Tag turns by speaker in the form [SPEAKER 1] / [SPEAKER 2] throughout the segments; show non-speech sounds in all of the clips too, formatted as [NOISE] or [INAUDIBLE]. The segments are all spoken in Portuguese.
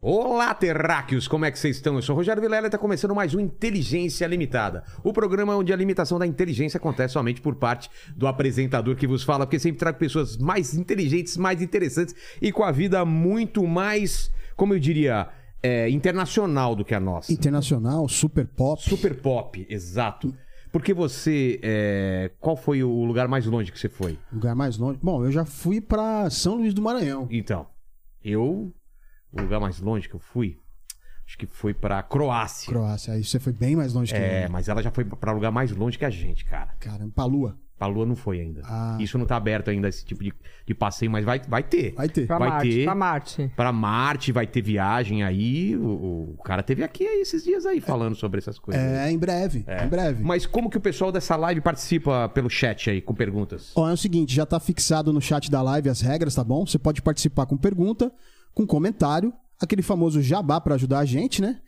[SPEAKER 1] Olá, terráqueos! Como é que vocês estão? Eu sou o Rogério Vilela e está começando mais um Inteligência Limitada. O programa onde a limitação da inteligência acontece somente por parte do apresentador que vos fala, porque sempre trago pessoas mais inteligentes, mais interessantes e com a vida muito mais, como eu diria, é, internacional do que a nossa.
[SPEAKER 2] Internacional, super pop.
[SPEAKER 1] Super pop, exato. Porque você. é, Qual foi o lugar mais longe que você foi?
[SPEAKER 2] Lugar mais longe. Bom, eu já fui pra São Luís do Maranhão.
[SPEAKER 1] Então, eu. O lugar mais longe que eu fui, acho que foi pra Croácia.
[SPEAKER 2] Croácia. Aí você foi bem mais longe que
[SPEAKER 1] É,
[SPEAKER 2] eu.
[SPEAKER 1] mas ela já foi pra lugar mais longe que a gente, cara.
[SPEAKER 2] Caramba, pra lua.
[SPEAKER 1] Pra Lua não foi ainda.
[SPEAKER 2] Ah.
[SPEAKER 1] Isso não tá aberto ainda, esse tipo de, de passeio, mas vai, vai ter.
[SPEAKER 2] Vai ter.
[SPEAKER 3] Pra
[SPEAKER 1] Vai
[SPEAKER 3] Marte,
[SPEAKER 1] ter.
[SPEAKER 3] pra Marte.
[SPEAKER 1] Pra Marte vai ter viagem aí. O, o cara teve aqui aí esses dias aí falando sobre essas coisas.
[SPEAKER 2] É, em breve. Em breve.
[SPEAKER 1] Mas como que o pessoal dessa live participa pelo chat aí com perguntas?
[SPEAKER 2] Ó, é o seguinte, já tá fixado no chat da live as regras, tá bom? Você pode participar com pergunta, com comentário, aquele famoso jabá pra ajudar a gente, né?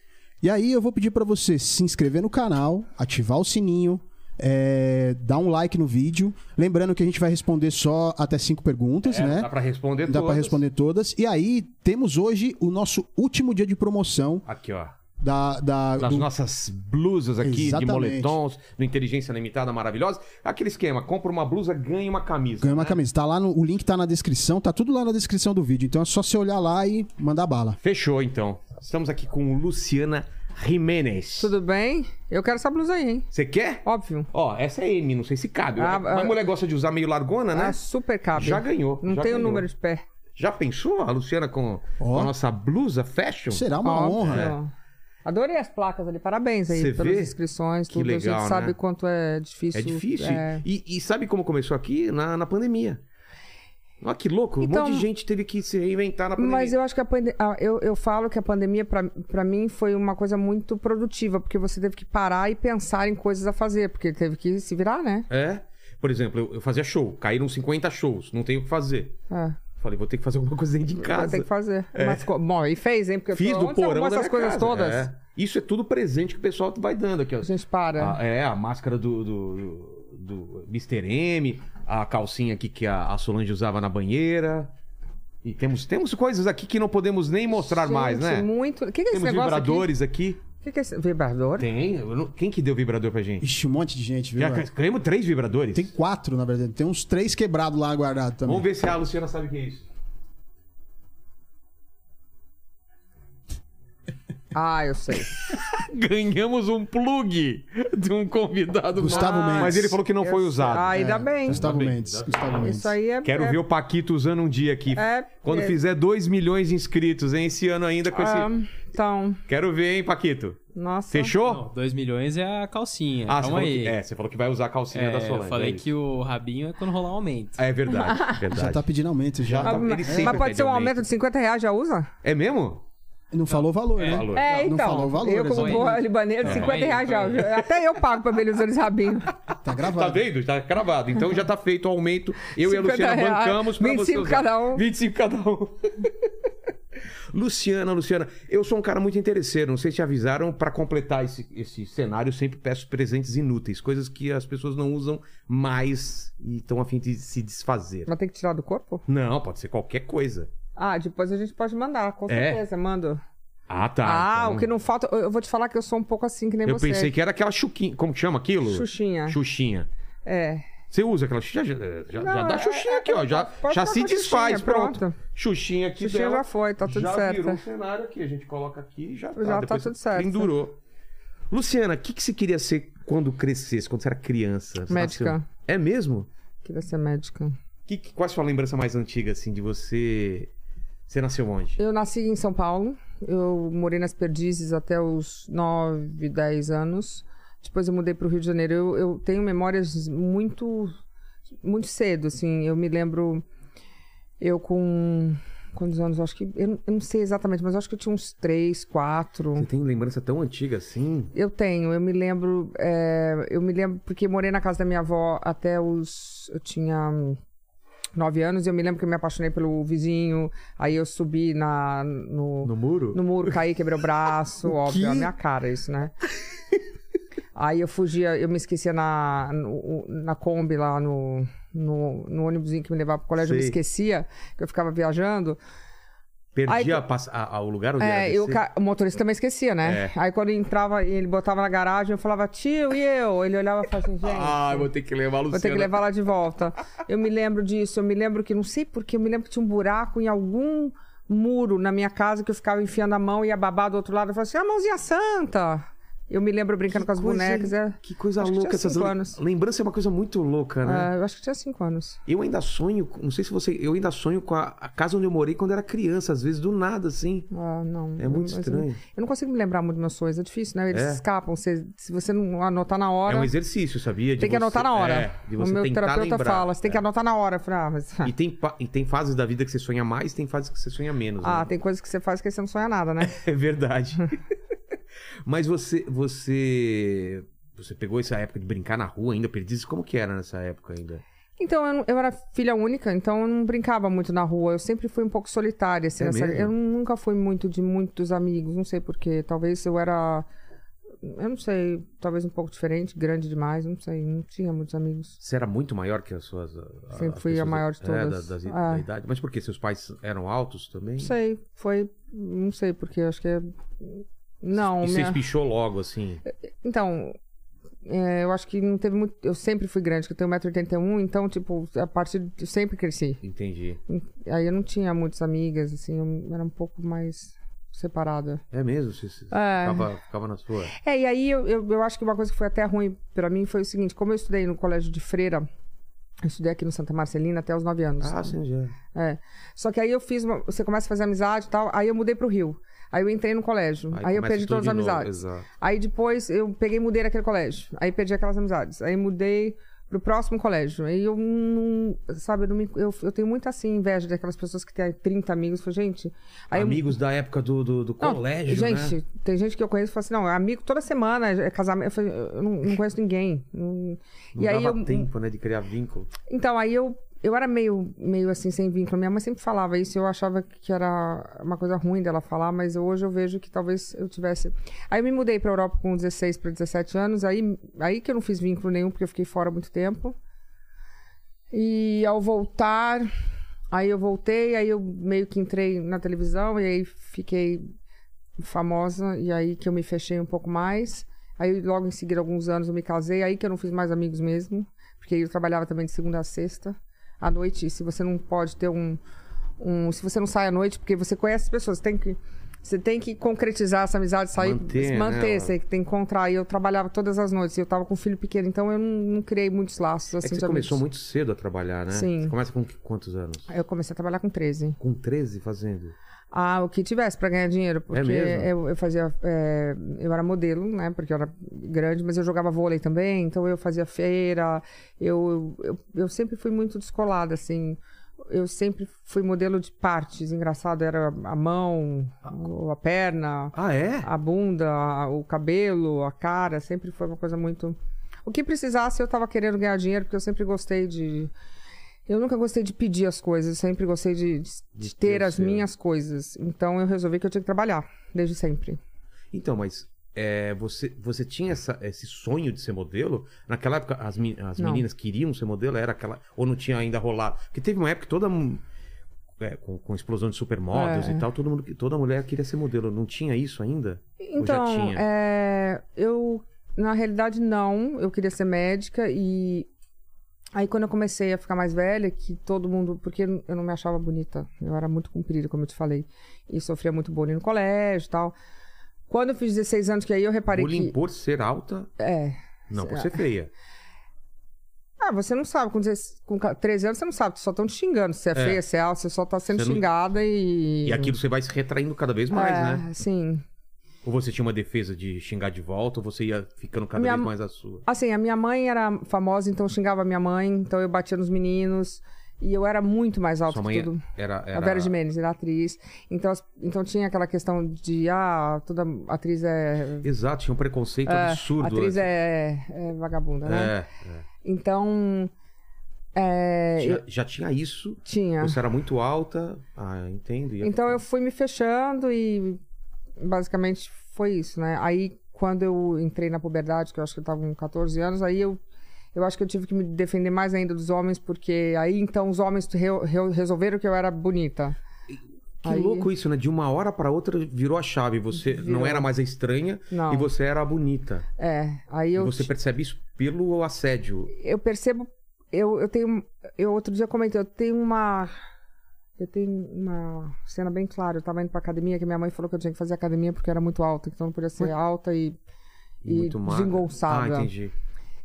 [SPEAKER 2] E aí eu vou pedir pra você se inscrever no canal, ativar o sininho, é, dar um like no vídeo. Lembrando que a gente vai responder só até cinco perguntas, né?
[SPEAKER 1] É, Dá pra responder
[SPEAKER 2] Dá pra
[SPEAKER 1] todas.
[SPEAKER 2] responder todas. E aí, temos hoje o nosso último dia de promoção
[SPEAKER 1] Aqui, ó.
[SPEAKER 2] da. da
[SPEAKER 1] Nas
[SPEAKER 2] do-
[SPEAKER 1] nossas blusas aqui de
[SPEAKER 2] Exatamente.
[SPEAKER 1] moletons, no Inteligência Limitada Maravilhosa. Aquele esquema, compra uma blusa, ganha uma camisa.
[SPEAKER 2] Ganha uma
[SPEAKER 1] né?
[SPEAKER 2] camisa. Tá lá no. O link tá na descrição, tá tudo lá na descrição do vídeo. Então é só você olhar lá e mandar bala.
[SPEAKER 1] Fechou, então. Estamos aqui com Luciana Jimenez.
[SPEAKER 3] Tudo bem? Eu quero essa blusa aí, hein?
[SPEAKER 1] Você quer?
[SPEAKER 3] Óbvio.
[SPEAKER 1] Ó, essa é M, não sei se cabe.
[SPEAKER 3] Ah,
[SPEAKER 1] Mas a
[SPEAKER 3] ah.
[SPEAKER 1] mulher gosta de usar meio largona, né?
[SPEAKER 3] Ah, super cabe.
[SPEAKER 1] Já ganhou,
[SPEAKER 3] Não
[SPEAKER 1] já
[SPEAKER 3] tem o
[SPEAKER 1] ganhou.
[SPEAKER 3] número de pé.
[SPEAKER 1] Já pensou a Luciana com, com a nossa blusa fashion?
[SPEAKER 2] Será uma
[SPEAKER 3] Óbvio.
[SPEAKER 2] honra.
[SPEAKER 3] Adorei as placas ali, parabéns aí
[SPEAKER 1] Você
[SPEAKER 3] pelas
[SPEAKER 1] é. vê?
[SPEAKER 3] inscrições,
[SPEAKER 1] Que
[SPEAKER 3] tudo. a
[SPEAKER 1] legal,
[SPEAKER 3] gente sabe
[SPEAKER 1] né?
[SPEAKER 3] quanto é difícil.
[SPEAKER 1] É difícil.
[SPEAKER 3] é.
[SPEAKER 1] E, e sabe como começou aqui? Na, na pandemia. Olha que louco. um
[SPEAKER 3] Então-
[SPEAKER 1] monte de gente teve que se reinventar na pandemia.
[SPEAKER 3] Mas eu acho que a pandemia. Eu, eu falo que a pandemia, pra pra mim, foi uma coisa muito produtiva, porque você teve que parar e pensar em coisas a fazer, porque teve que se virar, né?
[SPEAKER 1] É. Por exemplo, eu, eu fazia show. Caíram 50 shows. Não tenho o que fazer.
[SPEAKER 3] É.
[SPEAKER 1] Falei, vou ter que fazer alguma [LAUGHS] coisa dentro de
[SPEAKER 3] Vai
[SPEAKER 1] casa. É.
[SPEAKER 3] ter que fazer. Mas, co- bom, e fez, hein? Porque
[SPEAKER 1] Fiz
[SPEAKER 3] eu tô-
[SPEAKER 1] do
[SPEAKER 3] onde você
[SPEAKER 1] porão
[SPEAKER 3] arrumou
[SPEAKER 1] da minha
[SPEAKER 3] essas coisas
[SPEAKER 1] casa.
[SPEAKER 3] todas.
[SPEAKER 1] É. Isso é tudo presente que o pessoal vai dando aqui. Ó.
[SPEAKER 3] A gente para.
[SPEAKER 1] A- é, a máscara do, do, do Mr. M, a calcinha aqui que a, a Solange usava na banheira. E temos, temos coisas aqui que não podemos nem mostrar mais,
[SPEAKER 3] Gente,
[SPEAKER 1] né?
[SPEAKER 3] Muito. O que, que é esse
[SPEAKER 1] Temos
[SPEAKER 3] negócio?
[SPEAKER 1] vibradores aqui.
[SPEAKER 3] Aqui? O que, que é esse vibrador?
[SPEAKER 1] Tem. eu não- Quem que deu vibrador pra gente?
[SPEAKER 2] Ixi, um monte de gente, viu?
[SPEAKER 1] Já
[SPEAKER 2] velho?
[SPEAKER 1] ganhamos três vibradores.
[SPEAKER 2] Tem quatro, na verdade. Tem uns três quebrados lá guardados também.
[SPEAKER 1] Vamos ver se a Luciana sabe o que é isso.
[SPEAKER 3] Ah, eu sei.
[SPEAKER 1] Ganhamos um plug de um convidado.
[SPEAKER 2] Gustavo
[SPEAKER 1] nosso.
[SPEAKER 2] Mendes.
[SPEAKER 1] Mas ele falou que não
[SPEAKER 3] Eu
[SPEAKER 1] foi
[SPEAKER 3] sei.
[SPEAKER 1] usado.
[SPEAKER 3] Ah, ainda
[SPEAKER 2] É,
[SPEAKER 3] bem.
[SPEAKER 2] Gustavo
[SPEAKER 1] Ainda bem,
[SPEAKER 2] Mendes.
[SPEAKER 1] ainda
[SPEAKER 2] Gustavo Mendes.
[SPEAKER 3] Isso aí é.
[SPEAKER 1] Quero
[SPEAKER 3] é-
[SPEAKER 1] ver o Paquito usando um dia aqui.
[SPEAKER 3] É,
[SPEAKER 1] Quando
[SPEAKER 3] é.
[SPEAKER 1] fizer 2 milhões de inscritos, hein? Esse ano ainda com
[SPEAKER 3] Ah,
[SPEAKER 1] esse.
[SPEAKER 3] então,
[SPEAKER 1] Quero ver, hein, Paquito?
[SPEAKER 3] nossa.
[SPEAKER 1] Fechou?
[SPEAKER 4] 2 milhões é a calcinha.
[SPEAKER 1] Ah, você falou,
[SPEAKER 4] Calma aí.
[SPEAKER 1] que, é, você falou que vai usar a calcinha
[SPEAKER 4] É,
[SPEAKER 1] da Solange.
[SPEAKER 4] eu falei
[SPEAKER 1] é isso.
[SPEAKER 4] que o rabinho é quando rolar um aumento.
[SPEAKER 1] É verdade, verdade.
[SPEAKER 2] Já tá pedindo aumento, já.
[SPEAKER 1] Já tá-
[SPEAKER 3] Ah,
[SPEAKER 1] Ele
[SPEAKER 3] mas,
[SPEAKER 1] sempre
[SPEAKER 3] mas
[SPEAKER 1] pede
[SPEAKER 3] pode ser um
[SPEAKER 1] aumento.
[SPEAKER 3] aumento de 50 reais, já usa?
[SPEAKER 1] É mesmo?
[SPEAKER 2] Não falou o valor, né?
[SPEAKER 1] Valor.
[SPEAKER 3] É,
[SPEAKER 2] Não
[SPEAKER 3] então.
[SPEAKER 2] falou o valor,
[SPEAKER 3] eu, como
[SPEAKER 2] exatamente.
[SPEAKER 3] boa libaneira, de 50 reais já. usa. É. Até eu pago pra ver ele usando esse rabinho.
[SPEAKER 2] Tá
[SPEAKER 1] Tá
[SPEAKER 2] gravado.
[SPEAKER 1] vendo? Tá gravado. Então já tá feito o aumento. Eu e a
[SPEAKER 3] 50
[SPEAKER 1] Luciana
[SPEAKER 3] reais,
[SPEAKER 1] bancamos pra você
[SPEAKER 3] 25
[SPEAKER 1] usar.
[SPEAKER 3] cada um.
[SPEAKER 1] 25 cada um. [LAUGHS] Luciana, Luciana, eu sou um cara muito interesseiro. Não sei se te avisaram, pra completar esse, esse cenário, eu sempre peço presentes inúteis, coisas que as pessoas não usam mais e estão a fim de se desfazer.
[SPEAKER 3] Mas tem que tirar do corpo?
[SPEAKER 1] Não, pode ser qualquer coisa.
[SPEAKER 3] Ah, depois a gente pode mandar, com
[SPEAKER 1] É?
[SPEAKER 3] certeza, mando.
[SPEAKER 1] Ah, tá.
[SPEAKER 3] ah,
[SPEAKER 1] Então,
[SPEAKER 3] o que não falta. Eu eu vou te falar que eu sou um pouco assim que nem
[SPEAKER 1] Eu
[SPEAKER 3] você.
[SPEAKER 1] pensei que era aquela chuquinha. Como que chama aquilo?
[SPEAKER 3] Xuxinha.
[SPEAKER 1] Xuxinha.
[SPEAKER 3] É.
[SPEAKER 1] Você usa aquela xuxinha? Já, já,
[SPEAKER 3] Não,
[SPEAKER 1] já dá
[SPEAKER 3] é-
[SPEAKER 1] xuxinha aqui, ó. Já,
[SPEAKER 3] pode
[SPEAKER 1] já
[SPEAKER 3] pôr
[SPEAKER 1] se
[SPEAKER 3] com a xuxinha,
[SPEAKER 1] desfaz, pronto.
[SPEAKER 3] pronto.
[SPEAKER 1] Xuxinha aqui
[SPEAKER 3] Xuxinha
[SPEAKER 1] dela.
[SPEAKER 3] já foi, tá tudo
[SPEAKER 1] já
[SPEAKER 3] certo.
[SPEAKER 1] virou o cenário aqui. A gente coloca aqui e já tá.
[SPEAKER 3] Já tá
[SPEAKER 1] Depois
[SPEAKER 3] tudo certo.
[SPEAKER 1] Pendurou. Luciana, o que, que você queria ser quando crescesse, quando você era criança? Você
[SPEAKER 3] Médica.
[SPEAKER 1] nasceu- É mesmo?
[SPEAKER 3] Queria ser médica.
[SPEAKER 1] Que, que- qual é a sua lembrança mais antiga, assim, de você... Você nasceu onde?
[SPEAKER 3] Eu nasci em São Paulo. Eu morei nas Perdizes até os 9, 10 anos. Depois eu mudei para o Rio de Janeiro. Eu, eu tenho memórias muito, muito cedo, assim. Eu me lembro... Eu com... Quantos anos? Eu Acho que... Eu, não- eu não sei exatamente, mas eu acho que eu tinha uns 3, 4...
[SPEAKER 1] Você tem lembrança tão antiga assim?
[SPEAKER 3] Eu tenho, eu me lembro. é, eu me lembro porque morei na casa da minha avó até os. Eu tinha. hum, nove anos, eu me lembro que eu me apaixonei pelo vizinho, aí eu subi na, no,
[SPEAKER 1] No muro?
[SPEAKER 3] no muro, caí, quebrei o braço, óbvio, é a minha cara isso, né? Aí eu fugia, eu me esquecia na, no- na Kombi lá no, no, no ônibusinho que me levava pro colégio, eu me
[SPEAKER 1] Sei.
[SPEAKER 3] esquecia, que eu ficava viajando.
[SPEAKER 1] Perdi
[SPEAKER 3] Ai,
[SPEAKER 1] a pass- a- a- o lugar onde era
[SPEAKER 3] É, eu
[SPEAKER 1] descer.
[SPEAKER 3] ca- o motorista também esquecia, né?
[SPEAKER 1] né? É.
[SPEAKER 3] Aí quando entrava, ele botava na garagem, eu falava, tio, e eu? Ele olhava e falava assim, gente.
[SPEAKER 1] Ah, eu vou ter que levar a Luciana.
[SPEAKER 3] Vou ter que levar lá de volta. Eu me lembro disso, eu me lembro que, não sei porquê, eu me lembro que tinha um buraco em algum muro na minha casa que eu ficava enfiando a mão e ia babar do outro lado. Eu falava assim, a mãozinha santa. Eu me lembro brincando com as
[SPEAKER 1] Coisa-
[SPEAKER 3] bonecas. é.
[SPEAKER 1] Que coisa
[SPEAKER 3] Acho que
[SPEAKER 1] louca
[SPEAKER 3] tinha
[SPEAKER 1] essas
[SPEAKER 3] cinco
[SPEAKER 1] le-
[SPEAKER 3] anos.
[SPEAKER 1] Lembrança é uma coisa muito louca, né?
[SPEAKER 3] É, eu acho que tinha cinco anos.
[SPEAKER 1] Eu ainda sonho, com- não sei se você, eu ainda sonho com a, a casa onde eu morei quando era criança, às vezes do nada assim.
[SPEAKER 3] Ah, não.
[SPEAKER 1] É muito
[SPEAKER 3] Eu- mas Eu,
[SPEAKER 1] estranho.
[SPEAKER 3] eu não consigo me lembrar muito dos meus sonhos, é difícil, né? Eles
[SPEAKER 1] É.
[SPEAKER 3] escapam. você- se você não anotar na
[SPEAKER 1] É
[SPEAKER 3] hora,
[SPEAKER 1] um exercício, sabia? De
[SPEAKER 3] tem que
[SPEAKER 1] você-
[SPEAKER 3] anotar na hora.
[SPEAKER 1] É, de
[SPEAKER 3] o
[SPEAKER 1] você
[SPEAKER 3] meu
[SPEAKER 1] tentar
[SPEAKER 3] terapeuta
[SPEAKER 1] lembrar. É.
[SPEAKER 3] fala, você tem que anotar na hora. Eu falei,
[SPEAKER 1] [LAUGHS]
[SPEAKER 3] ah, mas...
[SPEAKER 1] E tem, pa- e tem fases da vida que você sonha mais, tem fases que você sonha menos.
[SPEAKER 3] Ah,
[SPEAKER 1] né?
[SPEAKER 3] tem coisas que você faz que você não sonha nada, né?
[SPEAKER 1] [LAUGHS]
[SPEAKER 3] [LAUGHS]
[SPEAKER 1] É verdade. Mas você, você, você pegou essa época de brincar na rua ainda, perdiz? Como que era nessa época ainda?
[SPEAKER 3] Então, eu, não- eu era filha única, então eu não brincava muito na rua. Eu sempre fui um pouco solitária, assim.
[SPEAKER 1] É
[SPEAKER 3] nessa-
[SPEAKER 1] mesmo?
[SPEAKER 3] Eu nunca fui muito de muitos amigos, não sei porquê. Talvez eu era. Eu não sei, talvez um pouco diferente, grande demais, não sei. Não tinha muitos amigos.
[SPEAKER 1] Você era muito maior que as suas. a-
[SPEAKER 3] Sempre
[SPEAKER 1] as
[SPEAKER 3] fui a
[SPEAKER 1] pessoas-
[SPEAKER 3] maior de
[SPEAKER 1] É,
[SPEAKER 3] todas.
[SPEAKER 1] da, das-
[SPEAKER 3] É.
[SPEAKER 1] da idade. Mas por quê? Seus pais eram altos também?
[SPEAKER 3] Não sei, foi. Não sei porquê, acho que é. Não,
[SPEAKER 1] E você
[SPEAKER 3] minha...
[SPEAKER 1] espichou logo, assim.
[SPEAKER 3] Então, é, eu acho que não teve muito. Eu sempre fui grande, que eu tenho 1,81m, então, tipo, a partir. de- Eu sempre cresci.
[SPEAKER 1] Entendi.
[SPEAKER 3] Aí eu não tinha muitas amigas, assim, eu era um pouco mais separada.
[SPEAKER 1] É mesmo? Você, você
[SPEAKER 3] É.
[SPEAKER 1] ficava, ficava na sua.
[SPEAKER 3] É, e aí eu, eu, eu acho que uma coisa que foi até ruim pra mim foi o seguinte: como eu estudei no colégio de freira, eu estudei aqui no Santa Marcelina até os 9 anos.
[SPEAKER 1] Ah, sim, já.
[SPEAKER 3] É. Só que aí eu fiz, uma- você começa a fazer amizade e tal, aí eu mudei pro Rio. Aí eu entrei no colégio, aí, eu
[SPEAKER 1] começa
[SPEAKER 3] perdi
[SPEAKER 1] tudo
[SPEAKER 3] todas
[SPEAKER 1] de
[SPEAKER 3] as
[SPEAKER 1] novo,
[SPEAKER 3] amizades.
[SPEAKER 1] Exato.
[SPEAKER 3] Aí depois eu peguei e mudei naquele colégio, aí perdi aquelas amizades. Aí mudei pro próximo colégio. Aí eu não, sabe, eu, não me- eu, eu tenho muita assim inveja daquelas pessoas que têm 30 amigos, falei, gente, aí eu
[SPEAKER 1] Amigos da época do, do, do
[SPEAKER 3] não,
[SPEAKER 1] colégio,
[SPEAKER 3] Gente,
[SPEAKER 1] né?
[SPEAKER 3] tem gente que eu conheço e fala assim, não, é amigo toda semana, é casamento. Eu, falei, eu não, não conheço ninguém. Não-
[SPEAKER 1] Não
[SPEAKER 3] e aí
[SPEAKER 1] dava
[SPEAKER 3] eu.
[SPEAKER 1] tempo, né, de criar vínculo.
[SPEAKER 3] Então, aí eu, eu era meio, meio assim, sem vínculo. Minha mãe sempre falava isso, eu achava que era uma coisa ruim dela falar, mas hoje eu vejo que talvez eu tivesse. Aí eu me mudei pra Europa com 16 para 17 anos, aí, aí que eu não fiz vínculo nenhum, porque eu fiquei fora muito tempo. E ao voltar, aí eu voltei, aí eu meio que entrei na televisão e aí fiquei famosa e aí que eu me fechei um pouco mais. Aí logo em seguida, alguns anos, eu me casei, aí que eu não fiz mais amigos mesmo, porque eu trabalhava também de segunda a sexta à noite. E se você não pode ter um, um- se você não sai à noite, porque você conhece as pessoas, tem que você tem que concretizar essa amizade, sair,
[SPEAKER 1] Manter,
[SPEAKER 3] se
[SPEAKER 1] né,
[SPEAKER 3] manter,
[SPEAKER 1] ela-
[SPEAKER 3] você tem que encontrar. E eu trabalhava todas as noites, e eu tava com um filho pequeno, então eu não, não criei muitos laços assim
[SPEAKER 1] é que
[SPEAKER 3] de
[SPEAKER 1] você começou
[SPEAKER 3] amigos.
[SPEAKER 1] muito cedo a trabalhar, né?
[SPEAKER 3] Sim.
[SPEAKER 1] Você começa com que- quantos anos?
[SPEAKER 3] Eu comecei a trabalhar com 13.
[SPEAKER 1] Com 13 fazendo.
[SPEAKER 3] Ah, o que tivesse pra ganhar dinheiro, porque
[SPEAKER 1] mesmo?
[SPEAKER 3] eu, eu fazia. é, eu era modelo, né? Porque eu era grande, mas eu jogava vôlei também, então eu fazia feira. Eu, eu, eu sempre fui muito descolada, assim. Eu sempre fui modelo de partes. Engraçado, era a mão, ou a perna,
[SPEAKER 1] Ah, é?
[SPEAKER 3] a bunda, a- o cabelo, a cara. Sempre foi uma coisa muito. O que precisasse, eu tava querendo ganhar dinheiro, porque eu sempre gostei de. Eu nunca gostei de pedir as coisas, eu sempre gostei de, de- de
[SPEAKER 1] ter
[SPEAKER 3] ter
[SPEAKER 1] o
[SPEAKER 3] as
[SPEAKER 1] seu.
[SPEAKER 3] minhas coisas. Então eu resolvi que eu tinha que trabalhar, desde sempre.
[SPEAKER 1] Então, mas é, você, você tinha essa- esse sonho de ser modelo? Naquela época, as, me- as
[SPEAKER 3] Não.
[SPEAKER 1] meninas queriam ser modelo? Era aquela. Ou não tinha ainda rolado? Porque teve uma época que toda. mu- é, com, com explosão de supermodels
[SPEAKER 3] É.
[SPEAKER 1] e tal, todo mundo, toda mulher queria ser modelo. Não tinha isso ainda?
[SPEAKER 3] Então,
[SPEAKER 1] tinha?
[SPEAKER 3] é, eu, na realidade, não. Eu queria ser médica e. Aí quando eu comecei a ficar mais velha, que todo mundo. Porque eu não me achava bonita. Eu era muito comprida, como eu te falei. E sofria muito bullying no colégio e tal. Quando eu fiz 16 anos, que aí eu reparei
[SPEAKER 1] Bullying
[SPEAKER 3] que.
[SPEAKER 1] por ser alta,
[SPEAKER 3] É.
[SPEAKER 1] não por
[SPEAKER 3] Ah.
[SPEAKER 1] ser feia.
[SPEAKER 3] Ah, você não sabe, com, 16, com 13 anos você não sabe, só estão te xingando. Se é, feia, se é alta, você só tá sendo
[SPEAKER 1] Você não-
[SPEAKER 3] xingada e.
[SPEAKER 1] E aquilo você vai se retraindo cada vez mais,
[SPEAKER 3] é,
[SPEAKER 1] né?
[SPEAKER 3] Sim.
[SPEAKER 1] Ou você tinha uma defesa de xingar de volta, ou você ia ficando cada
[SPEAKER 3] Minha
[SPEAKER 1] vez
[SPEAKER 3] m-
[SPEAKER 1] mais a sua.
[SPEAKER 3] Assim, a minha mãe era famosa, então eu xingava a minha mãe, então eu batia nos meninos. E eu era muito mais alta
[SPEAKER 1] Sua
[SPEAKER 3] que
[SPEAKER 1] mãe
[SPEAKER 3] tudo.
[SPEAKER 1] era. era...
[SPEAKER 3] A Vera Jimenez era atriz. Então, as- então tinha aquela questão de, ah, toda atriz é.
[SPEAKER 1] Exato, tinha um preconceito né?
[SPEAKER 3] é,
[SPEAKER 1] absurdo.
[SPEAKER 3] Atriz
[SPEAKER 1] né?
[SPEAKER 3] é, é vagabunda, né?
[SPEAKER 1] É, é.
[SPEAKER 3] Então, É,
[SPEAKER 1] já, já tinha isso.
[SPEAKER 3] tinha.
[SPEAKER 1] Você era muito alta. Ah, entendo. E-
[SPEAKER 3] É. Então eu fui me fechando e basicamente foi isso, né? Aí quando eu entrei na puberdade, que eu acho que eu tava com 14 anos, aí eu eu acho que eu tive que me defender mais ainda dos homens, porque aí então os homens re- re- resolveram que eu era bonita.
[SPEAKER 1] Que
[SPEAKER 3] Aí-
[SPEAKER 1] louco isso, né? De uma hora pra outra virou a chave. Você não
[SPEAKER 3] Virou.
[SPEAKER 1] era mais a estranha
[SPEAKER 3] Não.
[SPEAKER 1] e você era a bonita.
[SPEAKER 3] É, aí
[SPEAKER 1] E
[SPEAKER 3] eu
[SPEAKER 1] você percebe isso pelo assédio.
[SPEAKER 3] eu percebo, eu, eu tenho, eu outro dia comentei, eu tenho uma, eu tenho uma cena bem clara, eu tava indo pra academia, que minha mãe falou que eu tinha que fazer academia porque eu era muito alta, então eu não podia ser alta e,
[SPEAKER 1] E muito
[SPEAKER 3] e
[SPEAKER 1] magra.
[SPEAKER 3] desengonçada.
[SPEAKER 1] Ah, entendi.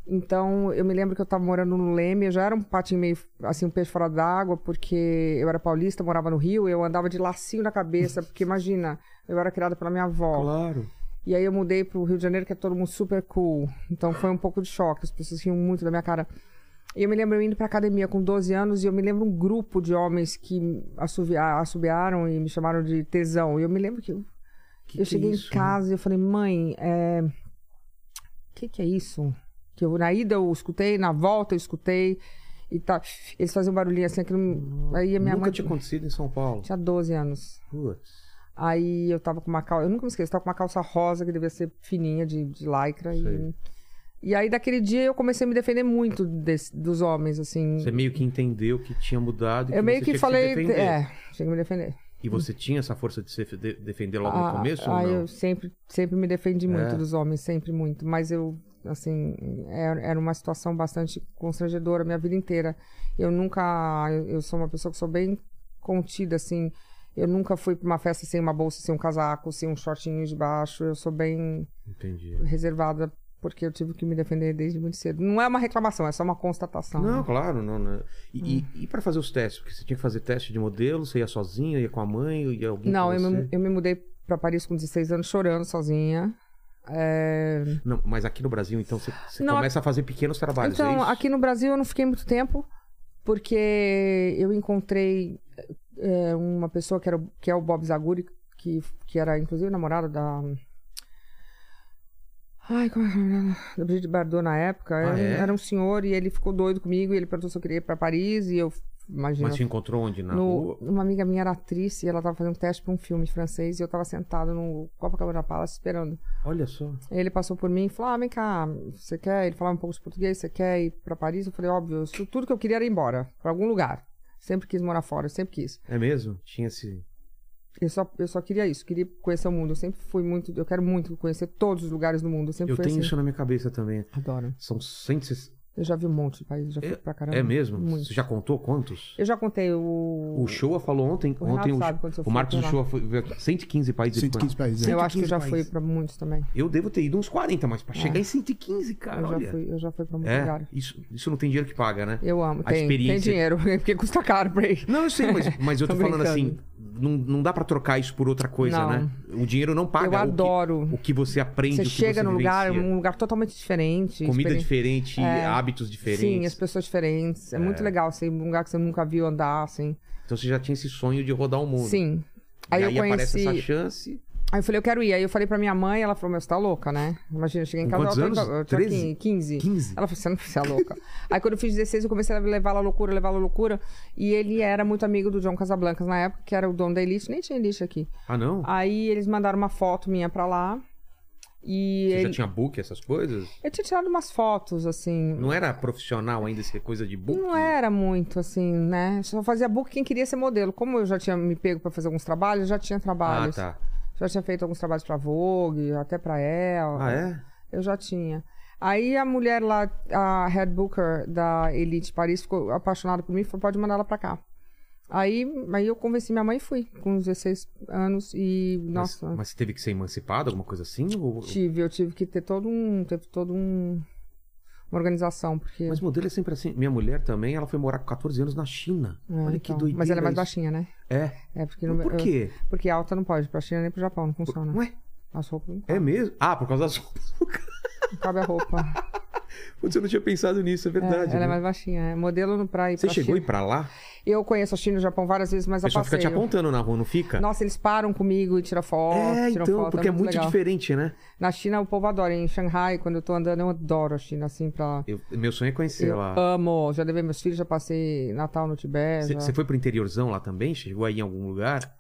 [SPEAKER 3] Então, eu me lembro que eu tava morando no Leme, eu já era um patinho meio, assim, um peixe fora d'água, porque eu era paulista, morava no Rio, eu andava de lacinho na
[SPEAKER 1] [LAUGHS]
[SPEAKER 3] cabeça, porque imagina, eu era criada pela minha avó.
[SPEAKER 1] Claro.
[SPEAKER 3] E aí eu mudei pro Rio de Janeiro, que é todo mundo super cool. Então foi um pouco de choque, as pessoas riam muito da minha cara. E eu me lembro eu indo pra academia com 12 anos e eu me lembro um grupo de homens que assovia- assobiaram e me chamaram de tesão. E eu me lembro que eu,
[SPEAKER 1] Que
[SPEAKER 3] eu
[SPEAKER 1] que
[SPEAKER 3] cheguei
[SPEAKER 1] é isso,
[SPEAKER 3] em casa e eu falei, mãe, é... que que é isso? Que eu, na ida eu escutei, na volta eu escutei e tá. Eles faziam um barulhinho assim, aquilo... aí a minha
[SPEAKER 1] Nunca
[SPEAKER 3] mãe
[SPEAKER 1] tinha acontecido em São Paulo.
[SPEAKER 3] tinha 12 anos.
[SPEAKER 1] Putz.
[SPEAKER 3] Aí eu tava com uma calça, eu nunca me esqueço, eu tava com uma calça rosa que devia ser fininha de, de lycra.
[SPEAKER 1] Sei.
[SPEAKER 3] E, e aí daquele dia eu comecei a me defender muito desse- dos homens, assim.
[SPEAKER 1] Você meio que entendeu que tinha mudado. e
[SPEAKER 3] eu meio
[SPEAKER 1] você
[SPEAKER 3] que,
[SPEAKER 1] tinha
[SPEAKER 3] falei.
[SPEAKER 1] se defender.
[SPEAKER 3] é, tinha que me defender.
[SPEAKER 1] E você tinha essa força de se de- defender logo
[SPEAKER 3] Ah,
[SPEAKER 1] no começo? ou
[SPEAKER 3] ah,
[SPEAKER 1] não?
[SPEAKER 3] eu sempre, sempre me defendi muito
[SPEAKER 1] É.
[SPEAKER 3] dos homens, sempre muito. Mas eu, assim, era, era uma situação bastante constrangedora a minha vida inteira. Eu nunca. Eu sou uma pessoa que sou bem contida, assim. Eu nunca fui pra uma festa sem uma bolsa, sem um casaco, sem um shortinho de baixo. Eu sou bem.
[SPEAKER 1] Entendi.
[SPEAKER 3] reservada porque eu tive que me defender desde muito cedo. Não é uma reclamação, é só uma constatação.
[SPEAKER 1] Não, claro, não, não. E,
[SPEAKER 3] Hum.
[SPEAKER 1] e, para fazer os testes? Porque você tinha que fazer teste de modelo, você ia sozinha, ia com a mãe, ia alguém
[SPEAKER 3] Não,
[SPEAKER 1] com
[SPEAKER 3] eu me,
[SPEAKER 1] você?
[SPEAKER 3] eu me mudei pra Paris com 16 anos chorando sozinha. É,
[SPEAKER 1] Não, mas aqui no Brasil, então, você, você
[SPEAKER 3] Não,
[SPEAKER 1] começa a fazer pequenos trabalhos, é
[SPEAKER 3] Então,
[SPEAKER 1] isso?
[SPEAKER 3] aqui no Brasil eu não fiquei muito tempo, porque eu encontrei é, uma pessoa que, era, o- que é o Bob Zaguri, que, que era inclusive namorado da. Ai, como é que é o nome dela? Da Brigitte Bardot na época.
[SPEAKER 1] Ah,
[SPEAKER 3] era, um-
[SPEAKER 1] é?
[SPEAKER 3] era um senhor e ele ficou doido comigo e ele perguntou se eu queria ir pra Paris e eu. Imagina,
[SPEAKER 1] Mas você encontrou onde? Na
[SPEAKER 3] No-
[SPEAKER 1] rua?
[SPEAKER 3] uma amiga minha era atriz e ela tava fazendo um teste pra um filme francês e eu tava sentado no Copacabana Palace esperando.
[SPEAKER 1] Olha só.
[SPEAKER 3] Aí ele passou por mim e falou: Ah, vem cá, você quer? Ele falava um pouco de português, você quer ir pra Paris? Eu falei: Óbvio, isso- tudo que eu queria era ir embora, pra algum lugar. Sempre quis morar fora, eu sempre quis.
[SPEAKER 1] É mesmo? Tinha esse...
[SPEAKER 3] Eu só, eu só queria isso, queria conhecer o mundo. Eu sempre fui muito, eu quero muito conhecer todos os lugares do mundo. Eu sempre
[SPEAKER 1] Eu
[SPEAKER 3] fui
[SPEAKER 1] tenho
[SPEAKER 3] assim.
[SPEAKER 1] isso na minha cabeça também.
[SPEAKER 3] Adoro.
[SPEAKER 1] São 160...
[SPEAKER 3] Eu já vi um monte de país, já fui pra caramba.
[SPEAKER 1] É mesmo?
[SPEAKER 3] Muito.
[SPEAKER 1] Você já contou quantos?
[SPEAKER 3] Eu já contei o.
[SPEAKER 1] O Showa falou ontem...
[SPEAKER 3] O
[SPEAKER 1] ontem
[SPEAKER 3] Renato
[SPEAKER 1] o,
[SPEAKER 3] sabe quantos eu
[SPEAKER 1] o
[SPEAKER 3] fui,
[SPEAKER 1] Marcos
[SPEAKER 3] sei
[SPEAKER 1] do
[SPEAKER 3] lá.
[SPEAKER 1] Showa foi 115 países. ele foi.
[SPEAKER 2] 115 países.
[SPEAKER 3] Eu acho que eu já
[SPEAKER 5] 115
[SPEAKER 3] fui
[SPEAKER 5] países.
[SPEAKER 3] pra muitos também.
[SPEAKER 1] Eu devo ter ido uns 40, mas pra chegar em 115, cara,
[SPEAKER 3] É. Eu já
[SPEAKER 1] Tá, olha...
[SPEAKER 3] fui, eu já fui pra muito lugar.
[SPEAKER 1] É, isso, isso não tem dinheiro que paga, né?
[SPEAKER 3] Eu amo.
[SPEAKER 1] A
[SPEAKER 3] tem, tem
[SPEAKER 1] experiência-
[SPEAKER 3] dinheiro, [LAUGHS] porque custa caro pra ir.
[SPEAKER 1] Não, eu sei,
[SPEAKER 3] [LAUGHS]
[SPEAKER 1] mas, mas eu tô,
[SPEAKER 3] Tô
[SPEAKER 1] falando assim,
[SPEAKER 3] brincando.
[SPEAKER 1] não, não dá pra trocar isso por outra coisa,
[SPEAKER 3] Não.
[SPEAKER 1] né? O dinheiro não paga.
[SPEAKER 3] Eu
[SPEAKER 1] o que- O
[SPEAKER 3] adoro.
[SPEAKER 1] que, você aprende,
[SPEAKER 3] Você
[SPEAKER 1] o que
[SPEAKER 3] chega
[SPEAKER 1] você
[SPEAKER 3] num lugar,
[SPEAKER 1] vivencia.
[SPEAKER 3] um lugar totalmente diferente.
[SPEAKER 1] comida
[SPEAKER 3] experi-
[SPEAKER 1] diferente, hábitos
[SPEAKER 3] É. Sim,
[SPEAKER 1] diferentes.
[SPEAKER 3] as pessoas diferentes. É, muito legal, assim, um lugar que você nunca viu andar, assim.
[SPEAKER 1] Então você já tinha esse sonho de rodar o mundo.
[SPEAKER 3] Sim.
[SPEAKER 1] E
[SPEAKER 3] Aí,
[SPEAKER 1] aí
[SPEAKER 3] eu
[SPEAKER 1] aparece
[SPEAKER 3] conheci.
[SPEAKER 1] essa chance.
[SPEAKER 3] Aí eu falei, eu quero ir. Aí eu falei pra minha mãe, ela falou, meu, você tá louca, né? Imagina, eu cheguei em
[SPEAKER 1] Com
[SPEAKER 3] casa,
[SPEAKER 1] quantos
[SPEAKER 3] ela
[SPEAKER 1] anos?
[SPEAKER 3] eu tinha
[SPEAKER 1] 13?
[SPEAKER 3] 15.
[SPEAKER 1] 15?
[SPEAKER 3] Ela falou, você não você é louca. [LAUGHS] Aí quando eu fiz 16, eu comecei a levá-la à loucura, levá-la à loucura. E ele era muito amigo do John Casablancas na época, que era o dono da Elite, nem tinha Elite aqui.
[SPEAKER 1] Ah, não?
[SPEAKER 3] Aí eles mandaram uma foto minha pra lá. E
[SPEAKER 1] você já
[SPEAKER 3] ele...
[SPEAKER 1] tinha book, essas coisas?
[SPEAKER 3] eu tinha tirado umas fotos, assim.
[SPEAKER 1] Não era profissional ainda essa coisa de book?
[SPEAKER 3] Não é era muito, assim, né? Só fazia book quem queria ser modelo. Como eu já tinha me pego pra fazer alguns trabalhos, eu já tinha
[SPEAKER 1] Ah,
[SPEAKER 3] trabalhos.
[SPEAKER 1] tá.
[SPEAKER 3] Já tinha feito alguns trabalhos pra Vogue, até pra ela.
[SPEAKER 1] Ah, é?
[SPEAKER 3] Eu já tinha. Aí a mulher lá, a head booker da Elite Paris, ficou apaixonada por mim e falou: pode mandar ela pra cá. Aí, aí eu convenci minha mãe e fui, com 16 anos. E,
[SPEAKER 1] Mas-
[SPEAKER 3] nossa.
[SPEAKER 1] Mas, você teve que ser emancipada, alguma coisa assim? Ou-
[SPEAKER 3] Tive, eu tive que ter todo um. Teve todo um. Uma organização, porque.
[SPEAKER 1] Mas modelo é sempre assim. Minha mulher também, ela foi morar com 14 anos na China.
[SPEAKER 3] É,
[SPEAKER 1] Olha que
[SPEAKER 3] então.
[SPEAKER 1] doideira.
[SPEAKER 3] Mas ela é mais
[SPEAKER 1] isso.
[SPEAKER 3] baixinha, né?
[SPEAKER 1] É.
[SPEAKER 3] É, porque não.
[SPEAKER 1] Mas Por
[SPEAKER 3] eu-
[SPEAKER 1] quê?
[SPEAKER 3] Porque é alta não pode, pra China nem pro Japão, não funciona.
[SPEAKER 1] Ué,
[SPEAKER 3] As roupas não
[SPEAKER 1] é mesmo? Ah, por causa das roupas.
[SPEAKER 3] cabe a roupa.
[SPEAKER 1] [LAUGHS] Putz, eu não tinha pensado nisso, é
[SPEAKER 3] É,
[SPEAKER 1] verdade.
[SPEAKER 3] ela é
[SPEAKER 1] né?
[SPEAKER 3] mais baixinha. É modelo no praia.
[SPEAKER 1] Você chegou a ir pra lá?
[SPEAKER 3] Eu conheço a China e o Japão várias vezes, mas
[SPEAKER 1] O pessoal
[SPEAKER 3] a passeio.
[SPEAKER 1] fica te apontando na rua, não fica?
[SPEAKER 3] Nossa, eles param comigo e tiram foto.
[SPEAKER 1] é,
[SPEAKER 3] tiram
[SPEAKER 1] então,
[SPEAKER 3] foto,
[SPEAKER 1] porque é muito,
[SPEAKER 3] legal.
[SPEAKER 1] diferente, né?
[SPEAKER 3] Na China o povo adora. Em Xangai, quando eu tô andando, eu adoro a China, assim, pra.
[SPEAKER 1] Eu- meu sonho é conhecer
[SPEAKER 3] eu
[SPEAKER 1] lá.
[SPEAKER 3] amo. Já levei meus filhos, já passei Natal no Tibete. já-
[SPEAKER 1] Você foi pro interiorzão lá também? Chegou aí em algum lugar?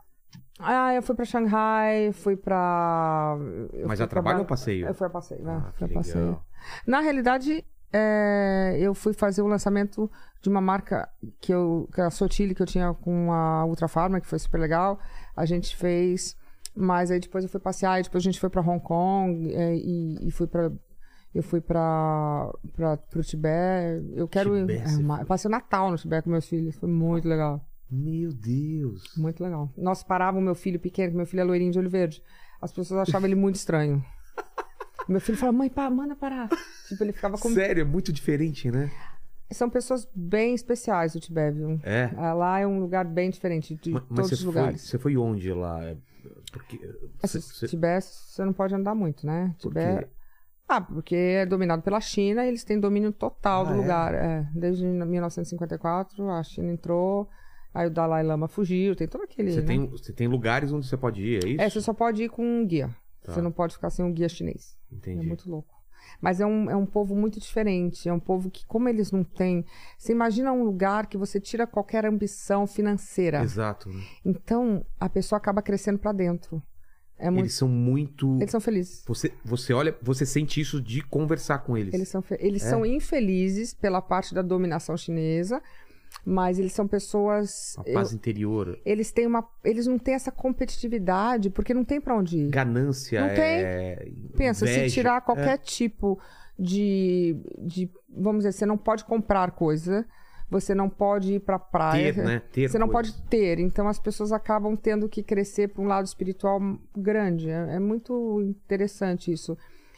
[SPEAKER 3] Ah, eu fui pra Xangai, fui pra. eu
[SPEAKER 1] Mas
[SPEAKER 3] fui
[SPEAKER 1] a trabalho
[SPEAKER 3] pra-
[SPEAKER 1] ou passeio?
[SPEAKER 3] Eu fui a passeio, né?
[SPEAKER 1] Ah, que
[SPEAKER 3] fui a passeio.
[SPEAKER 1] legal.
[SPEAKER 3] Na realidade, é, eu fui fazer o lançamento de uma marca que eu, que é a Sotile, que eu tinha com a Ultra Pharma, que foi super legal. A gente fez, mas aí depois eu fui passear, e depois a gente foi pra Hong Kong é, e, e fui pra. Eu fui pra, pra, pro Tibete. Eu quero. ir-
[SPEAKER 1] Tibete,
[SPEAKER 3] é,
[SPEAKER 1] você
[SPEAKER 3] uma- eu passei o Natal no Tibete com meus filhos. Foi muito legal.
[SPEAKER 1] Meu Deus.
[SPEAKER 3] Muito legal. Nós paravam meu filho pequeno, que meu filho é loirinho de olho verde. As pessoas achavam ele muito estranho.
[SPEAKER 1] [LAUGHS]
[SPEAKER 3] Meu filho falava, mãe, pá, manda parar. Tipo, ele ficava com.
[SPEAKER 1] Sério, é muito diferente, né?
[SPEAKER 3] São pessoas bem especiais o Tibete, viu?
[SPEAKER 1] É.
[SPEAKER 3] Ah, Lá é um lugar bem diferente de
[SPEAKER 1] Ma- Mas,
[SPEAKER 3] todos
[SPEAKER 1] você,
[SPEAKER 3] os
[SPEAKER 1] foi,
[SPEAKER 3] lugares.
[SPEAKER 1] você foi onde lá? É, Porque, você-
[SPEAKER 3] Assim,
[SPEAKER 1] você-
[SPEAKER 3] Tibete, você não pode andar muito, né?
[SPEAKER 1] Por
[SPEAKER 3] Tibete.
[SPEAKER 1] quê?
[SPEAKER 3] Ah, porque é dominado pela China e eles têm domínio total
[SPEAKER 1] Ah,
[SPEAKER 3] do
[SPEAKER 1] é?
[SPEAKER 3] lugar. É, desde 1954, a China entrou, aí o Dalai Lama fugiu, tem todo aquele.
[SPEAKER 1] você
[SPEAKER 3] né?
[SPEAKER 1] tem, você tem lugares onde você pode ir, é isso?
[SPEAKER 3] É, você só pode ir com um guia.
[SPEAKER 1] Tá.
[SPEAKER 3] Você não pode ficar sem um guia chinês.
[SPEAKER 1] Entendi.
[SPEAKER 3] É muito louco. Mas é um, é um povo muito diferente. É um povo que, como eles não têm. Você imagina um lugar que você tira qualquer ambição financeira.
[SPEAKER 1] Exato. né?
[SPEAKER 3] Então, a pessoa acaba crescendo pra dentro. É muito...
[SPEAKER 1] Eles são muito.
[SPEAKER 3] Eles são felizes.
[SPEAKER 1] Você, você olha, você sente isso de conversar com eles.
[SPEAKER 3] Eles são, fe- eles
[SPEAKER 1] É.
[SPEAKER 3] são infelizes pela parte da dominação chinesa, mas eles são pessoas.
[SPEAKER 1] A
[SPEAKER 3] eu-
[SPEAKER 1] paz interior.
[SPEAKER 3] eles têm uma. Eles não têm essa competitividade, porque não tem pra onde ir.
[SPEAKER 1] Ganância.
[SPEAKER 3] Não
[SPEAKER 1] é...
[SPEAKER 3] Pensa,
[SPEAKER 1] inveja. é.
[SPEAKER 3] se tirar qualquer tipo de, de. Vamos dizer, você não pode comprar coisa, você não pode ir pra praia.
[SPEAKER 1] Ter, né? Ter
[SPEAKER 3] é, Você não
[SPEAKER 1] coisas.
[SPEAKER 3] pode ter, então as pessoas acabam tendo que crescer para um lado espiritual grande. É, é muito interessante isso.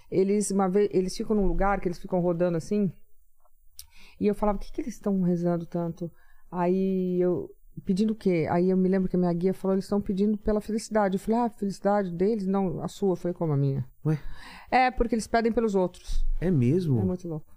[SPEAKER 3] Eles uma vez eles ficam num lugar que eles ficam rodando assim, e eu falava: "O que que eles estão rezando tanto?" Aí eu pedindo o quê? Aí eu me lembro que a minha guia falou: "Eles estão pedindo pela felicidade". Eu falei: "Ah, a felicidade deles, não a sua foi como a minha".
[SPEAKER 1] Ué?
[SPEAKER 3] É, porque eles pedem pelos outros.
[SPEAKER 1] É mesmo?
[SPEAKER 3] É muito louco.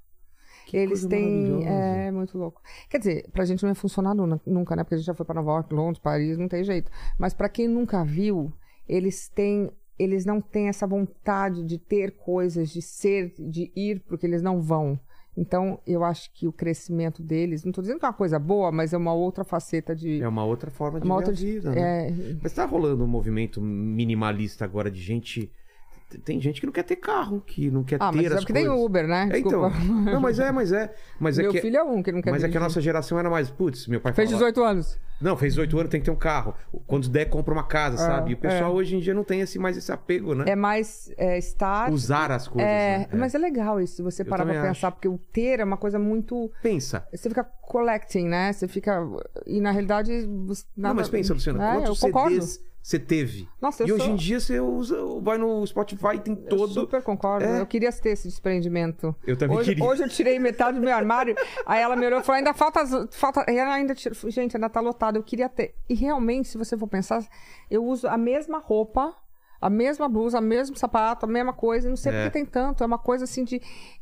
[SPEAKER 1] Que
[SPEAKER 3] Eles
[SPEAKER 1] coisa
[SPEAKER 3] têm.
[SPEAKER 1] maravilhosa.
[SPEAKER 3] É muito louco. Quer dizer, pra gente não é funcionar nu- nunca, né? Porque a gente já foi pra Nova York, Londres, Paris, não tem jeito. Mas pra quem nunca viu, eles têm. Eles não têm essa vontade de ter coisas, de ser, de ir, porque eles não vão. Então, eu acho que o crescimento deles, não tô dizendo que é uma coisa boa, mas é uma outra faceta de.
[SPEAKER 1] É uma outra forma de
[SPEAKER 3] uma
[SPEAKER 1] ver
[SPEAKER 3] outra
[SPEAKER 1] a vida, né?
[SPEAKER 3] é,
[SPEAKER 1] Mas tá rolando um movimento minimalista agora de gente. Tem gente que não quer ter carro, que não quer
[SPEAKER 3] Ah, mas
[SPEAKER 1] ter
[SPEAKER 3] é
[SPEAKER 1] as
[SPEAKER 3] porque
[SPEAKER 1] coisas.
[SPEAKER 3] tem Uber, né?
[SPEAKER 1] É, então.
[SPEAKER 3] Desculpa.
[SPEAKER 1] Não, mas é, mas é. Mas é
[SPEAKER 3] Meu
[SPEAKER 1] que,
[SPEAKER 3] filho é um que não quer
[SPEAKER 1] mas é que a
[SPEAKER 3] dirigir.
[SPEAKER 1] nossa geração era mais. Putz, meu pai
[SPEAKER 3] Fez
[SPEAKER 1] falava,
[SPEAKER 3] 18 anos.
[SPEAKER 1] Não, fez 18 anos, tem que ter um carro. Quando der, compra uma casa, sabe? E o pessoal
[SPEAKER 3] é.
[SPEAKER 1] hoje em dia não tem esse, mais esse apego, né?
[SPEAKER 3] É mais é, estar.
[SPEAKER 1] Usar as coisas.
[SPEAKER 3] é,
[SPEAKER 1] né?
[SPEAKER 3] mas é legal isso, se você
[SPEAKER 1] Eu
[SPEAKER 3] parar pra
[SPEAKER 1] também
[SPEAKER 3] pensar, porque o ter é uma coisa muito.
[SPEAKER 1] Pensa.
[SPEAKER 3] Você fica collecting, né? Você fica. E na realidade. você- Nada...
[SPEAKER 1] Não, mas pensa, Luciana,
[SPEAKER 3] É, eu
[SPEAKER 1] quantos
[SPEAKER 3] concordo.
[SPEAKER 1] CDs você teve?
[SPEAKER 3] Nossa, eu
[SPEAKER 1] e hoje
[SPEAKER 3] sou-
[SPEAKER 1] em dia você usa, vai no Spotify, tem
[SPEAKER 3] Eu
[SPEAKER 1] todo.
[SPEAKER 3] super concordo.
[SPEAKER 1] É.
[SPEAKER 3] Eu queria ter esse desprendimento.
[SPEAKER 1] Eu também
[SPEAKER 3] hoje,
[SPEAKER 1] queria.
[SPEAKER 3] hoje eu tirei metade do meu armário. aí ela me olhou e falou: ainda falta. as- falta... e Ela ainda tira... Gente, ainda tá lotado. Eu queria ter. E realmente, se você for pensar, eu uso a mesma roupa, a mesma blusa, o mesmo sapato, a mesma coisa. e Não sei
[SPEAKER 1] É.
[SPEAKER 3] por que tem tanto. É uma coisa assim de.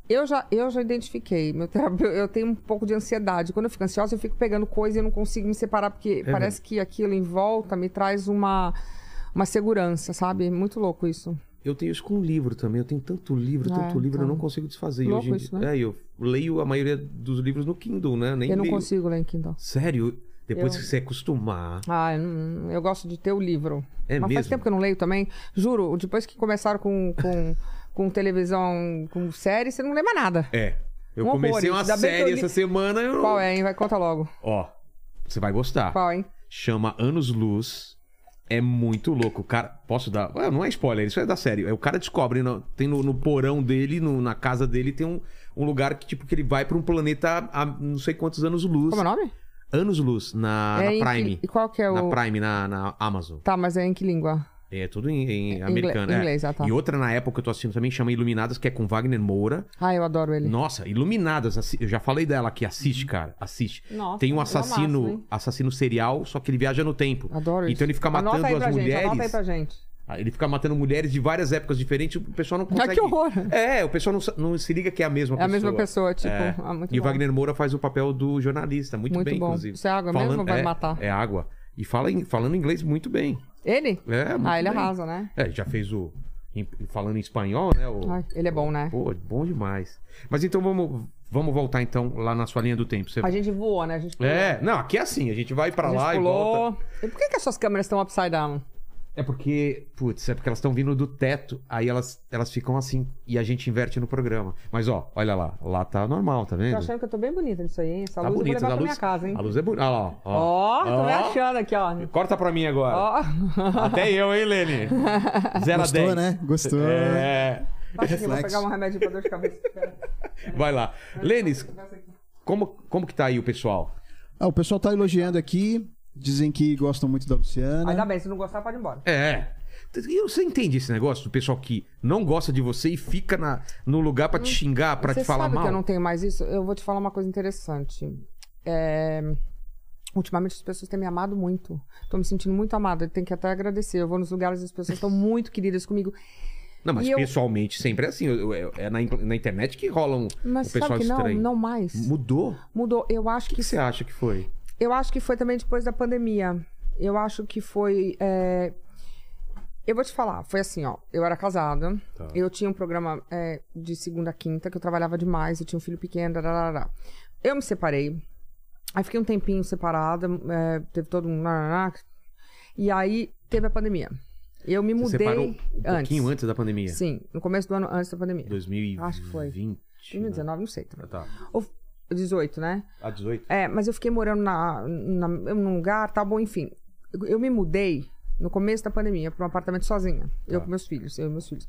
[SPEAKER 3] Eu já, eu já identifiquei. Meu terapeuta, eu tenho um pouco de ansiedade. Quando eu fico ansiosa, eu fico pegando coisa e eu não consigo me separar, porque
[SPEAKER 1] É
[SPEAKER 3] parece que aquilo em volta me traz uma. Uma segurança, sabe? Muito louco isso.
[SPEAKER 1] Eu tenho isso com livro também. Eu tenho tanto livro,
[SPEAKER 3] Ah,
[SPEAKER 1] tanto livro, eu
[SPEAKER 3] então.
[SPEAKER 1] não consigo desfazer. E
[SPEAKER 3] Louco
[SPEAKER 1] hoje em
[SPEAKER 3] isso, né?
[SPEAKER 1] dia- É, eu leio a maioria dos livros no Kindle, né? Nem
[SPEAKER 3] eu não
[SPEAKER 1] leio.
[SPEAKER 3] consigo ler em Kindle.
[SPEAKER 1] Sério, depois
[SPEAKER 3] Eu-
[SPEAKER 1] que você acostumar.
[SPEAKER 3] Ah, eu, não- eu gosto de ter o livro.
[SPEAKER 1] É
[SPEAKER 3] Mas
[SPEAKER 1] mesmo?
[SPEAKER 3] faz tempo que eu não leio também. Juro, depois que começaram com, com, com televisão, com série, você não lembra nada.
[SPEAKER 1] É. Eu
[SPEAKER 3] Um horror
[SPEAKER 1] comecei
[SPEAKER 3] isso.
[SPEAKER 1] uma
[SPEAKER 3] Ainda bem que eu
[SPEAKER 1] série
[SPEAKER 3] li-
[SPEAKER 1] essa semana. Eu...
[SPEAKER 3] Qual é, hein? Vai, conta logo.
[SPEAKER 1] Ó, você vai gostar.
[SPEAKER 3] Qual, hein?
[SPEAKER 1] Chama Anos Luz. É muito louco. O cara. Posso dar. Ué, não é spoiler, isso é da série. É, O cara descobre. no- Tem no, no porão dele, no- na casa dele, tem um, um lugar que, tipo, que ele vai pra um planeta a não sei quantos anos luz.
[SPEAKER 3] Como é o nome?
[SPEAKER 1] Anos luz Ah, na,
[SPEAKER 3] é em
[SPEAKER 1] na
[SPEAKER 3] que-
[SPEAKER 1] Prime.
[SPEAKER 3] E qual que é
[SPEAKER 1] Na
[SPEAKER 3] o...
[SPEAKER 1] Prime, na, na Amazon.
[SPEAKER 3] Tá, mas é em que língua?
[SPEAKER 1] É tudo em, em americano. é.
[SPEAKER 3] inglês, ah, tá.
[SPEAKER 1] E outra na época que eu tô assistindo também chama Iluminadas, que é com Wagner Moura.
[SPEAKER 3] Ah, eu adoro ele.
[SPEAKER 1] Nossa, Iluminadas, assi- eu já falei dela aqui, assiste, cara, assiste.
[SPEAKER 3] Uhum. Nossa,
[SPEAKER 1] Tem
[SPEAKER 3] é
[SPEAKER 1] um
[SPEAKER 3] o
[SPEAKER 1] assassino,
[SPEAKER 3] máximo, hein?
[SPEAKER 1] assassino serial, só que ele viaja no tempo.
[SPEAKER 3] Adoro
[SPEAKER 1] Então
[SPEAKER 3] isso.
[SPEAKER 1] ele fica
[SPEAKER 3] Anota
[SPEAKER 1] matando
[SPEAKER 3] aí pra
[SPEAKER 1] as
[SPEAKER 3] gente,
[SPEAKER 1] mulheres.
[SPEAKER 3] Anota aí pra gente.
[SPEAKER 1] Ah, Ele fica matando mulheres de várias épocas diferentes, o pessoal não consegue.
[SPEAKER 3] Ah, que horror. né?
[SPEAKER 1] É, o pessoal não, sa- não se liga que é a mesma
[SPEAKER 3] É a
[SPEAKER 1] pessoa.
[SPEAKER 3] mesma pessoa, tipo.
[SPEAKER 1] É.
[SPEAKER 3] Ah, muito
[SPEAKER 1] e o
[SPEAKER 3] bom.
[SPEAKER 1] Wagner Moura faz o papel do jornalista, muito,
[SPEAKER 3] Muito
[SPEAKER 1] bem,
[SPEAKER 3] bom.
[SPEAKER 1] inclusive.
[SPEAKER 3] Isso é água mesmo ou vai
[SPEAKER 1] é,
[SPEAKER 3] matar?
[SPEAKER 1] É água. E fala em- falando inglês muito bem.
[SPEAKER 3] Ele?
[SPEAKER 1] É, muito
[SPEAKER 3] ah, ele
[SPEAKER 1] bem.
[SPEAKER 3] arrasa, né?
[SPEAKER 1] É, já fez o. em- falando em espanhol, né? o-
[SPEAKER 3] Ai, ele é bom, né?
[SPEAKER 1] Pô, bom demais. Mas então vamos, vamos voltar então lá na sua linha do tempo. Você...
[SPEAKER 3] A gente voou, né? A gente pulou.
[SPEAKER 1] É, não, aqui é assim, a gente vai pra
[SPEAKER 3] a gente
[SPEAKER 1] lá e
[SPEAKER 3] pulou.
[SPEAKER 1] volta.
[SPEAKER 3] E por que, que as suas câmeras estão upside down?
[SPEAKER 1] É porque, putz, é porque elas estão vindo do teto, aí elas, elas ficam assim e a gente inverte no programa. Mas ó, olha lá, lá tá normal, tá vendo?
[SPEAKER 3] Tô achando que eu tô bem bonita nisso aí, hein? Essa
[SPEAKER 1] tá
[SPEAKER 3] luz
[SPEAKER 1] bonita, a
[SPEAKER 3] eu vou levar pra
[SPEAKER 1] luz.
[SPEAKER 3] minha casa, hein?
[SPEAKER 1] A luz é bonita. Olha lá, ó.
[SPEAKER 3] Ó, tô me
[SPEAKER 1] Ó.
[SPEAKER 3] achando aqui, ó.
[SPEAKER 1] Corta pra mim agora.
[SPEAKER 3] Ó.
[SPEAKER 1] Até eu, hein,
[SPEAKER 3] [LAUGHS]
[SPEAKER 1] Lene? 0 a 10.
[SPEAKER 2] Gostou, né? Gostou.
[SPEAKER 1] É.
[SPEAKER 3] Baixa aqui, eu vou
[SPEAKER 2] Reflexo.
[SPEAKER 3] pegar um remédio pra dor de cabeça. Espera.
[SPEAKER 1] Vai lá. Lênis, como, como que tá aí o pessoal?
[SPEAKER 2] Ah, o pessoal tá elogiando aqui. Dizem que gostam muito da Luciana.
[SPEAKER 3] Ainda bem, se não gostar, pode ir embora.
[SPEAKER 1] É. E Você entende esse negócio do pessoal que não gosta de você e fica na, no lugar pra te xingar, pra
[SPEAKER 3] Hum, Você
[SPEAKER 1] te falar
[SPEAKER 3] sabe
[SPEAKER 1] mal?
[SPEAKER 3] que eu não tenho mais isso? Eu vou te falar uma coisa interessante. É, Ultimamente as pessoas têm me amado muito. Tô me sentindo muito amada. Eu tenho que até agradecer. Eu vou nos lugares e as pessoas estão muito queridas comigo.
[SPEAKER 1] Não, mas
[SPEAKER 3] E eu-
[SPEAKER 1] pessoalmente sempre é assim. Eu- eu- É na, in- na internet que rolam
[SPEAKER 3] Mas
[SPEAKER 1] o
[SPEAKER 3] sabe
[SPEAKER 1] pessoal é
[SPEAKER 3] que não,
[SPEAKER 1] estranho.
[SPEAKER 3] não mais.
[SPEAKER 1] Mudou?
[SPEAKER 3] Mudou. Eu acho
[SPEAKER 1] O
[SPEAKER 3] que
[SPEAKER 1] que você acha que foi?
[SPEAKER 3] Eu acho que foi também depois da pandemia. Eu acho que foi. é, Eu vou te falar, foi assim, ó. Eu era casada,
[SPEAKER 1] Tá.
[SPEAKER 3] eu tinha um programa é, de segunda a quinta, que eu trabalhava demais, eu tinha um filho pequeno, dararara. Eu me separei. Aí fiquei um tempinho separada, é, teve todo um. nananá. E aí teve a pandemia. Eu me
[SPEAKER 1] Você
[SPEAKER 3] mudei
[SPEAKER 1] separou um pouquinho
[SPEAKER 3] antes.
[SPEAKER 1] antes da pandemia?
[SPEAKER 3] Sim, no começo do ano antes da pandemia.
[SPEAKER 1] 2020.
[SPEAKER 3] Acho que foi.
[SPEAKER 1] 2019.
[SPEAKER 3] 2019, não sei. também.
[SPEAKER 1] Tá.
[SPEAKER 3] Ou 18, né?
[SPEAKER 1] A 18?
[SPEAKER 3] É, mas eu fiquei morando na, na, num lugar, tá bom, enfim. Eu, eu me mudei no começo da pandemia para um apartamento sozinha. Eu com meus filhos, eu e meus filhos.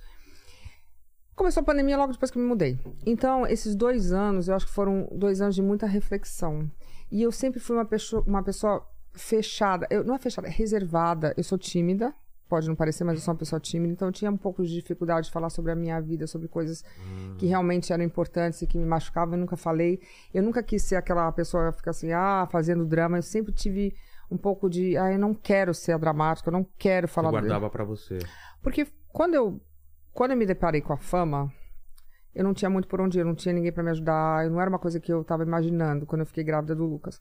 [SPEAKER 3] Começou a pandemia logo depois que eu me mudei. Então, esses dois anos, eu acho que foram dois anos de muita reflexão. E eu sempre fui uma pessoa, uma pessoa fechada. Eu, não é fechada, é reservada. Eu sou tímida. Pode não parecer, mas eu sou uma pessoa tímida. Então, eu tinha um pouco de dificuldade de falar sobre a minha vida, sobre coisas que realmente eram importantes e que me machucavam. Eu nunca falei. Eu nunca quis ser aquela pessoa que fica assim, ah, fazendo drama. Eu sempre tive um pouco de, ah, eu não quero ser a dramática, eu não quero falar
[SPEAKER 1] Eu
[SPEAKER 3] do-
[SPEAKER 1] guardava pra você.
[SPEAKER 3] porque quando eu, quando eu me deparei com a fama, eu não tinha muito por onde ir, eu não tinha ninguém pra me ajudar, eu não era uma coisa que eu tava imaginando quando eu fiquei grávida do Lucas.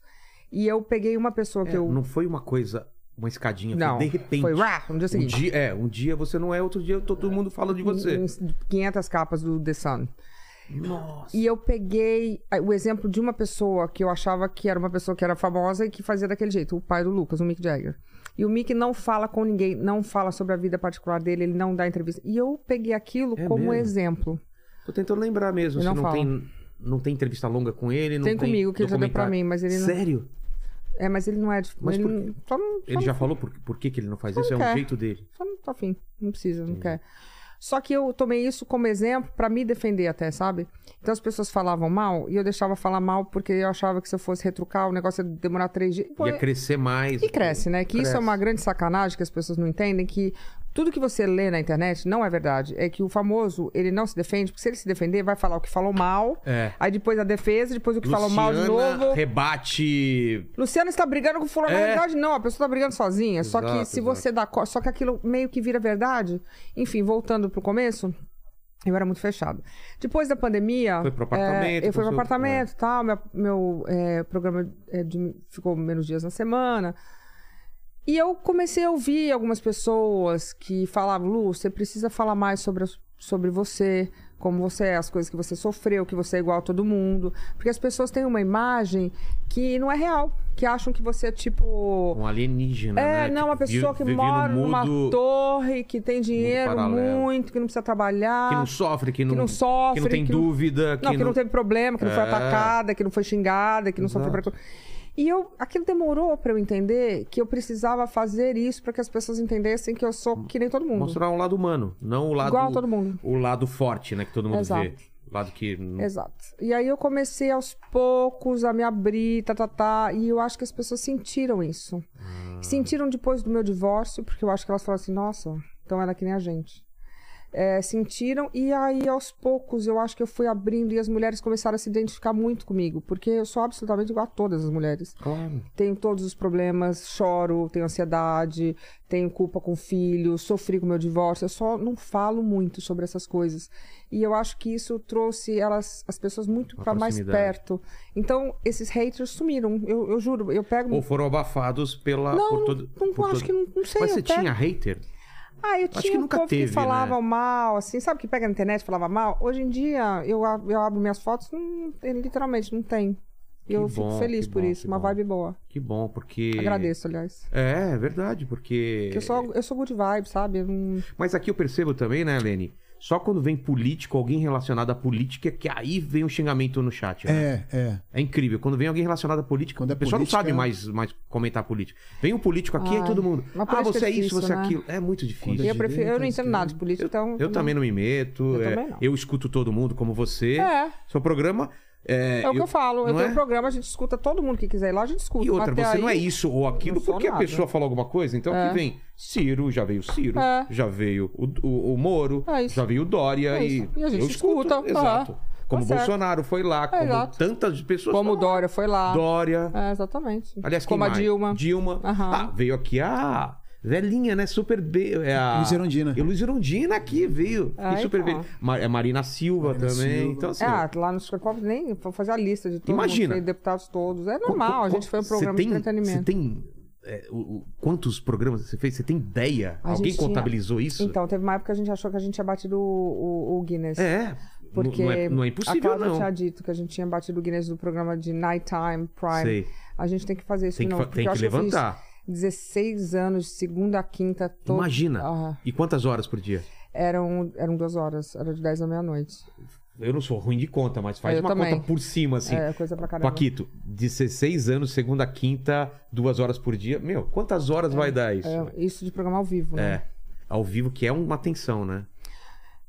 [SPEAKER 3] E eu peguei uma pessoa que eu.
[SPEAKER 1] É, Não foi uma coisa, uma escadinha.
[SPEAKER 3] Não,
[SPEAKER 1] foi de repente.
[SPEAKER 3] Foi rá, no dia
[SPEAKER 1] Um
[SPEAKER 3] seguinte. Hum,
[SPEAKER 1] dia, é, um dia você não é, outro dia todo mundo fala de você.
[SPEAKER 3] Uns 500 capas do The Sun.
[SPEAKER 1] Nossa.
[SPEAKER 3] E eu peguei ah, o exemplo de uma pessoa que eu achava que era uma pessoa que era famosa e que fazia daquele jeito, o pai do Lucas, o Mick Jagger. E o Mick não fala com ninguém, não fala sobre a vida particular dele, ele não dá entrevista. E eu peguei aquilo
[SPEAKER 1] É
[SPEAKER 3] como
[SPEAKER 1] mesmo?
[SPEAKER 3] exemplo.
[SPEAKER 1] Tô tentando lembrar mesmo.
[SPEAKER 3] Eu
[SPEAKER 1] se
[SPEAKER 3] não
[SPEAKER 1] não,
[SPEAKER 3] falo.
[SPEAKER 1] tem, não tem entrevista longa com ele, não
[SPEAKER 3] Tem
[SPEAKER 1] tem.
[SPEAKER 3] comigo, que ele já deu pra
[SPEAKER 1] documentário.
[SPEAKER 3] mim, mas ele não-
[SPEAKER 1] Sério?
[SPEAKER 3] É, mas ele não é. de-
[SPEAKER 1] Mas
[SPEAKER 3] ele,
[SPEAKER 1] por
[SPEAKER 3] não- só não, só
[SPEAKER 1] Ele já falou por, por que, que ele não faz isso?
[SPEAKER 3] não
[SPEAKER 1] É um
[SPEAKER 3] quer.
[SPEAKER 1] jeito dele.
[SPEAKER 3] só não tá afim, não precisa, não quer. Só que eu tomei isso como exemplo pra me defender até, sabe? Então as pessoas falavam mal e eu deixava falar mal porque eu achava que se eu fosse retrucar o negócio ia demorar três dias. Pô,
[SPEAKER 1] Ia crescer mais.
[SPEAKER 3] e cresce, né? Que isso é
[SPEAKER 1] é Cresce.
[SPEAKER 3] uma grande sacanagem que as pessoas não entendem que tudo que você lê na internet não é verdade. É que o famoso, ele não se defende, porque se ele se defender, vai falar o que falou mal,
[SPEAKER 1] É.
[SPEAKER 3] aí depois a defesa, depois o que falou mal de
[SPEAKER 1] Luciana
[SPEAKER 3] novo.
[SPEAKER 1] rebate.
[SPEAKER 3] Luciano está brigando com fulano. Na
[SPEAKER 1] É.
[SPEAKER 3] verdade, não, a pessoa está brigando sozinha. só que
[SPEAKER 1] Exato,
[SPEAKER 3] se
[SPEAKER 1] exato.
[SPEAKER 3] você dá. co- Só que aquilo meio que vira verdade. Enfim, voltando pro começo, eu era muito fechada. Depois da pandemia.
[SPEAKER 1] Foi pro apartamento,
[SPEAKER 3] é, eu fui
[SPEAKER 1] pro
[SPEAKER 3] pro
[SPEAKER 1] seu-
[SPEAKER 3] apartamento e tal. Meu, meu é, programa é, de- ficou menos dias na semana. E eu comecei a ouvir algumas pessoas que falavam, Lu, você precisa falar mais sobre, as- sobre você, como você é, as coisas que você sofreu, que você é igual a todo mundo. Porque as pessoas têm uma imagem que não é real, que acham que você é tipo.
[SPEAKER 1] Um alienígena.
[SPEAKER 3] É,
[SPEAKER 1] né?
[SPEAKER 3] não, uma
[SPEAKER 1] viu-
[SPEAKER 3] pessoa que
[SPEAKER 1] vive
[SPEAKER 3] mora
[SPEAKER 1] no
[SPEAKER 3] numa
[SPEAKER 1] mundo,
[SPEAKER 3] torre, que tem dinheiro
[SPEAKER 1] paralelo.
[SPEAKER 3] muito, que não precisa trabalhar.
[SPEAKER 1] Que não sofre, que não,
[SPEAKER 3] não sofre,
[SPEAKER 1] que não tem
[SPEAKER 3] que não-
[SPEAKER 1] dúvida.
[SPEAKER 3] Não, que não... teve problema, que não foi
[SPEAKER 1] É.
[SPEAKER 3] atacada, que não foi xingada, que não
[SPEAKER 1] Exato.
[SPEAKER 3] sofreu pra... E eu, aquilo demorou pra eu entender que eu precisava fazer isso pra que as pessoas entendessem que eu sou que nem todo mundo.
[SPEAKER 1] Mostrar um lado humano, não o lado.
[SPEAKER 3] Igual a todo mundo.
[SPEAKER 1] O lado forte, né? Que todo mundo
[SPEAKER 3] Exato.
[SPEAKER 1] vê. O lado que. não-
[SPEAKER 3] Exato. E aí eu comecei aos poucos a me abrir, tá, tá, tá. E eu acho que as pessoas sentiram isso. Sentiram depois do meu divórcio, porque eu acho que elas falaram assim, nossa, então ela é que nem a gente. eh, sentiram. E aí, aos poucos, eu acho que eu fui abrindo e as mulheres começaram a se identificar muito comigo, porque eu sou absolutamente igual a todas as mulheres.
[SPEAKER 1] Claro.
[SPEAKER 3] Tenho todos os problemas, choro, tenho ansiedade, tenho culpa com filho, sofri com meu divórcio. Eu só não falo muito sobre essas coisas. E eu acho que isso trouxe elas, as pessoas muito
[SPEAKER 1] Uma
[SPEAKER 3] para mais
[SPEAKER 1] proximidade.
[SPEAKER 3] perto. Então, esses haters sumiram. Eu, eu juro, eu pego.
[SPEAKER 1] Ou foram abafados pela.
[SPEAKER 3] Não,
[SPEAKER 1] por todo,
[SPEAKER 3] não,
[SPEAKER 1] por
[SPEAKER 3] acho
[SPEAKER 1] todo-
[SPEAKER 3] que não, não sei.
[SPEAKER 1] Mas
[SPEAKER 3] eu
[SPEAKER 1] você
[SPEAKER 3] pego-
[SPEAKER 1] tinha hater?
[SPEAKER 3] Ah, eu
[SPEAKER 1] Acho
[SPEAKER 3] tinha
[SPEAKER 1] que
[SPEAKER 3] um
[SPEAKER 1] nunca
[SPEAKER 3] povo
[SPEAKER 1] teve,
[SPEAKER 3] que falava
[SPEAKER 1] né?
[SPEAKER 3] mal, assim, sabe que pega na internet e falava mal? Hoje em dia, eu, a- eu abro minhas fotos, hum, ele literalmente não tem. E
[SPEAKER 1] Que
[SPEAKER 3] eu
[SPEAKER 1] bom,
[SPEAKER 3] fico feliz
[SPEAKER 1] que
[SPEAKER 3] por
[SPEAKER 1] bom, que
[SPEAKER 3] isso, uma
[SPEAKER 1] bom.
[SPEAKER 3] vibe boa.
[SPEAKER 1] Que bom, porque.
[SPEAKER 3] Agradeço, aliás.
[SPEAKER 1] É, é verdade, porque.
[SPEAKER 3] Porque eu sou, eu sou good vibe, sabe? Eu não-
[SPEAKER 1] Mas aqui eu percebo também, né, Lene? Só quando vem político, alguém relacionado à política, que aí vem o xingamento no chat. né?
[SPEAKER 2] É, é.
[SPEAKER 1] É incrível. Quando vem alguém relacionado à política,
[SPEAKER 2] Quando é
[SPEAKER 1] o pessoal
[SPEAKER 2] política-
[SPEAKER 1] não sabe mais, mais comentar política. Vem um político aqui e
[SPEAKER 3] Ai,
[SPEAKER 1] todo mundo.
[SPEAKER 3] mas
[SPEAKER 1] Ah,
[SPEAKER 3] política
[SPEAKER 1] você
[SPEAKER 3] é
[SPEAKER 1] é isso,
[SPEAKER 3] difícil,
[SPEAKER 1] você é
[SPEAKER 3] né?
[SPEAKER 1] aquilo. É muito difícil.
[SPEAKER 3] Eu, prefiro, eu não
[SPEAKER 2] direita,
[SPEAKER 3] entendo nada de política, então.
[SPEAKER 1] né? Eu também não me meto.
[SPEAKER 3] Eu
[SPEAKER 1] é,
[SPEAKER 3] também não.
[SPEAKER 1] eu escuto todo mundo como você.
[SPEAKER 3] É,
[SPEAKER 1] Seu programa. É,
[SPEAKER 3] é o que eu falo. Eu
[SPEAKER 1] não
[SPEAKER 3] tenho
[SPEAKER 1] é?
[SPEAKER 3] programa, a gente escuta todo mundo que quiser ir lá, a gente escuta.
[SPEAKER 1] E outra,
[SPEAKER 3] Até
[SPEAKER 1] você não é
[SPEAKER 3] aí-
[SPEAKER 1] isso ou aquilo
[SPEAKER 3] não sou
[SPEAKER 1] porque a
[SPEAKER 3] nada.
[SPEAKER 1] pessoa falou alguma coisa. Então
[SPEAKER 3] É.
[SPEAKER 1] que vem Ciro, já veio Ciro,
[SPEAKER 3] É.
[SPEAKER 1] já veio o, o, o Moro,
[SPEAKER 3] É isso.
[SPEAKER 1] já veio o Dória
[SPEAKER 3] É
[SPEAKER 1] e,
[SPEAKER 3] isso. E a gente
[SPEAKER 1] eu escuto.
[SPEAKER 3] escuta, é.
[SPEAKER 1] Exato. Como
[SPEAKER 3] certo. É,
[SPEAKER 1] Bolsonaro foi lá, como
[SPEAKER 3] exato.
[SPEAKER 1] tantas pessoas.
[SPEAKER 3] Como o
[SPEAKER 1] falaram.
[SPEAKER 3] Dória foi lá.
[SPEAKER 1] Dória.
[SPEAKER 3] É, exatamente.
[SPEAKER 1] Aliás, quem
[SPEAKER 3] Como a
[SPEAKER 1] mais?
[SPEAKER 3] Dilma.
[SPEAKER 1] Dilma.
[SPEAKER 3] Aham.
[SPEAKER 1] Ah, veio aqui a velhinha, né? Super be... é a...
[SPEAKER 2] Luiz Irondina.
[SPEAKER 1] E Luiz Irondina aqui veio.
[SPEAKER 3] Ah,
[SPEAKER 1] e super
[SPEAKER 3] então.
[SPEAKER 1] be- Ma- é Marina Silva
[SPEAKER 2] Marina
[SPEAKER 1] também.
[SPEAKER 2] Silva.
[SPEAKER 1] Então, assim,
[SPEAKER 3] É, ah, lá no Supercop nem vou fazer a lista de todos
[SPEAKER 1] Imagina.
[SPEAKER 3] os deputados todos. É
[SPEAKER 1] Qu-
[SPEAKER 3] normal,
[SPEAKER 1] qu-
[SPEAKER 3] a gente foi um
[SPEAKER 1] cê
[SPEAKER 3] programa
[SPEAKER 1] tem,
[SPEAKER 3] de
[SPEAKER 1] Você
[SPEAKER 3] entretenimento.
[SPEAKER 1] tem. é, o- o- quantos programas você fez? Você tem ideia?
[SPEAKER 3] A
[SPEAKER 1] Alguém
[SPEAKER 3] gente tinha-
[SPEAKER 1] contabilizou isso?
[SPEAKER 3] Então, teve uma época que a gente achou que a gente tinha batido o, o- o Guinness.
[SPEAKER 1] é.
[SPEAKER 3] Porque
[SPEAKER 1] não, é, não é
[SPEAKER 3] a
[SPEAKER 1] impossível,
[SPEAKER 3] Cláudia
[SPEAKER 1] não.
[SPEAKER 3] tinha dito que a gente tinha batido o Guinness do programa de Nighttime Prime.
[SPEAKER 1] Sei.
[SPEAKER 3] A gente tem que fazer isso
[SPEAKER 1] Tem que,
[SPEAKER 3] de novo.
[SPEAKER 1] fa-
[SPEAKER 3] porque
[SPEAKER 1] tem
[SPEAKER 3] eu
[SPEAKER 1] que
[SPEAKER 3] acho eu fiz
[SPEAKER 1] levantar.
[SPEAKER 3] 16 anos, de segunda a quinta. todo-
[SPEAKER 1] Imagina.
[SPEAKER 3] Ah,
[SPEAKER 1] E quantas horas por dia?
[SPEAKER 3] eram, eram duas horas, era de 10 à meia-noite.
[SPEAKER 1] Eu não sou ruim de conta, mas faz
[SPEAKER 3] Eu
[SPEAKER 1] uma
[SPEAKER 3] também.
[SPEAKER 1] conta por cima, assim.
[SPEAKER 3] É coisa pra caramba.
[SPEAKER 1] Paquito, 16 anos, segunda, a quinta, duas horas por dia. Meu, quantas horas vai dar isso?
[SPEAKER 3] É, isso de programa ao vivo, né?
[SPEAKER 1] É. Ao vivo, que é uma tensão, né?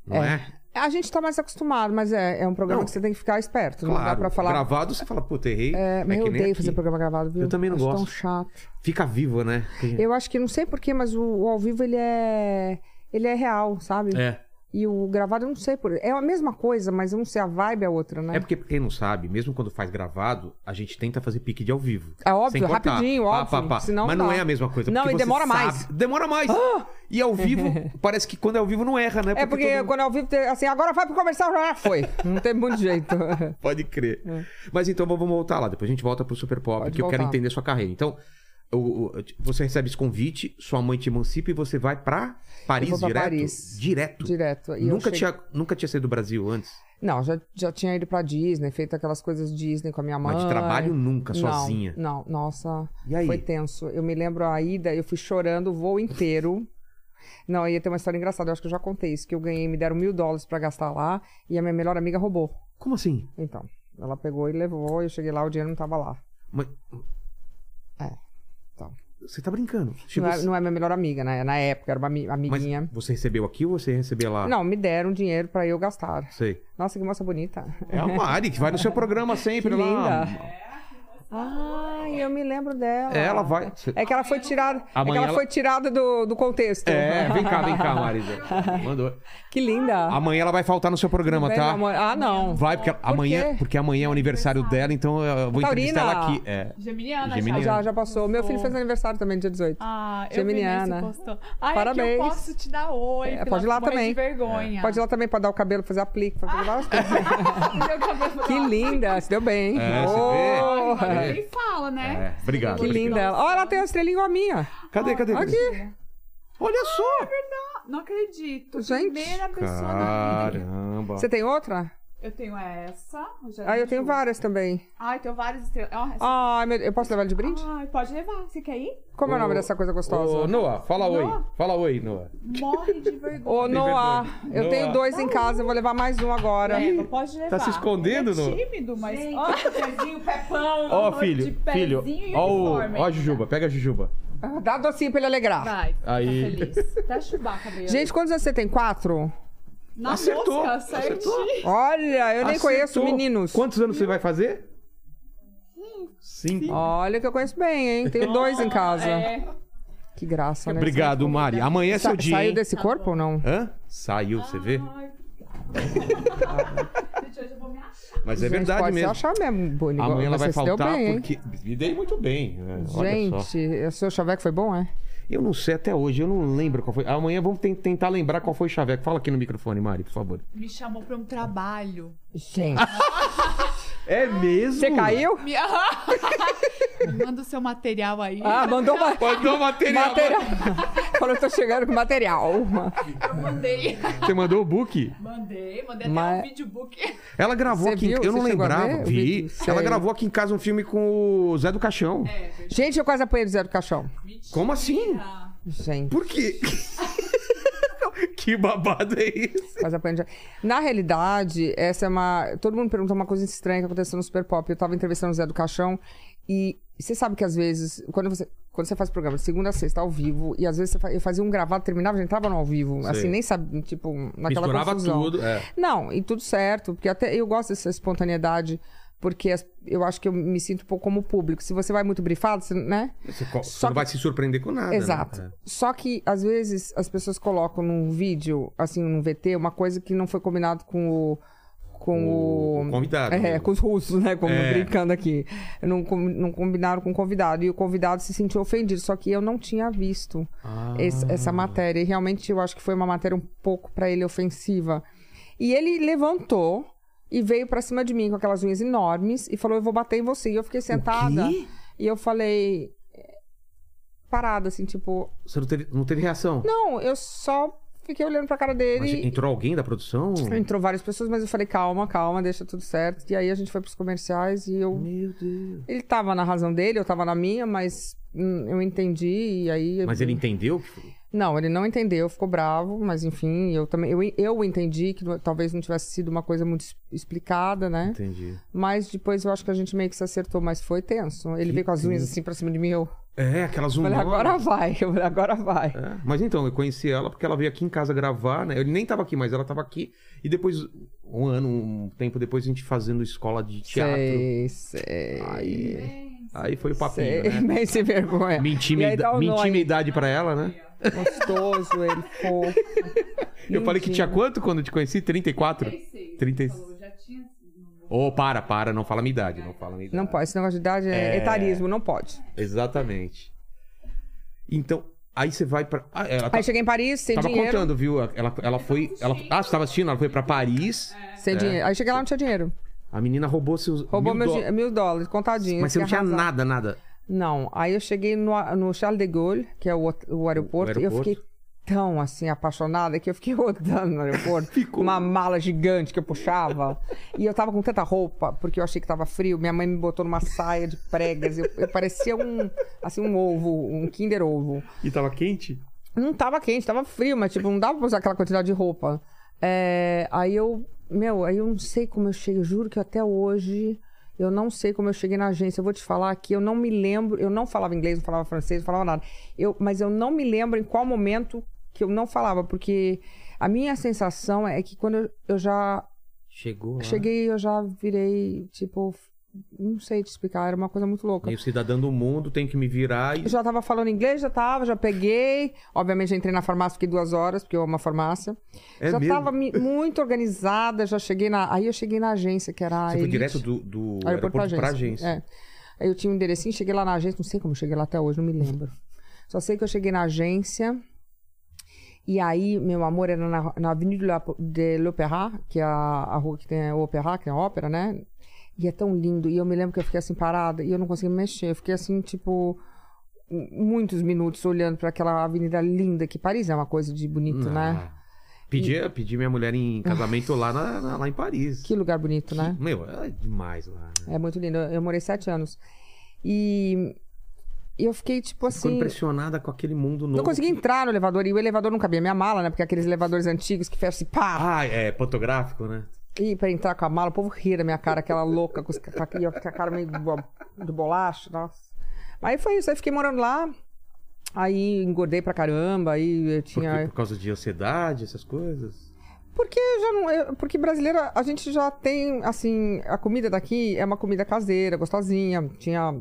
[SPEAKER 1] Não é?
[SPEAKER 3] A gente tá mais acostumado, mas é, é um programa
[SPEAKER 1] Não.
[SPEAKER 3] que você tem que ficar esperto.
[SPEAKER 1] Claro.
[SPEAKER 3] não dá pra falar.
[SPEAKER 1] Gravado, você fala, puta, errei.
[SPEAKER 3] É,
[SPEAKER 1] É
[SPEAKER 3] mas
[SPEAKER 1] que
[SPEAKER 3] eu
[SPEAKER 1] nem
[SPEAKER 3] odeio
[SPEAKER 1] aqui.
[SPEAKER 3] fazer programa gravado, viu?
[SPEAKER 1] Eu também não
[SPEAKER 3] Acho
[SPEAKER 1] gosto.
[SPEAKER 3] tão chato.
[SPEAKER 1] Fica vivo, né?
[SPEAKER 3] Eu acho que não sei porquê, mas o, o ao vivo ele é. Ele é real, sabe?
[SPEAKER 1] É.
[SPEAKER 3] E o gravado eu não sei por. É a mesma coisa, mas eu não sei, a vibe é outra, né?
[SPEAKER 1] É porque, pra quem não sabe, mesmo quando faz gravado, a gente tenta fazer pique de ao vivo.
[SPEAKER 3] É óbvio,
[SPEAKER 1] Sem cortar.
[SPEAKER 3] rapidinho, óbvio, senão
[SPEAKER 1] Mas
[SPEAKER 3] não
[SPEAKER 1] não
[SPEAKER 3] dá.
[SPEAKER 1] é a mesma coisa.
[SPEAKER 3] Não,
[SPEAKER 1] porque
[SPEAKER 3] e
[SPEAKER 1] você
[SPEAKER 3] demora
[SPEAKER 1] sabe-
[SPEAKER 3] mais. Ah!
[SPEAKER 1] Demora mais. E ao
[SPEAKER 3] [LAUGHS]
[SPEAKER 1] vivo, parece que quando é ao vivo não erra, né?
[SPEAKER 3] É porque
[SPEAKER 1] todo mundo-
[SPEAKER 3] quando é ao vivo, tem assim, agora vai pro comercial, já foi. Não tem muito jeito. [LAUGHS]
[SPEAKER 1] Pode crer. Mas então vamos voltar lá. Depois a gente volta pro Super Pop,
[SPEAKER 3] É. Pode
[SPEAKER 1] que eu quero
[SPEAKER 3] voltar.
[SPEAKER 1] entender sua carreira. Então, o- o- você recebe esse convite, sua mãe te emancipa e você vai pra Paris
[SPEAKER 3] Eu vou pra
[SPEAKER 1] direto?
[SPEAKER 3] Paris.
[SPEAKER 1] Direto.
[SPEAKER 3] Direto. E eu
[SPEAKER 1] Nunca,
[SPEAKER 3] cheguei-
[SPEAKER 1] tinha, nunca tinha saído do Brasil antes?
[SPEAKER 3] Não, já, já tinha ido pra Disney, feito aquelas coisas Disney com a minha mãe.
[SPEAKER 1] Mas de trabalho nunca,
[SPEAKER 3] Não,
[SPEAKER 1] sozinha.
[SPEAKER 3] Não, nossa.
[SPEAKER 1] E aí?
[SPEAKER 3] Foi tenso. Eu me lembro a ida, eu fui chorando o voo inteiro. Não, ia ter uma história engraçada, eu acho que eu já contei isso, que eu ganhei, me deram mil dólares pra gastar lá e a minha melhor amiga roubou.
[SPEAKER 1] Como assim?
[SPEAKER 3] Então, ela pegou e levou, eu cheguei lá, o dinheiro não tava lá.
[SPEAKER 1] Mas-
[SPEAKER 3] É, então.
[SPEAKER 1] Você tá brincando. Chegou-
[SPEAKER 3] Não é, não é minha melhor amiga, né? Na época, era uma ami-
[SPEAKER 1] Mas tá.
[SPEAKER 3] amiguinha.
[SPEAKER 1] você recebeu aqui ou você recebeu lá?
[SPEAKER 3] Não, me deram dinheiro pra eu gastar.
[SPEAKER 1] Sei.
[SPEAKER 3] Nossa, que moça bonita.
[SPEAKER 1] É a Mari que vai no seu programa sempre
[SPEAKER 3] [LAUGHS] Que
[SPEAKER 1] lá.
[SPEAKER 3] linda. Ai, eu me lembro dela.
[SPEAKER 1] É, ela vai.
[SPEAKER 3] É que ela foi tirada. É que
[SPEAKER 1] Amanhã
[SPEAKER 3] ela,
[SPEAKER 1] ela-
[SPEAKER 3] foi tirada do, do contexto.
[SPEAKER 1] É, vem cá, vem cá, Marisa. Mandou.
[SPEAKER 3] Que linda.
[SPEAKER 1] Amanhã ela vai faltar no seu programa,
[SPEAKER 3] Bem,
[SPEAKER 1] tá?
[SPEAKER 3] amor. Ah, não.
[SPEAKER 1] Vai, porque ela- amanhã,
[SPEAKER 3] quê?
[SPEAKER 1] porque amanhã é o aniversário dela, então eu vou
[SPEAKER 3] Taurina.
[SPEAKER 1] entrevistar ela aqui. É.
[SPEAKER 5] Geminiana,
[SPEAKER 1] Geminiana.
[SPEAKER 5] já.
[SPEAKER 3] Já, já passou. Meu filho fez aniversário também, dia 18.
[SPEAKER 5] Ah, eu
[SPEAKER 3] Geminiana.
[SPEAKER 5] Geminiana. vi nesse postão. Ah,
[SPEAKER 3] Parabéns.
[SPEAKER 5] É que eu posso te dar oi.
[SPEAKER 3] É,
[SPEAKER 5] pela
[SPEAKER 3] pode ir lá
[SPEAKER 5] morrer
[SPEAKER 3] também. É,
[SPEAKER 5] de vergonha.
[SPEAKER 3] Pode ir lá também pra dar o cabelo, fazer aplique, fazer várias coisas.
[SPEAKER 5] Ah. [LAUGHS] Meu cabelo- tá
[SPEAKER 3] Que linda, se deu bem.
[SPEAKER 1] É, você
[SPEAKER 3] Oh,
[SPEAKER 1] vê? É.
[SPEAKER 5] Ninguém fala, né?
[SPEAKER 1] É, obrigado,
[SPEAKER 3] que linda ela. Ó, ela tem uma estrelinha igual a minha.
[SPEAKER 1] Cadê, cadê? cadê?
[SPEAKER 3] Aqui.
[SPEAKER 1] Olha só!
[SPEAKER 5] Ah, Não acredito.
[SPEAKER 3] Gente.
[SPEAKER 5] Primeira pessoa na vida.
[SPEAKER 1] Caramba.
[SPEAKER 3] Você tem outra?
[SPEAKER 5] Eu tenho essa. já
[SPEAKER 3] Ah, eu
[SPEAKER 5] deixa
[SPEAKER 3] tenho várias também.
[SPEAKER 5] Ah, eu tenho várias estrelas. Ó, essa-
[SPEAKER 3] Ah, meu- eu posso levar ela de brinde?
[SPEAKER 5] Ai, pode levar. Você quer ir?
[SPEAKER 3] Como é o
[SPEAKER 1] Ô,
[SPEAKER 3] nome dessa coisa
[SPEAKER 1] Ô,
[SPEAKER 3] gostosa?
[SPEAKER 1] Noah, fala
[SPEAKER 5] Noah?
[SPEAKER 1] oi. Fala oi, Noah.
[SPEAKER 5] Morre de vergonha.
[SPEAKER 3] Ô, Noah,
[SPEAKER 1] vergonha.
[SPEAKER 3] eu tenho
[SPEAKER 1] Noah.
[SPEAKER 3] dois em casa, eu vou levar mais um agora.
[SPEAKER 5] Leva, pode levar.
[SPEAKER 1] Tá se escondendo,
[SPEAKER 5] Ele
[SPEAKER 1] Noah?
[SPEAKER 5] é tímido, mas... Ó, o pezinho, pepão.
[SPEAKER 1] Ó,
[SPEAKER 5] de
[SPEAKER 1] filho, filho.
[SPEAKER 5] pezinho e
[SPEAKER 1] Ó, o-
[SPEAKER 5] uniforme.
[SPEAKER 1] ó a Jujuba, pega a Jujuba.
[SPEAKER 3] Ah, Dá docinho pra ele alegrar.
[SPEAKER 5] Vai, fica
[SPEAKER 1] Aí.
[SPEAKER 5] feliz. Até chubar, cabelo.
[SPEAKER 3] Gente, quantos anos você tem? Quatro?
[SPEAKER 5] na
[SPEAKER 1] acertou,
[SPEAKER 5] mosca,
[SPEAKER 1] acertou.
[SPEAKER 5] certinho.
[SPEAKER 3] Olha, eu nem
[SPEAKER 1] Acertou.
[SPEAKER 3] conheço meninos.
[SPEAKER 1] Quantos anos você vai fazer? Cinco.
[SPEAKER 3] Olha que eu conheço bem, hein? Tenho dois em casa.
[SPEAKER 5] É.
[SPEAKER 3] Que graça, né?
[SPEAKER 1] Obrigado, Mari. Amanhã é
[SPEAKER 3] Sa
[SPEAKER 1] seu É dia.
[SPEAKER 3] saiu
[SPEAKER 1] hein?
[SPEAKER 3] desse corpo ou não?
[SPEAKER 1] Hã? Saiu, você vê? [LAUGHS]
[SPEAKER 5] Gente, hoje eu vou me achar.
[SPEAKER 1] Mas é
[SPEAKER 3] Gente,
[SPEAKER 1] verdade
[SPEAKER 3] pode
[SPEAKER 1] mesmo.
[SPEAKER 3] Se achar mesmo, Boni.
[SPEAKER 1] Amanhã ela vai
[SPEAKER 3] Você se deu
[SPEAKER 1] faltar
[SPEAKER 3] bem, hein?
[SPEAKER 1] porque. Me dei muito bem. né? Olha só.
[SPEAKER 3] Gente, o seu chaveco foi bom, é?
[SPEAKER 1] Eu não sei até hoje, eu não lembro qual foi. Amanhã vamos ten- tentar lembrar qual foi o chaveco. Fala aqui no microfone, Mari, por favor.
[SPEAKER 6] Me chamou pra um trabalho.
[SPEAKER 3] Gente.
[SPEAKER 1] É mesmo?
[SPEAKER 3] Você caiu?
[SPEAKER 6] Me... [LAUGHS] Me manda o seu material aí.
[SPEAKER 3] Ah,
[SPEAKER 1] [LAUGHS]
[SPEAKER 3] mandou uma.
[SPEAKER 1] Mandou material.
[SPEAKER 3] Material. Falou que tô chegando com material.
[SPEAKER 6] Eu mandei.
[SPEAKER 1] Você mandou o book?
[SPEAKER 6] Mandei, mandei até
[SPEAKER 3] Mas-
[SPEAKER 6] um videobook.
[SPEAKER 1] Ela gravou
[SPEAKER 3] Você
[SPEAKER 1] aqui. em-
[SPEAKER 3] viu?
[SPEAKER 1] Eu não
[SPEAKER 3] Você chegou a ver
[SPEAKER 1] lembrava.
[SPEAKER 3] o
[SPEAKER 1] Vi.
[SPEAKER 3] vídeo?
[SPEAKER 1] Ela
[SPEAKER 3] Sei. É.
[SPEAKER 1] gravou aqui em casa um filme com o Zé do Caixão.
[SPEAKER 3] Gente, eu quase apanhei do Zé do Caixão.
[SPEAKER 1] Como assim?
[SPEAKER 3] Gente,
[SPEAKER 1] Por quê? [LAUGHS] que babado é esse?
[SPEAKER 3] quase apanhei do Zé- Na realidade, essa é uma. Todo mundo pergunta uma coisa estranha que aconteceu no Super Pop. Eu tava entrevistando o Zé do Caixão e você sabe que às vezes, quando você. Quando você faz programa de segunda a sexta ao vivo, e às vezes você fa- eu fazia um gravado, terminava, já entrava no ao vivo. Assim, nem sabe, tipo, naquela
[SPEAKER 4] Misturava
[SPEAKER 3] confusão.
[SPEAKER 4] tudo, é.
[SPEAKER 3] Não, e tudo certo, porque até eu gosto dessa espontaneidade, porque as- eu acho que eu me sinto um pouco como público. Se você vai muito brifado, você- né?
[SPEAKER 1] Você, co- você
[SPEAKER 3] Só
[SPEAKER 1] não
[SPEAKER 3] que-
[SPEAKER 1] vai se surpreender com nada. né?
[SPEAKER 3] Exato.
[SPEAKER 1] É.
[SPEAKER 3] Só que, às vezes, as pessoas colocam num vídeo, assim, num VT, uma coisa que não foi combinado com o. Com
[SPEAKER 1] O-
[SPEAKER 3] o.
[SPEAKER 1] o convidado.
[SPEAKER 3] É, com os russos, né? Como
[SPEAKER 1] É.
[SPEAKER 3] brincando aqui. Não, com- não combinaram com o convidado. E o convidado se sentiu ofendido. Só que eu não tinha visto esse- essa matéria. E realmente eu acho que foi uma matéria um pouco pra ele ofensiva. E ele levantou e veio pra cima de mim com aquelas unhas enormes e falou: Eu vou bater em você. E eu fiquei sentada. E eu falei. eh, Parada, assim, tipo,
[SPEAKER 1] Você não teve, não teve reação?
[SPEAKER 3] não, eu só fiquei olhando pra cara
[SPEAKER 1] Mas
[SPEAKER 3] dele.
[SPEAKER 1] entrou alguém da produção?
[SPEAKER 3] Entrou várias pessoas, mas eu falei, calma, calma, deixa tudo certo. E aí a gente foi pros comerciais e eu.
[SPEAKER 1] Meu Deus.
[SPEAKER 3] Ele tava na razão dele, eu tava na minha, mas hum, eu entendi. E aí.
[SPEAKER 1] Mas ele entendeu? que foi?
[SPEAKER 3] Não, ele não entendeu, ficou bravo, mas enfim, eu também. Eu, eu entendi que não- talvez não tivesse sido uma coisa muito es- explicada, né?
[SPEAKER 1] Entendi.
[SPEAKER 3] Mas depois eu acho que a gente meio que se acertou, mas foi tenso. Ele veio com as unhas assim pra cima de mim, eu
[SPEAKER 1] É, aquelas um.
[SPEAKER 3] falei, agora vai, eu falei, agora vai.
[SPEAKER 1] É, Mas então, eu conheci ela porque ela veio aqui em casa gravar, né? Eu nem tava aqui, mas ela tava aqui. E depois, um ano, um tempo depois, a gente fazendo escola de teatro.
[SPEAKER 3] Sei, sei.
[SPEAKER 1] Aí, aí foi o papinho,
[SPEAKER 3] Sei,
[SPEAKER 1] né?
[SPEAKER 3] [LAUGHS] bem sem vergonha.
[SPEAKER 1] Me,
[SPEAKER 3] É. E aí
[SPEAKER 1] intimida...
[SPEAKER 3] dá o
[SPEAKER 1] Me
[SPEAKER 3] nó aí.
[SPEAKER 1] intimidade pra ela, né?
[SPEAKER 3] Gostoso, ele fofo. [LAUGHS]
[SPEAKER 1] Eu falei que tinha quanto quando eu te conheci? 34?
[SPEAKER 5] 36.
[SPEAKER 1] 36.
[SPEAKER 5] Eu já tinha.
[SPEAKER 1] Ô, para, para, não fala minha idade, não fala minha idade.
[SPEAKER 3] Não pode, esse negócio de idade
[SPEAKER 1] É.
[SPEAKER 3] é, etarismo, não pode.
[SPEAKER 1] Exatamente. Então, aí você vai pra. Ah, ela tá-
[SPEAKER 3] Aí cheguei em Paris, sem
[SPEAKER 1] tava
[SPEAKER 3] dinheiro.
[SPEAKER 1] contando, viu? Ela, ela foi. Ela... Ah, você tava assistindo? Ela foi pra Paris.
[SPEAKER 3] Sem dinheiro. Aí cheguei lá, não tinha dinheiro.
[SPEAKER 1] A menina roubou seus.
[SPEAKER 3] Roubou
[SPEAKER 1] É. mil
[SPEAKER 3] meus
[SPEAKER 1] dó-
[SPEAKER 3] dinhe- mil dólares, contadinho.
[SPEAKER 1] Mas você não
[SPEAKER 3] fiquei
[SPEAKER 1] tinha
[SPEAKER 3] arrasada.
[SPEAKER 1] nada, nada.
[SPEAKER 3] Não, aí eu cheguei no, a- no Charles de Gaulle, que é o, hot- o aeroporto, e eu
[SPEAKER 1] aeroporto.
[SPEAKER 3] fiquei tão assim apaixonada que eu fiquei [LAUGHS] rodando no aeroporto com uma mala gigante que eu puxava. e eu tava com tanta roupa, porque eu achei que tava frio. Minha mãe me botou numa saia de pregas. Eu, eu parecia um assim um ovo, um Kinder Ovo.
[SPEAKER 1] E tava quente?
[SPEAKER 3] Não tava quente, tava frio, mas tipo, não dava pra usar aquela quantidade de roupa. É, aí eu, meu, aí eu não sei como eu cheguei, eu juro que até hoje eu não sei como eu cheguei na agência. Eu vou te falar aqui, eu não me lembro, eu não falava inglês, não falava francês, não falava nada. Eu, mas eu não me lembro em qual momento que eu não falava, porque a minha sensação é que quando eu, eu já
[SPEAKER 4] Chegou lá.
[SPEAKER 3] cheguei, eu já virei, tipo, não sei te explicar, era uma coisa muito louca.
[SPEAKER 1] Meio cidadã do mundo, tenho que me virar e.
[SPEAKER 3] Eu já tava falando inglês, já tava, já peguei. Obviamente, já entrei na farmácia, fiquei duas horas, porque eu amo a farmácia.
[SPEAKER 1] É
[SPEAKER 3] já
[SPEAKER 1] mesmo?
[SPEAKER 3] tava mi- muito organizada, já cheguei na. Aí eu cheguei na agência, que era. a
[SPEAKER 1] Você foi
[SPEAKER 3] Elite.
[SPEAKER 1] direto do, do
[SPEAKER 3] Aí eu fui
[SPEAKER 1] Tipo, aeroporto pra agência.
[SPEAKER 3] É. Aí eu tinha um enderecinho, cheguei lá na agência, não sei como eu cheguei lá até hoje, não me lembro. Só sei que eu cheguei na agência. E aí, meu amor, era na, na Avenida de la- de l'Opéra, que é a, a rua que tem o Opéra, que é a ópera, né? E é tão lindo. E eu me lembro que eu fiquei assim parada e eu não conseguia me mexer. Eu fiquei assim, tipo, m- muitos minutos olhando para aquela avenida linda, que Paris é uma coisa de bonito, né?
[SPEAKER 1] Ah, Pedi, pedi minha mulher em casamento lá, na- na- lá em Paris.
[SPEAKER 3] Que lugar bonito, né?
[SPEAKER 1] Meu, é demais lá. Né?
[SPEAKER 3] É muito lindo. Eu eu morei sete anos. E e eu fiquei, tipo
[SPEAKER 1] Ficou
[SPEAKER 3] assim.
[SPEAKER 1] impressionada com aquele mundo novo.
[SPEAKER 3] Não consegui
[SPEAKER 1] que-
[SPEAKER 3] entrar no elevador e o elevador não cabia minha mala, né? Porque aqueles elevadores antigos que fecham assim, pá!
[SPEAKER 1] Ah, é fotográfico, né?
[SPEAKER 3] E pra entrar com a mala, o povo ria da minha cara, aquela louca, com, os ca- com a com a cara meio de bo- de bolacha, nossa. Aí foi isso, aí fiquei morando lá, aí engordei pra caramba, aí
[SPEAKER 1] Por,
[SPEAKER 3] eu
[SPEAKER 1] quê?
[SPEAKER 3] tinha.
[SPEAKER 1] por causa de ansiedade, essas coisas.
[SPEAKER 3] Porque já não. eu- Porque brasileira, a gente já tem, assim, a comida daqui é uma comida caseira, gostosinha. Tinha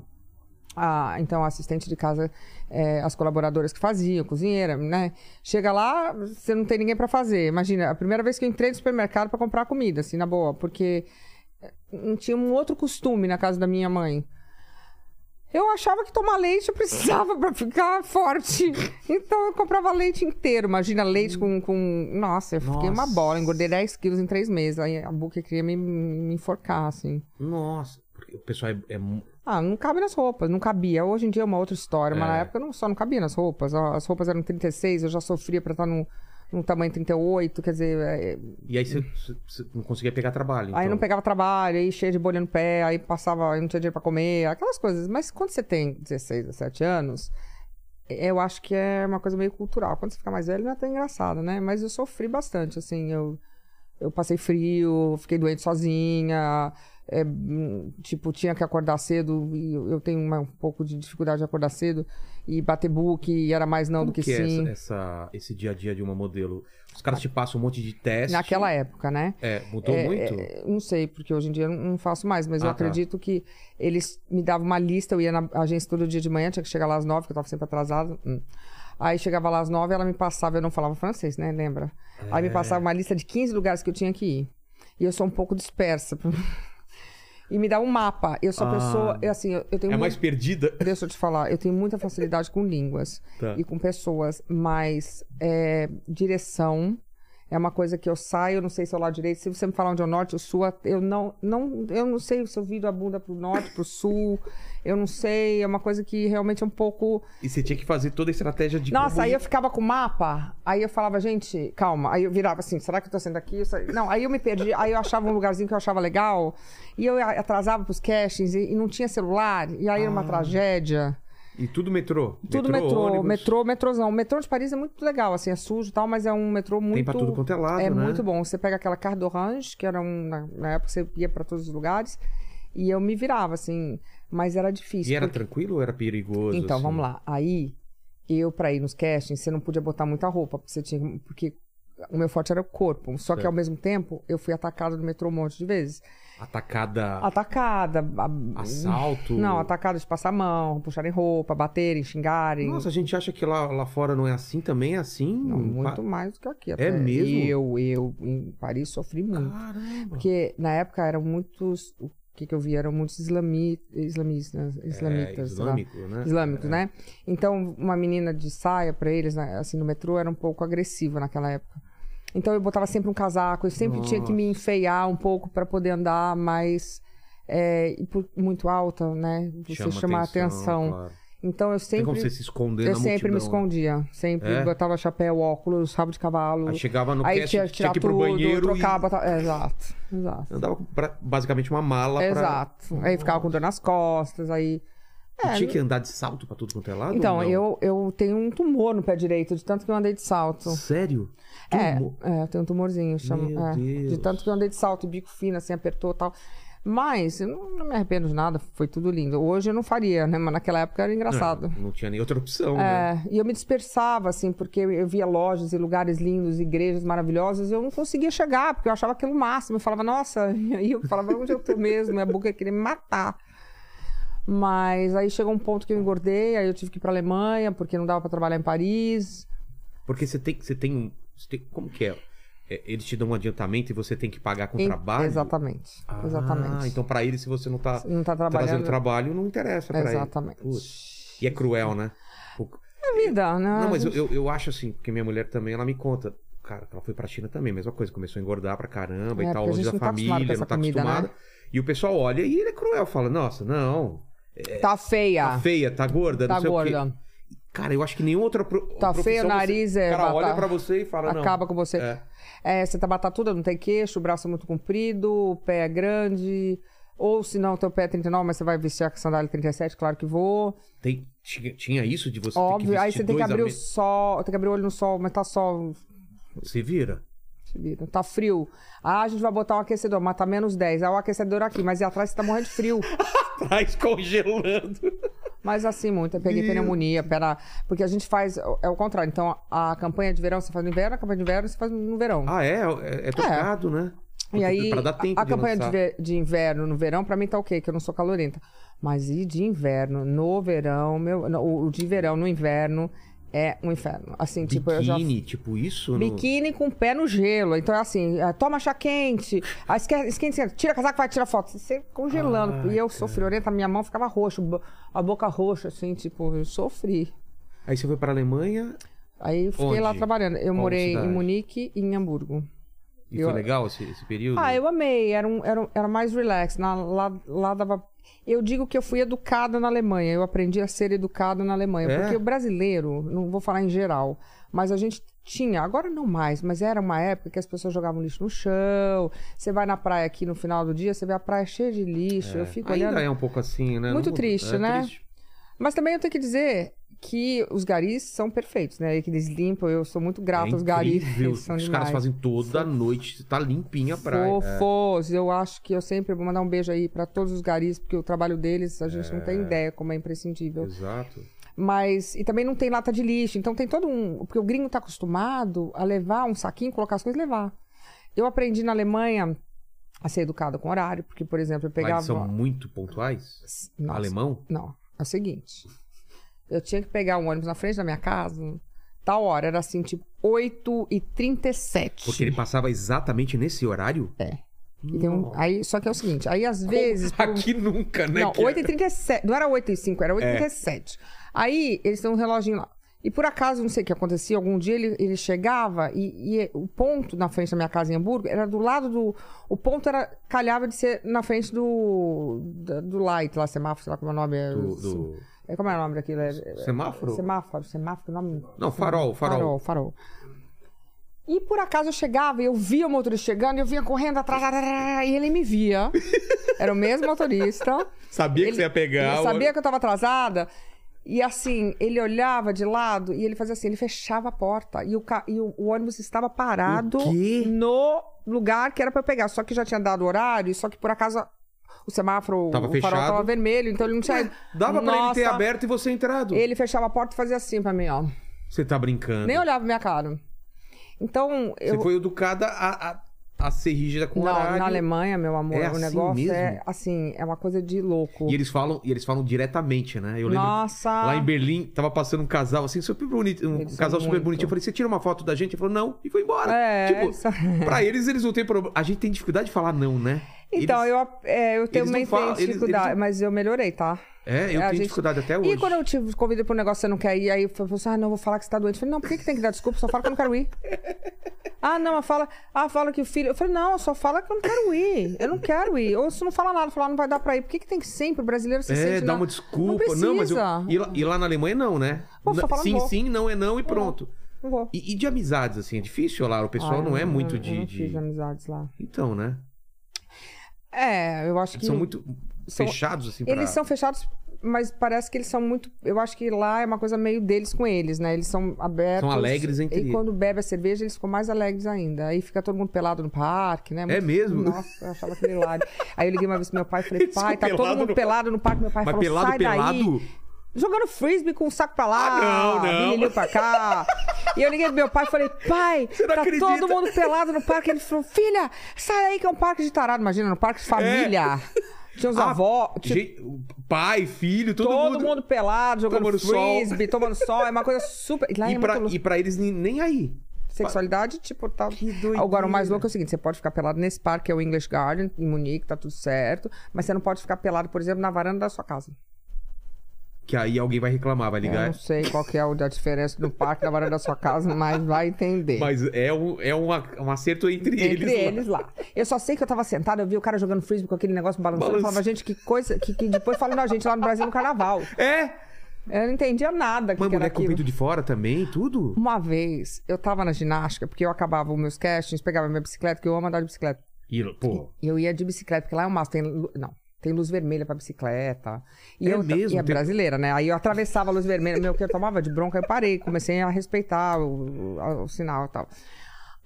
[SPEAKER 3] a- então, a assistente de casa, é, as colaboradoras que faziam, cozinheira, né? Chega lá, você não tem ninguém pra fazer. Imagina, a primeira vez que eu entrei no supermercado pra comprar comida, assim, na boa, porque eh, não tinha um outro costume na casa da minha mãe. Eu achava que tomar leite eu precisava [LAUGHS] pra ficar forte. Então eu comprava leite inteiro. Imagina, leite com. com... Nossa, eu fiquei uma
[SPEAKER 4] Nossa.
[SPEAKER 3] bola. Engordei 10 quilos em 3 meses. Aí a Buca queria me, me enforcar, assim.
[SPEAKER 1] Nossa. porque O pessoal é, é mu-
[SPEAKER 3] Ah, não cabe nas roupas, não cabia. Hoje em dia é uma outra história, mas
[SPEAKER 1] É.
[SPEAKER 3] na época não, só não cabia nas roupas. Ó, As roupas eram 36, eu já sofria pra estar num, num tamanho 38, quer dizer, é,
[SPEAKER 1] E aí você, você- você não conseguia pegar trabalho.
[SPEAKER 3] aí
[SPEAKER 1] então.
[SPEAKER 3] não pegava trabalho, aí cheia de bolha no pé, aí passava, aí não tinha dinheiro pra comer, aquelas coisas. Mas quando você tem 16, 17 anos, eu acho que é uma coisa meio cultural. Quando você fica mais velho, não é tão engraçado, né? Mas eu sofri bastante, assim, eu, eu passei frio, fiquei doente sozinha, é, hum, tipo, tinha que acordar cedo, e eu, eu tenho uma- um pouco de dificuldade de acordar cedo, e bater book, e era mais não
[SPEAKER 1] Como
[SPEAKER 3] do que,
[SPEAKER 1] que é
[SPEAKER 3] sim.
[SPEAKER 1] essa, essa- esse dia a dia de uma modelo? Os caras te passam um monte de teste.
[SPEAKER 3] Naquela época, né?
[SPEAKER 1] É, mudou
[SPEAKER 3] É,
[SPEAKER 1] muito?
[SPEAKER 3] é, não sei, porque hoje em dia eu não não faço mais, mas eu
[SPEAKER 1] Ah, tá.
[SPEAKER 3] acredito que eles me davam uma lista, eu ia na agência todo dia de manhã, tinha que chegar lá às nove, que eu tava sempre atrasada. hum. Aí chegava lá às nove, ela me passava, eu não falava francês, né? Lembra? Aí
[SPEAKER 1] É.
[SPEAKER 3] me passava uma lista de 15 lugares que eu tinha que ir. E eu sou um pouco dispersa. [LAUGHS] e me dá um mapa. Eu sou
[SPEAKER 1] Ah.
[SPEAKER 3] uma pessoa, eu, assim, eu, eu tenho
[SPEAKER 1] É
[SPEAKER 3] muito-
[SPEAKER 1] mais perdida?
[SPEAKER 3] Deixa eu te falar, eu tenho muita facilidade com línguas
[SPEAKER 1] Tá.
[SPEAKER 3] e com pessoas, mas é, direção é uma coisa que eu saio, eu não sei se é o lado direito. Se você me falar onde é o norte, o sul, eu não, não, eu não sei se eu viro a bunda pro norte, pro sul. Eu não sei, é uma coisa que realmente é um pouco.
[SPEAKER 1] E você tinha que fazer toda a estratégia de.
[SPEAKER 3] Nossa,
[SPEAKER 1] como-
[SPEAKER 3] aí eu ficava com o mapa, aí eu falava, gente, calma. Aí eu virava assim, será que eu tô saindo daqui? Eu sa- Não, aí eu me perdi, aí eu achava um lugarzinho que eu achava legal, e eu a- atrasava pros castings, e e não tinha celular, e aí era uma tragédia.
[SPEAKER 1] E tudo metrô?
[SPEAKER 3] Tudo metrô,
[SPEAKER 1] ônibus.
[SPEAKER 3] metrô, metrôzão. O metrô de Paris é muito legal, assim, é sujo e tal, mas é um metrô muito.
[SPEAKER 1] Tem pra tudo quanto é lado,
[SPEAKER 3] É
[SPEAKER 1] né?
[SPEAKER 3] muito bom. Você pega aquela carte d'orange, que era um. Na, na época você ia pra todos os lugares, e eu me virava, assim, mas era difícil.
[SPEAKER 1] E era
[SPEAKER 3] porque-
[SPEAKER 1] tranquilo ou era perigoso?
[SPEAKER 3] Então,
[SPEAKER 1] assim?
[SPEAKER 3] vamos lá. Aí, eu, pra ir nos castings, você não podia botar muita roupa, porque você tinha. Porque o meu forte era o corpo. Só que
[SPEAKER 1] Certo.
[SPEAKER 3] ao mesmo tempo, eu fui atacada no metrô um monte de vezes.
[SPEAKER 1] Atacada,
[SPEAKER 3] Atacada. a-
[SPEAKER 1] assalto.
[SPEAKER 3] Não, atacada de passar a mão, puxarem roupa, baterem, xingarem.
[SPEAKER 1] Nossa, a gente acha que lá, lá fora não é assim também, é assim.
[SPEAKER 3] Não, muito
[SPEAKER 1] Pa-
[SPEAKER 3] mais do que aqui.
[SPEAKER 1] É mesmo?
[SPEAKER 3] Eu, eu, em Paris, sofri muito.
[SPEAKER 1] Caramba.
[SPEAKER 3] Porque na época eram muitos. O que, que eu vi? Eram muitos islami, islamistas.
[SPEAKER 1] é,
[SPEAKER 3] Islamitas, sei lá.
[SPEAKER 1] islâmico, né?
[SPEAKER 3] Islâmicos, né? Então, uma menina de saia pra eles, né, assim, no metrô, era um pouco agressiva naquela época. Então, eu botava sempre um casaco, eu sempre tinha que me enfeiar um pouco pra poder andar mais. É, e por- muito alta, né? Você chama, atenção.
[SPEAKER 1] claro.
[SPEAKER 3] Então, eu
[SPEAKER 1] Tem como
[SPEAKER 3] sempre.
[SPEAKER 1] você se esconder
[SPEAKER 3] Eu
[SPEAKER 1] na
[SPEAKER 3] sempre
[SPEAKER 1] multidão,
[SPEAKER 3] me
[SPEAKER 1] né?
[SPEAKER 3] escondia. Sempre
[SPEAKER 1] É?
[SPEAKER 3] botava chapéu, óculos, rabo de cavalo.
[SPEAKER 1] Aí chegava no
[SPEAKER 3] Aí
[SPEAKER 1] cast,
[SPEAKER 3] tinha que tirar
[SPEAKER 1] que ir pro
[SPEAKER 3] tudo,
[SPEAKER 1] banheiro
[SPEAKER 3] trocar,
[SPEAKER 1] e...
[SPEAKER 3] botar... é, Exato, exato.
[SPEAKER 1] Andava com pra- basicamente uma mala
[SPEAKER 3] Exato. Aí ficava com dor nas costas, aí...
[SPEAKER 1] Tá pra... E tinha que andar de salto pra tudo quanto é lado? ou
[SPEAKER 3] É, Então,
[SPEAKER 1] não?
[SPEAKER 3] eu, eu tenho um tumor no pé direito, de tanto que eu andei de salto.
[SPEAKER 1] Sério?
[SPEAKER 3] É,
[SPEAKER 1] Tumor?
[SPEAKER 3] é, eu tenho um tumorzinho.
[SPEAKER 1] Meu
[SPEAKER 3] Chama, é,
[SPEAKER 1] Deus.
[SPEAKER 3] de tanto que eu andei de salto, bico fino, assim, apertou e tal. Mas, eu não, não me arrependo de nada, foi tudo lindo. Hoje eu não faria, né? Mas naquela época
[SPEAKER 1] É.
[SPEAKER 3] era engraçado.
[SPEAKER 1] Não, não tinha nem outra opção, né?
[SPEAKER 3] É, e eu me dispersava, assim, porque eu via lojas e lugares lindos, igrejas maravilhosas, e eu não conseguia chegar, porque eu achava aquilo o máximo. Eu falava, nossa, [LAUGHS] e aí eu falava, onde eu tô mesmo? Minha boca queria me matar. Mas aí chegou um ponto que eu engordei, aí eu tive que ir pra Alemanha, porque não dava pra trabalhar em Paris.
[SPEAKER 1] Porque você tem, você tem um... você tem- como que é? É, Eles te dão um adiantamento e você tem que pagar com
[SPEAKER 3] Em-
[SPEAKER 1] trabalho?
[SPEAKER 3] Exatamente,
[SPEAKER 1] Ah,
[SPEAKER 3] exatamente.
[SPEAKER 1] então pra eles, se você não tá
[SPEAKER 3] Você não tá
[SPEAKER 1] trazendo
[SPEAKER 3] trabalhando...
[SPEAKER 1] trabalho, não interessa pra
[SPEAKER 3] Exatamente.
[SPEAKER 1] eles. Exatamente. E é cruel, né? O-
[SPEAKER 3] É vida, né?
[SPEAKER 1] Não, mas eu, eu, eu acho assim, porque minha mulher também, ela me conta. Cara, ela foi pra China também, mesma coisa. Começou a engordar pra caramba e
[SPEAKER 3] É,
[SPEAKER 1] tal,
[SPEAKER 3] porque a
[SPEAKER 1] longe
[SPEAKER 3] gente
[SPEAKER 1] da
[SPEAKER 3] não tá
[SPEAKER 1] família,
[SPEAKER 3] acostumado com
[SPEAKER 1] não
[SPEAKER 3] essa
[SPEAKER 1] tá
[SPEAKER 3] comida,
[SPEAKER 1] acostumada.
[SPEAKER 3] né?
[SPEAKER 1] E o pessoal olha e ele é cruel, fala, nossa, não,
[SPEAKER 3] Tá feia.
[SPEAKER 1] tá feia, tá gorda,
[SPEAKER 3] Tá
[SPEAKER 1] não sei o quê.
[SPEAKER 3] gorda.
[SPEAKER 1] Cara, eu acho que nenhuma outra pro-
[SPEAKER 3] Tá
[SPEAKER 1] profissão
[SPEAKER 3] feio o
[SPEAKER 1] você-
[SPEAKER 3] nariz, é,
[SPEAKER 1] O cara olha
[SPEAKER 3] batata.
[SPEAKER 1] pra você e fala, não.
[SPEAKER 3] Acaba com você.
[SPEAKER 1] É.
[SPEAKER 3] É, você tá batatuda, não tem queixo, o braço é muito comprido, o pé é grande. Ou se não, teu pé é 39, mas você vai vestir a sandália 37, claro que vou.
[SPEAKER 1] Tem, tinha, tinha isso de você ter
[SPEAKER 3] Óbvio.
[SPEAKER 1] que
[SPEAKER 3] Aí
[SPEAKER 1] vestir
[SPEAKER 3] você tem que
[SPEAKER 1] dois
[SPEAKER 3] abrir
[SPEAKER 1] a
[SPEAKER 3] o
[SPEAKER 1] me-
[SPEAKER 3] sol, tem que abrir o olho no sol, mas tá sol.
[SPEAKER 1] Se vira.
[SPEAKER 3] se vira, Tá frio. Ah, a gente vai botar um aquecedor, mas tá menos 10. Ah, o aquecedor aqui, mas e atrás você tá morrendo de frio.
[SPEAKER 1] Traz congelando.
[SPEAKER 3] Mas assim, muito. Eu peguei pneumonia, pera. Porque a gente faz. É o contrário. Então, a campanha de verão você faz no inverno, a campanha de inverno você faz no verão.
[SPEAKER 1] Ah, é? É, é trocado, né?
[SPEAKER 3] E aí,
[SPEAKER 1] Pra dar tempo
[SPEAKER 3] a, a
[SPEAKER 1] de
[SPEAKER 3] campanha de,
[SPEAKER 1] lançar.
[SPEAKER 3] ve- de inverno no verão, pra mim tá ok, que eu não sou calorenta. Mas e de inverno no verão, meu, não, o, o de verão no inverno é um inferno. Assim, tipo, eu já.
[SPEAKER 1] Biquíni, tipo isso? no-
[SPEAKER 3] Biquíni com o pé no gelo. Então é assim, é, toma chá quente, aí esquece, esquenta, esquenta, tira casaco, vai tirar foto. Você congelando. e eu sou friorenta, minha mão ficava roxa, bo- a boca roxa, assim, tipo, eu sofri.
[SPEAKER 1] Aí você foi pra Alemanha
[SPEAKER 3] Aí eu fiquei lá
[SPEAKER 1] Onde?
[SPEAKER 3] trabalhando. Eu
[SPEAKER 1] Qual
[SPEAKER 3] morei
[SPEAKER 1] cidade?
[SPEAKER 3] em Munique e em Hamburgo.
[SPEAKER 1] e
[SPEAKER 3] Eu-
[SPEAKER 1] foi legal esse, esse período?
[SPEAKER 3] Ah, eu amei. Era, um, era, um- era mais relax. Na- lá, lá dava. Eu digo que eu fui educada na Alemanha. Eu aprendi a ser educada na Alemanha.
[SPEAKER 1] É?
[SPEAKER 3] Porque o brasileiro, não vou falar em geral, mas a gente tinha, agora não mais, mas era uma época que as pessoas jogavam lixo no chão. Você vai na praia aqui no final do dia, você vê a praia cheia de lixo. Eu fico
[SPEAKER 1] Ainda
[SPEAKER 3] olhando.
[SPEAKER 1] é um pouco assim, né?
[SPEAKER 3] Muito
[SPEAKER 1] Não-
[SPEAKER 3] triste,
[SPEAKER 1] é
[SPEAKER 3] né?
[SPEAKER 1] triste.
[SPEAKER 3] Mas também eu tenho que dizer que os garis são perfeitos, né? E que eles limpam. Eu sou muito
[SPEAKER 1] É
[SPEAKER 3] grata aos garis.
[SPEAKER 1] incrível.
[SPEAKER 3] Eles são
[SPEAKER 1] Os
[SPEAKER 3] demais.
[SPEAKER 1] caras fazem toda noite, tá limpinha a praia. é.
[SPEAKER 3] Fofos, eu acho que eu sempre vou mandar um beijo aí pra todos os garis, porque o trabalho deles a gente não tem ideia como é
[SPEAKER 1] É,
[SPEAKER 3] imprescindível.
[SPEAKER 1] Exato.
[SPEAKER 3] Mas, e também não tem lata de lixo, então tem todo um. Porque o gringo tá acostumado a levar um saquinho, colocar as coisas e levar. Eu aprendi na Alemanha a ser educada com horário, porque, por exemplo, eu
[SPEAKER 1] Mas
[SPEAKER 3] pegava.
[SPEAKER 1] eles são muito pontuais?
[SPEAKER 3] Nossa,
[SPEAKER 1] Alemão?
[SPEAKER 3] Não, é o seguinte. Eu tinha que pegar um ônibus na frente da minha casa, tal hora, era assim, tipo 8h37.
[SPEAKER 1] Porque ele passava exatamente nesse horário?
[SPEAKER 3] É. E tem um- aí, só que é o seguinte, aí às vezes. por um-
[SPEAKER 1] Aqui nunca, né? É.
[SPEAKER 3] Não,
[SPEAKER 1] que-
[SPEAKER 3] 8h37. Não era 8h05, era 8h37. Aí eles têm um reloginho lá. E por acaso, não sei o que acontecia, algum dia ele, ele chegava e, e o ponto na frente da minha casa em Hamburgo era do lado do. O ponto era calhava de ser na frente do. da- do light lá, semáforo, sei lá como é o nome. É,
[SPEAKER 1] Do, do-
[SPEAKER 3] é, como é o nome daquilo? É- é-
[SPEAKER 1] Semáforo?
[SPEAKER 3] Semáforo, semáforo, nome.
[SPEAKER 1] Não, farol, farol.
[SPEAKER 3] Farol, farol. E por acaso eu chegava e eu via o motorista chegando e eu vinha correndo atrás tararara, e ele me via. Era o mesmo motorista.
[SPEAKER 1] Sabia
[SPEAKER 3] Ele- Ele sabia que eu tava atrasada. E assim, ele olhava de lado e ele fazia assim, ele fechava a porta. E o, ca- e o- o ônibus estava parado
[SPEAKER 1] O quê?
[SPEAKER 3] no lugar que era pra eu pegar. Só que já tinha dado o horário, só que por acaso o semáforo,
[SPEAKER 1] Tava
[SPEAKER 3] o farol
[SPEAKER 1] fechado.
[SPEAKER 3] tava vermelho, então ele não tinha. ido.
[SPEAKER 1] Dava pra ele ter
[SPEAKER 3] Nossa,
[SPEAKER 1] aberto e você entrado.
[SPEAKER 3] Ele fechava a porta e fazia assim pra mim, ó.
[SPEAKER 1] Você tá brincando.
[SPEAKER 3] Nem olhava minha cara. Então,
[SPEAKER 1] Você
[SPEAKER 3] eu.
[SPEAKER 1] foi educada a, a, a ser rígida com o
[SPEAKER 3] Não,
[SPEAKER 1] horário.
[SPEAKER 3] na Alemanha, meu amor,
[SPEAKER 1] É
[SPEAKER 3] o
[SPEAKER 1] assim
[SPEAKER 3] negócio é
[SPEAKER 1] mesmo?
[SPEAKER 3] assim, é uma coisa de louco.
[SPEAKER 1] E eles falam, e eles falam diretamente, né? Eu lembro
[SPEAKER 3] Nossa!
[SPEAKER 1] lá em Berlim, tava passando um casal assim, super bonito, um
[SPEAKER 3] Eles são
[SPEAKER 1] casal super
[SPEAKER 3] muito.
[SPEAKER 1] bonitinho. Eu falei, você tira uma foto da gente? Ele falou, não, e foi embora.
[SPEAKER 3] É,
[SPEAKER 1] tipo,
[SPEAKER 3] eles são-
[SPEAKER 1] pra eles, eles não têm problema. A gente tem dificuldade de falar não, né?
[SPEAKER 3] Então,
[SPEAKER 1] Eles-
[SPEAKER 3] eu, ap- é, eu tenho
[SPEAKER 1] eles não
[SPEAKER 3] uma
[SPEAKER 1] falam- eles-
[SPEAKER 3] dificuldade,
[SPEAKER 1] eles não-
[SPEAKER 3] mas eu melhorei, tá?
[SPEAKER 1] É, eu
[SPEAKER 3] A
[SPEAKER 1] tenho
[SPEAKER 3] gente-
[SPEAKER 1] dificuldade até hoje.
[SPEAKER 3] E quando eu te convido pra um negócio que você não quer ir, aí eu falo assim, ah, não, vou falar que você tá doente. Eu falei, não, por que, que tem que dar desculpa? Só fala que eu não
[SPEAKER 1] [LAUGHS]
[SPEAKER 3] quero ir. ah, não, mas fala, ah, fala que o filho. Eu falei, não, só fala que eu não quero ir. Eu não quero ir. Ou se não fala nada, fala, "Ah, não vai dar pra ir. Por que, que tem que sempre? O brasileiro se
[SPEAKER 1] É,
[SPEAKER 3] sente.
[SPEAKER 1] dá
[SPEAKER 3] na-
[SPEAKER 1] uma desculpa.
[SPEAKER 3] Não precisa.
[SPEAKER 1] mas eu... e, lá, e lá na Alemanha não, né?
[SPEAKER 3] Pô, só
[SPEAKER 1] Na-
[SPEAKER 3] fala
[SPEAKER 1] sim,
[SPEAKER 3] não.
[SPEAKER 1] sim, não é não e pronto.
[SPEAKER 3] Não vou.
[SPEAKER 1] E, e de amizades, assim, é difícil lá. O pessoal
[SPEAKER 3] Ah,
[SPEAKER 1] não é
[SPEAKER 3] eu-
[SPEAKER 1] muito
[SPEAKER 3] eu
[SPEAKER 1] de.
[SPEAKER 3] não
[SPEAKER 1] de-
[SPEAKER 3] fiz amizades lá.
[SPEAKER 1] Então, né?
[SPEAKER 3] É, eu acho que.
[SPEAKER 1] São muito
[SPEAKER 3] são-
[SPEAKER 1] fechados, assim, pra...
[SPEAKER 3] Eles são fechados, mas parece que eles são muito. Eu acho que lá é uma coisa meio deles com eles, né? Eles são abertos.
[SPEAKER 1] São alegres entre
[SPEAKER 3] E
[SPEAKER 1] eles.
[SPEAKER 3] quando bebe a cerveja, eles ficam mais alegres ainda. Aí fica todo mundo pelado no parque, né?
[SPEAKER 1] É mesmo?
[SPEAKER 3] Nossa, eu achava aquele lado. Aí eu liguei uma vez pro meu pai e
[SPEAKER 1] [LAUGHS]
[SPEAKER 3] falei,
[SPEAKER 1] Eles
[SPEAKER 3] pai,
[SPEAKER 1] ficam
[SPEAKER 3] tá todo
[SPEAKER 1] pelado
[SPEAKER 3] mundo
[SPEAKER 1] no-
[SPEAKER 3] pelado no parque. Meu pai
[SPEAKER 1] Mas
[SPEAKER 3] falou,
[SPEAKER 1] pelado,
[SPEAKER 3] sai daí.
[SPEAKER 1] pelado?
[SPEAKER 3] Jogando frisbee com um saco pra lá,
[SPEAKER 1] Ah, não, não.
[SPEAKER 3] bilhilho pra cá. E eu liguei pro meu pai e falei, pai,
[SPEAKER 1] não
[SPEAKER 3] tá
[SPEAKER 1] acredita?
[SPEAKER 3] todo mundo pelado no parque. Ele falou, filha, sai daí que é um parque de tarado. Imagina, no parque
[SPEAKER 1] [LAUGHS]
[SPEAKER 3] de família. Tinha uns
[SPEAKER 1] É. Ah,
[SPEAKER 3] avós, tinha
[SPEAKER 1] gente, o pai, filho, todo,
[SPEAKER 3] tipo todo mundo, pelado, jogando
[SPEAKER 1] tomando sol.
[SPEAKER 3] frisbee, tomando sol. É uma coisa super. Lá é
[SPEAKER 1] E pra,
[SPEAKER 3] muito louco.
[SPEAKER 1] e pra eles nem, nem aí.
[SPEAKER 3] Sexualidade, tipo, tá.
[SPEAKER 1] doideira.
[SPEAKER 3] Agora, o mais louco é o seguinte: você pode ficar pelado nesse parque, que é o English Garden, em Munique, tá tudo certo. Mas você não pode ficar pelado, por exemplo, na varanda da sua casa.
[SPEAKER 1] Que aí alguém vai reclamar, vai
[SPEAKER 3] Eu
[SPEAKER 1] ligar.
[SPEAKER 3] não sei qual que é o- a diferença do parque na varanda da sua casa, mas vai entender.
[SPEAKER 1] Mas é um, é um, a- um acerto entre, eles.
[SPEAKER 3] Entre
[SPEAKER 1] lá.
[SPEAKER 3] eles lá. Eu só sei que eu tava sentada, eu vi o cara jogando frisbee com aquele negócio balançando. Eu
[SPEAKER 1] Balança.
[SPEAKER 3] falava, gente, que coisa. Que, que depois falam da gente lá no Brasil no carnaval.
[SPEAKER 1] É!
[SPEAKER 3] Eu não entendia nada. Que
[SPEAKER 1] Mas
[SPEAKER 3] que era
[SPEAKER 1] mulher com
[SPEAKER 3] aquilo.
[SPEAKER 1] peito de fora também, tudo?
[SPEAKER 3] Uma vez, eu tava na ginástica, porque eu acabava os meus castings, pegava minha bicicleta, que eu amo andar de bicicleta.
[SPEAKER 1] E, pô,
[SPEAKER 3] E eu ia de bicicleta, porque lá é um massa, tem... lu- Não, tem luz vermelha pra bicicleta. E
[SPEAKER 1] É
[SPEAKER 3] eu,
[SPEAKER 1] mesmo?
[SPEAKER 3] E é
[SPEAKER 1] Tem-
[SPEAKER 3] brasileira, né? Aí eu atravessava a luz vermelha, meu, que eu tomava de bronca, eu parei, comecei a respeitar o, o- o sinal e tal.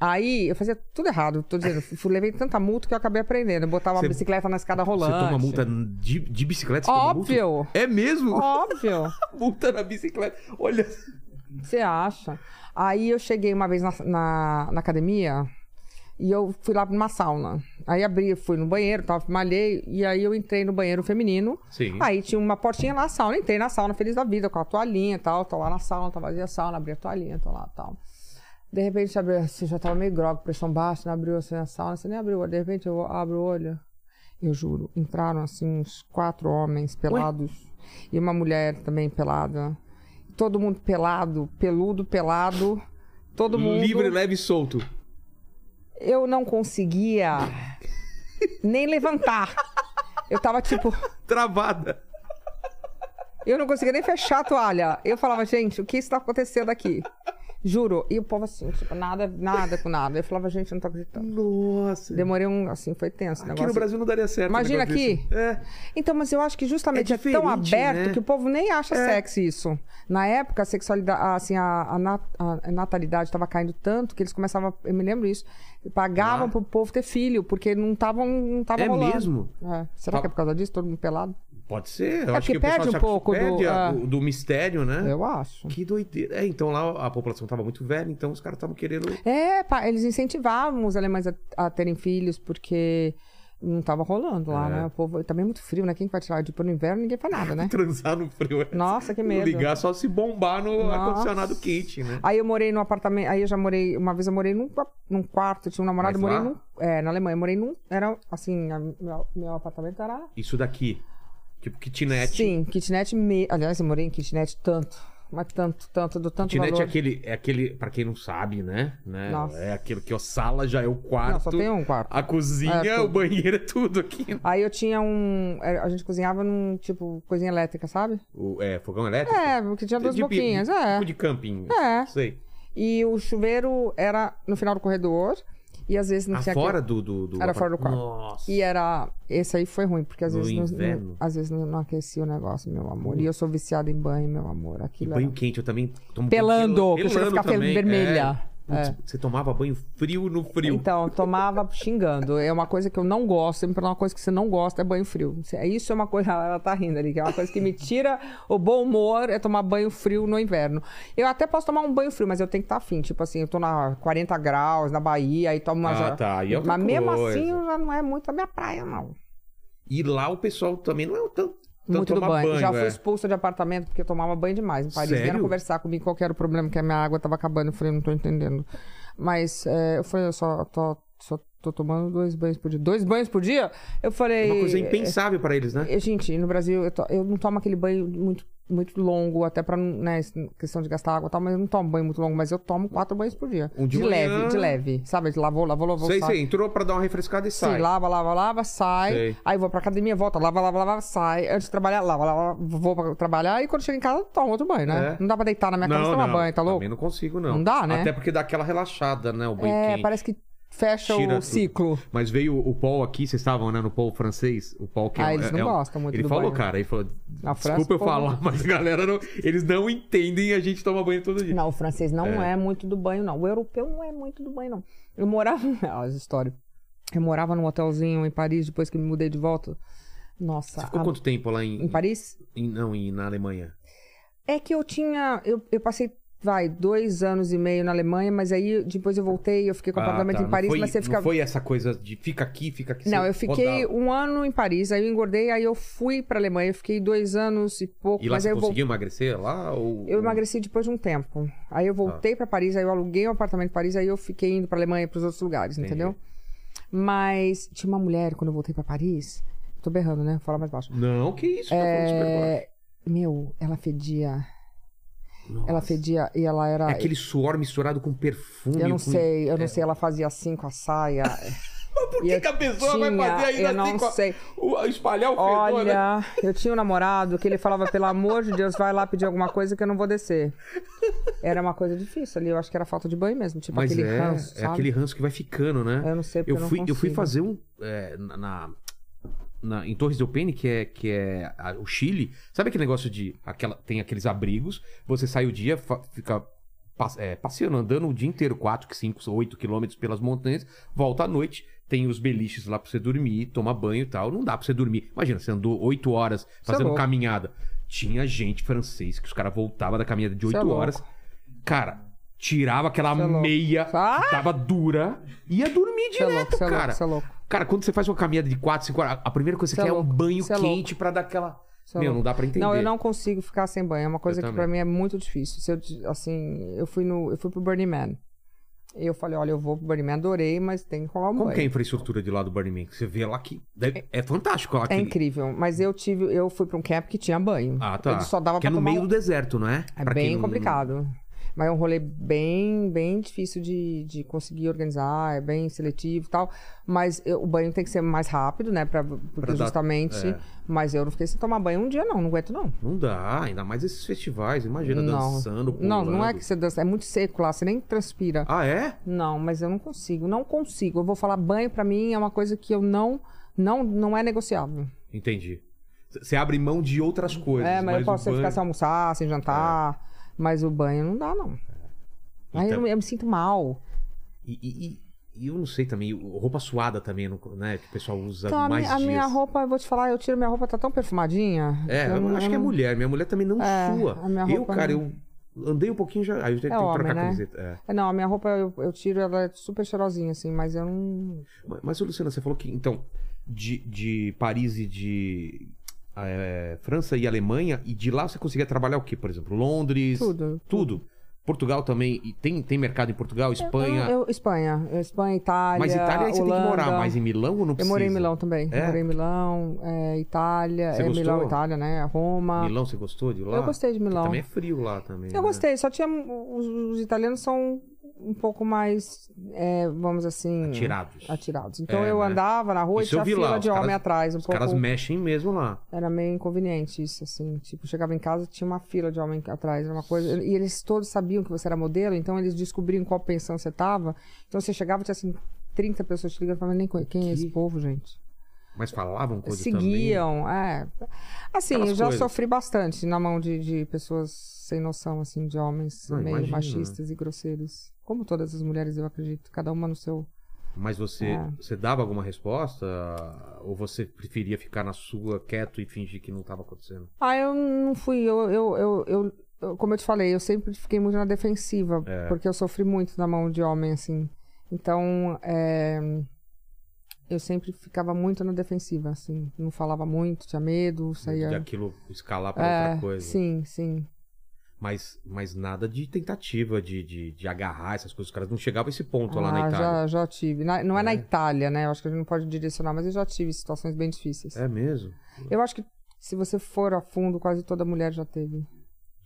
[SPEAKER 3] Aí eu fazia tudo errado, tô dizendo, fui, levei tanta multa que eu acabei aprendendo. Eu botava
[SPEAKER 1] Você-
[SPEAKER 3] a bicicleta na escada
[SPEAKER 1] você
[SPEAKER 3] rolante.
[SPEAKER 1] toma multa de, de bicicleta? Você Toma
[SPEAKER 3] Óbvio.
[SPEAKER 1] multa? É mesmo?
[SPEAKER 3] Óbvio.
[SPEAKER 1] Multa na bicicleta. Olha.
[SPEAKER 3] Você acha? Aí eu cheguei uma vez na, na, na academia E eu fui lá pra uma sauna. Aí abri, fui no banheiro, tava, malhei, e aí eu entrei no banheiro feminino.
[SPEAKER 1] Sim.
[SPEAKER 3] Aí tinha uma portinha na sauna, entrei na sauna, feliz da vida, com a toalhinha e tal. Tô lá na sauna, tá vazia a sauna, abri a toalhinha, tô lá e tal. De repente abriu, assim, já tava meio grogue, pressão baixa, não abriu assim a sauna, você nem abriu o olho. De repente eu abro o olho, eu juro, entraram assim uns quatro homens pelados e uma mulher também pelada. Todo mundo pelado, peludo, pelado, todo mundo.
[SPEAKER 1] Livre, né? leve e solto.
[SPEAKER 3] Eu não conseguia nem levantar. Eu tava tipo.
[SPEAKER 1] Travada.
[SPEAKER 3] Eu não conseguia nem fechar a toalha. Eu falava, gente, o que está acontecendo aqui? Juro. E o povo assim, tipo, nada, nada com nada. Eu falava, gente, eu não tô acreditando.
[SPEAKER 1] Nossa.
[SPEAKER 3] Demorei um, assim, foi tenso o
[SPEAKER 1] Aqui
[SPEAKER 3] negócio.
[SPEAKER 1] no Brasil não daria certo. um
[SPEAKER 3] Imagina
[SPEAKER 1] negócio
[SPEAKER 3] aqui.
[SPEAKER 1] desse. É.
[SPEAKER 3] Então, mas eu acho que justamente
[SPEAKER 1] É
[SPEAKER 3] é, tão
[SPEAKER 1] diferente,
[SPEAKER 3] aberto
[SPEAKER 1] né? É.
[SPEAKER 3] que o povo nem acha sexy isso. Na época, a sexualidade, a- assim, a, a nat- a natalidade estava caindo tanto que eles começavam, eu me lembro isso, pagavam
[SPEAKER 1] Ah.
[SPEAKER 3] pro povo ter filho, porque não estavam não tavam
[SPEAKER 1] É
[SPEAKER 3] rolando.
[SPEAKER 1] mesmo?
[SPEAKER 3] É. Será que é por causa disso? Todo mundo pelado?
[SPEAKER 1] Pode ser. Eu
[SPEAKER 3] É
[SPEAKER 1] acho que
[SPEAKER 3] porque
[SPEAKER 1] o pessoal
[SPEAKER 3] perde um
[SPEAKER 1] se
[SPEAKER 3] pouco do-
[SPEAKER 1] perde a-
[SPEAKER 3] é.
[SPEAKER 1] do, do mistério, né?
[SPEAKER 3] Eu acho.
[SPEAKER 1] Que doideira. É, então lá a população tava muito velha, então os caras estavam querendo.
[SPEAKER 3] É, pá, eles incentivavam os alemães a, a terem filhos, porque não tava rolando lá,
[SPEAKER 1] É.
[SPEAKER 3] né? O povo e também é muito frio, né? Quem que vai tirar de pôr no inverno, ninguém faz nada, né?
[SPEAKER 1] Transar no frio. é.
[SPEAKER 3] Nossa, que medo.
[SPEAKER 1] Ligar só se bombar no
[SPEAKER 3] Nossa.
[SPEAKER 1] ar-condicionado quente, né?
[SPEAKER 3] Aí eu morei num apartamento. Aí eu já morei. Uma vez eu morei num, qua- num quarto, tinha um namorado,
[SPEAKER 1] Mas
[SPEAKER 3] eu morei
[SPEAKER 1] lá?
[SPEAKER 3] num. É, na Alemanha, eu morei num. Era assim, a- meu, meu apartamento era.
[SPEAKER 1] Isso daqui. Tipo kitnet.
[SPEAKER 3] Sim, kitnet me... Aliás, eu morei em kitnet tanto. Mas tanto, tanto, do tanto
[SPEAKER 1] Kitnet
[SPEAKER 3] valor.
[SPEAKER 1] é aquele, é aquele, pra quem não sabe, né? né?
[SPEAKER 3] Nossa.
[SPEAKER 1] É aquele que a sala já é o
[SPEAKER 3] Não,
[SPEAKER 1] quarto,
[SPEAKER 3] só tem um quarto.
[SPEAKER 1] a cozinha,
[SPEAKER 3] É,
[SPEAKER 1] o
[SPEAKER 3] tudo.
[SPEAKER 1] banheiro, é tudo aqui.
[SPEAKER 3] Aí eu tinha um. é, A gente cozinhava num tipo cozinha elétrica, sabe?
[SPEAKER 1] O, é, fogão elétrico?
[SPEAKER 3] É, porque tinha duas
[SPEAKER 1] De- de-
[SPEAKER 3] boquinhas,
[SPEAKER 1] de-
[SPEAKER 3] é.
[SPEAKER 1] Tipo de camping.
[SPEAKER 3] É.
[SPEAKER 1] Sei.
[SPEAKER 3] E o chuveiro era no final do corredor. E às vezes não
[SPEAKER 1] Ah,
[SPEAKER 3] tinha.
[SPEAKER 1] fora
[SPEAKER 3] aquele-
[SPEAKER 1] do, do, do.
[SPEAKER 3] Era fora do quarto.
[SPEAKER 1] Nossa.
[SPEAKER 3] E era. Esse aí foi ruim, porque às
[SPEAKER 1] No
[SPEAKER 3] vezes, não-
[SPEAKER 1] inverno.
[SPEAKER 3] não, às vezes não, não aquecia o negócio, meu amor. E eu sou viciada em banho, meu amor.
[SPEAKER 1] E
[SPEAKER 3] Aquilo
[SPEAKER 1] banho
[SPEAKER 3] era- um
[SPEAKER 1] quente, eu também tomo banho
[SPEAKER 3] Pelando,
[SPEAKER 1] pela-
[SPEAKER 3] que eu chego a ficar fel-
[SPEAKER 1] também,
[SPEAKER 3] vermelha.
[SPEAKER 1] é. Putz, Você tomava banho frio no frio.
[SPEAKER 3] Então, eu tomava xingando. É uma coisa que eu não gosto. Sempre uma coisa que você não gosta é banho frio. Isso- Isso é uma coisa. Ela tá rindo ali, que é uma coisa que me tira o bom humor é tomar banho frio no inverno. Eu até posso tomar um banho frio, mas eu tenho que estar afim. Tipo assim, eu tô na 40 graus, na Bahia, aí tomo uma.
[SPEAKER 1] Ah,
[SPEAKER 3] já-
[SPEAKER 1] tá. Aí é outra
[SPEAKER 3] mas mesmo
[SPEAKER 1] coisa.
[SPEAKER 3] assim, já não é muito a minha praia, não.
[SPEAKER 1] E lá o pessoal também não é o tanto. tanto
[SPEAKER 3] muito do
[SPEAKER 1] tomar
[SPEAKER 3] banho. Já
[SPEAKER 1] é.
[SPEAKER 3] fui expulsa de apartamento porque eu tomava banho demais. Em Paris
[SPEAKER 1] Sério?
[SPEAKER 3] vieram conversar comigo qual que era o problema, que a minha água tava acabando. Eu falei, não tô entendendo. Mas é, eu falei, eu só tô, só tô tomando dois banhos por dia. Dois banhos por dia? Eu falei.
[SPEAKER 1] É Uma coisa impensável pra eles, né?
[SPEAKER 3] eh, Gente, no Brasil eu, to- eu não tomo aquele banho muito, muito longo, até pra não- né, esse- questão de gastar água e tal, mas eu não tomo banho muito longo, mas eu tomo quatro banhos por dia.
[SPEAKER 1] Um de
[SPEAKER 3] de
[SPEAKER 1] manhã-
[SPEAKER 3] leve, de leve. Sabe? De lavou, lavou, lavou.
[SPEAKER 1] Sei,
[SPEAKER 3] sai.
[SPEAKER 1] sei. Entrou pra dar uma refrescada e sai.
[SPEAKER 3] Sim, lava, lava, lava, sai.
[SPEAKER 1] Sei.
[SPEAKER 3] Aí vou pra academia, volta, lava, lava, lava, sai. Antes de trabalhar, lava, lava, vou pra trabalhar. E quando chego em casa, tomo outro banho, né?
[SPEAKER 1] É.
[SPEAKER 3] Não dá pra deitar na minha cama e tomar banho, tá louco?
[SPEAKER 1] Também não consigo, não.
[SPEAKER 3] Não dá, né?
[SPEAKER 1] Até porque dá aquela relaxada, né? O banho
[SPEAKER 3] É,
[SPEAKER 1] quente.
[SPEAKER 3] parece que fecha
[SPEAKER 1] Tira
[SPEAKER 3] o
[SPEAKER 1] tudo. [LAUGHS]
[SPEAKER 3] ciclo.
[SPEAKER 1] Mas veio o Paul aqui, vocês estavam, né? No Paul francês. O Paul que é,
[SPEAKER 3] Ah,
[SPEAKER 1] um-
[SPEAKER 3] eles não
[SPEAKER 1] é um-
[SPEAKER 3] gostam muito
[SPEAKER 1] Ele
[SPEAKER 3] do
[SPEAKER 1] falou,
[SPEAKER 3] banho.
[SPEAKER 1] cara, ele falou.
[SPEAKER 3] Na França,
[SPEAKER 1] Desculpa eu
[SPEAKER 3] o povo-
[SPEAKER 1] falar, mas a galera não. Eles não entendem a gente toma banho todo dia.
[SPEAKER 3] Não, o francês não é. muito do banho, não. O europeu não é muito do banho, não. Eu morava. [LAUGHS] Ah, as histórias. Eu morava num hotelzinho em Paris, depois que me mudei de volta. Nossa.
[SPEAKER 1] Você ficou
[SPEAKER 3] a-
[SPEAKER 1] quanto tempo lá em.
[SPEAKER 3] Em Paris?
[SPEAKER 1] em- não, em, na Alemanha.
[SPEAKER 3] É que eu tinha. Eu, eu passei, vai, dois anos e meio na Alemanha, mas aí depois eu voltei, eu fiquei com apartamento
[SPEAKER 1] Ah, tá.
[SPEAKER 3] em Paris,
[SPEAKER 1] não foi,
[SPEAKER 3] mas você
[SPEAKER 1] não
[SPEAKER 3] fica.
[SPEAKER 1] foi essa coisa de fica aqui, fica aqui.
[SPEAKER 3] Não,
[SPEAKER 1] você
[SPEAKER 3] eu fiquei
[SPEAKER 1] rodava.
[SPEAKER 3] um ano em Paris, aí eu engordei, aí eu fui pra Alemanha, eu fiquei dois anos e pouco,
[SPEAKER 1] E lá
[SPEAKER 3] mas
[SPEAKER 1] você
[SPEAKER 3] aí eu voltei.
[SPEAKER 1] conseguiu emagrecer lá? Ou...
[SPEAKER 3] Eu emagreci depois de um tempo. Aí eu
[SPEAKER 1] Ah.
[SPEAKER 3] voltei pra Paris, aí eu aluguei um apartamento em Paris, aí eu fiquei indo pra Alemanha e pros outros lugares,
[SPEAKER 1] Entendi.
[SPEAKER 3] entendeu? Mas tinha uma mulher quando eu voltei pra Paris. Tô berrando, né? Vou falar mais baixo.
[SPEAKER 1] Não, que isso, tá falando super baixo.
[SPEAKER 3] É, Meu, ela fedia.
[SPEAKER 1] Nossa.
[SPEAKER 3] Ela fedia e ela era.
[SPEAKER 1] É aquele suor misturado com perfume.
[SPEAKER 3] Eu não
[SPEAKER 1] com-
[SPEAKER 3] sei, eu não sei. Ela fazia assim com
[SPEAKER 1] [LAUGHS]
[SPEAKER 3] a saia.
[SPEAKER 1] Por
[SPEAKER 3] E
[SPEAKER 1] que,
[SPEAKER 3] eu
[SPEAKER 1] que a pessoa vai
[SPEAKER 3] tinha-
[SPEAKER 1] fazer ainda
[SPEAKER 3] eu não
[SPEAKER 1] assim com a- [LAUGHS]
[SPEAKER 3] sei.
[SPEAKER 1] o- espalhar o fedor, né?
[SPEAKER 3] Olha, eu tinha um namorado que ele falava, pelo amor de Deus, vai lá pedir alguma coisa que eu não vou descer. Era uma coisa difícil ali, eu acho que era falta de banho mesmo, tipo
[SPEAKER 1] Mas
[SPEAKER 3] aquele
[SPEAKER 1] é, é
[SPEAKER 3] ranço, sabe? É.
[SPEAKER 1] aquele ranço que vai ficando, né?
[SPEAKER 3] Eu não sei porque
[SPEAKER 1] Eu
[SPEAKER 3] eu não
[SPEAKER 1] fui, eu fui
[SPEAKER 3] consigo.
[SPEAKER 1] fazer um. é, na, na- na- em Torres del Paine, que é, que é a- o Chile, sabe aquele negócio de. Aquela, tem aqueles abrigos, você sai o dia, fa- fica pas- é, passeando, andando o dia inteiro, 4, 5, 8 quilômetros pelas montanhas, volta à noite, tem os beliches lá pra você dormir, tomar banho e tal. Não dá pra você dormir. Imagina, você andou 8 horas
[SPEAKER 3] é
[SPEAKER 1] fazendo
[SPEAKER 3] louco.
[SPEAKER 1] caminhada. Tinha gente francês que os caras voltavam da caminhada de
[SPEAKER 3] Isso é
[SPEAKER 1] 8
[SPEAKER 3] louco.
[SPEAKER 1] horas. Cara, tirava aquela
[SPEAKER 3] Cê é louco.
[SPEAKER 1] meia
[SPEAKER 3] Ah!
[SPEAKER 1] que tava dura e ia dormir
[SPEAKER 3] Cê é louco,
[SPEAKER 1] direto,
[SPEAKER 3] cê é louco,
[SPEAKER 1] cara.
[SPEAKER 3] cê é louco.
[SPEAKER 1] Cara, quando você faz uma caminhada de 4, 5 horas, a primeira coisa que
[SPEAKER 3] Cê
[SPEAKER 1] você quer
[SPEAKER 3] é
[SPEAKER 1] é um
[SPEAKER 3] louco,
[SPEAKER 1] banho
[SPEAKER 3] cê é louco.
[SPEAKER 1] quente pra dar aquela.
[SPEAKER 3] Cê é
[SPEAKER 1] Meu, não
[SPEAKER 3] louco.
[SPEAKER 1] dá pra entender.
[SPEAKER 3] Não, eu não consigo ficar sem banho. É uma coisa
[SPEAKER 1] Eu
[SPEAKER 3] que
[SPEAKER 1] também.
[SPEAKER 3] pra mim é muito difícil. Se eu, te- assim, eu fui no, eu fui pro Burning Man. E eu falei, olha, eu vou pro Burning Man, adorei, mas tem que rolar um
[SPEAKER 1] Como
[SPEAKER 3] banho.
[SPEAKER 1] que é a infraestrutura de lá do Burning Man? Que Você vê lá que. deve- É fantástico lá.
[SPEAKER 3] É
[SPEAKER 1] aquele-
[SPEAKER 3] incrível, mas eu tive, eu fui pra um camp que tinha banho.
[SPEAKER 1] Ah, tá.
[SPEAKER 3] Ele só dava
[SPEAKER 1] que é
[SPEAKER 3] pra
[SPEAKER 1] no
[SPEAKER 3] tomar
[SPEAKER 1] meio
[SPEAKER 3] um-
[SPEAKER 1] do deserto, não é?
[SPEAKER 3] É
[SPEAKER 1] Pra quem
[SPEAKER 3] bem
[SPEAKER 1] não-
[SPEAKER 3] complicado. Mas é um rolê bem, bem difícil de, de conseguir organizar, é bem seletivo e tal. Mas eu- o banho tem que ser mais rápido, né? Pra, porque
[SPEAKER 1] Pra dar-
[SPEAKER 3] justamente.
[SPEAKER 1] é.
[SPEAKER 3] Mas eu não fiquei sem tomar banho um dia, não, não aguento, não.
[SPEAKER 1] Não dá, ainda mais esses festivais. Imagina
[SPEAKER 3] Não.
[SPEAKER 1] dançando, pulando.
[SPEAKER 3] Não, não é que você dança, é muito seco lá, você nem transpira.
[SPEAKER 1] Ah, é?
[SPEAKER 3] Não, mas eu não consigo, não consigo. Eu vou falar banho pra mim é uma coisa que eu não, não, não é negociável.
[SPEAKER 1] Entendi. C- Você abre mão de outras coisas.
[SPEAKER 3] é, mas eu
[SPEAKER 1] o É.
[SPEAKER 3] posso
[SPEAKER 1] banho-
[SPEAKER 3] ficar sem almoçar, sem jantar, mas o banho não dá não. Aí eu,
[SPEAKER 1] Então-
[SPEAKER 3] eu me sinto mal.
[SPEAKER 1] E, e- e- e eu não sei também, o- roupa suada também, não- né? Que o pessoal usa
[SPEAKER 3] Então, a, mi-
[SPEAKER 1] mais
[SPEAKER 3] a
[SPEAKER 1] dias.
[SPEAKER 3] minha roupa, eu vou te falar, eu tiro minha roupa, tá tão perfumadinha.
[SPEAKER 1] É, eu
[SPEAKER 3] não-
[SPEAKER 1] acho que é
[SPEAKER 3] não-
[SPEAKER 1] mulher. Minha mulher também não
[SPEAKER 3] Hum. É,
[SPEAKER 1] sua.
[SPEAKER 3] a minha
[SPEAKER 1] Eu,
[SPEAKER 3] roupa
[SPEAKER 1] cara,
[SPEAKER 3] não-
[SPEAKER 1] eu andei um pouquinho já. Aí eu tenho que
[SPEAKER 3] homem,
[SPEAKER 1] trocar a
[SPEAKER 3] né?
[SPEAKER 1] camiseta. É.
[SPEAKER 3] É, Não, a minha roupa eu, eu tiro, ela é super cheirosinha, assim, mas eu não.
[SPEAKER 1] Mas, mas, ô, Luciana, você falou que, então, de, de Paris e de ah, é, França e Alemanha, e de lá você conseguia trabalhar o quê? Por exemplo, Londres?
[SPEAKER 3] Tudo.
[SPEAKER 1] Tudo. Portugal também. E tem, tem mercado em Portugal, Espanha.
[SPEAKER 3] Eu- eu- Espanha. Espanha, Itália.
[SPEAKER 1] mas Itália aí você tem que
[SPEAKER 3] Holanda.
[SPEAKER 1] morar mais em Milão ou não
[SPEAKER 3] Eu
[SPEAKER 1] precisa?
[SPEAKER 3] morei em Milão também.
[SPEAKER 1] É?
[SPEAKER 3] Eu morei em Milão, é, Itália.
[SPEAKER 1] Você
[SPEAKER 3] é Milão,
[SPEAKER 1] gostou?
[SPEAKER 3] Itália, né? Roma.
[SPEAKER 1] Milão, você gostou de lá?
[SPEAKER 3] Eu gostei de
[SPEAKER 1] Porque
[SPEAKER 3] Milão.
[SPEAKER 1] Também é frio lá também.
[SPEAKER 3] Eu
[SPEAKER 1] né?
[SPEAKER 3] gostei, só tinha. um, Os, os italianos são um pouco mais, é, vamos assim.
[SPEAKER 1] Atirados.
[SPEAKER 3] Atirados. Então
[SPEAKER 1] É,
[SPEAKER 3] eu
[SPEAKER 1] né?
[SPEAKER 3] andava na rua
[SPEAKER 1] Isso
[SPEAKER 3] e
[SPEAKER 1] eu vi
[SPEAKER 3] tinha fila
[SPEAKER 1] lá, os
[SPEAKER 3] de homem
[SPEAKER 1] caras-
[SPEAKER 3] atrás. Um
[SPEAKER 1] Os
[SPEAKER 3] pouco...
[SPEAKER 1] caras mexem mesmo lá.
[SPEAKER 3] Era meio inconveniente isso, assim. Tipo, chegava em casa tinha uma fila de homem atrás, era uma coisa. E eles todos sabiam que você era modelo, então eles descobriam em qual pensão você tava. Então você chegava, tinha assim, 30 pessoas te ligando, eu falava, nem conhe- quem é esse
[SPEAKER 1] Que
[SPEAKER 3] povo, gente?
[SPEAKER 1] Mas falavam coisa também.
[SPEAKER 3] Seguiam, é. Assim,
[SPEAKER 1] Aquelas
[SPEAKER 3] eu já
[SPEAKER 1] coisas.
[SPEAKER 3] sofri bastante na mão de, de pessoas sem noção, assim, de homens
[SPEAKER 1] Não,
[SPEAKER 3] meio
[SPEAKER 1] imagino,
[SPEAKER 3] machistas e grosseiros. Como todas as mulheres, eu acredito, cada uma no seu.
[SPEAKER 1] Mas você,
[SPEAKER 3] É.
[SPEAKER 1] você dava alguma resposta? Ou você preferia ficar na sua, quieto e fingir que não estava acontecendo?
[SPEAKER 3] Ah, eu não fui. Eu, eu, eu, eu- eu- como eu te falei, eu sempre fiquei muito na defensiva,
[SPEAKER 1] É.
[SPEAKER 3] porque eu sofri muito na mão de homem, assim. Então, é, eu sempre ficava muito na defensiva, assim. Não falava muito, tinha medo, saía.
[SPEAKER 1] De aquilo escalar para
[SPEAKER 3] é,
[SPEAKER 1] outra coisa.
[SPEAKER 3] sim, sim.
[SPEAKER 1] Mas, mas nada de tentativa de, de, de agarrar essas coisas. Os caras não chegavam a esse ponto lá na
[SPEAKER 3] Ah,
[SPEAKER 1] Itália.
[SPEAKER 3] já, já tive. Na- não é, na
[SPEAKER 1] É?
[SPEAKER 3] Itália, né? Eu acho que a gente não pode direcionar, mas eu já tive situações bem difíceis.
[SPEAKER 1] É mesmo?
[SPEAKER 3] Eu acho que se você for a fundo, quase toda mulher já teve.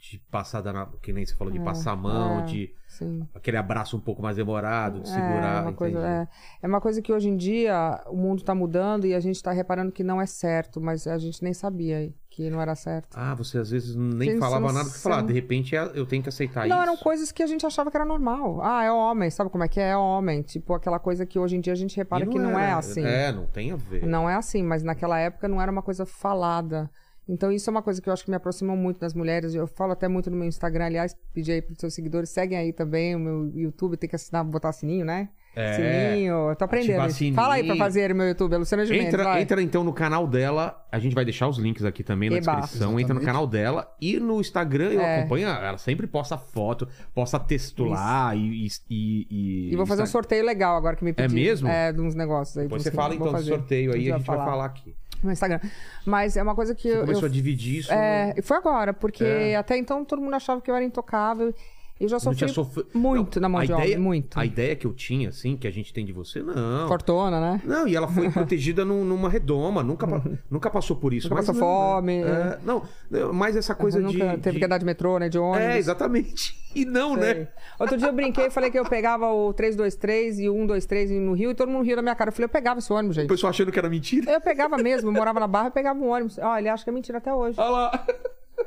[SPEAKER 1] De passada na. Que nem você falou, de passar a mão,
[SPEAKER 3] é.
[SPEAKER 1] de
[SPEAKER 3] Sim.
[SPEAKER 1] aquele abraço um pouco mais demorado, de segurar.
[SPEAKER 3] É uma, coisa,
[SPEAKER 1] entendi.
[SPEAKER 3] é, é uma coisa que hoje em dia o mundo está mudando e a gente está reparando que não é certo, mas a gente nem sabia que não era certo.
[SPEAKER 1] Ah, você às vezes nem
[SPEAKER 3] Você não-
[SPEAKER 1] falava
[SPEAKER 3] você não-
[SPEAKER 1] nada que falava.
[SPEAKER 3] você
[SPEAKER 1] De
[SPEAKER 3] não-
[SPEAKER 1] repente é- eu tenho que aceitar
[SPEAKER 3] não, um
[SPEAKER 1] isso.
[SPEAKER 3] eram coisas que a gente achava que era normal. Ah, é homem, sabe como é que é? É homem. Tipo, aquela coisa que hoje em dia a gente repara
[SPEAKER 1] E
[SPEAKER 3] que não é
[SPEAKER 1] era.
[SPEAKER 3] assim.
[SPEAKER 1] É, não tem a ver.
[SPEAKER 3] Não é assim, mas naquela época não era uma coisa falada. Então isso é uma coisa que eu acho que me aproximou muito das mulheres. Eu falo até muito no meu Instagram, aliás, pedi aí para os seus seguidores, seguem aí também o meu YouTube, tem que assinar, botar sininho, né?
[SPEAKER 1] É.
[SPEAKER 3] Sininho, eu tô aprendendo.
[SPEAKER 1] Ativar
[SPEAKER 3] isso.
[SPEAKER 1] sininho.
[SPEAKER 3] Fala aí para fazer meu YouTube, é Luciana Gimenez,
[SPEAKER 1] Entra,
[SPEAKER 3] vai.
[SPEAKER 1] entra então no canal dela. A gente vai deixar os links aqui também na
[SPEAKER 3] Eba.
[SPEAKER 1] descrição. Entra no
[SPEAKER 2] Exatamente.
[SPEAKER 1] canal dela e no Instagram eu
[SPEAKER 3] É.
[SPEAKER 1] acompanho. Ela sempre posta foto, posta texto lá e. E, e,
[SPEAKER 3] E vou fazer um
[SPEAKER 1] Instagram.
[SPEAKER 3] sorteio legal agora que me pediram.
[SPEAKER 1] mesmo?
[SPEAKER 3] É, de uns negócios aí.
[SPEAKER 1] Depois
[SPEAKER 3] de
[SPEAKER 1] você
[SPEAKER 3] uns
[SPEAKER 1] fala
[SPEAKER 3] que eu vou
[SPEAKER 1] então do
[SPEAKER 3] fazer.
[SPEAKER 1] sorteio aí,
[SPEAKER 3] gente
[SPEAKER 1] a gente vai falar aqui.
[SPEAKER 3] No Instagram. Mas é uma coisa que
[SPEAKER 1] Você
[SPEAKER 3] eu- eu
[SPEAKER 1] começou a dividir isso. né?
[SPEAKER 3] É, e foi agora, porque
[SPEAKER 1] É.
[SPEAKER 3] até então todo mundo achava que eu era intocável. Eu já
[SPEAKER 1] não
[SPEAKER 3] sofri
[SPEAKER 1] tinha sofrido.
[SPEAKER 3] muito
[SPEAKER 1] Não,
[SPEAKER 3] na mão
[SPEAKER 1] a
[SPEAKER 3] de homem,
[SPEAKER 1] ideia-
[SPEAKER 3] muito.
[SPEAKER 1] A ideia que eu tinha, assim, que a gente tem de você, não.
[SPEAKER 3] Fortona, né?
[SPEAKER 1] Não, e ela
[SPEAKER 3] [LAUGHS]
[SPEAKER 1] foi protegida num- numa redoma, nunca, pa- nunca passou por isso.
[SPEAKER 3] Uhum. Nunca
[SPEAKER 1] mas
[SPEAKER 3] passou
[SPEAKER 1] não,
[SPEAKER 3] fome. né? Uhum,
[SPEAKER 1] é, não, mas essa coisa de.
[SPEAKER 3] nunca teve
[SPEAKER 1] de-
[SPEAKER 3] que andar de metrô, né? De ônibus.
[SPEAKER 1] É, exatamente. [LAUGHS] E não,
[SPEAKER 3] Sei.
[SPEAKER 1] né?
[SPEAKER 3] Outro dia eu brinquei e falei que eu pegava o 323 e o 123 no Rio e todo mundo riu da minha cara. Eu falei, eu pegava esse ônibus,
[SPEAKER 1] O
[SPEAKER 3] gente.
[SPEAKER 1] pessoal achando que era mentira.
[SPEAKER 3] Eu pegava mesmo, eu morava na Barra, eu pegava um ônibus. Ó, ele acha que é mentira até hoje.
[SPEAKER 1] Olha lá.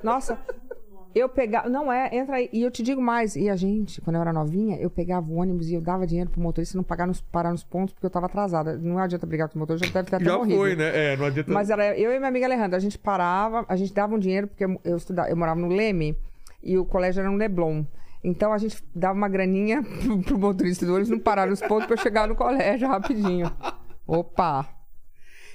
[SPEAKER 3] Nossa, eu pegava. Não é, entra aí. E eu te digo mais. E a gente, quando eu era novinha, eu pegava o ônibus e eu dava dinheiro pro motorista não pagar nos, parar nos pontos porque eu tava atrasada. Não adianta brigar com o motorista, já deve ter
[SPEAKER 1] [LAUGHS]
[SPEAKER 3] até
[SPEAKER 1] Já
[SPEAKER 3] morrido.
[SPEAKER 1] foi, né? É, não adianta.
[SPEAKER 3] tá Mas era eu e minha amiga Alejandra, a gente parava, a gente dava um dinheiro, porque eu estudava, eu morava no Leme e o colégio era no Leblon. Então a gente dava uma graninha [LAUGHS] pro, pro motorista do ônibus não parar nos pontos pra eu chegar no colégio rapidinho. Opa!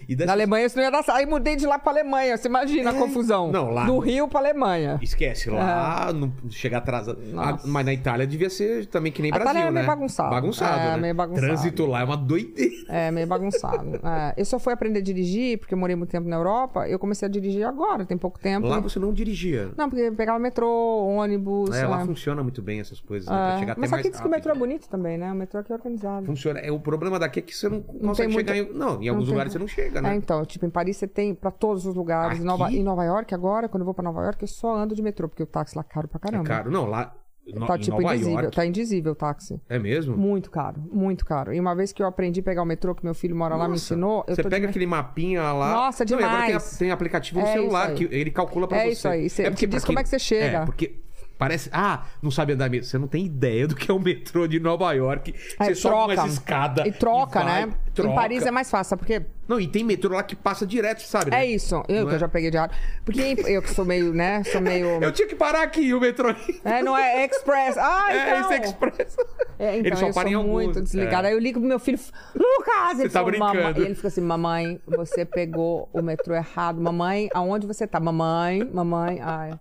[SPEAKER 1] E dessas-
[SPEAKER 3] Na Alemanha isso não ia dar certo. Aí mudei de lá pra Alemanha, você imagina a confusão.
[SPEAKER 1] Não, lá-
[SPEAKER 3] Do Rio pra Alemanha.
[SPEAKER 1] Esquece, lá não chegar atrasado.
[SPEAKER 3] É. Nossa.
[SPEAKER 1] Ah, Mas na Itália devia ser também que nem
[SPEAKER 3] A Itália
[SPEAKER 1] Brasil,
[SPEAKER 3] é
[SPEAKER 1] né?
[SPEAKER 3] meio bagunçado.
[SPEAKER 1] Bagunçado,
[SPEAKER 3] É,
[SPEAKER 1] né?
[SPEAKER 3] meio bagunçado.
[SPEAKER 1] Trânsito lá é uma doideira.
[SPEAKER 3] É, meio bagunçado. É, eu só fui aprender a dirigir, porque eu morei muito tempo na Europa. Eu comecei a dirigir agora, tem pouco tempo.
[SPEAKER 1] Lá você não dirigia.
[SPEAKER 3] É um Não, porque eu pegava metrô, ônibus.
[SPEAKER 1] É, lá
[SPEAKER 3] é.
[SPEAKER 1] funciona muito bem essas coisas, né? Pra
[SPEAKER 3] É,
[SPEAKER 1] chegar até
[SPEAKER 3] Mas
[SPEAKER 1] mais
[SPEAKER 3] aqui diz que o metrô é
[SPEAKER 1] rápido.
[SPEAKER 3] bonito também, né? O metrô aqui é organizado.
[SPEAKER 1] Funciona. É, o problema daqui é que você não consegue
[SPEAKER 3] tem
[SPEAKER 1] chegar em... Não, em alguns
[SPEAKER 3] tem.
[SPEAKER 1] lugares você não chega,
[SPEAKER 3] É,
[SPEAKER 1] né?
[SPEAKER 3] então, tipo, em Paris você tem pra todos os lugares. Em
[SPEAKER 1] Aqui?
[SPEAKER 3] Nova, em Nova York, agora, quando eu vou pra Nova York, eu só ando de metrô, porque o táxi lá é caro pra
[SPEAKER 1] É
[SPEAKER 3] caramba.
[SPEAKER 1] caro. Não, lá no,
[SPEAKER 3] Tá
[SPEAKER 1] em
[SPEAKER 3] tipo
[SPEAKER 1] Nova
[SPEAKER 3] indizível,
[SPEAKER 1] York.
[SPEAKER 3] tá indizível o táxi.
[SPEAKER 1] É mesmo?
[SPEAKER 3] Muito caro, muito caro. E uma vez que eu aprendi a pegar o metrô, que meu filho mora lá, me
[SPEAKER 1] Nossa.
[SPEAKER 3] ensinou, eu
[SPEAKER 1] Você
[SPEAKER 3] tô de
[SPEAKER 1] pega
[SPEAKER 3] me-
[SPEAKER 1] aquele mapinha lá.
[SPEAKER 3] Nossa,
[SPEAKER 1] Não, e agora tem, a-
[SPEAKER 3] demais.
[SPEAKER 1] tem aplicativo no
[SPEAKER 3] É isso
[SPEAKER 1] celular
[SPEAKER 3] aí.
[SPEAKER 1] que ele calcula pra
[SPEAKER 3] É
[SPEAKER 1] você.
[SPEAKER 3] isso aí. Você- te
[SPEAKER 1] pra
[SPEAKER 3] diz como é que você chega.
[SPEAKER 1] É, porque parece. Ah, não sabe andar mesmo. Você não tem ideia do que é o metrô de Nova York.
[SPEAKER 3] Aí
[SPEAKER 1] você sobe
[SPEAKER 3] É, troca.
[SPEAKER 1] umas escadas.
[SPEAKER 3] E troca,
[SPEAKER 1] vai,
[SPEAKER 3] né?
[SPEAKER 1] Troca.
[SPEAKER 3] Em Paris é mais fácil, sabe por quê?
[SPEAKER 1] Não, e tem metrô lá que passa direto, sabe?
[SPEAKER 3] É
[SPEAKER 1] né?
[SPEAKER 3] isso, eu
[SPEAKER 1] Não
[SPEAKER 3] que
[SPEAKER 1] é?
[SPEAKER 3] eu já peguei de ar. Porque em- eu que sou meio, né? Sou meio.
[SPEAKER 1] [LAUGHS] Eu tinha que parar aqui o metrô.
[SPEAKER 3] É, não é Express. [LAUGHS] Ah,
[SPEAKER 1] É,
[SPEAKER 3] então.
[SPEAKER 1] esse Express.
[SPEAKER 3] É, então,
[SPEAKER 1] Ele só
[SPEAKER 3] eu
[SPEAKER 1] para em
[SPEAKER 3] sou
[SPEAKER 1] alguns.
[SPEAKER 3] muito desligada.
[SPEAKER 1] É.
[SPEAKER 3] Aí eu ligo pro meu filho, Lucas! Ele
[SPEAKER 1] tá
[SPEAKER 3] falou, "Mamãe-"
[SPEAKER 1] brincando.
[SPEAKER 3] E ele fica assim, mamãe, você pegou o metrô errado. Mamãe, aonde você tá? Mamãe, mamãe, ai.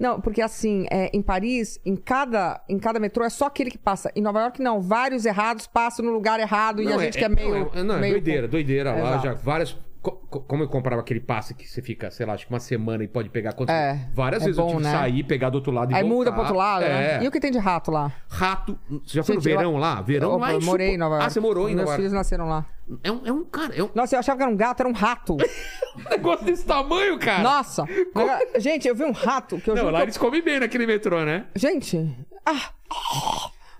[SPEAKER 3] Não, porque assim, é, em Paris, em cada, em cada metrô é só aquele que passa. Em Nova York, não. Vários errados passam no lugar errado e a
[SPEAKER 1] Não,
[SPEAKER 3] gente que é meio...
[SPEAKER 1] Não, é, não, é
[SPEAKER 3] meio-
[SPEAKER 1] doideira, doideira lá.
[SPEAKER 3] Exato.
[SPEAKER 1] Já várias. co- co- Como eu comprava aquele passe que você fica, sei lá, acho que uma semana e pode pegar quantas.
[SPEAKER 3] É,
[SPEAKER 1] várias
[SPEAKER 3] é
[SPEAKER 1] vezes eu
[SPEAKER 3] bom,
[SPEAKER 1] tive que
[SPEAKER 3] né?
[SPEAKER 1] sair, pegar do outro lado e
[SPEAKER 3] Aí
[SPEAKER 1] voltar.
[SPEAKER 3] muda pro outro lado,
[SPEAKER 1] é.
[SPEAKER 3] né? E o que tem de rato lá?
[SPEAKER 1] Rato. Você já foi no
[SPEAKER 3] Gente, eu-
[SPEAKER 1] verão lá? Verão
[SPEAKER 3] eu,
[SPEAKER 1] lá é
[SPEAKER 3] eu morei
[SPEAKER 1] insupo-
[SPEAKER 3] em Nova York.
[SPEAKER 1] Ah, você morou em
[SPEAKER 3] Meus
[SPEAKER 1] Nova York.
[SPEAKER 3] filhos nasceram lá.
[SPEAKER 1] É um, é um cara, é um [LAUGHS]
[SPEAKER 3] Nossa, eu achava que era um gato, era um rato.
[SPEAKER 1] negócio desse tamanho, [LAUGHS] cara.
[SPEAKER 3] Nossa! Agora- gente, eu vi um rato que eu
[SPEAKER 1] Não,
[SPEAKER 3] juro
[SPEAKER 1] lá
[SPEAKER 3] que eu
[SPEAKER 1] eles comem bem naquele metrô, né?
[SPEAKER 3] Gente, ah!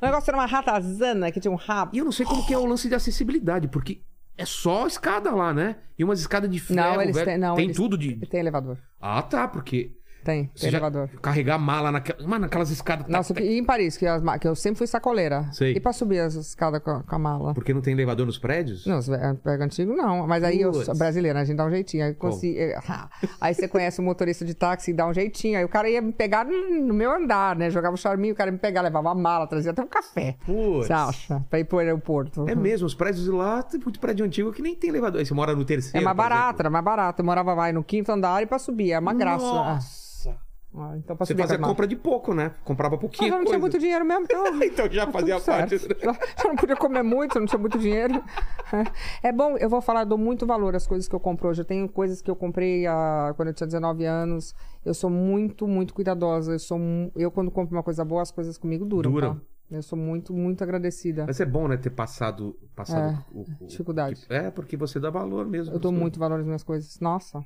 [SPEAKER 3] O negócio era uma ratazana que tinha um rabo.
[SPEAKER 1] E eu não sei como que é o lance de acessibilidade, porque é só escada lá, né? E umas escadas de ferro,
[SPEAKER 3] Não, eles
[SPEAKER 1] velho.
[SPEAKER 3] têm. Não,
[SPEAKER 1] é, tem
[SPEAKER 3] eles-
[SPEAKER 1] tudo de...
[SPEAKER 3] Tem elevador.
[SPEAKER 1] Ah, tá, porque...
[SPEAKER 3] Tem, tem
[SPEAKER 1] Você já
[SPEAKER 3] elevador.
[SPEAKER 1] carregar mala naquela... Mano, naquelas escadas...
[SPEAKER 3] Nossa,
[SPEAKER 1] tac,
[SPEAKER 3] que- e em Paris, que, as ma- que eu sempre fui sacoleira.
[SPEAKER 1] Sei.
[SPEAKER 3] E pra subir as escadas com, a- com a mala?
[SPEAKER 1] Porque não tem elevador nos prédios?
[SPEAKER 3] Não, os ve- pega antigo não. Mas aí eu
[SPEAKER 1] Putz.
[SPEAKER 3] sou brasileira, a gente dá um jeitinho. Aí, eu
[SPEAKER 1] Como?
[SPEAKER 3] consi- eh, ah, aí você conhece o motorista de táxi e dá um jeitinho. Aí o cara ia me pegar no no meu andar, né? Jogava o charminho, o cara ia me pegar, levava a mala, trazia até um café.
[SPEAKER 1] Putz.
[SPEAKER 3] Você acha? Pra ir pro aeroporto.
[SPEAKER 1] É mesmo, os prédios lá, tem muito prédio antigo que nem tem elevador. Aí você mora no terceiro,
[SPEAKER 3] É mais
[SPEAKER 1] por exemplo.
[SPEAKER 3] barato, era mais barato. Eu morava mais no quinto andar e pra subir, é uma graça.
[SPEAKER 1] Nossa!
[SPEAKER 3] Ah, então pra
[SPEAKER 1] Você
[SPEAKER 3] subir
[SPEAKER 1] fazia
[SPEAKER 3] com a mala.
[SPEAKER 1] compra de pouco, né? Comprava
[SPEAKER 3] Mas
[SPEAKER 1] pouquinho.
[SPEAKER 3] eu não
[SPEAKER 1] coisa.
[SPEAKER 3] tinha
[SPEAKER 1] [LAUGHS]
[SPEAKER 3] muito dinheiro mesmo, então.
[SPEAKER 1] Então já fazia
[SPEAKER 3] tudo certo.
[SPEAKER 1] parte. né?
[SPEAKER 3] [LAUGHS] Eu não podia comer muito, eu não tinha muito dinheiro. [LAUGHS] É bom, eu vou falar, eu dou muito valor às coisas que eu compro hoje. Eu tenho coisas que eu comprei ah, quando eu tinha 19 anos. Eu sou muito, muito cuidadosa. Eu, sou, mu- eu quando compro uma coisa boa, as coisas comigo duram.
[SPEAKER 1] Duram.
[SPEAKER 3] tá? Eu sou muito, muito agradecida.
[SPEAKER 1] Mas é bom, né, ter passado, passado o, o-
[SPEAKER 3] É, dificuldade.
[SPEAKER 1] que- É, porque você dá valor mesmo.
[SPEAKER 3] Eu dou
[SPEAKER 1] Você-
[SPEAKER 3] muito valor às minhas coisas. Nossa,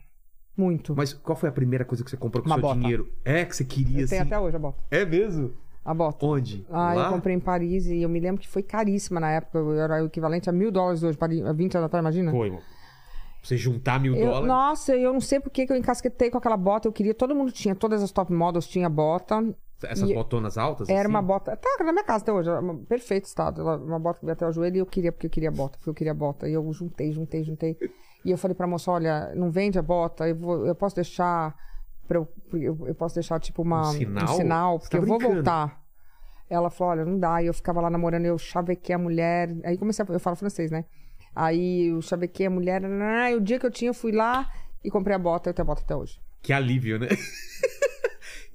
[SPEAKER 3] muito.
[SPEAKER 1] Mas qual foi a primeira coisa que você comprou com
[SPEAKER 3] Uma
[SPEAKER 1] seu
[SPEAKER 3] bota.
[SPEAKER 1] dinheiro? É, que você queria,
[SPEAKER 3] Eu
[SPEAKER 1] assim.
[SPEAKER 3] tenho até hoje a bota.
[SPEAKER 1] É mesmo?
[SPEAKER 3] A bota.
[SPEAKER 1] Onde?
[SPEAKER 3] Ah,
[SPEAKER 1] Lá?
[SPEAKER 3] eu comprei em Paris e eu me lembro que foi caríssima na época. Eu Era o equivalente a mil dólares hoje, Paris- há 20 anos atrás, imagina?
[SPEAKER 1] Pô, irmão. Você juntar mil
[SPEAKER 3] né? Eu-
[SPEAKER 1] dólares.
[SPEAKER 3] nossa, eu não sei por que que eu encasquetei com aquela bota. Eu queria, todo mundo tinha, todas as top models tinha bota.
[SPEAKER 1] Essas
[SPEAKER 3] e-
[SPEAKER 1] botonas altas?
[SPEAKER 3] Era
[SPEAKER 1] assim?
[SPEAKER 3] uma bota. Tá na minha casa até hoje, era um perfeito estado. Ela- Uma bota que veio até o joelho e eu queria, porque eu queria bota, porque eu queria bota. E eu juntei, juntei, juntei. E eu falei pra moça: olha, não vende a bota, eu, vou- eu posso deixar. pra eu, eu- eu posso deixar, tipo, uma,
[SPEAKER 1] Um sinal? Você
[SPEAKER 3] porque
[SPEAKER 1] tá
[SPEAKER 3] eu vou
[SPEAKER 1] brincando.
[SPEAKER 3] voltar. Ela falou: olha, não dá. E eu ficava lá namorando, eu chavequei a mulher. Aí comecei a. Eu falo francês, né? Aí eu chavequei a mulher. né? E o dia que eu tinha, eu fui lá e comprei a bota. Eu tenho a bota até hoje.
[SPEAKER 1] Que alívio, né? [LAUGHS]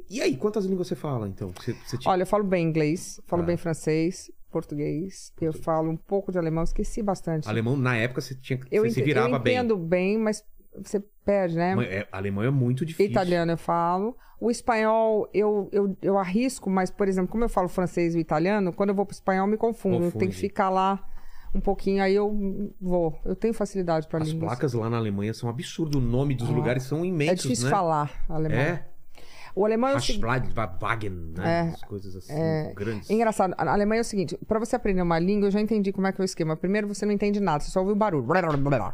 [SPEAKER 1] e aí, quantas línguas você fala, então? Você, você tinha-
[SPEAKER 3] Olha, eu falo bem inglês, falo
[SPEAKER 1] Tá.
[SPEAKER 3] bem francês, português, eu falo um pouco de alemão, esqueci bastante.
[SPEAKER 1] Alemão, na época, você, tinha, que-
[SPEAKER 3] eu
[SPEAKER 1] você se
[SPEAKER 3] ente-
[SPEAKER 1] virava
[SPEAKER 3] eu entendo bem. mas você perde, né?
[SPEAKER 1] bem. Mas é- alemão é muito difícil.
[SPEAKER 3] Italiano eu falo. O espanhol eu, eu, eu arrisco, mas, por exemplo, como eu falo francês e italiano, quando eu vou pro espanhol eu me confundo. Eu tenho
[SPEAKER 1] Confunde.
[SPEAKER 3] que ficar lá um pouquinho, aí eu vou. Eu tenho facilidade assim. para
[SPEAKER 1] As
[SPEAKER 3] línguas.
[SPEAKER 1] placas lá na Alemanha são um absurdo. O nome dos lugares são imensos,
[SPEAKER 3] é difícil
[SPEAKER 1] né?
[SPEAKER 3] falar alemão.
[SPEAKER 1] É,
[SPEAKER 3] O alemão é o seguinte.
[SPEAKER 1] Haschwagen, né? As coisas assim, grandes.
[SPEAKER 3] É Engraçado, a Alemanha é o seguinte: pra você aprender uma língua, eu já entendi como é que é o esquema. Primeiro você não entende nada, você só ouve o barulho.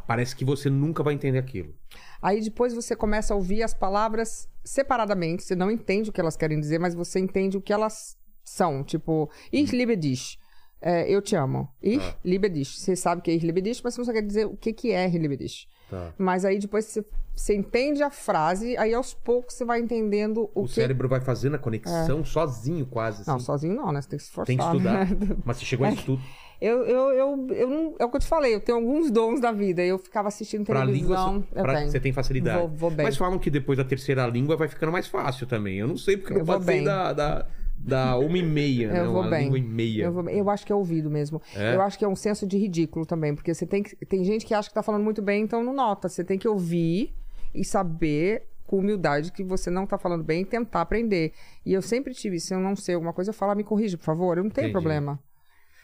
[SPEAKER 1] Parece que você nunca vai entender aquilo.
[SPEAKER 3] Aí depois você começa a ouvir as palavras separadamente, você não entende o que elas querem dizer, mas você entende o que elas são. Tipo,
[SPEAKER 1] Uhum.
[SPEAKER 3] ich liebe dich.
[SPEAKER 1] Ah.
[SPEAKER 3] É, eu te amo. Ich liebe dich. Você sabe o que é ich liebe dich, mas você não sabe dizer o que que é ich liebe dich.
[SPEAKER 1] Tá.
[SPEAKER 3] Mas aí depois você, você entende a frase, aí aos poucos você vai entendendo
[SPEAKER 1] O
[SPEAKER 3] o, que. É.
[SPEAKER 1] cérebro vai fazendo a conexão sozinho, quase. Assim.
[SPEAKER 3] Não, sozinho não, né? Você tem que se esforçar.
[SPEAKER 1] Tem que estudar.
[SPEAKER 3] né?
[SPEAKER 1] Mas você chegou a estudar.
[SPEAKER 3] [LAUGHS] Eu, eu, eu, eu não, é o que eu te falei, eu tenho alguns dons da vida. Eu ficava assistindo
[SPEAKER 1] Pra
[SPEAKER 3] televisão.
[SPEAKER 1] língua,
[SPEAKER 3] eu
[SPEAKER 1] pra-
[SPEAKER 3] tenho.
[SPEAKER 1] você tem facilidade.
[SPEAKER 3] Vou, vou bem.
[SPEAKER 1] Mas falam que depois da terceira língua vai ficando mais fácil também. Eu não sei, porque eu,
[SPEAKER 3] Eu
[SPEAKER 1] não
[SPEAKER 3] vou
[SPEAKER 1] passei
[SPEAKER 3] bem.
[SPEAKER 1] da, da, da uma e meia,
[SPEAKER 3] [LAUGHS] Eu
[SPEAKER 1] né?
[SPEAKER 3] vou
[SPEAKER 1] uma
[SPEAKER 3] bem.
[SPEAKER 1] língua e meia.
[SPEAKER 3] Eu, vou- eu acho que é ouvido mesmo.
[SPEAKER 1] É?
[SPEAKER 3] Eu acho que é um senso de ridículo também, porque você tem que, tem gente que acha que tá falando muito bem, então não nota. Você tem que ouvir e saber com humildade que você não tá falando bem e tentar aprender. E eu sempre tive, se eu não sei alguma coisa, eu falo, "Ah, me corrija, por favor, eu não tenho
[SPEAKER 1] Entendi.
[SPEAKER 3] problema.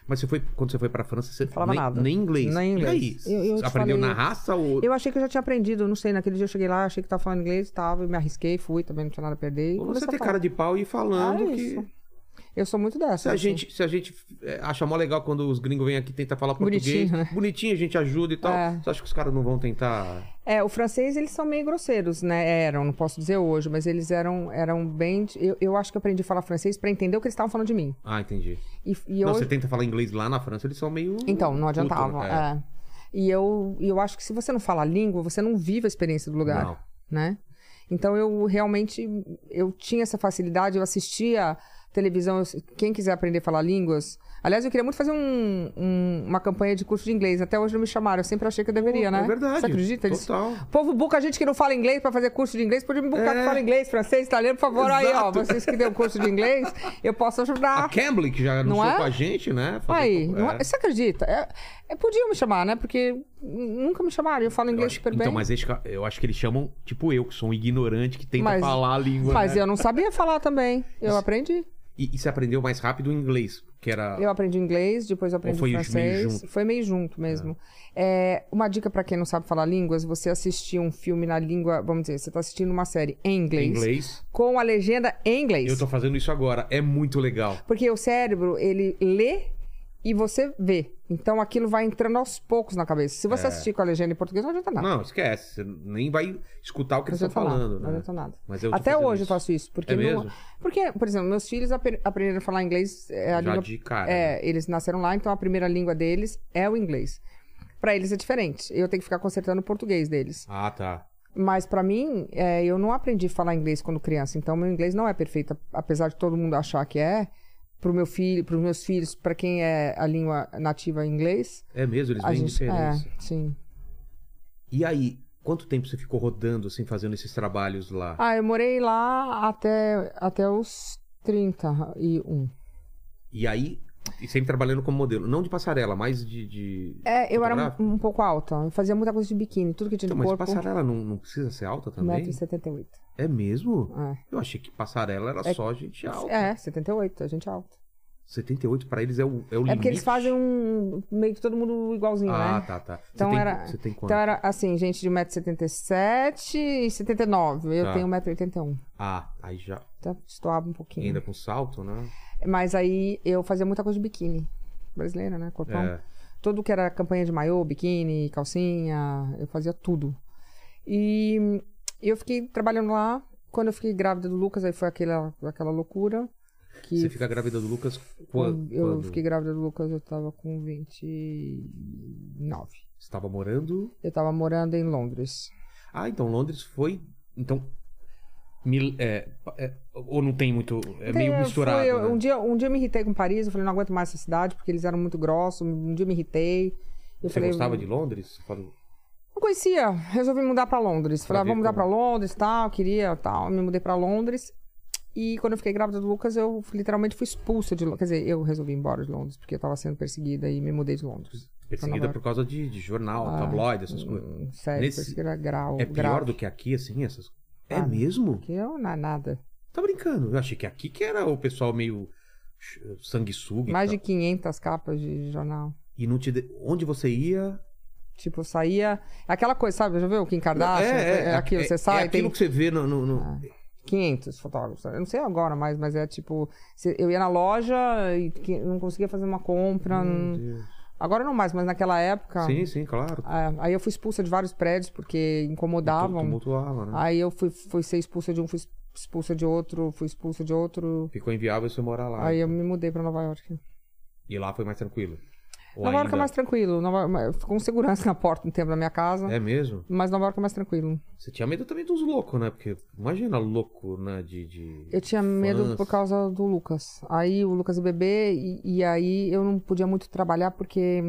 [SPEAKER 1] Mas você foi, quando você foi pra França, você
[SPEAKER 3] falava
[SPEAKER 1] nem,
[SPEAKER 3] nada.
[SPEAKER 1] nem inglês.
[SPEAKER 3] Nem inglês.
[SPEAKER 1] E aí?
[SPEAKER 3] Eu- eu
[SPEAKER 1] Você
[SPEAKER 3] te
[SPEAKER 1] aprendeu
[SPEAKER 3] falei-
[SPEAKER 1] na raça ou.
[SPEAKER 3] Eu achei que eu já tinha aprendido, eu não sei, naquele dia eu cheguei lá, achei que tava falando inglês, tava, eu me arrisquei, fui, também não tinha nada a perder. e
[SPEAKER 1] ou
[SPEAKER 3] comecei
[SPEAKER 1] você
[SPEAKER 3] a
[SPEAKER 1] tem
[SPEAKER 3] falar.
[SPEAKER 1] cara de pau e falando
[SPEAKER 3] Ah, é
[SPEAKER 1] que.
[SPEAKER 3] isso. Eu sou muito dessa.
[SPEAKER 1] Se a,
[SPEAKER 3] assim.
[SPEAKER 1] gente, se a gente é, acha mó legal quando os gringos vêm aqui tentar falar português,
[SPEAKER 3] Bonitinho,
[SPEAKER 1] bonitinho,
[SPEAKER 3] né?
[SPEAKER 1] a gente ajuda e tal.
[SPEAKER 3] É.
[SPEAKER 1] Você acha que os caras não vão tentar.
[SPEAKER 3] É, o francês eles são meio grosseiros, né? Eram, não posso dizer hoje, mas eles eram, eram bem. Eu, eu acho que eu aprendi a falar francês pra entender o que eles estavam falando de mim.
[SPEAKER 1] Ah, entendi.
[SPEAKER 3] E, e
[SPEAKER 1] não,
[SPEAKER 3] eu-
[SPEAKER 1] você tenta falar inglês lá na França, eles são meio.
[SPEAKER 3] Então, não
[SPEAKER 1] puto,
[SPEAKER 3] adiantava.
[SPEAKER 1] né?
[SPEAKER 3] é. E eu, e eu acho que se você não fala a língua, você não vive a experiência do lugar,
[SPEAKER 1] Não.
[SPEAKER 3] né? Então eu realmente eu tinha essa facilidade, eu assistia televisão, eu- quem quiser aprender a falar línguas. Aliás, eu queria muito fazer um- um- uma campanha de curso de inglês. Até hoje não me chamaram, eu sempre achei que eu deveria, né?
[SPEAKER 1] É verdade.
[SPEAKER 3] Você acredita? Eles-
[SPEAKER 1] Total.
[SPEAKER 3] O povo buca gente que não fala inglês pra fazer curso de inglês. Podia me bucar
[SPEAKER 1] É.
[SPEAKER 3] que fala inglês, francês, italiano, por favor. Aí, ó,
[SPEAKER 1] Exato.
[SPEAKER 3] vocês que dão curso de inglês, eu posso
[SPEAKER 1] A
[SPEAKER 3] ajudar.
[SPEAKER 1] Cambly, que já
[SPEAKER 3] Ah. Não
[SPEAKER 1] anunciou
[SPEAKER 3] é?
[SPEAKER 1] com a gente, né? Fazer-
[SPEAKER 3] Aí,
[SPEAKER 1] é.
[SPEAKER 3] não é- você acredita? É, é, podiam me chamar, né? Porque nunca me chamaram. Eu falo
[SPEAKER 1] Eu
[SPEAKER 3] inglês
[SPEAKER 1] acho-
[SPEAKER 3] é super
[SPEAKER 1] então,
[SPEAKER 3] bem.
[SPEAKER 1] mas eles ca- eu acho que eles chamam, tipo eu, que sou um ignorante que tenta
[SPEAKER 3] Mas-
[SPEAKER 1] falar a língua.
[SPEAKER 3] Mas
[SPEAKER 1] né?
[SPEAKER 3] eu não sabia falar também. Eu
[SPEAKER 1] Isso-
[SPEAKER 3] aprendi.
[SPEAKER 1] e, e você aprendeu mais rápido o inglês, que era.
[SPEAKER 3] Eu aprendi inglês, depois eu aprendi
[SPEAKER 1] foi meio
[SPEAKER 3] francês.
[SPEAKER 1] junto?
[SPEAKER 3] Foi meio junto mesmo. É, uma dica pra quem não sabe falar línguas, você assistir um filme na língua, vamos dizer, você tá assistindo uma série em inglês,
[SPEAKER 1] inglês.
[SPEAKER 3] com a legenda em inglês.
[SPEAKER 1] Eu tô fazendo isso agora. É muito legal.
[SPEAKER 3] Porque o cérebro, ele lê e você vê. Então aquilo vai entrando aos poucos na cabeça. Se você assistir com a legenda em português, não adianta nada.
[SPEAKER 1] É. Não, esquece. Você nem vai escutar o que
[SPEAKER 3] Não
[SPEAKER 1] eles estão
[SPEAKER 3] adianta
[SPEAKER 1] falando,
[SPEAKER 3] nada. Não
[SPEAKER 1] né?
[SPEAKER 3] adianta nada.
[SPEAKER 1] Mas eu tô
[SPEAKER 3] Até
[SPEAKER 1] fazendo
[SPEAKER 3] hoje eu
[SPEAKER 1] isso.
[SPEAKER 3] faço isso. Porque,
[SPEAKER 1] É
[SPEAKER 3] não-
[SPEAKER 1] mesmo?
[SPEAKER 3] porque, por exemplo, meus filhos apre- aprenderam a falar inglês. É, a
[SPEAKER 1] Já
[SPEAKER 3] língua...
[SPEAKER 1] de cara. né?
[SPEAKER 3] é, eles nasceram lá, então a primeira língua deles é o inglês. Pra eles é diferente. Eu tenho que ficar consertando o português deles.
[SPEAKER 1] Ah, tá.
[SPEAKER 3] Mas pra mim, é, eu não aprendi a falar inglês quando criança. Então meu inglês não é perfeito, apesar de todo mundo achar que é. Pro meu filho, pros meus filhos, pra quem é a língua nativa em inglês,
[SPEAKER 1] É mesmo, eles
[SPEAKER 3] a
[SPEAKER 1] veem
[SPEAKER 3] gente
[SPEAKER 1] diferença.
[SPEAKER 3] é, sim.
[SPEAKER 1] E aí, quanto tempo você ficou rodando, assim, fazendo esses trabalhos lá?
[SPEAKER 3] Ah, eu morei lá até, até os 31.
[SPEAKER 1] E aí, e sempre trabalhando como modelo. Não de passarela, mas de. de...
[SPEAKER 3] É, eu era
[SPEAKER 1] Fotográfico?
[SPEAKER 3] um, um pouco alta. Eu fazia muita coisa de biquíni, tudo que tinha
[SPEAKER 1] Então,
[SPEAKER 3] no
[SPEAKER 1] mas
[SPEAKER 3] corpo.
[SPEAKER 1] passarela não, não precisa ser alta também?
[SPEAKER 3] 1,78m.
[SPEAKER 1] É mesmo?
[SPEAKER 3] É.
[SPEAKER 1] Eu achei que passarela era
[SPEAKER 3] É-
[SPEAKER 1] só gente alta.
[SPEAKER 3] é, 78, a gente é alta.
[SPEAKER 1] 78 pra eles é o, é o limite.
[SPEAKER 3] É porque eles fazem um. meio que todo mundo igualzinho,
[SPEAKER 1] Ah,
[SPEAKER 3] né?
[SPEAKER 1] tá, tá. Você
[SPEAKER 3] Então
[SPEAKER 1] tem-
[SPEAKER 3] era-
[SPEAKER 1] Você tem quanto?
[SPEAKER 3] Então era assim, gente de 1,77m e 79 Eu
[SPEAKER 1] Tá.
[SPEAKER 3] tenho 1,81m.
[SPEAKER 1] Ah, aí já.
[SPEAKER 3] Tá? Estoava um pouquinho.
[SPEAKER 1] Ainda com salto, né?
[SPEAKER 3] Mas aí eu fazia muita coisa de biquíni. Brasileira, né? Corpão.
[SPEAKER 1] É.
[SPEAKER 3] Tudo que era campanha de maiô, biquíni, calcinha, eu fazia tudo. E eu fiquei trabalhando lá. Quando eu fiquei grávida do Lucas, aí foi aquela, aquela loucura. Que
[SPEAKER 1] Você fica grávida do Lucas quando?
[SPEAKER 3] Eu
[SPEAKER 1] quando?
[SPEAKER 3] fiquei grávida do Lucas, eu tava com 29.
[SPEAKER 1] Você tava morando.
[SPEAKER 3] Eu tava morando em Londres.
[SPEAKER 1] Ah, então Londres foi. Então. mil- é, é, ou não tem muito. É
[SPEAKER 3] Então,
[SPEAKER 1] meio
[SPEAKER 3] eu
[SPEAKER 1] misturado.
[SPEAKER 3] fui- eu-
[SPEAKER 1] né?
[SPEAKER 3] um, dia, um dia eu me irritei com Paris, eu falei, não aguento mais essa cidade, porque eles eram muito grossos. Um dia eu me irritei. Eu
[SPEAKER 1] Você
[SPEAKER 3] falei,
[SPEAKER 1] gostava de Londres? Falou-
[SPEAKER 3] Não conhecia. Resolvi mudar pra Londres.
[SPEAKER 1] Pra
[SPEAKER 3] Falei, ah,
[SPEAKER 1] ver
[SPEAKER 3] vamos mudar
[SPEAKER 1] como-
[SPEAKER 3] pra Londres, tal, queria, tal. Me mudei pra Londres. E quando eu fiquei grávida do Lucas, eu literalmente fui expulsa de Londres. Quer dizer, eu resolvi ir embora de Londres, porque eu tava sendo perseguida e me mudei de Londres.
[SPEAKER 1] Perseguida
[SPEAKER 3] Nova
[SPEAKER 1] por causa de, de jornal,
[SPEAKER 3] Ah,
[SPEAKER 1] tabloide, essas coisas.
[SPEAKER 3] Hum, Sério,
[SPEAKER 1] Nesse-
[SPEAKER 3] perseguida grau.
[SPEAKER 1] É pior
[SPEAKER 3] grave.
[SPEAKER 1] do que aqui, assim, essas É
[SPEAKER 3] Ah,
[SPEAKER 1] mesmo?
[SPEAKER 3] Que eu não é nada.
[SPEAKER 1] Tá brincando. Eu achei que aqui que era o pessoal meio ch- sanguessuga. e
[SPEAKER 3] Mais de
[SPEAKER 1] tal.
[SPEAKER 3] 500 capas de jornal.
[SPEAKER 1] E não te. de- Onde você ia.
[SPEAKER 3] Tipo, eu saía. Aquela coisa, sabe? Já viu o Kim Kardashian? aquilo, você sai,
[SPEAKER 1] É aquilo
[SPEAKER 3] tem
[SPEAKER 1] que você vê no. no- no-
[SPEAKER 3] 500 fotógrafos. Eu não sei agora mais, mas é tipo. cê- Eu ia na loja e que- não conseguia fazer uma compra. não-
[SPEAKER 1] Meu Deus.
[SPEAKER 3] Agora não mais, mas naquela época.
[SPEAKER 1] Hum. Sim, sim, claro.
[SPEAKER 3] é, aí eu fui expulsa de vários prédios porque incomodavam.
[SPEAKER 1] Tumultuava, né?
[SPEAKER 3] Aí eu fui, fui ser expulsa de um, fui expulsa de outro, fui expulsa de outro.
[SPEAKER 1] Ficou inviável você morar lá.
[SPEAKER 3] Aí eu me mudei pra Nova York.
[SPEAKER 1] E lá foi mais tranquilo. Ou
[SPEAKER 3] Nova York é
[SPEAKER 1] ainda-
[SPEAKER 3] mais tranquilo. Nova... Ficou um segurança [LAUGHS] na porta um tempo da minha casa.
[SPEAKER 1] É mesmo?
[SPEAKER 3] Mas Nova York é mais tranquilo.
[SPEAKER 1] Você tinha medo também dos loucos, né? Porque imagina louco, né? De. de
[SPEAKER 3] Eu tinha medo
[SPEAKER 1] fãs.
[SPEAKER 3] por causa do Lucas. Aí o Lucas é bebê e, e aí eu não podia muito trabalhar porque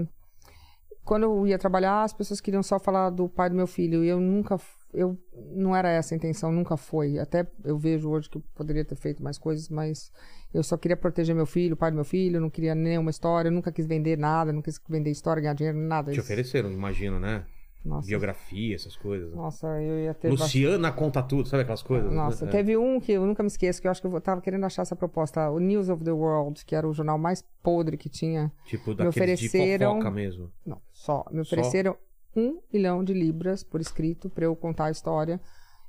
[SPEAKER 3] quando eu ia trabalhar as pessoas queriam só falar do pai do meu filho e eu nunca eu não era essa a intenção, nunca foi. Até eu vejo hoje que eu poderia ter feito mais coisas, mas eu só queria proteger meu filho, o pai do meu filho, eu não queria nenhuma história, eu nunca quis vender nada, não quis vender história, ganhar dinheiro, nada.
[SPEAKER 1] Te
[SPEAKER 3] Isso-
[SPEAKER 1] ofereceram, imagino, né?
[SPEAKER 3] Nossa,
[SPEAKER 1] Biografia, essas coisas. né?
[SPEAKER 3] nossa, eu ia ter bastante-
[SPEAKER 1] Luciana conta tudo, sabe aquelas coisas?
[SPEAKER 3] Nossa,
[SPEAKER 1] né? É.
[SPEAKER 3] teve um que eu nunca me esqueço, que eu acho que eu tava querendo achar essa proposta. O News of the World, que era o jornal mais podre que tinha.
[SPEAKER 1] Tipo, daqueles
[SPEAKER 3] ofereceram-
[SPEAKER 1] de fofoca mesmo.
[SPEAKER 3] Não, só. Me
[SPEAKER 1] Só?
[SPEAKER 3] ofereceram um milhão de libras por escrito pra eu contar a história.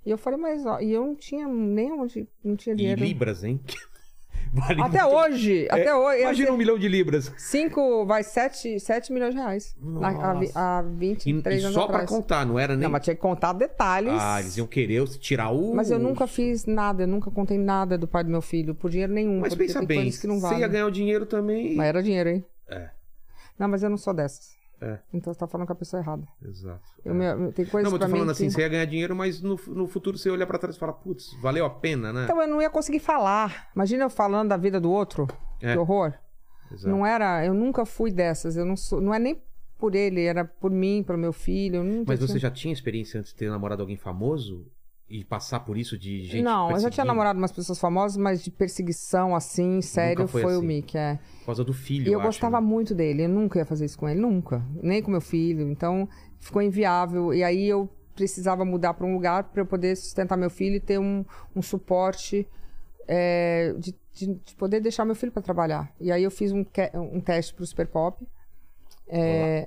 [SPEAKER 3] E eu falei, mas ó, e eu não tinha nem onde. Não tinha
[SPEAKER 1] E
[SPEAKER 3] dinheiro.
[SPEAKER 1] libras, hein? [LAUGHS] Vale
[SPEAKER 3] Até
[SPEAKER 1] muito.
[SPEAKER 3] hoje! Até hoje.
[SPEAKER 1] Imagina um milhão de libras.
[SPEAKER 3] 5, vai 7, sete milhões de reais. Na, há vi- há
[SPEAKER 1] E,
[SPEAKER 3] 23
[SPEAKER 1] e
[SPEAKER 3] anos
[SPEAKER 1] só pra
[SPEAKER 3] atrás.
[SPEAKER 1] contar, não era nem.
[SPEAKER 3] Não, mas tinha que contar detalhes.
[SPEAKER 1] Ah, eles iam Uh. querer tirar o.
[SPEAKER 3] Mas eu nunca fiz nada, eu nunca contei nada do pai do meu filho, por dinheiro nenhum.
[SPEAKER 1] Mas
[SPEAKER 3] porque
[SPEAKER 1] pensa
[SPEAKER 3] tem
[SPEAKER 1] bem,
[SPEAKER 3] coisas que não
[SPEAKER 1] você
[SPEAKER 3] valem.
[SPEAKER 1] ia ganhar o dinheiro também.
[SPEAKER 3] Mas era dinheiro, hein?
[SPEAKER 1] É.
[SPEAKER 3] Não, mas eu não sou dessas.
[SPEAKER 1] É.
[SPEAKER 3] Então você tá falando com a pessoa errada.
[SPEAKER 1] Exato. É.
[SPEAKER 3] Eu me- tem coisas
[SPEAKER 1] Não, mas
[SPEAKER 3] pra
[SPEAKER 1] tô
[SPEAKER 3] mim
[SPEAKER 1] falando assim,
[SPEAKER 3] que...
[SPEAKER 1] você ia ganhar dinheiro, mas no, no futuro você olha pra trás e fala, putz, valeu a pena, né?
[SPEAKER 3] Então eu não ia conseguir falar. Imagina eu falando da vida do outro.
[SPEAKER 1] É.
[SPEAKER 3] Que horror.
[SPEAKER 1] Exato.
[SPEAKER 3] Não é era... Eu nunca fui dessas. Eu não sou... Não é nem por ele, era por mim, pelo meu filho. Eu nunca
[SPEAKER 1] Mas você
[SPEAKER 3] tinha-
[SPEAKER 1] já tinha experiência antes de ter namorado alguém famoso? E passar por isso de gente
[SPEAKER 3] Não, eu já
[SPEAKER 1] perseguindo
[SPEAKER 3] tinha namorado umas pessoas famosas, mas de perseguição, assim, sério,
[SPEAKER 1] foi
[SPEAKER 3] foi, o
[SPEAKER 1] assim.
[SPEAKER 3] Mick, é.
[SPEAKER 1] Por causa do filho,
[SPEAKER 3] E eu
[SPEAKER 1] acho,
[SPEAKER 3] gostava
[SPEAKER 1] né?
[SPEAKER 3] muito dele, eu nunca ia fazer isso com ele, nunca. Nem com meu filho, então ficou inviável. E aí eu precisava mudar para um lugar para eu poder sustentar meu filho e ter um, um suporte é, de, de- de poder deixar meu filho para trabalhar. E aí eu fiz um, que- um teste para o Super Pop.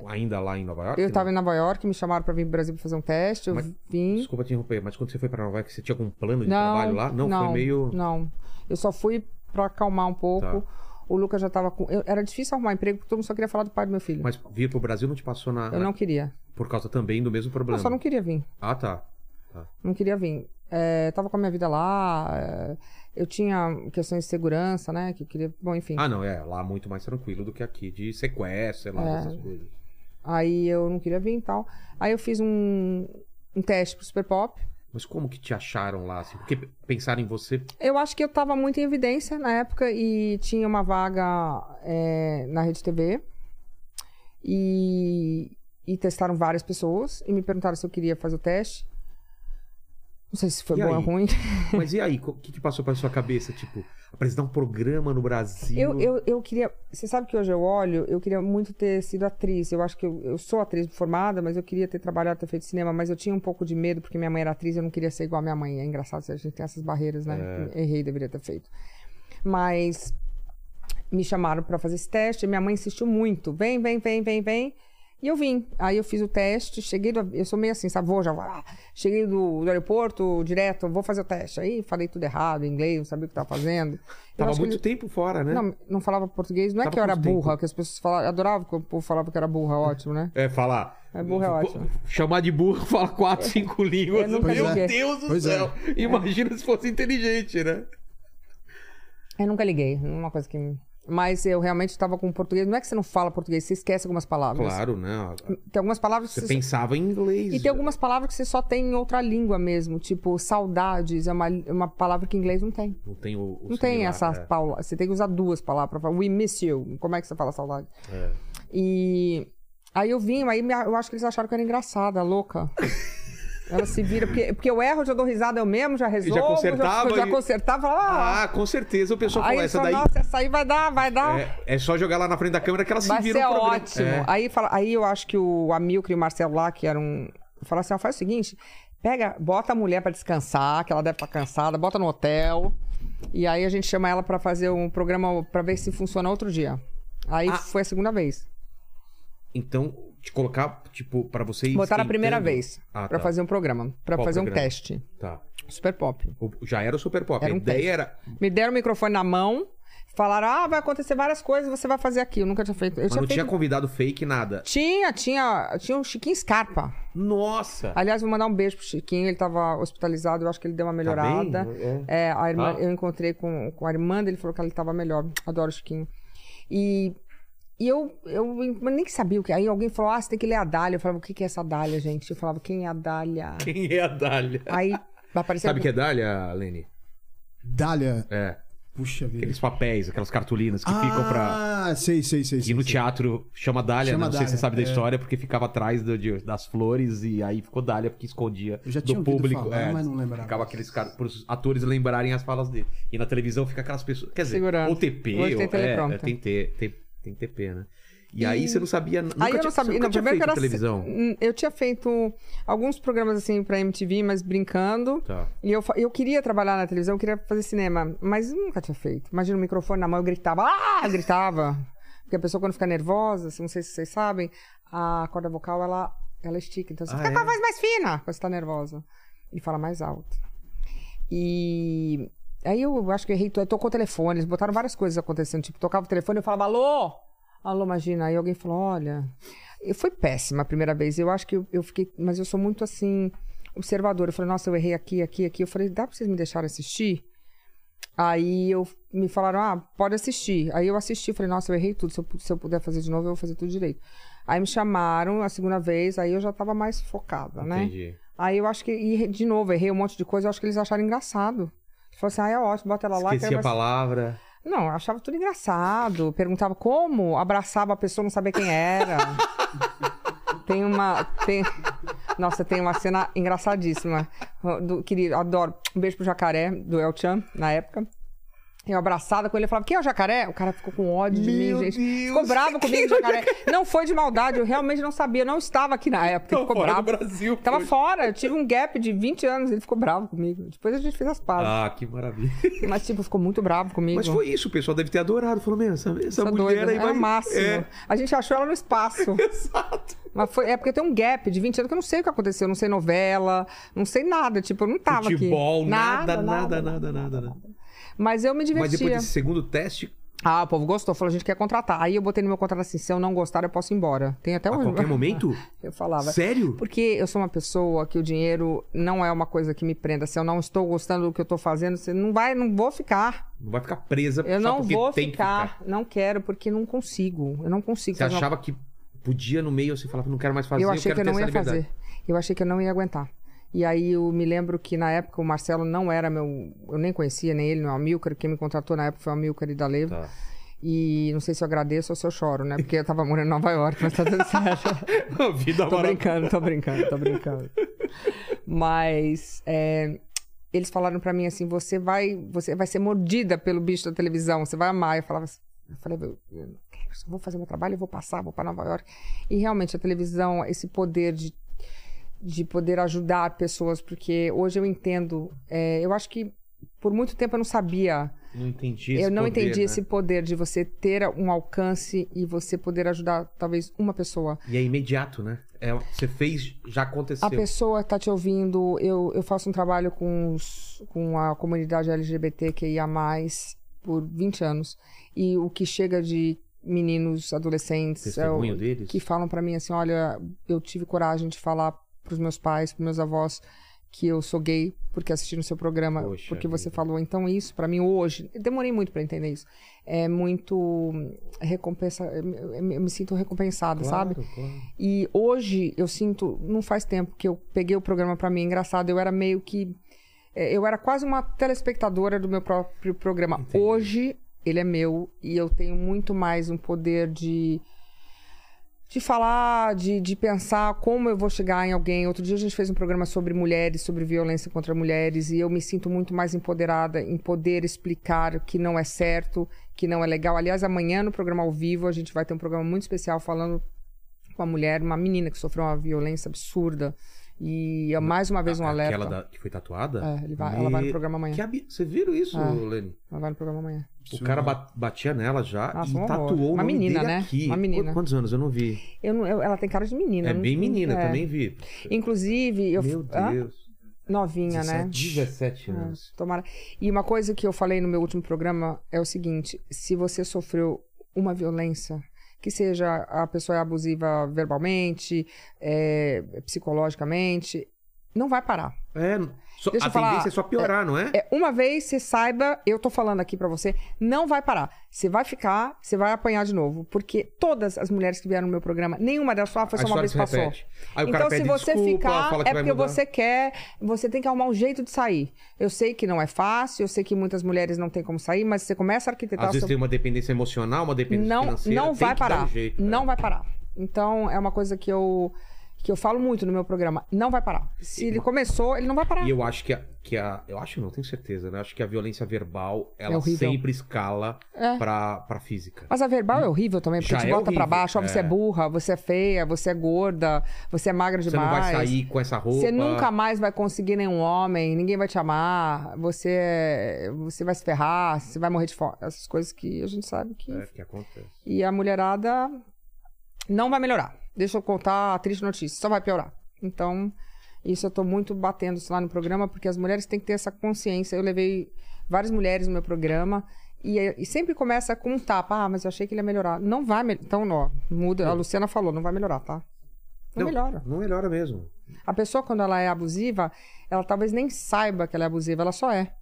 [SPEAKER 1] Lá- ainda lá em Nova York?
[SPEAKER 3] Eu
[SPEAKER 1] né?
[SPEAKER 3] estava em Nova York, me chamaram para vir pro Brasil para fazer um teste, eu
[SPEAKER 1] Mas-
[SPEAKER 3] vim.
[SPEAKER 1] Desculpa te interromper, mas quando você foi pra Nova York, você tinha algum plano de trabalho lá? Não, foi meio. Tá.
[SPEAKER 3] Não, eu só fui para acalmar um pouco. O Lucas já estava com... eu- era difícil arrumar emprego porque todo mundo só queria falar do pai do meu filho.
[SPEAKER 1] Mas vir pro Brasil não te passou na.
[SPEAKER 3] Eu não queria.
[SPEAKER 1] Por causa também do mesmo
[SPEAKER 3] Eu
[SPEAKER 1] problema.
[SPEAKER 3] só não queria vir.
[SPEAKER 1] Ah, tá.
[SPEAKER 3] não queria vir. É, tava com a minha vida lá, é, eu tinha questões de segurança, né? Que eu queria. Bom, enfim.
[SPEAKER 1] Ah, não, é. Lá muito mais tranquilo do que aqui, de sequestro, sei lá,
[SPEAKER 3] É.
[SPEAKER 1] essas coisas.
[SPEAKER 3] Aí eu não queria vir e tal. Aí eu fiz um, um teste pro Super Pop.
[SPEAKER 1] Mas como que te acharam lá? Assim? Porque pensaram em você.
[SPEAKER 3] Eu acho que eu tava muito em evidência na época e tinha uma vaga é, na Rede TV. E, e testaram várias pessoas e me perguntaram se eu queria fazer o teste. Não sei se foi
[SPEAKER 1] E
[SPEAKER 3] bom ou
[SPEAKER 1] aí?
[SPEAKER 3] ruim.
[SPEAKER 1] Mas e aí? O que, que passou pela sua cabeça? Tipo, apresentar um programa no Brasil?
[SPEAKER 3] Eu, eu, eu queria. Você sabe que hoje eu olho, eu queria muito ter sido atriz. Eu acho que eu, eu sou atriz formada, mas eu queria ter trabalhado, ter feito cinema, mas eu tinha um pouco de medo, porque minha mãe era atriz, eu não queria ser igual a minha mãe. É engraçado, a gente tem essas barreiras, né?
[SPEAKER 1] É.
[SPEAKER 3] Errei, deveria ter feito. Mas me chamaram pra fazer esse teste, minha mãe insistiu muito. Vem, vem, vem, vem, vem. E eu vim. Aí eu fiz o teste, cheguei do, eu sou meio assim, sabe, vou já, ah, cheguei do, do aeroporto direto, vou fazer o teste. Aí falei tudo errado, em inglês, não sabia o que tava fazendo. Eu
[SPEAKER 1] Tava
[SPEAKER 3] acho que
[SPEAKER 1] muito tempo fora, né?
[SPEAKER 3] não, não falava português. Não é
[SPEAKER 1] Tava
[SPEAKER 3] que eu era
[SPEAKER 1] quanto tempo?
[SPEAKER 3] burra, que as pessoas falavam. Adorava que o povo falava que eu era burra, ótimo, né?
[SPEAKER 1] É, falar.
[SPEAKER 3] É burro, é
[SPEAKER 1] Pô,
[SPEAKER 3] ótimo.
[SPEAKER 1] Chamar de burro, [LAUGHS] falar quatro, cinco línguas.
[SPEAKER 3] eu nunca
[SPEAKER 1] Meu
[SPEAKER 2] liguei.
[SPEAKER 1] Deus do
[SPEAKER 2] Pois é.
[SPEAKER 1] céu. Imagina se fosse inteligente, né?
[SPEAKER 3] Eu nunca liguei, é uma coisa que. me- Mas eu realmente estava com português. Não é que você não fala português, você esquece algumas palavras.
[SPEAKER 1] Claro, né?
[SPEAKER 3] Tem algumas palavras que
[SPEAKER 1] Você
[SPEAKER 3] Hum, você.
[SPEAKER 1] pensava em inglês.
[SPEAKER 3] E tem algumas palavras que você só tem em outra língua mesmo. Tipo, saudades é uma, uma palavra que em inglês não tem.
[SPEAKER 1] Não tem o. o
[SPEAKER 3] Não tem
[SPEAKER 1] similar,
[SPEAKER 3] essa
[SPEAKER 1] é.
[SPEAKER 3] paula. Você tem que usar duas palavras. pra falar, We miss you. Como é que você fala saudade?
[SPEAKER 1] É.
[SPEAKER 3] E aí eu vim, aí me- eu acho que eles acharam que eu era engraçada, louca.
[SPEAKER 1] [LAUGHS]
[SPEAKER 3] Ela se vira, porque, porque eu erro, eu já dou risada eu mesmo, já resolvo.
[SPEAKER 1] consertava
[SPEAKER 3] Já, já
[SPEAKER 1] e-
[SPEAKER 3] consertava, ah,
[SPEAKER 1] Ah, com certeza o pessoal
[SPEAKER 3] Aí
[SPEAKER 1] falou
[SPEAKER 3] eles
[SPEAKER 1] essa
[SPEAKER 3] falam,
[SPEAKER 1] daí.
[SPEAKER 3] nossa, essa aí vai dar, vai dar.
[SPEAKER 1] É, é só jogar lá na frente da câmera que ela se
[SPEAKER 3] vai
[SPEAKER 1] vira
[SPEAKER 3] ser
[SPEAKER 1] o programa.
[SPEAKER 3] ótimo.
[SPEAKER 1] É.
[SPEAKER 3] Aí, fala, aí eu acho que o Amilcar e o Marcelo lá, que eram... Falaram assim, ó, faz o seguinte, pega, bota a mulher pra descansar, que ela deve estar cansada, bota no hotel. E aí a gente chama ela pra fazer um programa pra ver se funciona outro dia. Aí
[SPEAKER 1] Ah.
[SPEAKER 3] foi a segunda vez.
[SPEAKER 1] Então, te colocar, tipo, pra você ir.
[SPEAKER 3] Botaram a
[SPEAKER 1] esquentando.
[SPEAKER 3] primeira vez
[SPEAKER 1] Ah,
[SPEAKER 3] pra
[SPEAKER 1] tá.
[SPEAKER 3] fazer um programa, pra
[SPEAKER 1] Qual
[SPEAKER 3] fazer
[SPEAKER 1] programa?
[SPEAKER 3] um teste.
[SPEAKER 1] Tá.
[SPEAKER 3] Super pop.
[SPEAKER 1] O- Já era o Super Pop.
[SPEAKER 3] Era um
[SPEAKER 1] a ideia
[SPEAKER 3] teste.
[SPEAKER 1] era.
[SPEAKER 3] Me deram o microfone na mão, falaram: "Ah, vai acontecer várias coisas, você vai fazer aqui". Eu nunca tinha feito. Eu
[SPEAKER 1] Mas
[SPEAKER 3] tinha,
[SPEAKER 1] não tinha
[SPEAKER 3] feito-
[SPEAKER 1] convidado fake, nada.
[SPEAKER 3] tinha, tinha, tinha um Chiquinho Scarpa.
[SPEAKER 1] Nossa!
[SPEAKER 3] Aliás, vou mandar um beijo pro Chiquinho, ele tava hospitalizado, eu acho que ele deu uma
[SPEAKER 1] Tá
[SPEAKER 3] melhorada.
[SPEAKER 1] bem? É.
[SPEAKER 3] É, a irmã,
[SPEAKER 1] Ah.
[SPEAKER 3] eu encontrei com, com a irmã dele, falou que ela tava melhor. Adoro o Chiquinho. E E eu, eu nem sabia o que. Aí alguém falou: ah, você tem que ler a Dália. Eu falava: o que que é essa Dália, gente? Eu falava: quem é a Dália?
[SPEAKER 1] Quem é a Dália?
[SPEAKER 3] Aí apareceu.
[SPEAKER 1] Sabe o que é Dália, Lene?
[SPEAKER 2] Dália.
[SPEAKER 1] É.
[SPEAKER 2] Puxa vida.
[SPEAKER 1] Aqueles papéis, aquelas cartolinas que ficam pra.
[SPEAKER 2] Ah, sei, sei, sei.
[SPEAKER 1] E
[SPEAKER 2] sei,
[SPEAKER 1] no
[SPEAKER 2] sei.
[SPEAKER 1] teatro chama Dália,
[SPEAKER 2] Chama
[SPEAKER 1] né? não sei se
[SPEAKER 2] Dália,
[SPEAKER 1] você sabe da
[SPEAKER 2] é.
[SPEAKER 1] história, porque ficava atrás do- de- das flores e aí ficou Dália porque escondia
[SPEAKER 2] Eu já tinha
[SPEAKER 1] do
[SPEAKER 2] ouvido
[SPEAKER 1] público. É,
[SPEAKER 2] falar, mas não lembrava.
[SPEAKER 1] Ficava aqueles caras, pros atores lembrarem as falas dele. E na televisão fica aquelas pessoas. Quer dizer,
[SPEAKER 3] Segurando.
[SPEAKER 1] ou TP,
[SPEAKER 3] Hoje
[SPEAKER 1] ou,
[SPEAKER 3] tem teleprompter.
[SPEAKER 1] é, tem, T, tem, tem TP, né? E, aí você não sabia. Nunca
[SPEAKER 3] aí eu
[SPEAKER 1] tinha-
[SPEAKER 3] não
[SPEAKER 1] você
[SPEAKER 3] sabia.
[SPEAKER 1] nunca
[SPEAKER 3] Não,
[SPEAKER 1] tinha feito
[SPEAKER 3] primeiro que era.
[SPEAKER 1] televisão.
[SPEAKER 3] Hum, Eu tinha feito alguns programas assim pra MTV, mas brincando.
[SPEAKER 1] Tá.
[SPEAKER 3] E eu, fa- eu queria trabalhar na televisão, eu queria fazer cinema, mas nunca tinha feito. Imagina o microfone na mão, eu gritava, ah! Eu gritava. Porque a pessoa quando fica nervosa, assim, não sei se vocês sabem, a corda vocal ela, ela estica. Então você
[SPEAKER 1] Ah,
[SPEAKER 3] fica
[SPEAKER 1] é?
[SPEAKER 3] com a voz mais fina quando você tá nervosa. E fala mais alto. E aí eu acho que eu errei, to- tocou o telefone, eles botaram várias coisas acontecendo. Tipo, tocava o telefone eu falava, alô! Alô, imagina. Aí alguém falou, olha. Eu fui péssima a primeira vez. Eu acho que eu, eu fiquei. Mas eu sou muito assim, observadora. Eu falei, nossa, eu errei aqui, aqui, aqui. Eu falei, dá pra vocês me deixarem assistir? Aí eu me falaram, ah, pode assistir. Aí eu assisti, falei, nossa, eu errei tudo. Se eu, pu- se eu puder fazer de novo, eu vou fazer tudo direito. Aí me chamaram a segunda vez, aí eu já tava mais focada, né?
[SPEAKER 1] Entendi.
[SPEAKER 3] Aí eu acho que, e de novo, errei um monte de coisa, eu acho que eles acharam engraçado. Eles falaram assim, ah, é ótimo, bota ela lá. que
[SPEAKER 1] Esqueci a
[SPEAKER 3] ela vai-
[SPEAKER 1] palavra.
[SPEAKER 3] Não, eu achava tudo engraçado. Perguntava como, abraçava a pessoa, não sabia quem
[SPEAKER 1] [LAUGHS]
[SPEAKER 3] era. tem uma... Tem... Nossa, tem uma cena engraçadíssima. Do, querido, adoro. Um beijo pro jacaré, do El Chan, na época. Eu abraçada com ele, eu falava, quem é o jacaré? O cara ficou com ódio de
[SPEAKER 1] Meu
[SPEAKER 3] mim, gente.
[SPEAKER 1] Deus,
[SPEAKER 3] ficou bravo
[SPEAKER 1] quem é
[SPEAKER 3] comigo,
[SPEAKER 1] o
[SPEAKER 3] jacaré. Não foi de maldade, eu realmente não sabia, eu não estava aqui na época. ele
[SPEAKER 1] Não,
[SPEAKER 3] ficou
[SPEAKER 1] fora
[SPEAKER 3] bravo.
[SPEAKER 1] do Brasil.
[SPEAKER 3] Tava
[SPEAKER 1] foi.
[SPEAKER 3] fora, eu tive um gap de 20 anos, ele ficou bravo comigo. Depois a gente fez as pazes.
[SPEAKER 1] Ah, que maravilha.
[SPEAKER 3] Mas, tipo, ficou muito bravo comigo.
[SPEAKER 1] Mas foi isso, o pessoal deve ter adorado. Falou, meu, essa, essa
[SPEAKER 3] Essa
[SPEAKER 1] Tá mulher
[SPEAKER 3] doida,
[SPEAKER 1] aí
[SPEAKER 3] é
[SPEAKER 1] vai.
[SPEAKER 3] o máximo.
[SPEAKER 1] É,
[SPEAKER 3] A gente achou ela no espaço.
[SPEAKER 1] [LAUGHS] exato.
[SPEAKER 3] Mas foi, é porque tem um gap de 20 anos que eu não sei o que aconteceu. Eu não sei novela, não sei nada. Tipo, eu não tava
[SPEAKER 1] Futebol,
[SPEAKER 3] aqui.
[SPEAKER 1] nada, nada, nada, nada, nada.
[SPEAKER 3] Mas eu me
[SPEAKER 1] Mas
[SPEAKER 3] divertia.
[SPEAKER 1] depois desse segundo teste,
[SPEAKER 3] Ah, o povo gostou, falou, a gente quer contratar. Aí eu botei no meu contrato assim, se eu não gostar, Então eu posso ir embora. Tem até
[SPEAKER 1] a
[SPEAKER 3] hoje.
[SPEAKER 1] qualquer momento?
[SPEAKER 3] [LAUGHS] Eu falava.
[SPEAKER 1] Sério?
[SPEAKER 3] Porque eu sou uma pessoa que o dinheiro não é uma coisa que me prenda. Se eu não estou gostando do que eu estou fazendo, você não vai, não vou ficar.
[SPEAKER 1] Não vai ficar presa
[SPEAKER 3] Eu
[SPEAKER 1] só
[SPEAKER 3] não
[SPEAKER 1] porque
[SPEAKER 3] vou
[SPEAKER 1] tem
[SPEAKER 3] ficar,
[SPEAKER 1] que ficar.
[SPEAKER 3] não quero, porque não consigo. Eu não consigo.
[SPEAKER 1] Você
[SPEAKER 3] fazer uma-
[SPEAKER 1] achava que podia no meio, você falava, não quero mais fazer,
[SPEAKER 3] eu achei
[SPEAKER 1] quero
[SPEAKER 3] que eu
[SPEAKER 1] ter
[SPEAKER 3] não
[SPEAKER 1] essa
[SPEAKER 3] ia
[SPEAKER 1] liberdade.
[SPEAKER 3] fazer. Eu achei que eu não ia aguentar. E aí eu me lembro que na época o Marcelo não era meu. Eu nem conhecia nem ele, não é o Amilcar. Quem me contratou na época foi o Amilcar e da Leva.
[SPEAKER 1] Tá.
[SPEAKER 3] E não sei se eu agradeço ou se eu choro, né? Porque eu tava morando em Nova York, mas tá tudo certo.
[SPEAKER 1] A vida
[SPEAKER 3] Tô
[SPEAKER 1] maravilhosa.
[SPEAKER 3] brincando, tô brincando, tô brincando. Mas é, eles falaram pra mim assim: você vai, você vai ser mordida pelo bicho da televisão, você vai amar. Eu falava assim, eu falei, eu, eu não quero isso, eu vou fazer meu trabalho, eu vou passar, vou pra Nova York. E realmente a televisão, esse poder de, de poder ajudar pessoas, porque hoje eu entendo, é, eu acho que por muito tempo eu não sabia
[SPEAKER 1] Não entendi esse
[SPEAKER 3] eu não
[SPEAKER 1] poder,
[SPEAKER 3] entendi
[SPEAKER 1] né?
[SPEAKER 3] esse poder de você ter um alcance e você poder ajudar talvez uma pessoa.
[SPEAKER 1] E é imediato, né? É, você fez, já aconteceu.
[SPEAKER 3] A pessoa tá te ouvindo, eu, eu faço um trabalho com, os- com a comunidade LGBTQIA+, por 20 anos. E o que chega de meninos, adolescentes, é o-
[SPEAKER 1] Testemunho deles?
[SPEAKER 3] que falam pra mim assim, olha, eu tive coragem de falar pros meus pais, pros meus avós, que eu sou gay, porque assisti no seu programa,
[SPEAKER 1] Poxa
[SPEAKER 3] porque você
[SPEAKER 1] vida.
[SPEAKER 3] falou. Então isso, pra mim, hoje, eu demorei muito pra entender isso, é muito hum, recompensa, eu eu me sinto recompensada, sabe?
[SPEAKER 1] Claro, claro.
[SPEAKER 3] E hoje eu sinto, não faz tempo que eu peguei o programa pra mim, é engraçado, eu era meio que é, eu era quase uma telespectadora do meu próprio programa.
[SPEAKER 1] Entendi.
[SPEAKER 3] Hoje ele é meu e eu tenho muito mais um poder de de falar, de, de pensar como eu vou chegar em alguém. Outro dia a gente fez um programa sobre mulheres, sobre violência contra mulheres, e eu me sinto muito mais empoderada em poder explicar o que não é certo, que não é legal. Aliás, amanhã no programa ao vivo a gente vai ter um programa muito especial falando com a mulher, uma menina que sofreu uma violência absurda. E é mais uma vez um
[SPEAKER 1] Ah,
[SPEAKER 3] alerta.
[SPEAKER 1] Aquela da- que foi tatuada?
[SPEAKER 3] É, ele vai- ela vai no programa amanhã.
[SPEAKER 1] Que abi- Você viram isso,
[SPEAKER 3] Ah.
[SPEAKER 1] Leni?
[SPEAKER 3] Ela vai no programa amanhã.
[SPEAKER 1] O cara ba- batia nela já
[SPEAKER 3] Nossa,
[SPEAKER 1] e
[SPEAKER 3] um horror.
[SPEAKER 1] tatuou o
[SPEAKER 3] Uma
[SPEAKER 1] nome
[SPEAKER 3] menina,
[SPEAKER 1] dele
[SPEAKER 3] né?
[SPEAKER 1] aqui.
[SPEAKER 3] Uma menina.
[SPEAKER 1] Quantos anos? Eu não vi.
[SPEAKER 3] Eu não- eu- ela tem cara de menina.
[SPEAKER 1] É
[SPEAKER 3] não-
[SPEAKER 1] bem menina,
[SPEAKER 3] é.
[SPEAKER 1] também vi.
[SPEAKER 3] Inclusive, eu.
[SPEAKER 1] Meu
[SPEAKER 3] Hã?
[SPEAKER 1] Deus.
[SPEAKER 3] Novinha, né?
[SPEAKER 1] 17
[SPEAKER 3] É,
[SPEAKER 1] anos.
[SPEAKER 3] tomara. E uma coisa que eu falei no meu último programa é o seguinte: se você sofreu uma violência, que seja a pessoa é abusiva verbalmente, é, psicologicamente, não vai parar.
[SPEAKER 1] É, só-
[SPEAKER 3] Deixa
[SPEAKER 1] a
[SPEAKER 3] eu falar,
[SPEAKER 1] tendência é só piorar, não é?
[SPEAKER 3] É, uma vez você saiba, eu tô falando aqui pra você, não vai parar. Você vai ficar, você vai apanhar de novo. Porque todas as mulheres que vieram no meu programa, nenhuma delas só foi
[SPEAKER 1] A
[SPEAKER 3] só
[SPEAKER 1] história
[SPEAKER 3] uma vez
[SPEAKER 1] se
[SPEAKER 3] que passou.
[SPEAKER 1] repete. Aí o cara
[SPEAKER 3] então, se
[SPEAKER 1] pede
[SPEAKER 3] você
[SPEAKER 1] desculpa,
[SPEAKER 3] ficar,
[SPEAKER 1] fala que
[SPEAKER 3] é
[SPEAKER 1] vai
[SPEAKER 3] porque
[SPEAKER 1] mudar.
[SPEAKER 3] você quer, você tem que arrumar um jeito de sair. Eu sei que não é fácil, eu sei que muitas mulheres não têm como sair, mas você começa a arquitetar
[SPEAKER 1] Às
[SPEAKER 3] o
[SPEAKER 1] vezes
[SPEAKER 3] seu
[SPEAKER 1] tem uma dependência emocional, uma dependência
[SPEAKER 3] tá não,
[SPEAKER 1] financeira.
[SPEAKER 3] não
[SPEAKER 1] tem
[SPEAKER 3] vai
[SPEAKER 1] que dar um
[SPEAKER 3] parar.
[SPEAKER 1] jeito,
[SPEAKER 3] não
[SPEAKER 1] é.
[SPEAKER 3] vai parar. Então, é uma coisa que eu, que eu falo muito no meu programa. Não vai parar. Se ele começou, ele não vai parar.
[SPEAKER 1] E eu acho que a, que a. Eu acho não, tenho certeza, né? Eu acho que a violência verbal, ela
[SPEAKER 3] É horrível.
[SPEAKER 1] sempre escala
[SPEAKER 3] É.
[SPEAKER 1] pra, pra física.
[SPEAKER 3] Mas a verbal é horrível também, porque
[SPEAKER 1] Já
[SPEAKER 3] te
[SPEAKER 1] é
[SPEAKER 3] bota pra
[SPEAKER 1] horrível,
[SPEAKER 3] baixo. Ó, você é.
[SPEAKER 1] é.
[SPEAKER 3] burra, você é feia, você é gorda, você é magra
[SPEAKER 1] Você
[SPEAKER 3] demais.
[SPEAKER 1] não vai sair com essa roupa.
[SPEAKER 3] Você nunca mais vai conseguir nenhum homem, ninguém vai te amar, você, é- você vai se ferrar, você vai morrer de fome. Essas coisas que a gente sabe que.
[SPEAKER 1] É, que acontece.
[SPEAKER 3] E a mulherada não vai melhorar. Deixa eu contar a triste notícia, só vai piorar. Então, isso eu tô muito batendo isso lá no programa, porque as mulheres têm que ter essa consciência. Eu levei várias mulheres no meu programa e, eh, e sempre começa com um tapa. Ah, mas eu achei que ele ia melhorar. Não vai melhorar. Então, ó, muda. A Luciana falou, não vai melhorar, tá? Não, melhora.
[SPEAKER 1] Não melhora mesmo.
[SPEAKER 3] A pessoa, quando ela é abusiva, ela talvez nem saiba que ela é abusiva, ela só é.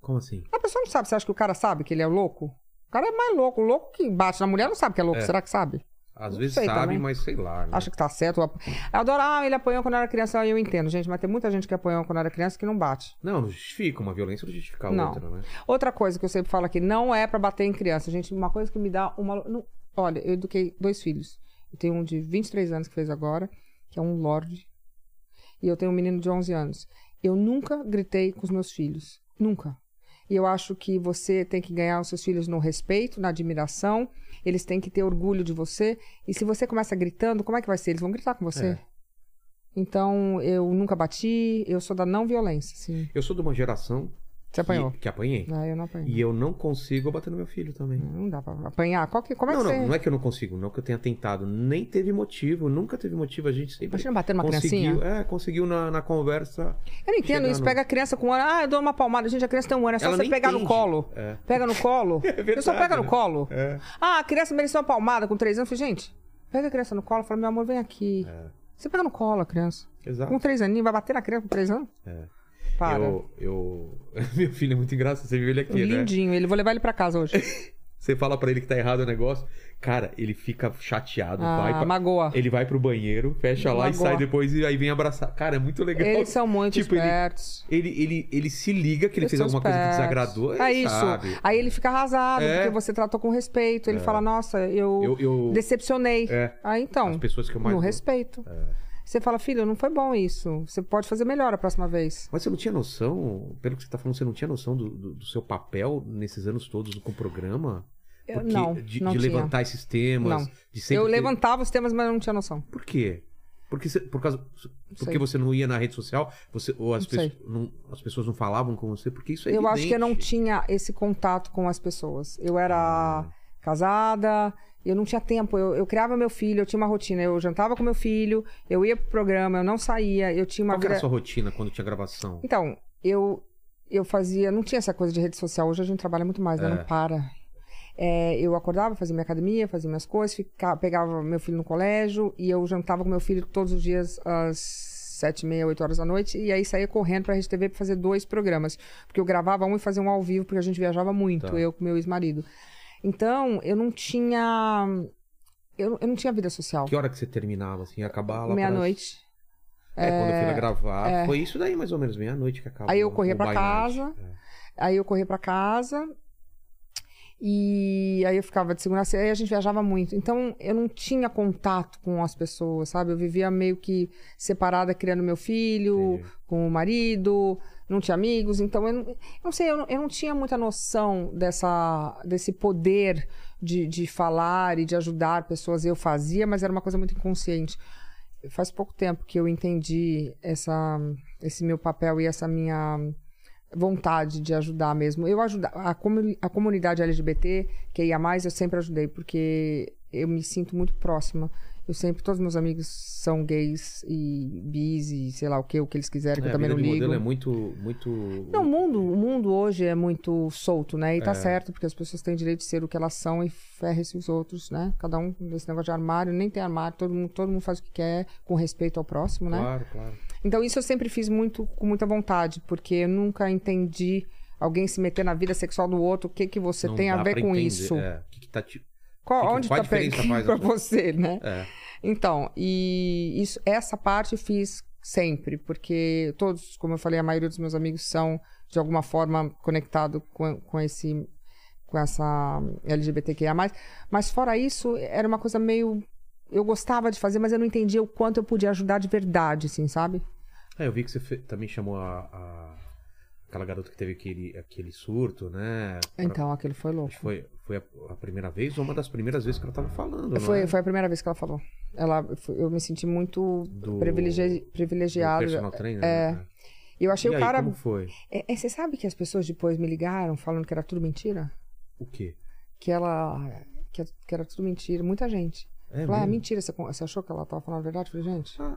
[SPEAKER 1] Como assim?
[SPEAKER 3] A pessoa não sabe. Você acha que o cara sabe que ele é louco? O cara é mais louco. O louco que bate na mulher não sabe que é louco. Será que sabe?
[SPEAKER 1] Às
[SPEAKER 3] Não
[SPEAKER 1] vezes
[SPEAKER 3] sei
[SPEAKER 1] sabe,
[SPEAKER 3] também.
[SPEAKER 1] mas sei lá. Né?
[SPEAKER 3] Acha que tá certo. Eu adoro, ah, ele apanhou quando era criança, eu entendo, gente, mas tem muita gente que apanhou quando era criança que não bate.
[SPEAKER 1] Não, não justifica. Uma violência não justifica a
[SPEAKER 3] Não.
[SPEAKER 1] outra, né?
[SPEAKER 3] Outra coisa que eu sempre falo aqui, não é pra bater em criança, gente, uma coisa que me dá uma. não- olha, eu eduquei dois filhos. Eu tenho um de 23 anos que fez agora, que é um lorde, e eu tenho um menino de 11 anos. Eu nunca gritei com os meus filhos, nunca. E eu acho que você tem que ganhar os seus filhos no respeito, na admiração, eles têm que ter orgulho de você. E se você começa gritando, como é que vai ser? Eles vão gritar com você?
[SPEAKER 1] É.
[SPEAKER 3] Então, eu nunca bati, eu sou da não violência, sim.
[SPEAKER 1] Eu sou de uma geração
[SPEAKER 3] Você apanhou?
[SPEAKER 1] que, que apanhei.
[SPEAKER 3] Ah, eu não apanhei.
[SPEAKER 1] E eu não consigo bater no meu filho também.
[SPEAKER 3] Não dá pra apanhar. Qual que, como é
[SPEAKER 1] não,
[SPEAKER 3] que
[SPEAKER 1] não,
[SPEAKER 3] você.
[SPEAKER 1] não é que eu não consigo, não que eu tenha tentado. Nem teve motivo, nunca teve motivo. A gente sempre.
[SPEAKER 3] Imagina bater numa
[SPEAKER 1] conseguiu,
[SPEAKER 3] criancinha.
[SPEAKER 1] é, conseguiu na, na conversa.
[SPEAKER 3] Eu não entendo
[SPEAKER 1] chegar
[SPEAKER 3] isso.
[SPEAKER 1] no-
[SPEAKER 3] Pega a criança com um ano. Ah, eu dou uma palmada. Gente, a criança tem um ano. É só
[SPEAKER 1] Ela
[SPEAKER 3] você
[SPEAKER 1] nem
[SPEAKER 3] pegar no
[SPEAKER 1] entende.
[SPEAKER 3] colo.
[SPEAKER 1] [LAUGHS] É.
[SPEAKER 3] Pega no colo.
[SPEAKER 1] verdade,
[SPEAKER 3] eu só pega no
[SPEAKER 1] né?
[SPEAKER 3] colo.
[SPEAKER 1] É.
[SPEAKER 3] Ah, a criança mereceu uma palmada com três anos. Eu falei, gente, pega a criança no colo. Fala, meu amor, vem aqui.
[SPEAKER 1] É.
[SPEAKER 3] Você pega no colo a criança.
[SPEAKER 1] Exato.
[SPEAKER 3] Com três aninhos, vai bater na criança com três anos?
[SPEAKER 1] Ah. É.
[SPEAKER 3] Para.
[SPEAKER 1] Eu, eu... [LAUGHS] Meu filho é muito engraçado, você viu ele aqui, né?
[SPEAKER 3] Lindinho ele. Vou levar ele pra casa hoje.
[SPEAKER 1] Você fala pra ele que tá errado o negócio. Cara, ele fica chateado. vai
[SPEAKER 3] ah,
[SPEAKER 1] pra-
[SPEAKER 3] magoa.
[SPEAKER 1] Ele vai pro banheiro, fecha lá e
[SPEAKER 3] Magoa.
[SPEAKER 1] sai depois e aí vem abraçar. Cara, é muito legal.
[SPEAKER 3] Eles são
[SPEAKER 1] [LAUGHS]
[SPEAKER 3] muito
[SPEAKER 1] Tipo, ele-
[SPEAKER 3] espertos.
[SPEAKER 1] Ele, ele, ele se liga que ele
[SPEAKER 3] Eles
[SPEAKER 1] fez
[SPEAKER 3] são
[SPEAKER 1] alguma coisa que
[SPEAKER 3] espertos.
[SPEAKER 1] desagradou.
[SPEAKER 3] É
[SPEAKER 1] ele
[SPEAKER 3] isso.
[SPEAKER 1] Sabe.
[SPEAKER 3] Aí ele fica arrasado,
[SPEAKER 1] É.
[SPEAKER 3] porque você tratou com respeito. Ele fala, nossa, eu,
[SPEAKER 1] Eu, eu...
[SPEAKER 3] decepcionei.
[SPEAKER 1] É.
[SPEAKER 3] Aí
[SPEAKER 1] As
[SPEAKER 3] então,
[SPEAKER 1] pessoas que eu mais. É.
[SPEAKER 3] no respeito. Você fala, filho, não foi bom isso. Você pode fazer melhor a próxima vez.
[SPEAKER 1] Mas você não tinha noção, pelo que você tá falando, você não tinha noção do, do, do seu papel nesses anos todos com o programa?
[SPEAKER 3] Eu-
[SPEAKER 1] Porque
[SPEAKER 3] não,
[SPEAKER 1] de,
[SPEAKER 3] não
[SPEAKER 1] de
[SPEAKER 3] tinha.
[SPEAKER 1] levantar esses temas.
[SPEAKER 3] Não.
[SPEAKER 1] De sempre
[SPEAKER 3] Eu
[SPEAKER 1] ter-
[SPEAKER 3] levantava os temas, mas eu não tinha noção.
[SPEAKER 1] Por quê? Porque você, por causa, porque
[SPEAKER 3] sei.
[SPEAKER 1] você não ia na rede social, você ou as,
[SPEAKER 3] Não sei.
[SPEAKER 1] pessoas não, as pessoas não falavam com você, porque isso é
[SPEAKER 3] eu acho que eu não
[SPEAKER 1] evidente.
[SPEAKER 3] tinha esse contato com as pessoas. Eu era
[SPEAKER 1] Ah.
[SPEAKER 3] casada, eu não tinha tempo. Eu, eu criava meu filho, eu tinha uma rotina. Eu jantava com meu filho, eu ia pro programa, eu não saía, eu tinha uma
[SPEAKER 1] Qual que era
[SPEAKER 3] vida.
[SPEAKER 1] a sua rotina quando tinha gravação?
[SPEAKER 3] Então, eu eu fazia, não tinha essa coisa de rede social. Hoje a gente trabalha muito mais, né?
[SPEAKER 1] É.
[SPEAKER 3] Não para. É, eu acordava, fazia minha academia, fazia minhas coisas, ficava, pegava meu filho no colégio e eu jantava com meu filho todos os dias às sete e meia, oito horas da noite e aí saía correndo pra Rede TV pra fazer dois programas. Porque eu gravava um e fazia um ao vivo, porque a gente viajava muito,
[SPEAKER 1] Tá.
[SPEAKER 3] eu com meu ex-marido. Então, eu não tinha... Eu, eu não tinha vida social.
[SPEAKER 1] Que hora que você terminava, assim, ia acabar lá
[SPEAKER 3] Meia-noite.
[SPEAKER 1] pra- É, quando eu fui lá gravar, foi isso daí mais ou menos, meia-noite que acabou.
[SPEAKER 3] é. Aí eu corria
[SPEAKER 1] o
[SPEAKER 3] pra
[SPEAKER 1] by
[SPEAKER 3] casa.
[SPEAKER 1] night. É.
[SPEAKER 3] Aí eu corri pra casa. E aí eu ficava de segunda a sexta, aí a gente viajava muito. Então eu não tinha contato com as pessoas, sabe? Eu vivia meio que separada, criando meu filho,
[SPEAKER 1] Entendi.
[SPEAKER 3] com o marido, não tinha amigos. Então eu não, eu não sei, eu não, eu não tinha muita noção dessa, desse poder de, de falar e de ajudar pessoas. Eu fazia, mas era uma coisa muito inconsciente. Faz pouco tempo que eu entendi essa, esse meu papel e essa minha vontade de ajudar mesmo. Eu ajudar a, comu- a comunidade LGBT que ia mais, eu sempre ajudei porque eu me sinto muito próxima Eu sempre, todos meus amigos são gays e bis e sei lá o que, o que eles quiserem, que
[SPEAKER 1] É,
[SPEAKER 3] eu também
[SPEAKER 1] a
[SPEAKER 3] não
[SPEAKER 1] vida de
[SPEAKER 3] ligo.
[SPEAKER 1] modelo é muito, muito...
[SPEAKER 3] Não, o mundo, o mundo hoje é muito solto, né? E
[SPEAKER 1] É.
[SPEAKER 3] tá certo, porque as pessoas têm direito de ser o que elas são e ferre-se os outros, né? Cada um nesse negócio de armário, nem tem armário, todo mundo, todo mundo faz o que quer com respeito ao próximo, né?
[SPEAKER 1] Claro, claro.
[SPEAKER 3] Então isso eu sempre fiz muito com muita vontade, porque eu nunca entendi alguém se meter na vida sexual do outro, o que que você
[SPEAKER 1] Não
[SPEAKER 3] tem a
[SPEAKER 1] dá
[SPEAKER 3] ver
[SPEAKER 1] pra
[SPEAKER 3] com
[SPEAKER 1] entender,
[SPEAKER 3] isso.
[SPEAKER 1] É. O que que tá te...
[SPEAKER 3] Qual,
[SPEAKER 1] Que que-
[SPEAKER 3] onde
[SPEAKER 1] qual a
[SPEAKER 3] tá
[SPEAKER 1] diferença
[SPEAKER 3] pegando
[SPEAKER 1] faz
[SPEAKER 3] pra
[SPEAKER 1] a coisa?
[SPEAKER 3] você, né?
[SPEAKER 1] É.
[SPEAKER 3] Então, e isso, essa parte eu fiz sempre, porque todos, como eu falei, a maioria dos meus amigos são de alguma forma conectados com, com esse com essa LGBTQIA+. Mas fora isso, era uma coisa meio eu gostava de fazer, mas eu não entendia o quanto eu podia ajudar de verdade, assim, sabe?
[SPEAKER 1] É, eu vi que você fe- também chamou a, a- aquela garota que teve aquele, aquele surto, né? Pra-
[SPEAKER 3] Então, aquilo foi louco.
[SPEAKER 1] Acho que foi, foi a, a primeira vez ou uma das primeiras vezes que ela tava falando, não é?
[SPEAKER 3] Foi, foi a primeira vez que ela falou. Ela, eu me senti muito
[SPEAKER 1] Do-
[SPEAKER 3] privilegi-
[SPEAKER 1] Do
[SPEAKER 3] privilegiada.
[SPEAKER 1] personal trainer,
[SPEAKER 3] é.
[SPEAKER 1] né?
[SPEAKER 3] E eu achei
[SPEAKER 1] e
[SPEAKER 3] o
[SPEAKER 1] aí,
[SPEAKER 3] cara.
[SPEAKER 1] como foi?
[SPEAKER 3] É, é, você sabe que as pessoas depois me ligaram falando que era tudo mentira?
[SPEAKER 1] O quê?
[SPEAKER 3] que ela. Que, que era tudo mentira, muita gente.
[SPEAKER 1] É
[SPEAKER 3] Falou, ah,
[SPEAKER 1] mesmo?
[SPEAKER 3] mentira, você, con- você achou que ela tava falando a verdade? Eu Falei, gente.
[SPEAKER 1] Ah,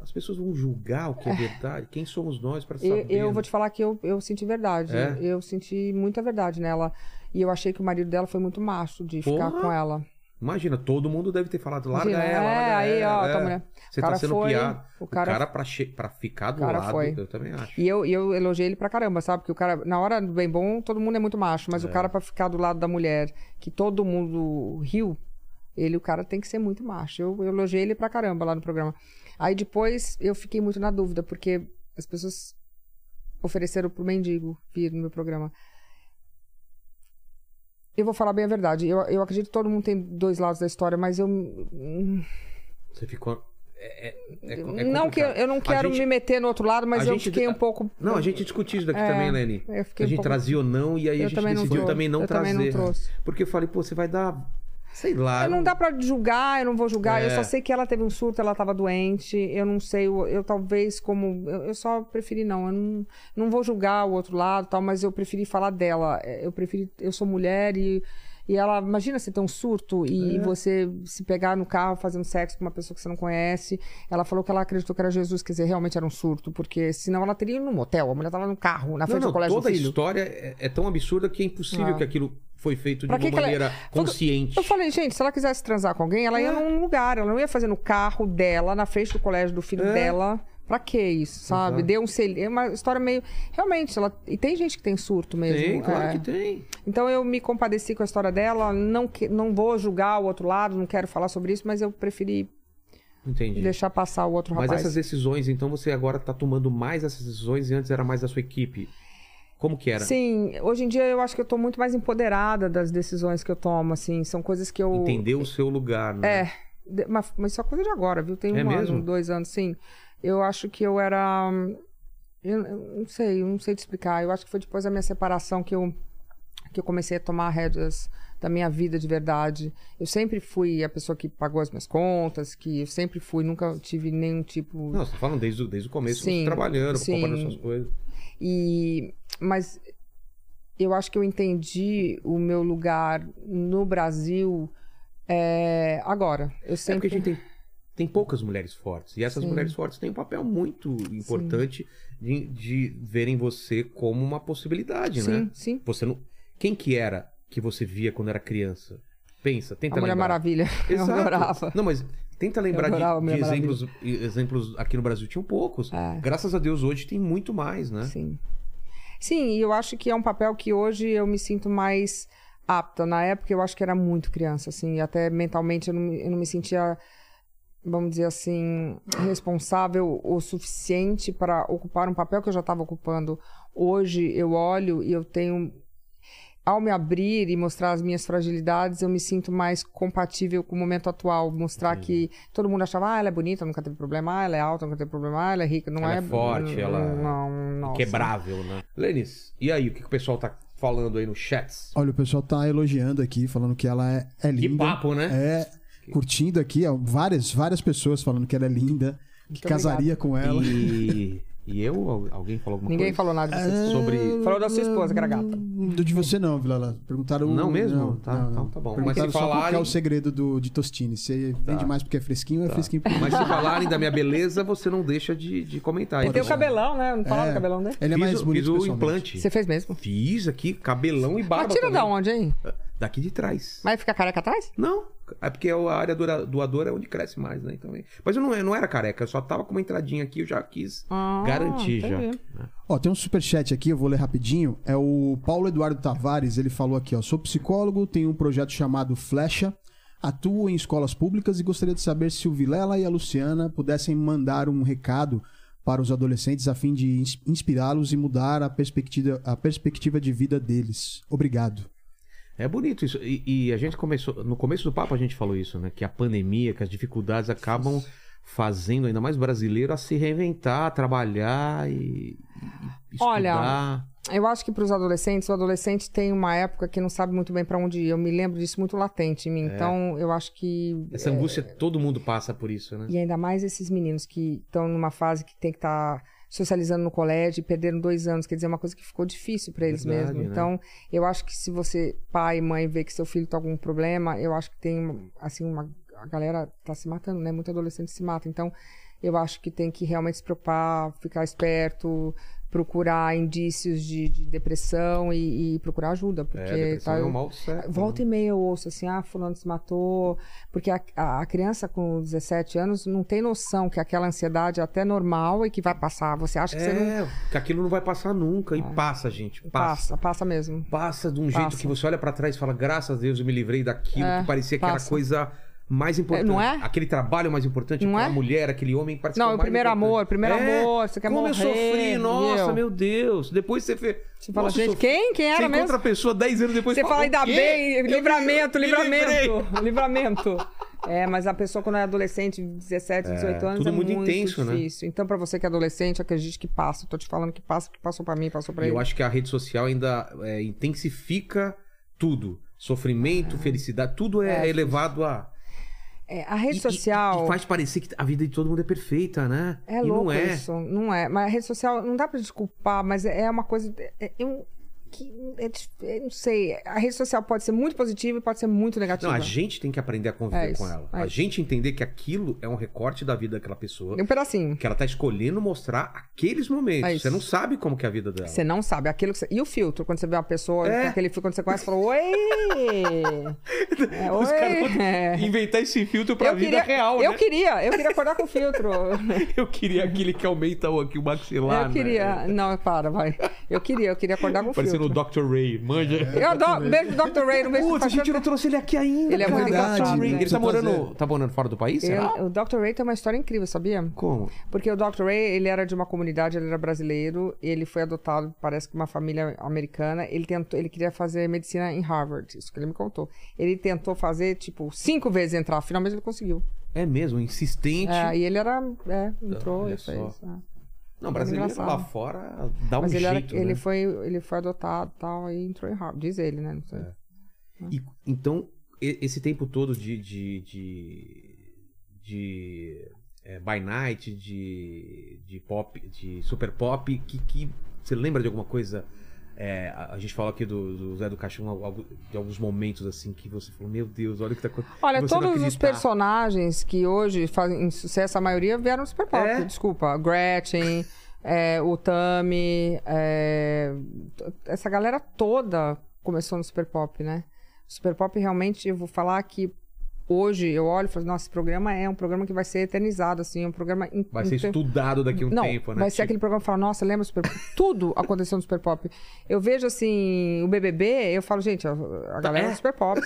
[SPEAKER 1] As pessoas vão julgar o que é verdade. Quem somos nós para
[SPEAKER 3] Eu,
[SPEAKER 1] saber?
[SPEAKER 3] eu vou te falar que eu, eu senti verdade.
[SPEAKER 1] Tá É?
[SPEAKER 3] Eu senti muita verdade nela. E eu achei que o marido dela foi muito macho de ficar
[SPEAKER 1] Porra!
[SPEAKER 3] com ela.
[SPEAKER 1] Imagina, todo mundo deve ter falado, larga
[SPEAKER 3] Imagina,
[SPEAKER 1] ela,
[SPEAKER 3] é,
[SPEAKER 1] larga
[SPEAKER 3] aí,
[SPEAKER 1] ela.
[SPEAKER 3] ó,
[SPEAKER 1] é.
[SPEAKER 3] tua mulher.
[SPEAKER 1] Você
[SPEAKER 3] O cara
[SPEAKER 1] tá sendo
[SPEAKER 3] foi,
[SPEAKER 1] piada.
[SPEAKER 3] o
[SPEAKER 1] O
[SPEAKER 3] cara-
[SPEAKER 1] cara, pra, che- pra ficar do
[SPEAKER 3] cara
[SPEAKER 1] lado,
[SPEAKER 3] foi.
[SPEAKER 1] eu também acho.
[SPEAKER 3] E eu, e eu elogiei ele pra caramba, sabe? Porque o cara, na hora do bem bom, todo mundo é muito macho, mas o cara pra ficar do lado da mulher, que todo mundo riu, ele, o cara tem que ser muito macho. Eu, eu elogiei ele pra caramba lá no programa. Aí depois eu fiquei muito na dúvida, porque as pessoas ofereceram pro mendigo vir no meu programa. Eu vou falar bem a verdade. Eu, eu acredito que todo mundo tem dois lados da história, mas eu.
[SPEAKER 1] Você ficou. é- é- é- é
[SPEAKER 3] não que eu,
[SPEAKER 1] complicado.
[SPEAKER 3] eu não
[SPEAKER 1] A
[SPEAKER 3] quero
[SPEAKER 1] gente-
[SPEAKER 3] me meter no outro lado, mas
[SPEAKER 1] a
[SPEAKER 3] eu
[SPEAKER 1] gente-
[SPEAKER 3] fiquei um pouco.
[SPEAKER 1] Não, a gente discutiu isso daqui
[SPEAKER 3] É,
[SPEAKER 1] também, Leni.
[SPEAKER 3] eu
[SPEAKER 1] Que a
[SPEAKER 3] fiquei um
[SPEAKER 1] gente
[SPEAKER 3] pouco-
[SPEAKER 1] trazia ou não, e aí
[SPEAKER 3] Eu
[SPEAKER 1] a gente
[SPEAKER 3] também não
[SPEAKER 1] decidiu
[SPEAKER 3] trouxe.
[SPEAKER 1] também não
[SPEAKER 3] Eu
[SPEAKER 1] trazer.
[SPEAKER 3] também não trouxe.
[SPEAKER 1] Porque eu falei, pô, você vai dar. Sei lá.
[SPEAKER 3] Eu não dá pra julgar, eu não vou julgar. Eu
[SPEAKER 1] É.
[SPEAKER 3] só sei que ela teve um surto, ela tava doente. Eu não sei, eu, eu talvez como. Eu, eu só preferi não. Eu não, não vou julgar o outro lado e tal, mas eu preferi falar dela. É, Eu preferi. Eu sou mulher e. E ela, imagina você ter um surto
[SPEAKER 1] É.
[SPEAKER 3] e você se pegar no carro fazendo sexo com uma pessoa que você não conhece. Ela falou que ela acreditou que era Jesus, quer dizer, realmente era um surto, porque senão ela teria ido no motel. A mulher tava no carro, na frente
[SPEAKER 1] Não, não,
[SPEAKER 3] do colégio
[SPEAKER 1] toda
[SPEAKER 3] do
[SPEAKER 1] a
[SPEAKER 3] filho.
[SPEAKER 1] história é, é tão absurda que é impossível
[SPEAKER 3] Ah.
[SPEAKER 1] que aquilo foi feito de
[SPEAKER 3] Pra que
[SPEAKER 1] uma
[SPEAKER 3] que ela-
[SPEAKER 1] maneira
[SPEAKER 3] Foi o que-
[SPEAKER 1] consciente.
[SPEAKER 3] Eu falei, gente, se ela quisesse transar com alguém,
[SPEAKER 1] É.
[SPEAKER 3] ela ia num lugar, ela não ia fazer no carro dela, na frente do colégio do filho
[SPEAKER 1] É.
[SPEAKER 3] dela. Pra que isso, sabe?
[SPEAKER 1] Exato.
[SPEAKER 3] Deu um selinho. É uma história meio. Realmente, ela. E tem gente que tem surto mesmo.
[SPEAKER 1] Tem, claro
[SPEAKER 3] é.
[SPEAKER 1] que tem.
[SPEAKER 3] Então eu me compadeci com a história dela, não, que... não vou julgar o outro lado, não quero falar sobre isso, mas eu preferi
[SPEAKER 1] Entendi.
[SPEAKER 3] deixar passar o outro
[SPEAKER 1] Mas
[SPEAKER 3] rapaz.
[SPEAKER 1] essas decisões, então você agora tá tomando mais essas decisões e antes era mais da sua equipe. Como que era?
[SPEAKER 3] Sim, hoje em dia eu acho que eu tô muito mais empoderada das decisões que eu tomo, assim. São coisas que eu.
[SPEAKER 1] Entender o seu lugar, né?
[SPEAKER 3] É, de- mas, mas isso é coisa de agora, viu? Tem um
[SPEAKER 1] É
[SPEAKER 3] ano,
[SPEAKER 1] mesmo?
[SPEAKER 3] dois anos, sim. Eu acho que eu era. hum, Eu, eu não sei, eu não sei te explicar. Eu acho que foi depois da minha separação que eu, que eu comecei a tomar rédeas da minha vida de verdade. Eu sempre fui a pessoa que pagou as minhas contas, que eu sempre fui, nunca tive nenhum tipo.
[SPEAKER 1] Não, você tá falando desde, o- desde o começo, você
[SPEAKER 3] Sim,
[SPEAKER 1] trabalhando,
[SPEAKER 3] sim.
[SPEAKER 1] comprando suas coisas. É
[SPEAKER 3] E mas eu acho que eu entendi o meu lugar no Brasil é, agora. Eu
[SPEAKER 1] É porque
[SPEAKER 3] sempre
[SPEAKER 1] a gente tem, tem poucas mulheres fortes. E essas
[SPEAKER 3] Sim.
[SPEAKER 1] mulheres fortes têm um papel muito importante de, de verem você como uma possibilidade,
[SPEAKER 3] sim,
[SPEAKER 1] né?
[SPEAKER 3] sim.
[SPEAKER 1] Você não. Quem que era que você via quando era criança? Pensa, tenta
[SPEAKER 3] A Mulher
[SPEAKER 1] lembrar.
[SPEAKER 3] Maravilha. [LAUGHS]
[SPEAKER 1] Exato.
[SPEAKER 3] Eu adorava.
[SPEAKER 1] Não, mas tenta lembrar de-
[SPEAKER 3] adorava a
[SPEAKER 1] de,
[SPEAKER 3] Mulher
[SPEAKER 1] exemplos, exemplos aqui no Brasil tinham poucos.
[SPEAKER 3] É.
[SPEAKER 1] Graças a Deus hoje tem muito mais, né?
[SPEAKER 3] Sim. Sim, e eu acho que é um papel que hoje eu me sinto mais apta. Na época eu acho que era muito criança, assim, e até mentalmente eu não, eu não me sentia, vamos dizer assim, responsável o suficiente para ocupar um papel que eu já estava ocupando. Hoje eu olho e eu tenho. Ao me abrir e mostrar as minhas fragilidades, eu me sinto mais compatível com o momento atual. Mostrar que todo mundo achava, ah, ela é bonita, nunca teve problema, ah, ela é alta, nunca teve problema, ah, ela é rica, não
[SPEAKER 1] Ela é forte, ela-
[SPEAKER 3] Não, Então, nossa.
[SPEAKER 1] Quebrável, né? Lênis, e aí, o que, que o pessoal tá falando aí no chats?
[SPEAKER 2] Olha, o pessoal tá elogiando aqui, falando que ela é, é
[SPEAKER 1] Que
[SPEAKER 2] linda.
[SPEAKER 1] papo, né?
[SPEAKER 2] É, curtindo aqui, ó, várias, várias pessoas falando que ela é linda, que
[SPEAKER 3] Muito
[SPEAKER 2] casaria com ela.
[SPEAKER 1] E E eu? Al- Alguém falou alguma
[SPEAKER 3] Ninguém
[SPEAKER 1] coisa? Ah,
[SPEAKER 3] falou nada disso.
[SPEAKER 1] Sobre.
[SPEAKER 3] Falou da sua esposa, que era gata.
[SPEAKER 2] Do de você não, Vilela. Perguntaram...
[SPEAKER 1] Não mesmo? Tá, então tá bom.
[SPEAKER 2] Perguntaram
[SPEAKER 1] Mas se
[SPEAKER 2] só qual que é
[SPEAKER 1] falarem- Tá.
[SPEAKER 2] o segredo do, de Tostini. Se vende mais porque é fresquinho ou é
[SPEAKER 1] [LAUGHS]
[SPEAKER 2] fresquinho porque...
[SPEAKER 1] Mas se falarem da minha beleza, você não deixa de, de comentar. Então,
[SPEAKER 3] E tem o cabelão, né? Não falaram
[SPEAKER 2] É.
[SPEAKER 3] do cabelão dele?
[SPEAKER 2] Ele é
[SPEAKER 1] Fiz
[SPEAKER 2] mais
[SPEAKER 1] o-
[SPEAKER 2] bonito
[SPEAKER 1] Fiz o
[SPEAKER 2] pessoalmente.
[SPEAKER 1] implante.
[SPEAKER 3] Você fez mesmo?
[SPEAKER 1] Fiz aqui, cabelão e barba.
[SPEAKER 3] Mas tira
[SPEAKER 1] também.
[SPEAKER 3] da onde, hein?
[SPEAKER 1] Daqui de trás.
[SPEAKER 3] Vai ficar careca atrás?
[SPEAKER 1] Não, é porque a área doa- doadora é onde cresce mais, né? Então, é- mas eu não, eu não era careca, eu só tava com uma entradinha aqui, eu já quis
[SPEAKER 3] Ah,
[SPEAKER 1] garantir já.
[SPEAKER 3] entendi.
[SPEAKER 2] Ó, tem um superchat aqui, eu vou ler rapidinho. É o Paulo Eduardo Tavares, ele falou aqui, ó. Sou psicólogo, tenho um projeto chamado Flecha, atuo em escolas públicas e gostaria de saber se o Vilela e a Luciana pudessem mandar um recado para os adolescentes a fim de ins- inspirá-los e mudar a perspectiva, a perspectiva de vida deles. Obrigado.
[SPEAKER 1] É bonito isso. E, e a gente começou. No começo do papo a gente falou isso, né? Que a pandemia, que as dificuldades acabam fazendo ainda mais brasileiro a se reinventar, a trabalhar e. e estudar.
[SPEAKER 3] Olha, Eu acho que para os adolescentes, o adolescente tem uma época que não sabe muito bem para onde ir. Eu me lembro disso muito latente em mim. Então, eu acho que.
[SPEAKER 1] Essa angústia, todo mundo passa por isso, né?
[SPEAKER 3] E ainda mais esses meninos que estão numa fase que tem que estar socializando no colégio e perderam dois anos. Quer dizer, é uma coisa que ficou difícil para eles
[SPEAKER 1] Verdade,
[SPEAKER 3] mesmo.
[SPEAKER 1] né?
[SPEAKER 3] Então, eu acho que se você, pai e mãe, vê que seu filho tá com algum problema, eu acho que tem, assim, uma... A galera tá se matando, né? Muito adolescente se mata. Então, eu acho que tem que realmente se preocupar, ficar esperto, procurar indícios de, de depressão e, e procurar ajuda, porque...
[SPEAKER 1] é, depressão
[SPEAKER 3] tá-
[SPEAKER 1] é um mal certo.
[SPEAKER 3] Volta e meia eu ouço assim, ah, fulano se matou. Porque a, a- a criança com 17 anos não tem noção que aquela ansiedade é até normal e que vai passar. Você acha que você não Ah.
[SPEAKER 1] É, que aquilo não vai passar nunca. E passa, gente. Passa.
[SPEAKER 3] passa, passa mesmo.
[SPEAKER 1] Passa de um jeito
[SPEAKER 3] Passa.
[SPEAKER 1] que você olha pra trás e fala, graças a Deus eu me livrei daquilo
[SPEAKER 3] É,
[SPEAKER 1] que parecia que era
[SPEAKER 3] passa.
[SPEAKER 1] a coisa mais importante.
[SPEAKER 3] É, não é?
[SPEAKER 1] Aquele trabalho mais importante,
[SPEAKER 3] Não
[SPEAKER 1] aquela
[SPEAKER 3] é?
[SPEAKER 1] mulher, aquele homem que parecia
[SPEAKER 3] Não, é
[SPEAKER 1] que
[SPEAKER 3] o
[SPEAKER 1] era é mais
[SPEAKER 3] primeiro
[SPEAKER 1] importante.
[SPEAKER 3] amor, primeiro
[SPEAKER 1] É,
[SPEAKER 3] amor, você quer
[SPEAKER 1] Como eu
[SPEAKER 3] morrer,
[SPEAKER 1] sofri, nossa,
[SPEAKER 3] entendeu?
[SPEAKER 1] meu Deus. Depois você fez.
[SPEAKER 3] Você fala, gente, quem? Quem
[SPEAKER 1] Você
[SPEAKER 3] era
[SPEAKER 1] encontra
[SPEAKER 3] mesmo?
[SPEAKER 1] a pessoa 10 anos depois
[SPEAKER 3] Você fala,
[SPEAKER 1] "O
[SPEAKER 3] ainda
[SPEAKER 1] quê?
[SPEAKER 3] bem,
[SPEAKER 1] Eu [LAUGHS] me-
[SPEAKER 3] livramento,
[SPEAKER 1] me livrei."
[SPEAKER 3] livramento, [LAUGHS] livramento. É, mas a pessoa quando é adolescente, 17, 18 anos,
[SPEAKER 1] tudo
[SPEAKER 3] é
[SPEAKER 1] muito
[SPEAKER 3] muito,
[SPEAKER 1] intenso, né?
[SPEAKER 3] difícil. Então, pra você que é adolescente, acredite que passa. Eu tô te falando que passa, que passou pra mim, passou pra
[SPEAKER 1] E
[SPEAKER 3] ele.
[SPEAKER 1] eu acho que a rede social ainda é, intensifica tudo.
[SPEAKER 3] Ah.
[SPEAKER 1] Sofrimento, felicidade, tudo é, elevado a.
[SPEAKER 3] É, a rede
[SPEAKER 1] E- e-
[SPEAKER 3] social...
[SPEAKER 1] E, faz parecer que a vida de todo mundo é perfeita, né?
[SPEAKER 3] É
[SPEAKER 1] e
[SPEAKER 3] louco
[SPEAKER 1] não é.
[SPEAKER 3] isso, não é. Mas a rede social não dá pra desculpar, mas é uma coisa. é- é um- que, é dif- eu não sei. A rede social pode ser muito positiva e pode ser muito
[SPEAKER 1] Não,
[SPEAKER 3] negativa.
[SPEAKER 1] a gente tem que aprender a conviver
[SPEAKER 3] É isso,
[SPEAKER 1] com ela.
[SPEAKER 3] é
[SPEAKER 1] a
[SPEAKER 3] isso.
[SPEAKER 1] gente entender que aquilo é um recorte da vida daquela pessoa.
[SPEAKER 3] Um pedacinho.
[SPEAKER 1] Que ela tá escolhendo mostrar aqueles momentos.
[SPEAKER 3] É isso.
[SPEAKER 1] você não sabe como que é a vida dela.
[SPEAKER 3] Você não sabe. Aquilo que você- E o filtro, quando você vê uma pessoa,
[SPEAKER 1] É.
[SPEAKER 3] com aquele filtro, quando você conhece, você fala,
[SPEAKER 1] [LAUGHS]
[SPEAKER 3] oi! É,
[SPEAKER 1] Os caras vão
[SPEAKER 3] oi! É.
[SPEAKER 1] Inventar esse filtro pra vida real,
[SPEAKER 3] eu
[SPEAKER 1] né?
[SPEAKER 3] queria, eu queria acordar com
[SPEAKER 1] [LAUGHS]
[SPEAKER 3] filtro.
[SPEAKER 1] Eu queria aquele que aumenta o, aqui, o maxilar,
[SPEAKER 3] eu
[SPEAKER 1] né?
[SPEAKER 3] queria. Não, para, vai. Eu queria, eu queria acordar com
[SPEAKER 1] Parecendo o
[SPEAKER 3] filtro.
[SPEAKER 1] Dr. Ray, manja.
[SPEAKER 3] Eu adoro. Beijo do Dr. Ray, um beijo
[SPEAKER 1] Putz, a
[SPEAKER 3] pra
[SPEAKER 1] gente não trouxe ele aqui ainda.
[SPEAKER 3] Ele é
[SPEAKER 1] cara.
[SPEAKER 3] muito Verdade, engraçado, né?
[SPEAKER 1] Ele tá
[SPEAKER 2] precisa
[SPEAKER 1] morando,
[SPEAKER 2] trazer.
[SPEAKER 1] tá morando fora do país, será?
[SPEAKER 3] Eu- o Dr. Ray tem uma história incrível, sabia?
[SPEAKER 1] Como?
[SPEAKER 3] Porque o Dr. Ray, ele era de uma comunidade, ele era brasileiro, ele foi adotado, parece que uma família americana. Ele tentou, ele queria fazer medicina em Harvard, isso que ele me contou. Ele tentou fazer, tipo, cinco vezes entrar, finalmente ele conseguiu.
[SPEAKER 1] É mesmo, insistente.
[SPEAKER 3] É, e ele era, é, entrou
[SPEAKER 1] olha
[SPEAKER 3] e fez.
[SPEAKER 1] só.
[SPEAKER 3] é.
[SPEAKER 1] não, brasileiro
[SPEAKER 3] engraçado.
[SPEAKER 1] lá fora dá
[SPEAKER 3] Mas
[SPEAKER 1] um
[SPEAKER 3] ele, era-
[SPEAKER 1] jeito,
[SPEAKER 3] ele
[SPEAKER 1] né?
[SPEAKER 3] foi, ele foi adotado e tal, e entrou em Harvard, diz ele, né? Não sei.
[SPEAKER 1] E- então, e- esse tempo todo de. de, de, de, é, by night, de, de pop, de super pop, que, que você lembra de alguma coisa? É, a, a gente fala aqui do, do Zé do Caixão, al- algu- de alguns momentos assim que você falou: Meu Deus, olha o que tá acontecendo.
[SPEAKER 3] Olha,
[SPEAKER 1] Você não
[SPEAKER 3] todos os
[SPEAKER 1] acreditar.
[SPEAKER 3] personagens que hoje fazem sucesso, a maioria vieram do Super Pop.
[SPEAKER 1] É? [LAUGHS]
[SPEAKER 3] Desculpa. Gretchen, é, o Tami, é, t- essa galera toda começou no Super Pop, né? O Super Pop realmente, eu vou falar que hoje eu olho e falo, nossa, esse programa é um programa que vai ser eternizado, assim, é um programa... in-
[SPEAKER 1] Vai ser
[SPEAKER 3] inte-
[SPEAKER 1] estudado daqui a um
[SPEAKER 3] não,
[SPEAKER 1] tempo, né?
[SPEAKER 3] vai ser aquele programa que fala, nossa, lembra o Super Pop? Tudo aconteceu no Super Pop. Eu vejo, assim, o BBB, eu falo, gente, a, a galera
[SPEAKER 1] é?
[SPEAKER 3] do Super
[SPEAKER 1] [LAUGHS]
[SPEAKER 3] Pop.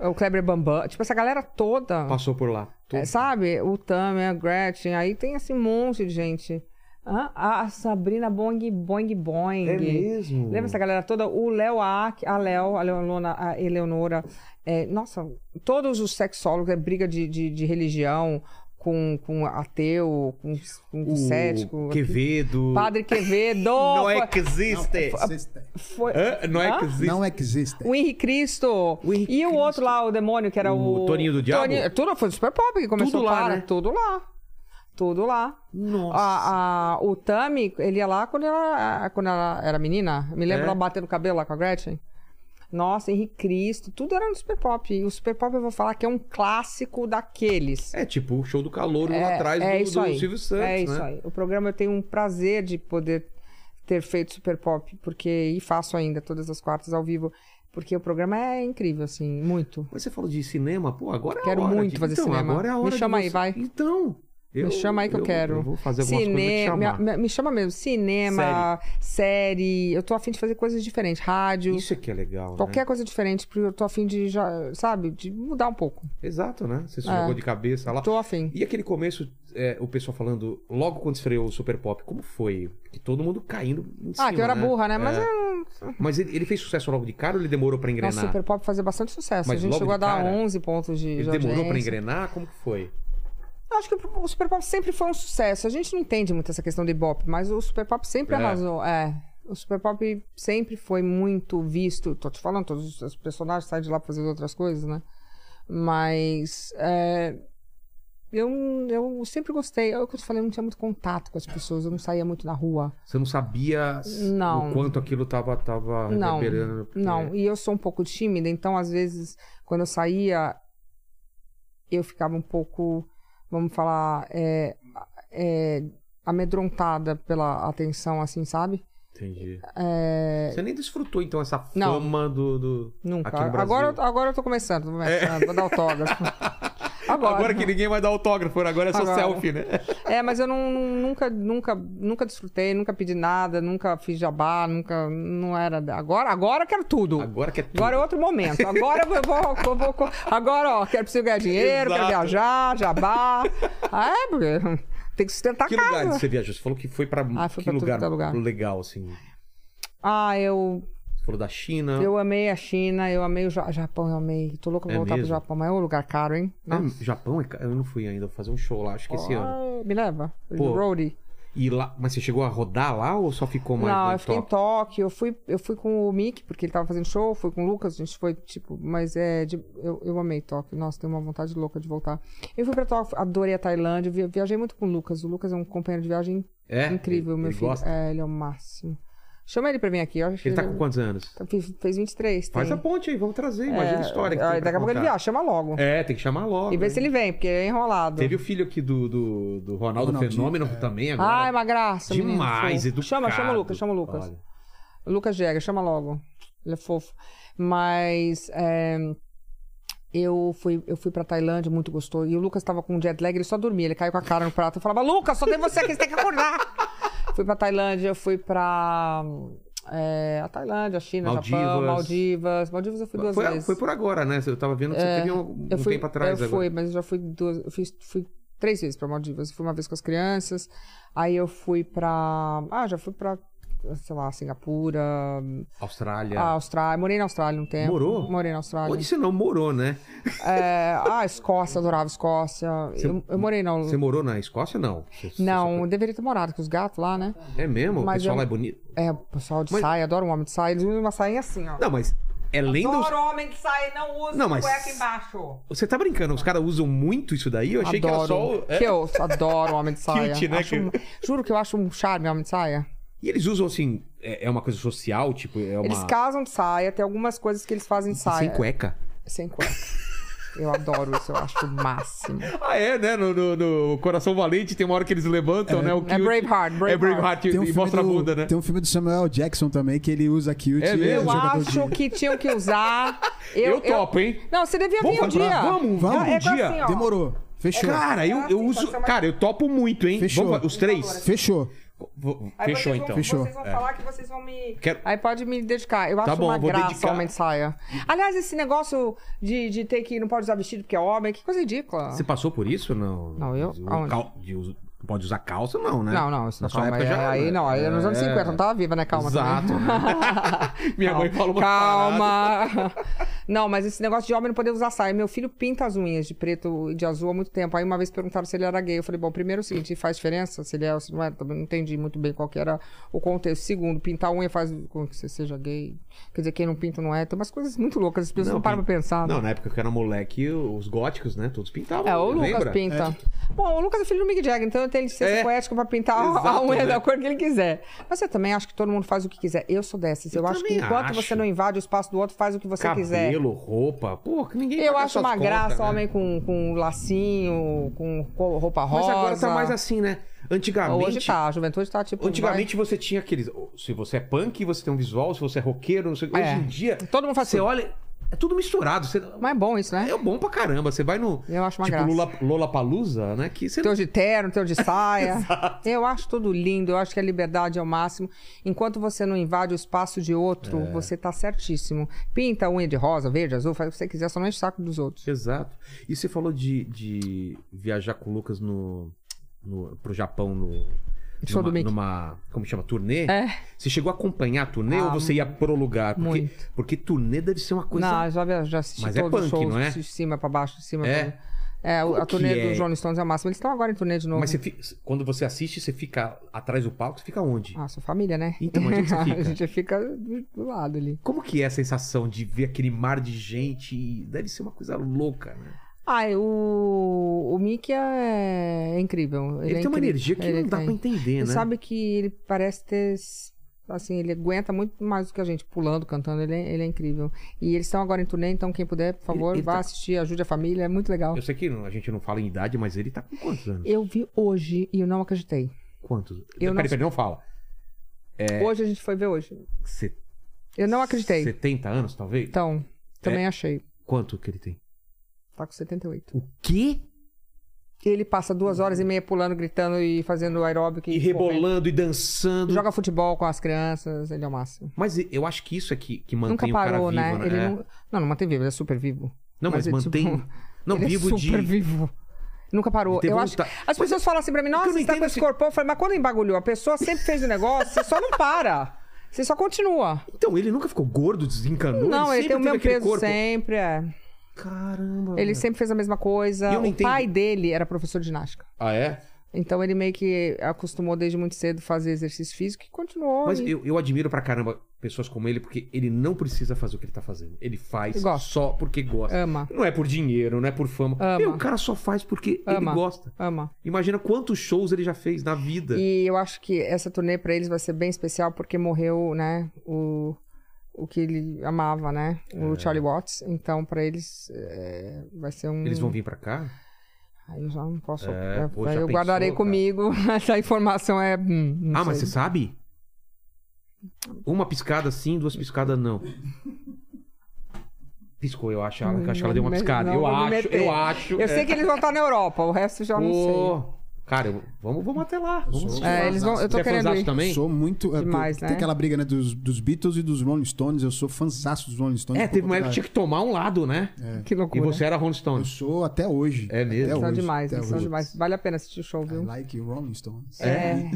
[SPEAKER 3] o Kleber Bambam, tipo, essa galera toda,
[SPEAKER 1] Passou por lá.
[SPEAKER 3] é, sabe? O Tami, a Gretchen, aí tem, assim, um monte de gente. Hã? a Sabrina Boing Boing Boing.
[SPEAKER 1] É mesmo.
[SPEAKER 3] Lembra essa galera toda? O Léo Ack, a Léo, a Leonona, a Eleonora. É, nossa, todos os sexólogos, é briga de, de, de religião com, com ateu, com, com
[SPEAKER 1] o
[SPEAKER 3] cético.
[SPEAKER 1] Quevedo.
[SPEAKER 3] Padre Quevedo.
[SPEAKER 1] Não é
[SPEAKER 3] foi-
[SPEAKER 1] que existe.
[SPEAKER 3] foi-
[SPEAKER 1] Hã? Não é
[SPEAKER 3] Hã?
[SPEAKER 1] que existe.
[SPEAKER 2] Não existe.
[SPEAKER 3] O Henri Cristo.
[SPEAKER 1] O Henri
[SPEAKER 3] e o outro lá, o demônio, que era
[SPEAKER 1] O
[SPEAKER 3] o.
[SPEAKER 1] Toninho do Diabo?
[SPEAKER 3] Toninho- Tudo foi super pop que começou
[SPEAKER 1] Tudo lá,
[SPEAKER 3] cara,
[SPEAKER 1] né?
[SPEAKER 3] Tudo lá. Tudo lá.
[SPEAKER 1] Nossa.
[SPEAKER 3] A, a- o Tami, ele ia lá quando ela, quando ela era menina. Me lembro
[SPEAKER 1] É?
[SPEAKER 3] ela batendo o cabelo lá com a Gretchen. Nossa, Henrique Cristo, tudo era no Super Pop. E o Super Pop, eu vou falar que é um clássico daqueles.
[SPEAKER 1] É tipo o show do calor lá atrás do, do Silvio Santos,
[SPEAKER 3] É isso
[SPEAKER 1] né?
[SPEAKER 3] aí. O programa eu tenho um prazer de poder ter feito Super Pop, porque e faço ainda todas as quartas ao vivo, porque o programa é incrível assim, muito.
[SPEAKER 1] Mas você falou de cinema, pô, agora é
[SPEAKER 3] Quero
[SPEAKER 1] a hora
[SPEAKER 3] muito
[SPEAKER 1] de-
[SPEAKER 3] fazer
[SPEAKER 1] então,
[SPEAKER 3] cinema.
[SPEAKER 1] Agora é a
[SPEAKER 3] Me
[SPEAKER 1] hora de
[SPEAKER 3] chama aí,
[SPEAKER 1] você-
[SPEAKER 3] vai.
[SPEAKER 1] Então. eu-
[SPEAKER 3] me chama aí que eu, quero.
[SPEAKER 1] Eu vou fazer algumas coisas pra te
[SPEAKER 3] Cinema,
[SPEAKER 1] chamar.
[SPEAKER 3] me, me chama mesmo. Cinema, série. Eu tô afim de fazer coisas diferentes. Rádio,
[SPEAKER 1] Isso é que é legal, né?
[SPEAKER 3] qualquer coisa diferente, porque eu tô afim de já, sabe, de mudar um pouco.
[SPEAKER 1] Exato, né? Você se jogou de cabeça lá.
[SPEAKER 3] É. Tô afim.
[SPEAKER 1] E aquele começo, é, o pessoal falando, logo quando estreou o Super Pop, como foi? Que todo mundo caindo em
[SPEAKER 3] Ah,
[SPEAKER 1] cima,
[SPEAKER 3] que eu era burra, né? Mas
[SPEAKER 1] É.
[SPEAKER 3] eu-
[SPEAKER 1] Mas ele, ele fez sucesso logo de cara ou ele demorou pra engrenar?
[SPEAKER 3] nossa, Super Pop fazia bastante sucesso.
[SPEAKER 1] Mas
[SPEAKER 3] a gente
[SPEAKER 1] logo
[SPEAKER 3] chegou a
[SPEAKER 1] de
[SPEAKER 3] dar
[SPEAKER 1] cara?
[SPEAKER 3] 11 pontos de.
[SPEAKER 1] Ele
[SPEAKER 3] de
[SPEAKER 1] demorou pra
[SPEAKER 3] audiência.
[SPEAKER 1] engrenar? Como que foi?
[SPEAKER 3] Eu acho que o Super Pop sempre foi um sucesso. A gente não entende muito essa questão de Ibope, mas o Super Pop sempre
[SPEAKER 1] É.
[SPEAKER 3] arrasou. É. O Super Pop sempre foi muito visto. Tô te falando, todos os personagens saem de lá pra fazer outras coisas, né? Mas. é, eu, eu sempre gostei. É o que eu te falei, eu não tinha muito contato com as pessoas, eu não saía muito na rua.
[SPEAKER 1] Você não sabia s-
[SPEAKER 3] Não.
[SPEAKER 1] o quanto aquilo tava, tava
[SPEAKER 3] Não,
[SPEAKER 1] reverberando? porque-
[SPEAKER 3] Não, e eu sou um pouco tímida, então às vezes quando eu saía, eu ficava um pouco, vamos falar, é, é, amedrontada pela atenção, assim, sabe?
[SPEAKER 1] Entendi. Você nem desfrutou, então, essa
[SPEAKER 3] É. Não.
[SPEAKER 1] fama do... do-
[SPEAKER 3] Nunca.
[SPEAKER 1] Aqui no Brasil. É.
[SPEAKER 3] agora, eu- agora eu tô começando, tô começando, vou dar
[SPEAKER 1] [LAUGHS]
[SPEAKER 3] autógrafo. Agora.
[SPEAKER 1] ninguém vai dar autógrafo, agora é
[SPEAKER 3] Agora.
[SPEAKER 1] né?
[SPEAKER 3] É, mas eu não, não- nunca, nunca, nunca desfrutei, nunca pedi nada, nunca fiz jabá, nunca, não era. Agora, agora eu quero tudo.
[SPEAKER 1] Agora que é tudo.
[SPEAKER 3] Agora é outro momento. Agora eu vou. eu vou- eu vou- agora, ó, quero preciso ganhar dinheiro, quero
[SPEAKER 1] Exato.
[SPEAKER 3] viajar, jabá. Ah, é, porque tem que sustentar
[SPEAKER 1] Que
[SPEAKER 3] a
[SPEAKER 1] lugar
[SPEAKER 3] casa.
[SPEAKER 1] você viajou? Você falou que foi pra
[SPEAKER 3] Ah, fui
[SPEAKER 1] que
[SPEAKER 3] pra tudo
[SPEAKER 1] lugar,
[SPEAKER 3] quanto é lugar.
[SPEAKER 1] legal, assim?
[SPEAKER 3] Ah, eu,
[SPEAKER 1] Você falou da China.
[SPEAKER 3] eu amei a China, eu amei o Ja- Japão, eu amei. Tô louca pra
[SPEAKER 1] É
[SPEAKER 3] voltar
[SPEAKER 1] mesmo?
[SPEAKER 3] pro Japão, mas é um lugar caro, hein?
[SPEAKER 1] Ah, Japão? é ca- Eu não fui ainda, vou fazer um show lá, acho que esse ano.
[SPEAKER 3] Ah, Me leva.
[SPEAKER 1] Pô,
[SPEAKER 3] Roadie.
[SPEAKER 1] E lá, mas você chegou a rodar lá ou só ficou mais
[SPEAKER 3] Não,
[SPEAKER 1] no
[SPEAKER 3] eu fiquei em
[SPEAKER 1] top?
[SPEAKER 3] Tóquio. Eu fui, eu fui com o Mick, porque ele tava fazendo show, fui com o Lucas, a gente foi, tipo, mas é. de- eu, eu amei Tóquio. Nossa, tenho uma vontade louca de voltar. Eu fui pra Tóquio, adorei a Tailândia, vi- viajei muito com o Lucas. O Lucas é um companheiro de viagem
[SPEAKER 1] É?
[SPEAKER 3] incrível,
[SPEAKER 1] ele,
[SPEAKER 3] meu
[SPEAKER 1] ele
[SPEAKER 3] filho.
[SPEAKER 1] Gosta?
[SPEAKER 3] É, ele é o máximo. Chama ele pra vir aqui, eu acho que
[SPEAKER 1] Ele tá com quantos anos?
[SPEAKER 3] Fez- Fez 23.
[SPEAKER 1] Faz a
[SPEAKER 3] tem.
[SPEAKER 1] ponte aí, vamos trazer, imagina a história. Que
[SPEAKER 3] Ah,
[SPEAKER 1] tem pra
[SPEAKER 3] daqui a pouco ele
[SPEAKER 1] contar.
[SPEAKER 3] viaja, chama logo.
[SPEAKER 1] É, tem que chamar logo.
[SPEAKER 3] e vê
[SPEAKER 1] hein?
[SPEAKER 3] se ele vem, porque é enrolado.
[SPEAKER 1] Teve o filho aqui do, do, do Ronaldo
[SPEAKER 2] Ronaldinho.
[SPEAKER 1] Fenômeno também
[SPEAKER 3] Ai,
[SPEAKER 1] agora.
[SPEAKER 3] uma graça. menino,
[SPEAKER 1] Demais,
[SPEAKER 3] fofo.
[SPEAKER 1] educado.
[SPEAKER 3] Chama, chama o Lucas, chama o Lucas.
[SPEAKER 1] Olha,
[SPEAKER 3] Lucas Jäger, chama logo. Ele é fofo. Mas é, eu fui, eu fui pra Tailândia, muito gostoso. E o Lucas tava com um jet lag, ele só dormia, ele caiu com a cara no prato. Eu falava, Lucas, só tem você aqui, você tem que acordar. [LAUGHS] fui pra Tailândia, eu fui pra. é, a Tailândia, a China, Japão,
[SPEAKER 1] Maldivas.
[SPEAKER 3] Maldivas. Maldivas eu fui duas
[SPEAKER 1] foi,
[SPEAKER 3] vezes. É,
[SPEAKER 1] foi por agora, né? Eu tava vendo que você teve um,
[SPEAKER 3] Eu
[SPEAKER 1] um
[SPEAKER 3] fui,
[SPEAKER 1] tempo atrás
[SPEAKER 3] eu
[SPEAKER 1] agora.
[SPEAKER 3] fui, mas eu já fui duas, eu fiz, fui três vezes pra Maldivas. Eu fui uma vez com as crianças, aí eu fui pra. Ah, já fui pra, sei lá, Singapura,
[SPEAKER 1] Austrália.
[SPEAKER 3] a Austrália. Morei na Austrália um tempo.
[SPEAKER 1] Morou?
[SPEAKER 3] Morei na Austrália.
[SPEAKER 1] Onde você não morou, né?
[SPEAKER 3] É, ah, Escócia, adorava Escócia. eu, eu morei na.
[SPEAKER 1] Você morou na Escócia, não? Você- você-
[SPEAKER 3] Não, eu deveria ter morado com os gatos lá, né?
[SPEAKER 1] É mesmo? O
[SPEAKER 3] Mas
[SPEAKER 1] pessoal
[SPEAKER 3] eu-
[SPEAKER 1] lá é bonito.
[SPEAKER 3] É, o pessoal de
[SPEAKER 1] Mas-
[SPEAKER 3] saia, adora um homem de saia. Eles usam uma sainha assim, ó.
[SPEAKER 1] Não, mas é lenda. os-
[SPEAKER 3] Adoro homem de saia, não usa
[SPEAKER 1] Não, mas-
[SPEAKER 3] cueca embaixo.
[SPEAKER 1] Você tá brincando? Os caras usam muito isso daí? Eu achei
[SPEAKER 3] adoro.
[SPEAKER 1] que era só. o- é.
[SPEAKER 3] eu adoro homem de saia.
[SPEAKER 1] [LAUGHS] Cute, né,
[SPEAKER 3] Acho
[SPEAKER 1] que-
[SPEAKER 3] um- Juro que eu acho um charme homem de saia.
[SPEAKER 1] E eles usam assim. É é uma coisa social? Tipo, é uma.
[SPEAKER 3] Eles casam de saia, tem algumas coisas que eles fazem de saia.
[SPEAKER 1] Sem cueca.
[SPEAKER 3] Sem cueca. Eu adoro isso, eu acho
[SPEAKER 1] [LAUGHS]
[SPEAKER 3] o máximo.
[SPEAKER 1] Ah, é, né? No, no- no Coração Valente tem uma hora que eles levantam, né? O
[SPEAKER 3] É
[SPEAKER 1] cute.
[SPEAKER 3] Braveheart,
[SPEAKER 1] É Braveheart
[SPEAKER 3] Braveheart.
[SPEAKER 1] e, e mostra
[SPEAKER 2] um do,
[SPEAKER 1] a bunda, né?
[SPEAKER 2] tem um filme do Samuel Jackson também que ele usa cute.
[SPEAKER 1] É
[SPEAKER 2] e
[SPEAKER 1] mesmo?
[SPEAKER 2] um
[SPEAKER 3] Eu
[SPEAKER 2] jogador de-
[SPEAKER 3] acho que tinham que usar.
[SPEAKER 1] Eu, topo, hein?
[SPEAKER 3] Não, você devia vir um
[SPEAKER 1] Vamos
[SPEAKER 3] dia.
[SPEAKER 1] comprar, vamos,
[SPEAKER 2] Vamos,
[SPEAKER 1] vamos
[SPEAKER 3] é
[SPEAKER 1] um dia.
[SPEAKER 3] assim, ó.
[SPEAKER 2] Demorou.
[SPEAKER 1] É
[SPEAKER 2] Fechou.
[SPEAKER 1] Cara, eu, eu uso. Cara, eu topo muito, hein?
[SPEAKER 2] Fechou.
[SPEAKER 1] Vamos, os três.
[SPEAKER 2] Fechou.
[SPEAKER 1] Vou-
[SPEAKER 3] Aí
[SPEAKER 1] Fechou,
[SPEAKER 3] vocês vão-
[SPEAKER 1] então.
[SPEAKER 2] Fechou.
[SPEAKER 3] Vocês vão falar que vocês vão me.
[SPEAKER 1] Quero-
[SPEAKER 3] Aí pode me dedicar. Eu acho
[SPEAKER 1] bom,
[SPEAKER 3] uma
[SPEAKER 1] vou
[SPEAKER 3] graça
[SPEAKER 1] dedicar.
[SPEAKER 3] homem de saia. Aliás, esse negócio de, de ter que não pode usar vestido porque é homem, que coisa ridícula.
[SPEAKER 1] Você passou por isso? Não,
[SPEAKER 3] Não, eu-
[SPEAKER 1] O
[SPEAKER 3] aonde?
[SPEAKER 1] cal- de uso- Pode usar calça, não, né?
[SPEAKER 3] Não, não, isso
[SPEAKER 1] Na
[SPEAKER 3] não
[SPEAKER 1] sua
[SPEAKER 3] calma,
[SPEAKER 1] época
[SPEAKER 3] aí-
[SPEAKER 1] já-
[SPEAKER 3] aí não, tá? aí era nos anos
[SPEAKER 1] É.
[SPEAKER 3] [LAUGHS] 50, não tava viva, né? Calma. também.
[SPEAKER 1] Exato. Minha mãe falou uma
[SPEAKER 3] Calma. [LAUGHS] Não, mas esse negócio de homem não poder usar saia. Meu filho pinta as unhas de preto e de azul há muito tempo. Aí uma vez perguntaram se ele era gay. Eu falei, bom, primeiro é o seguinte, faz diferença se ele é ou se não é. Também não entendi muito bem qual que era o contexto. Segundo, pintar a unha faz com que você seja gay. Quer dizer, quem não pinta não é. Tem umas coisas muito loucas, as pessoas não, param pra pensar. né?
[SPEAKER 1] Não, na época que eu era moleque, os góticos, né? Todos pintavam.
[SPEAKER 3] É, o Lucas
[SPEAKER 1] lembra?
[SPEAKER 3] pinta. Bom, o Lucas é filho do Mick Jagger, então ele tem licença
[SPEAKER 1] É.
[SPEAKER 3] poética pra pintar a- a
[SPEAKER 1] Exato,
[SPEAKER 3] unha
[SPEAKER 1] né?
[SPEAKER 3] da cor que ele quiser. Mas eu também acho que todo mundo faz o que quiser. Eu sou dessas. Eu,
[SPEAKER 1] Eu
[SPEAKER 3] acho que
[SPEAKER 1] também
[SPEAKER 3] enquanto
[SPEAKER 1] acho.
[SPEAKER 3] você não invade o espaço do outro, faz o que você quiser.
[SPEAKER 1] Cabelo, roupa. Pô, que ninguém
[SPEAKER 3] Eu
[SPEAKER 1] paga
[SPEAKER 3] acho
[SPEAKER 1] suas
[SPEAKER 3] uma
[SPEAKER 1] contas,
[SPEAKER 3] graça
[SPEAKER 1] né?
[SPEAKER 3] homem com, com lacinho, com co- roupa
[SPEAKER 1] Mas
[SPEAKER 3] rosa.
[SPEAKER 1] agora tá mais assim, né? Antigamente.
[SPEAKER 3] Hoje tá, a juventude tá tipo.
[SPEAKER 1] Antigamente você tinha aqueles. Se você é punk, você tem um visual, se você é roqueiro, não sei o que. Hoje
[SPEAKER 3] É.
[SPEAKER 1] em dia.
[SPEAKER 3] vai- Todo mundo faz
[SPEAKER 1] Você
[SPEAKER 3] assim.
[SPEAKER 1] olha. É tudo misturado. Você...
[SPEAKER 3] Mas é bom isso, né?
[SPEAKER 1] É bom pra caramba. Você vai no.
[SPEAKER 3] Eu acho uma
[SPEAKER 1] tipo
[SPEAKER 3] graça.
[SPEAKER 1] Lula, Lollapalooza, né? Que você
[SPEAKER 3] Teu de terno, teu
[SPEAKER 1] [LAUGHS]
[SPEAKER 3] de saia. eu acho tudo lindo, eu acho que a liberdade é o máximo. Enquanto você não invade o espaço de outro,
[SPEAKER 1] É.
[SPEAKER 3] você tá certíssimo. Pinta a unha de rosa, verde, azul, faz o que você quiser, só não enche o saco dos outros.
[SPEAKER 1] Exato. E você falou de, de viajar com o Lucas no, no, pro Japão no.
[SPEAKER 3] Show do
[SPEAKER 1] numa,
[SPEAKER 3] Mickey.
[SPEAKER 1] numa- Como chama? Turnê?
[SPEAKER 3] É.
[SPEAKER 1] Você chegou a acompanhar a turnê
[SPEAKER 3] Ah,
[SPEAKER 1] ou você ia pro lugar? Porque,
[SPEAKER 3] muito.
[SPEAKER 1] porque turnê deve ser uma coisa.
[SPEAKER 3] Não, eu já, via- já assisti
[SPEAKER 1] Mas é
[SPEAKER 3] todos os
[SPEAKER 1] punk,
[SPEAKER 3] shows
[SPEAKER 1] não é?
[SPEAKER 3] de cima pra baixo, de cima
[SPEAKER 1] É?
[SPEAKER 3] pra É, o-
[SPEAKER 1] Como
[SPEAKER 3] a turnê
[SPEAKER 1] que é?
[SPEAKER 3] dos Rolling Stones é a máxima. Eles estão agora em turnê de novo.
[SPEAKER 1] Mas você fi- quando você assiste, você fica atrás do palco, você fica onde?
[SPEAKER 3] Ah, sua família, né?
[SPEAKER 1] Então, onde é que você fica?
[SPEAKER 3] [LAUGHS] a gente fica do do lado ali.
[SPEAKER 1] Como que é a sensação de ver aquele mar de gente? E Deve ser uma coisa louca, né?
[SPEAKER 3] Ah, e o, o Mickey é incrível.
[SPEAKER 1] Ele,
[SPEAKER 3] é
[SPEAKER 1] tem uma
[SPEAKER 3] incrível.
[SPEAKER 1] energia que
[SPEAKER 3] Ele
[SPEAKER 1] não dá
[SPEAKER 3] tem.
[SPEAKER 1] pra entender,
[SPEAKER 3] Você
[SPEAKER 1] né?
[SPEAKER 3] sabe que ele parece ter. s- Assim, ele aguenta muito mais do que a gente, pulando, cantando. Ele é, ele é incrível. E eles estão agora em turnê, então quem puder, por favor,
[SPEAKER 1] Ele- ele
[SPEAKER 3] vá
[SPEAKER 1] tá-
[SPEAKER 3] assistir, ajude a família, é muito legal.
[SPEAKER 1] Eu
[SPEAKER 3] Eu...
[SPEAKER 1] sei que não- a gente não fala em idade, mas ele tá com quantos anos?
[SPEAKER 3] vi hoje e eu não acreditei.
[SPEAKER 1] Quantos?
[SPEAKER 3] Eu não
[SPEAKER 1] peraí,
[SPEAKER 3] sei.
[SPEAKER 1] peraí, não fala. É.
[SPEAKER 3] Hoje a gente foi ver hoje.
[SPEAKER 1] Você
[SPEAKER 3] Eu não acreditei.
[SPEAKER 1] 70 anos, talvez?
[SPEAKER 3] Então, também achei.
[SPEAKER 1] Quanto que ele tem?
[SPEAKER 3] Tá com 78.
[SPEAKER 1] É. O quê?
[SPEAKER 3] E ele passa duas horas e meia pulando, gritando e fazendo aeróbico.
[SPEAKER 1] E
[SPEAKER 3] correndo.
[SPEAKER 1] rebolando e dançando.
[SPEAKER 3] Joga futebol com as crianças, ele é o máximo.
[SPEAKER 1] Mas eu acho que isso é que, que mantém
[SPEAKER 3] Nunca
[SPEAKER 1] o cara
[SPEAKER 3] parou,
[SPEAKER 1] vivo,
[SPEAKER 3] né?
[SPEAKER 1] né?
[SPEAKER 3] Ele
[SPEAKER 1] É.
[SPEAKER 3] não... não, não mantém vivo, ele é super vivo.
[SPEAKER 1] Não, mas,
[SPEAKER 3] mas é
[SPEAKER 1] mantém.
[SPEAKER 3] tipo-
[SPEAKER 1] Não,
[SPEAKER 3] ele
[SPEAKER 1] vivo
[SPEAKER 3] é super
[SPEAKER 1] de. um
[SPEAKER 3] vivo. Nunca parou.
[SPEAKER 1] de ter
[SPEAKER 3] eu acho...
[SPEAKER 1] vontade.
[SPEAKER 3] As pessoas falam assim pra mim,
[SPEAKER 1] É eu
[SPEAKER 3] nossa,
[SPEAKER 1] não
[SPEAKER 3] você tá
[SPEAKER 1] entendo
[SPEAKER 3] com esse
[SPEAKER 1] esse-
[SPEAKER 3] corpão. Eu falei, mas quando embagulhou, a pessoa sempre fez o negócio, você só não para. Você só continua.
[SPEAKER 1] Então, ele nunca ficou gordo, desencanou?
[SPEAKER 3] Não, ele,
[SPEAKER 1] sempre
[SPEAKER 3] tem o
[SPEAKER 1] teve
[SPEAKER 3] mesmo
[SPEAKER 1] aquele
[SPEAKER 3] peso
[SPEAKER 1] corpo.
[SPEAKER 3] sempre. é.
[SPEAKER 1] Caramba.
[SPEAKER 3] Ele
[SPEAKER 1] velho.
[SPEAKER 3] sempre fez a mesma coisa.
[SPEAKER 1] E eu não
[SPEAKER 3] o
[SPEAKER 1] entendo.
[SPEAKER 3] pai dele era professor de ginástica.
[SPEAKER 1] Ah, é?
[SPEAKER 3] Então ele meio que acostumou desde muito cedo fazer exercício físico e continuou.
[SPEAKER 1] Mas
[SPEAKER 3] e-
[SPEAKER 1] eu, eu admiro pra caramba pessoas como ele, porque ele não precisa fazer o que ele tá fazendo. Ele faz
[SPEAKER 3] Eu gosto.
[SPEAKER 1] só porque gosta.
[SPEAKER 3] Ama,
[SPEAKER 1] Não é por dinheiro, não é por fama.
[SPEAKER 3] Ama.
[SPEAKER 1] Meu, o cara só faz porque ele
[SPEAKER 3] Ama.
[SPEAKER 1] gosta.
[SPEAKER 3] ama.
[SPEAKER 1] Imagina quantos shows ele já fez na vida.
[SPEAKER 3] E eu acho que essa turnê pra eles vai ser bem especial porque morreu, né, o, o que ele amava, né,
[SPEAKER 1] É.
[SPEAKER 3] o Charlie Watts. Então pra eles é, vai ser um...
[SPEAKER 1] Eles vão vir pra cá?
[SPEAKER 3] Aí eu já não posso... né,
[SPEAKER 1] É,
[SPEAKER 3] eu
[SPEAKER 1] pô, já pensou,
[SPEAKER 3] guardarei
[SPEAKER 1] cara?
[SPEAKER 3] comigo, [LAUGHS] essa informação é... hum, não
[SPEAKER 1] ah, mas você
[SPEAKER 3] sei.
[SPEAKER 1] sabe? Uma piscada sim, duas piscadas não. Piscou, eu acho. Ela,
[SPEAKER 3] Hum,
[SPEAKER 1] acho que ela deu uma
[SPEAKER 3] não me-
[SPEAKER 1] piscada.
[SPEAKER 3] não
[SPEAKER 1] eu
[SPEAKER 3] vou me
[SPEAKER 1] acho,
[SPEAKER 3] meter.
[SPEAKER 1] eu acho. é,
[SPEAKER 3] Eu sei que eles vão estar na Europa, o resto eu já não sei.
[SPEAKER 1] Cara, eu- vamos, vamos até lá.
[SPEAKER 2] Eu
[SPEAKER 1] Vamos
[SPEAKER 2] sou-
[SPEAKER 1] assistir.
[SPEAKER 3] É, eles vão... Eu tô
[SPEAKER 1] Você é
[SPEAKER 3] querendo
[SPEAKER 1] fãzaço
[SPEAKER 3] ir.
[SPEAKER 1] também?
[SPEAKER 2] Sou muito. é,
[SPEAKER 3] Demais,
[SPEAKER 2] tem
[SPEAKER 3] né?
[SPEAKER 2] aquela briga, né, dos, dos Beatles e dos Rolling Stones. Eu sou fanzaço dos Rolling Stones.
[SPEAKER 1] É, teve uma época que
[SPEAKER 2] Eu
[SPEAKER 1] tinha que tomar um lado, né?
[SPEAKER 3] Que
[SPEAKER 1] E
[SPEAKER 3] loucura.
[SPEAKER 1] você era Rolling Stone.
[SPEAKER 2] sou até hoje.
[SPEAKER 1] É mesmo?
[SPEAKER 2] É Até
[SPEAKER 1] São
[SPEAKER 3] São
[SPEAKER 2] hoje,
[SPEAKER 3] demais,
[SPEAKER 2] até
[SPEAKER 3] eles são
[SPEAKER 2] hoje.
[SPEAKER 3] demais. Vale a pena assistir o show,
[SPEAKER 2] I
[SPEAKER 3] viu?
[SPEAKER 2] like Rolling Stones.
[SPEAKER 3] É,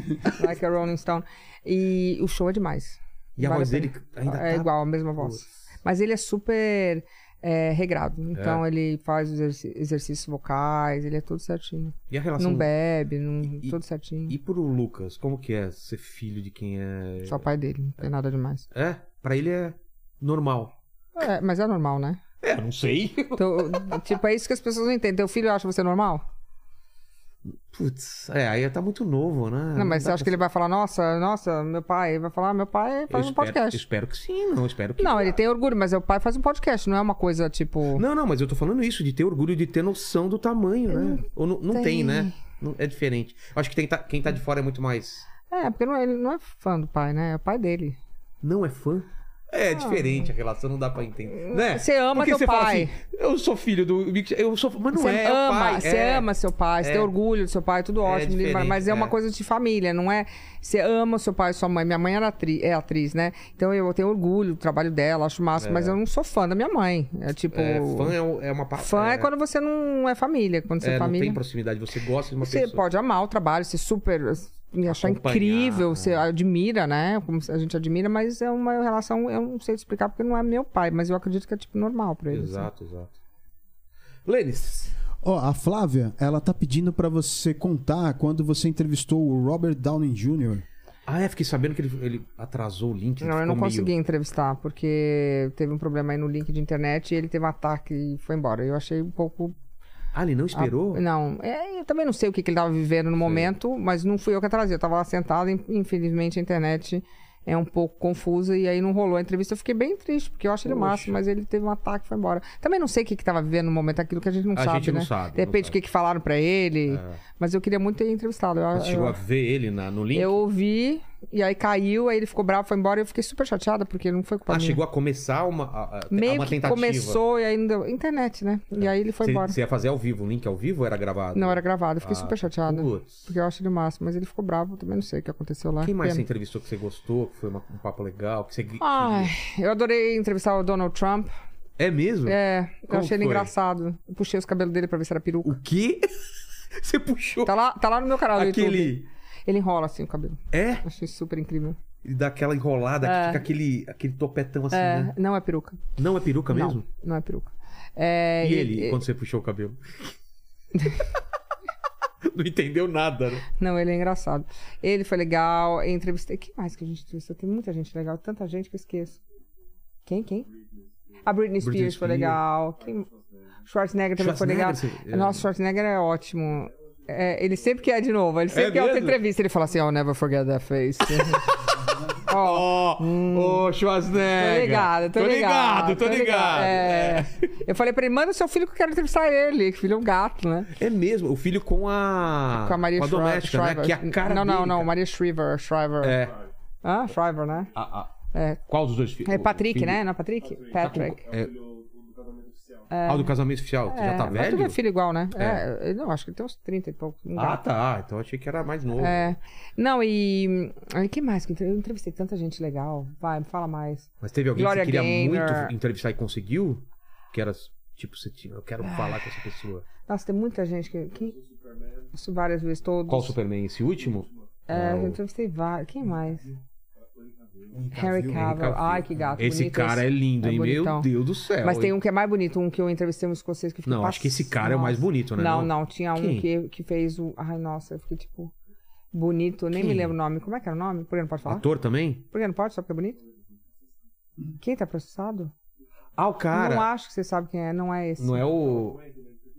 [SPEAKER 3] Like a Rolling Stone. E o show é demais.
[SPEAKER 1] E a
[SPEAKER 3] Vale
[SPEAKER 1] voz
[SPEAKER 3] pena.
[SPEAKER 1] dele ainda
[SPEAKER 3] É
[SPEAKER 1] tá-
[SPEAKER 3] igual, a mesma voz. Mas ele é super é, regrado. Então ele faz os exerc- exercícios vocais, ele é tudo certinho.
[SPEAKER 1] E a relação.
[SPEAKER 3] Não bebe, não...
[SPEAKER 1] um- e-
[SPEAKER 3] tudo certinho.
[SPEAKER 1] E pro Lucas, como que é ser filho de quem é.
[SPEAKER 3] Só o pai dele, não tem nada demais.
[SPEAKER 1] É? Pra ele é normal.
[SPEAKER 3] É, mas é normal, né?
[SPEAKER 1] É, não sei.
[SPEAKER 3] Então, tipo, é isso que as pessoas não entendem. Teu filho acha você normal?
[SPEAKER 1] Putz, é, aí tá muito novo, né?
[SPEAKER 3] não, mas
[SPEAKER 1] dá
[SPEAKER 3] você acha que
[SPEAKER 1] pra-
[SPEAKER 3] ele vai falar, nossa, nossa, meu pai? Ele vai falar, meu pai
[SPEAKER 1] Eu
[SPEAKER 3] faz
[SPEAKER 1] espero,
[SPEAKER 3] um
[SPEAKER 1] eu
[SPEAKER 3] podcast.
[SPEAKER 1] espero que sim, não. eu Espero que.
[SPEAKER 3] Não, ele é tem orgulho, mas o pai faz um podcast, não é uma coisa tipo.
[SPEAKER 1] Não, não, mas eu tô falando isso, de ter orgulho de ter noção do tamanho, né? Ou não, não tem,
[SPEAKER 3] tem.
[SPEAKER 1] né? Não- é diferente. Eu Acho que tem- tá- quem tá de fora é muito mais.
[SPEAKER 3] É, porque não, ele não é fã do pai, né? É o pai dele.
[SPEAKER 1] Não é fã? É diferente a relação, não dá pra entender. Né?
[SPEAKER 3] Ah. Você ama
[SPEAKER 1] Porque
[SPEAKER 3] teu
[SPEAKER 1] você fala
[SPEAKER 3] pai.
[SPEAKER 1] assim, eu sou filho do. Mick Jag- Eu sou. Mas não
[SPEAKER 3] você
[SPEAKER 1] é, é o
[SPEAKER 3] ama,
[SPEAKER 1] pai.
[SPEAKER 3] você
[SPEAKER 1] é.
[SPEAKER 3] ama seu pai, você tem
[SPEAKER 1] É.
[SPEAKER 3] orgulho do seu pai, tudo ótimo,
[SPEAKER 1] diferente,
[SPEAKER 3] mas é uma
[SPEAKER 1] é.
[SPEAKER 3] coisa de família, não é? Você ama seu pai e sua mãe. Minha mãe era atri- é atriz, né? Então eu tenho orgulho do trabalho dela, acho máximo, mas eu não sou fã da minha mãe. É tipo.
[SPEAKER 1] É, fã
[SPEAKER 3] fã
[SPEAKER 1] é, o- é uma
[SPEAKER 3] é,
[SPEAKER 1] parte.
[SPEAKER 3] quando você não é família. Quando você é,
[SPEAKER 1] não
[SPEAKER 3] família.
[SPEAKER 1] tem proximidade, você gosta de uma
[SPEAKER 3] Você
[SPEAKER 1] pessoa.
[SPEAKER 3] pode amar o trabalho, ser super e achar
[SPEAKER 1] Acompanhar,
[SPEAKER 3] incrível,
[SPEAKER 1] né?
[SPEAKER 3] você admira, né? Como a gente admira, mas é uma relação, eu não sei explicar porque não é meu pai, mas eu acredito que é tipo normal pra eles. né?
[SPEAKER 1] Exato, exato. Lênis,
[SPEAKER 2] Ó, a Flávia, ela tá pedindo pra você contar quando você entrevistou o Robert Downey Jr.
[SPEAKER 1] ah, é, fiquei sabendo que ele, ele atrasou o link. ele
[SPEAKER 3] Não, eu não
[SPEAKER 1] ficou meio-
[SPEAKER 3] consegui entrevistar, porque teve um problema aí no link de internet e ele teve um ataque e foi embora. Eu achei um pouco.
[SPEAKER 1] Ah, ele não esperou?
[SPEAKER 3] Não, é, eu também não sei o que, que ele estava vivendo no momento, mas não fui eu que atrasei. Eu estava lá sentado e, infelizmente, a internet é um pouco confusa e aí não rolou a entrevista. Eu fiquei bem triste, porque eu acho ele máximo, mas ele teve um ataque e foi embora. Também não sei o que que estava vivendo no momento, aquilo que a gente não
[SPEAKER 1] A
[SPEAKER 3] sabe,
[SPEAKER 1] gente não
[SPEAKER 3] né?
[SPEAKER 1] sabe,
[SPEAKER 3] De
[SPEAKER 1] não
[SPEAKER 3] repente,
[SPEAKER 1] sabe.
[SPEAKER 3] o que, que falaram pra ele. Mas eu queria muito ter entrevistado. Eu,
[SPEAKER 1] Você chegou
[SPEAKER 3] eu-
[SPEAKER 1] a ver ele na- no link?
[SPEAKER 3] eu ouvi, e aí caiu, aí ele ficou bravo, foi embora, e eu fiquei super chateada, porque não foi culpa
[SPEAKER 1] Ah,
[SPEAKER 3] minha.
[SPEAKER 1] chegou a começar uma, a- a-
[SPEAKER 3] Meio
[SPEAKER 1] É uma
[SPEAKER 3] que
[SPEAKER 1] tentativa. É.
[SPEAKER 3] começou e ainda... Internet, né? E aí ele foi
[SPEAKER 1] Você-
[SPEAKER 3] embora.
[SPEAKER 1] Você ia fazer ao vivo, o link ao vivo ou era gravado?
[SPEAKER 3] Não, era gravado, eu fiquei
[SPEAKER 1] Ah,
[SPEAKER 3] super chateada.
[SPEAKER 1] putz.
[SPEAKER 3] Porque eu acho ele o máximo, mas ele ficou bravo, também não sei o que aconteceu lá.
[SPEAKER 1] Quem mais você
[SPEAKER 3] Pena.
[SPEAKER 1] entrevistou que você gostou, que foi uma- um papo legal, que você... que-
[SPEAKER 3] Ai, eu adorei entrevistar o Donald Trump.
[SPEAKER 1] É mesmo?
[SPEAKER 3] É, eu
[SPEAKER 1] Como
[SPEAKER 3] achei ele
[SPEAKER 1] foi?
[SPEAKER 3] engraçado. Eu puxei os cabelos dele pra ver se era peruca.
[SPEAKER 1] O quê? [LAUGHS] você puxou
[SPEAKER 3] Tá lá, tá lá no meu canal do YouTube.
[SPEAKER 1] aquele...
[SPEAKER 3] Ele enrola assim o cabelo.
[SPEAKER 1] É?
[SPEAKER 3] Achei super incrível.
[SPEAKER 1] E dá aquela enrolada, que fica aquele, aquele topetão assim,
[SPEAKER 3] É,
[SPEAKER 1] né?
[SPEAKER 3] não é peruca.
[SPEAKER 1] Não é peruca mesmo?
[SPEAKER 3] Não, não é peruca. É,
[SPEAKER 1] E ele, quando você puxou o cabelo? [LAUGHS] não entendeu nada, né?
[SPEAKER 3] Não, ele é engraçado. Ele foi legal. Entrevistei. Quem mais que a gente entrevistou? Tem muita gente legal, tanta gente que eu esqueço. Quem? Quem? A Britney Spears,
[SPEAKER 1] Britney
[SPEAKER 3] foi
[SPEAKER 1] Spears.
[SPEAKER 3] legal. Quem? Schwarzenegger também Então, foi
[SPEAKER 1] Schwarzenegger,
[SPEAKER 3] legal.
[SPEAKER 1] você- é.
[SPEAKER 3] Nossa, Schwarzenegger é ótimo. É, ele sempre quer de novo, ele sempre
[SPEAKER 1] É
[SPEAKER 3] quer outra
[SPEAKER 1] mesmo?
[SPEAKER 3] entrevista. Ele fala assim: I'll never forget that
[SPEAKER 1] [LAUGHS]
[SPEAKER 3] face. Ó,
[SPEAKER 1] Ó, oh, Schwarzenegger.
[SPEAKER 3] Hum. Tô ligado, tô, ligado.
[SPEAKER 1] tô ligado.
[SPEAKER 3] É. Eu falei pra ele, manda o seu filho que eu quero entrevistar ele, que filho é um gato, né?
[SPEAKER 1] É mesmo, o filho com Ah, a.
[SPEAKER 3] Com a Maria Shri-
[SPEAKER 1] doméstica, né? Que é a cara
[SPEAKER 3] Não, não,
[SPEAKER 1] dele,
[SPEAKER 3] não,
[SPEAKER 1] cara.
[SPEAKER 3] Maria Shriver, Shriver.
[SPEAKER 1] É.
[SPEAKER 3] Ah, Shriver, né?
[SPEAKER 1] A- a-
[SPEAKER 3] É.
[SPEAKER 1] Qual dos dois filhos?
[SPEAKER 3] É
[SPEAKER 1] O
[SPEAKER 3] Patrick,
[SPEAKER 1] filho-
[SPEAKER 3] né? Não é Patrick? Patrick.
[SPEAKER 1] É... Ah, o do casamento oficial. Já tá
[SPEAKER 3] É, mas tudo é
[SPEAKER 1] velho?
[SPEAKER 3] filho igual, né? É. eu não, acho que ele tem uns 30 e pouco. um
[SPEAKER 1] Ah,
[SPEAKER 3] gato.
[SPEAKER 1] tá. Então eu achei que era mais novo.
[SPEAKER 3] É. Não, e. O que mais? que eu entre- Eu entrevistei tanta gente legal. Vai, me fala mais.
[SPEAKER 1] Mas teve alguém
[SPEAKER 3] Gloria
[SPEAKER 1] que você queria
[SPEAKER 3] Gaynor.
[SPEAKER 1] muito entrevistar e conseguiu? Que era tipo, você tinha, eu quero falar com essa pessoa.
[SPEAKER 3] Nossa, tem muita gente que. que... Isso várias vezes, todos.
[SPEAKER 1] Qual o Superman? Esse último?
[SPEAKER 3] É,
[SPEAKER 1] Ah, o-
[SPEAKER 3] eu entrevistei vários. Quem mais? Harry
[SPEAKER 1] Henry
[SPEAKER 3] Cavill.
[SPEAKER 1] Cavill.
[SPEAKER 3] Ai, que gato.
[SPEAKER 1] Esse
[SPEAKER 3] bonito
[SPEAKER 1] cara é lindo,
[SPEAKER 3] É
[SPEAKER 1] hein? Meu
[SPEAKER 3] bonitão.
[SPEAKER 1] Deus do céu.
[SPEAKER 3] Mas tem
[SPEAKER 1] hein?
[SPEAKER 3] um que é mais bonito, um que eu entrevistei um escocês que ficou
[SPEAKER 1] Não, acho que esse cara é o
[SPEAKER 3] Nossa.
[SPEAKER 1] mais bonito, né?
[SPEAKER 3] Não, não, tinha um
[SPEAKER 1] Quem?
[SPEAKER 3] que, que fez o. Ai, nossa, eu fiquei tipo. Bonito, nem me
[SPEAKER 1] Quem?
[SPEAKER 3] lembro o nome. Como é que era o nome? Por que não pode falar?
[SPEAKER 1] Ator também?
[SPEAKER 3] Por que não pode, só porque é bonito? Quem tá processado?
[SPEAKER 1] Ah, o
[SPEAKER 3] Não
[SPEAKER 1] cara.
[SPEAKER 3] acho que você sabe quem é, não é esse.
[SPEAKER 1] Não é o.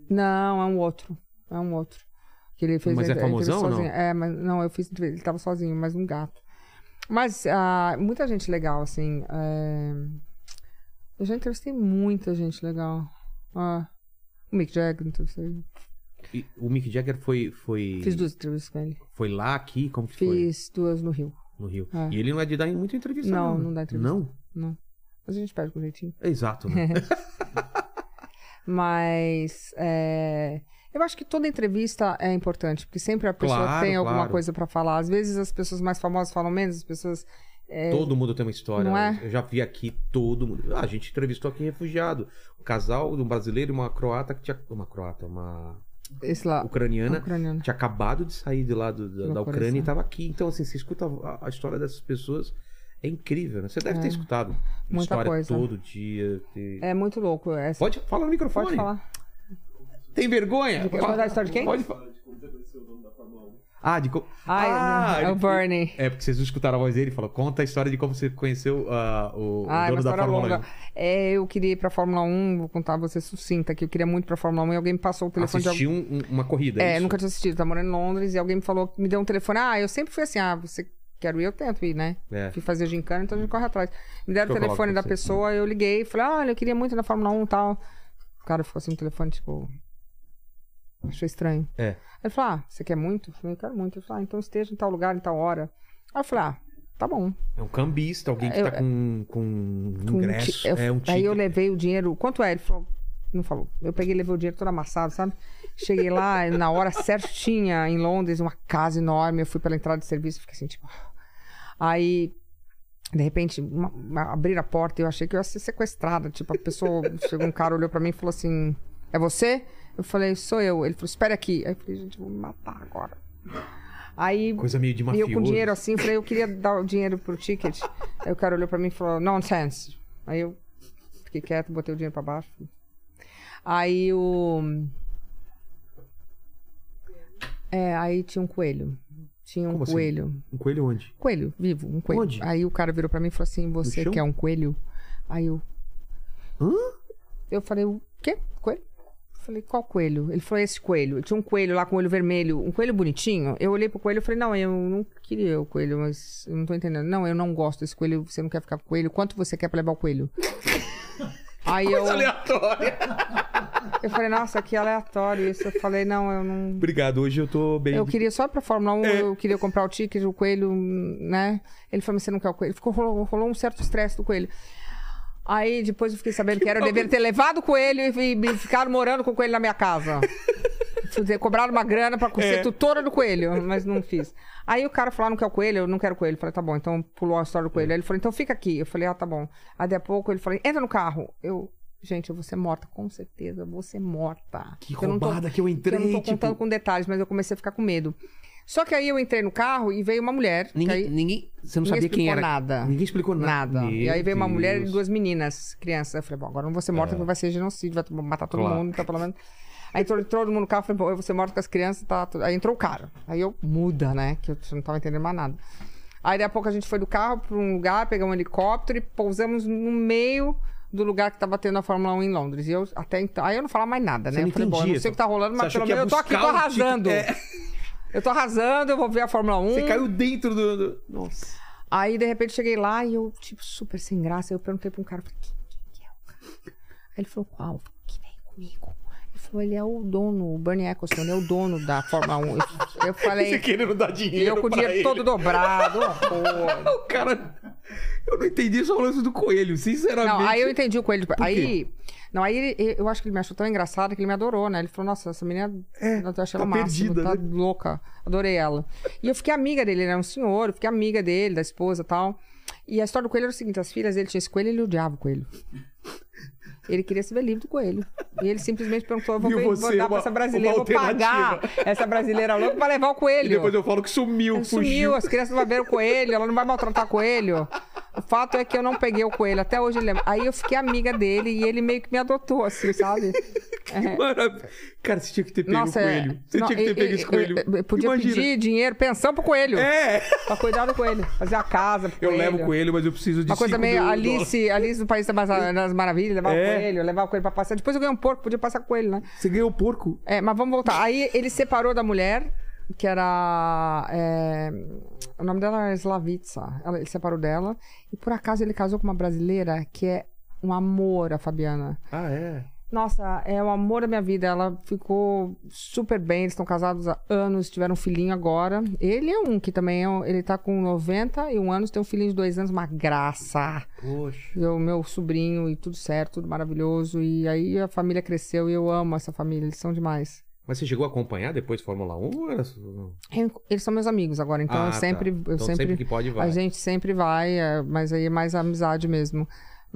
[SPEAKER 3] Não, é um outro. É um outro. Que ele fez
[SPEAKER 1] Mas é
[SPEAKER 3] a entre- a entrevista
[SPEAKER 1] famosão ou não?
[SPEAKER 3] sozinho. É, mas não, eu fiz entrevista, ele tava sozinho, mas um gato. Mas ah, muita gente legal, assim. é, Eu já entrevistei muita gente legal. Ah, o Mick Jagger, entrevistei.
[SPEAKER 1] E O Mick Jagger foi. foi...
[SPEAKER 3] Fiz duas entrevistas com ele.
[SPEAKER 1] Foi lá, aqui, como que foi?
[SPEAKER 3] Fiz duas no Rio.
[SPEAKER 1] No Rio.
[SPEAKER 3] É.
[SPEAKER 1] E ele não é de dar muita entrevista,
[SPEAKER 3] Não,
[SPEAKER 1] né?
[SPEAKER 3] não dá entrevista.
[SPEAKER 1] Não?
[SPEAKER 3] Mas a gente pede com jeitinho.
[SPEAKER 1] Exato, né?
[SPEAKER 3] Mas é, eu acho que toda entrevista é importante, porque sempre a pessoa
[SPEAKER 1] Claro,
[SPEAKER 3] tem alguma
[SPEAKER 1] claro.
[SPEAKER 3] coisa pra falar. Às vezes as pessoas mais famosas falam menos, as pessoas. [LAUGHS] é,
[SPEAKER 1] Todo mundo tem uma história.
[SPEAKER 3] Não é?
[SPEAKER 1] Eu já vi aqui todo mundo. Ah, a gente entrevistou aqui refugiado. Um casal de um brasileiro e uma croata que tinha. Uma croata, uma
[SPEAKER 3] esse lá,
[SPEAKER 1] ucraniana.
[SPEAKER 3] ucraniana.
[SPEAKER 1] Tinha acabado de sair de lá do- da, da
[SPEAKER 3] Loucura,
[SPEAKER 1] Ucrânia e
[SPEAKER 3] assim.
[SPEAKER 1] estava aqui. Então, assim, você escuta a, a história dessas pessoas. É incrível, né? Você deve ter escutado
[SPEAKER 3] Muita
[SPEAKER 1] história
[SPEAKER 3] coisa.
[SPEAKER 1] todo dia. ter-
[SPEAKER 3] É muito louco. Essa...
[SPEAKER 1] Pode falar no microfone.
[SPEAKER 3] Pode falar.
[SPEAKER 1] Tem vergonha?
[SPEAKER 3] De- Pode contar a história de quem?
[SPEAKER 1] Pode falar. Ah, de como.
[SPEAKER 3] Ai,
[SPEAKER 1] ah,
[SPEAKER 3] é o
[SPEAKER 1] ele-
[SPEAKER 3] Bernie.
[SPEAKER 1] É porque vocês não escutaram a voz dele, ele falou: conta a história de como você conheceu ah, o, o
[SPEAKER 3] Ah, é uma
[SPEAKER 1] dono da
[SPEAKER 3] história
[SPEAKER 1] Fórmula
[SPEAKER 3] longa.
[SPEAKER 1] 1.
[SPEAKER 3] É, eu queria ir pra Fórmula 1, vou contar pra você sucinta, que eu queria muito ir pra Fórmula 1 e alguém me passou o telefone de
[SPEAKER 1] Assistiu um- um- uma corrida.
[SPEAKER 3] É,
[SPEAKER 1] isso?
[SPEAKER 3] nunca tinha assistido, tá morando em Londres e alguém me falou, me deu um telefone. Ah, eu sempre fui assim, ah, você quer ir, eu tento ir, né?
[SPEAKER 1] É.
[SPEAKER 3] Fui fazer gincana, então a gente corre atrás. Me deram
[SPEAKER 1] Deixa eu
[SPEAKER 3] o telefone
[SPEAKER 1] colocar
[SPEAKER 3] da
[SPEAKER 1] pra você.
[SPEAKER 3] pessoa, eu liguei e falei, olha, eu queria muito ir na Fórmula 1 e tal. O cara ficou assim no telefone, tipo. Achou estranho.
[SPEAKER 1] É.
[SPEAKER 3] Aí Ele falou, ah, você quer muito? Eu falei, eu quero muito. Ele falou, ah, então esteja em tal lugar, em tal hora. Aí eu falei, ah, tá bom.
[SPEAKER 1] É um cambista, alguém que
[SPEAKER 3] Eu- é
[SPEAKER 1] tá com, com
[SPEAKER 3] Com um ti-
[SPEAKER 1] ingresso.
[SPEAKER 3] eu-
[SPEAKER 1] é um
[SPEAKER 3] Aí
[SPEAKER 1] título.
[SPEAKER 3] eu levei o dinheiro. Quanto é? Ele falou. Não falou. Eu peguei e levei o dinheiro todo amassado, sabe? Cheguei lá [LAUGHS] na hora certinha em Londres, uma casa enorme. Eu fui pela entrada de serviço, fiquei assim, tipo. Aí, de repente, uma, uma- abriram a porta e eu achei que eu ia ser sequestrada. Tipo, a pessoa. [LAUGHS] chegou um cara, olhou pra mim e falou assim: É você? Eu falei, sou eu. Ele falou, espera aqui. Aí eu falei, gente, vou me matar agora. Aí
[SPEAKER 1] Coisa meio de
[SPEAKER 3] e eu
[SPEAKER 1] mafioso.
[SPEAKER 3] com dinheiro assim, falei, eu queria dar o dinheiro pro ticket. Aí o cara olhou pra mim e falou, nonsense. Aí eu fiquei quieto, botei o dinheiro pra baixo. Aí o. É, aí tinha um coelho. Tinha um
[SPEAKER 1] Como assim?
[SPEAKER 3] coelho.
[SPEAKER 1] Um coelho onde?
[SPEAKER 3] Coelho, vivo, um coelho.
[SPEAKER 1] Onde?
[SPEAKER 3] Aí o cara virou pra mim e falou assim: Você
[SPEAKER 1] chão?
[SPEAKER 3] quer um coelho? Aí eu.
[SPEAKER 1] Hã?
[SPEAKER 3] Eu falei: O quê? Coelho? Eu Falei, qual coelho? Ele falou, esse coelho. Tinha um coelho lá com olho vermelho, um coelho bonitinho. Eu olhei pro coelho e falei, não, eu não queria o coelho, mas eu não tô entendendo. Não, eu não gosto desse coelho, você não quer ficar com o coelho? Quanto você quer pra levar
[SPEAKER 1] [LAUGHS]
[SPEAKER 3] o coelho? Aí eu,
[SPEAKER 1] Aleatório.
[SPEAKER 3] eu falei, nossa, que aleatório isso. Eu falei, não, eu não
[SPEAKER 1] Obrigado, hoje eu tô bem.
[SPEAKER 3] eu queria só pra Fórmula 1,
[SPEAKER 1] É.
[SPEAKER 3] eu queria comprar o ticket, o coelho, né? Ele falou, mas você não quer o coelho? Ficou, rolou, rolou um certo estresse do coelho. Aí depois eu fiquei sabendo que era, eu deveria ter levado o coelho e, e, e ficar morando com o coelho na minha casa. Quer dizer, Cobraram uma grana pra ser
[SPEAKER 1] É.
[SPEAKER 3] tutora do coelho, mas não fiz. Aí o cara falou, ah, não quer o coelho? Eu não quero o coelho. Eu falei, tá bom, então pulou a história do coelho. Aí ele falou, então fica aqui. Eu falei, ah, tá bom. Aí daqui a pouco ele falou, entra no carro. Eu, gente, eu vou ser morta, com certeza, eu vou ser morta.
[SPEAKER 1] Que
[SPEAKER 3] Eu não tô-
[SPEAKER 1] roubada que eu
[SPEAKER 3] que
[SPEAKER 1] entrei,
[SPEAKER 3] eu não tô
[SPEAKER 1] tipo.
[SPEAKER 3] contando com detalhes, mas eu comecei a ficar com medo. Só que aí eu entrei no carro e veio uma mulher. que
[SPEAKER 1] Ninguém,
[SPEAKER 3] aí
[SPEAKER 1] ninguém- Você não
[SPEAKER 3] ninguém
[SPEAKER 1] sabia quem
[SPEAKER 3] explicou
[SPEAKER 1] era.
[SPEAKER 3] nada.
[SPEAKER 1] Ninguém explicou na-
[SPEAKER 3] Tipo, Nada. e
[SPEAKER 1] Meu
[SPEAKER 3] aí veio uma mulher e
[SPEAKER 1] Deus. É.
[SPEAKER 3] duas meninas, crianças. Eu falei, bom, agora eu não vou ser morta porque vai ser genocídio, vai matar todo
[SPEAKER 1] Claro.
[SPEAKER 3] mundo, então pelo menos. Aí entrou, entrou todo mundo no carro, eu falei, bom, eu vou ser morta com as crianças, tá? tudo- Aí entrou o cara. Aí eu, muda, né? Que eu não tava entendendo mais nada. Aí daqui a pouco a gente foi do carro pra um lugar, pegamos um helicóptero e pousamos no meio do lugar que tava tendo a Fórmula 1 em Londres. E eu até então. Aí eu não falava mais nada,
[SPEAKER 1] Você
[SPEAKER 3] né?
[SPEAKER 1] não
[SPEAKER 3] eu falei, bom, eu não
[SPEAKER 1] entendia.
[SPEAKER 3] sei o que tá rolando,
[SPEAKER 1] Você
[SPEAKER 3] mas
[SPEAKER 1] achou
[SPEAKER 3] pelo
[SPEAKER 1] que ia
[SPEAKER 3] menos eu tô aqui, tô
[SPEAKER 1] buscar o ticket.
[SPEAKER 3] arrasando.
[SPEAKER 1] É.
[SPEAKER 3] Eu tô arrasando, eu vou ver a Fórmula 1.
[SPEAKER 1] Você caiu dentro do. do- Nossa.
[SPEAKER 3] Aí, de repente, cheguei lá e eu, tipo, super sem graça. Aí eu perguntei pra um cara, falei, quem, quem que é o cara? Aí ele falou, qual? Eu falei, Que vem comigo. Ele falou, ele é o dono, o Bernie Eccleston, ele é o dono da Fórmula 1. Eu, eu
[SPEAKER 1] Você
[SPEAKER 3] falei,
[SPEAKER 1] querendo dar
[SPEAKER 3] e
[SPEAKER 1] é dinheiro.
[SPEAKER 3] eu com o
[SPEAKER 1] pra
[SPEAKER 3] dinheiro
[SPEAKER 1] ele.
[SPEAKER 3] todo dobrado, uma porra.
[SPEAKER 1] O cara. Eu não entendi só o lance do coelho, sinceramente.
[SPEAKER 3] Não, aí eu entendi o coelho.
[SPEAKER 1] quê?
[SPEAKER 3] Aí. Não, aí ele- eu acho que ele me achou tão engraçado que ele me adorou, né? Ele falou, nossa, essa menina. eu achei
[SPEAKER 1] tá
[SPEAKER 3] ela máxima,
[SPEAKER 1] perdida,
[SPEAKER 3] tá
[SPEAKER 1] né?
[SPEAKER 3] louca. Adorei ela. E eu fiquei amiga dele, ele era um senhor, eu fiquei amiga dele, da esposa e tal. E a história do coelho era o seguinte: as filhas dele tinham esse coelho e ele odiava o coelho. Ele queria se ver livre do coelho. E ele simplesmente perguntou: eu vou,
[SPEAKER 1] Viu
[SPEAKER 3] ver- vou
[SPEAKER 1] você, é
[SPEAKER 3] dar
[SPEAKER 1] uma-
[SPEAKER 3] pra essa brasileira,
[SPEAKER 1] uma
[SPEAKER 3] vou pagar
[SPEAKER 1] alternativa.
[SPEAKER 3] essa brasileira louca pra levar o coelho.
[SPEAKER 1] E depois eu falo que sumiu,
[SPEAKER 3] Ele
[SPEAKER 1] fugiu.
[SPEAKER 3] sumiu,
[SPEAKER 1] [LAUGHS]
[SPEAKER 3] assim, as crianças não vão ver o coelho, ela não vai maltratar o coelho. O fato é que eu não peguei o coelho, até hoje ele lembra. Aí eu fiquei amiga dele e ele meio que me adotou, assim, sabe? É.
[SPEAKER 1] Maravilha. Cara, você tinha que ter pego
[SPEAKER 3] Nossa,
[SPEAKER 1] o
[SPEAKER 3] é-
[SPEAKER 1] coelho. Você
[SPEAKER 3] não,
[SPEAKER 1] tinha que ter
[SPEAKER 3] e-
[SPEAKER 1] pego
[SPEAKER 3] e-
[SPEAKER 1] esse coelho.
[SPEAKER 3] eu- eu podia
[SPEAKER 1] Imagina.
[SPEAKER 3] pedir dinheiro, pensão pro coelho,
[SPEAKER 1] É!
[SPEAKER 3] pra cuidar do coelho, fazer a casa pro
[SPEAKER 1] Eu
[SPEAKER 3] coelho.
[SPEAKER 1] levo o coelho, mas eu preciso de
[SPEAKER 3] Uma coisa
[SPEAKER 1] cinco
[SPEAKER 3] meio
[SPEAKER 1] mil dólares.
[SPEAKER 3] Alice, Alice do País das Mar- das Maravilhas, levar
[SPEAKER 1] É.
[SPEAKER 3] o coelho, levar o coelho pra passar. Depois eu ganhei um porco, podia passar com ele, né?
[SPEAKER 1] Você ganhou o porco?
[SPEAKER 3] É, mas vamos voltar. Aí ele separou da mulher, que era. é, o nome dela era Slavitsa. Ela- ele separou dela. E por acaso ele casou com uma brasileira que é um amor, a Fabiana.
[SPEAKER 1] Ah, é.
[SPEAKER 3] Nossa, é o amor da minha vida. Ela ficou super bem. Eles estão casados há anos, tiveram um filhinho agora. Ele é um que também é. um- Ele tá com 91 anos, tem um filhinho de dois anos, uma graça.
[SPEAKER 1] Poxa.
[SPEAKER 3] E o meu sobrinho e tudo certo, tudo maravilhoso. E aí a família cresceu e eu amo essa família, eles são demais.
[SPEAKER 1] Mas você chegou a acompanhar depois Fórmula 1? Ou era... só- não?
[SPEAKER 3] Eu- Eles são meus amigos agora, então
[SPEAKER 1] Ah,
[SPEAKER 3] eu
[SPEAKER 1] tá.
[SPEAKER 3] sempre. Eu
[SPEAKER 1] Então
[SPEAKER 3] sempre,
[SPEAKER 1] que pode vai.
[SPEAKER 3] a gente sempre vai, é, mas aí é mais amizade mesmo.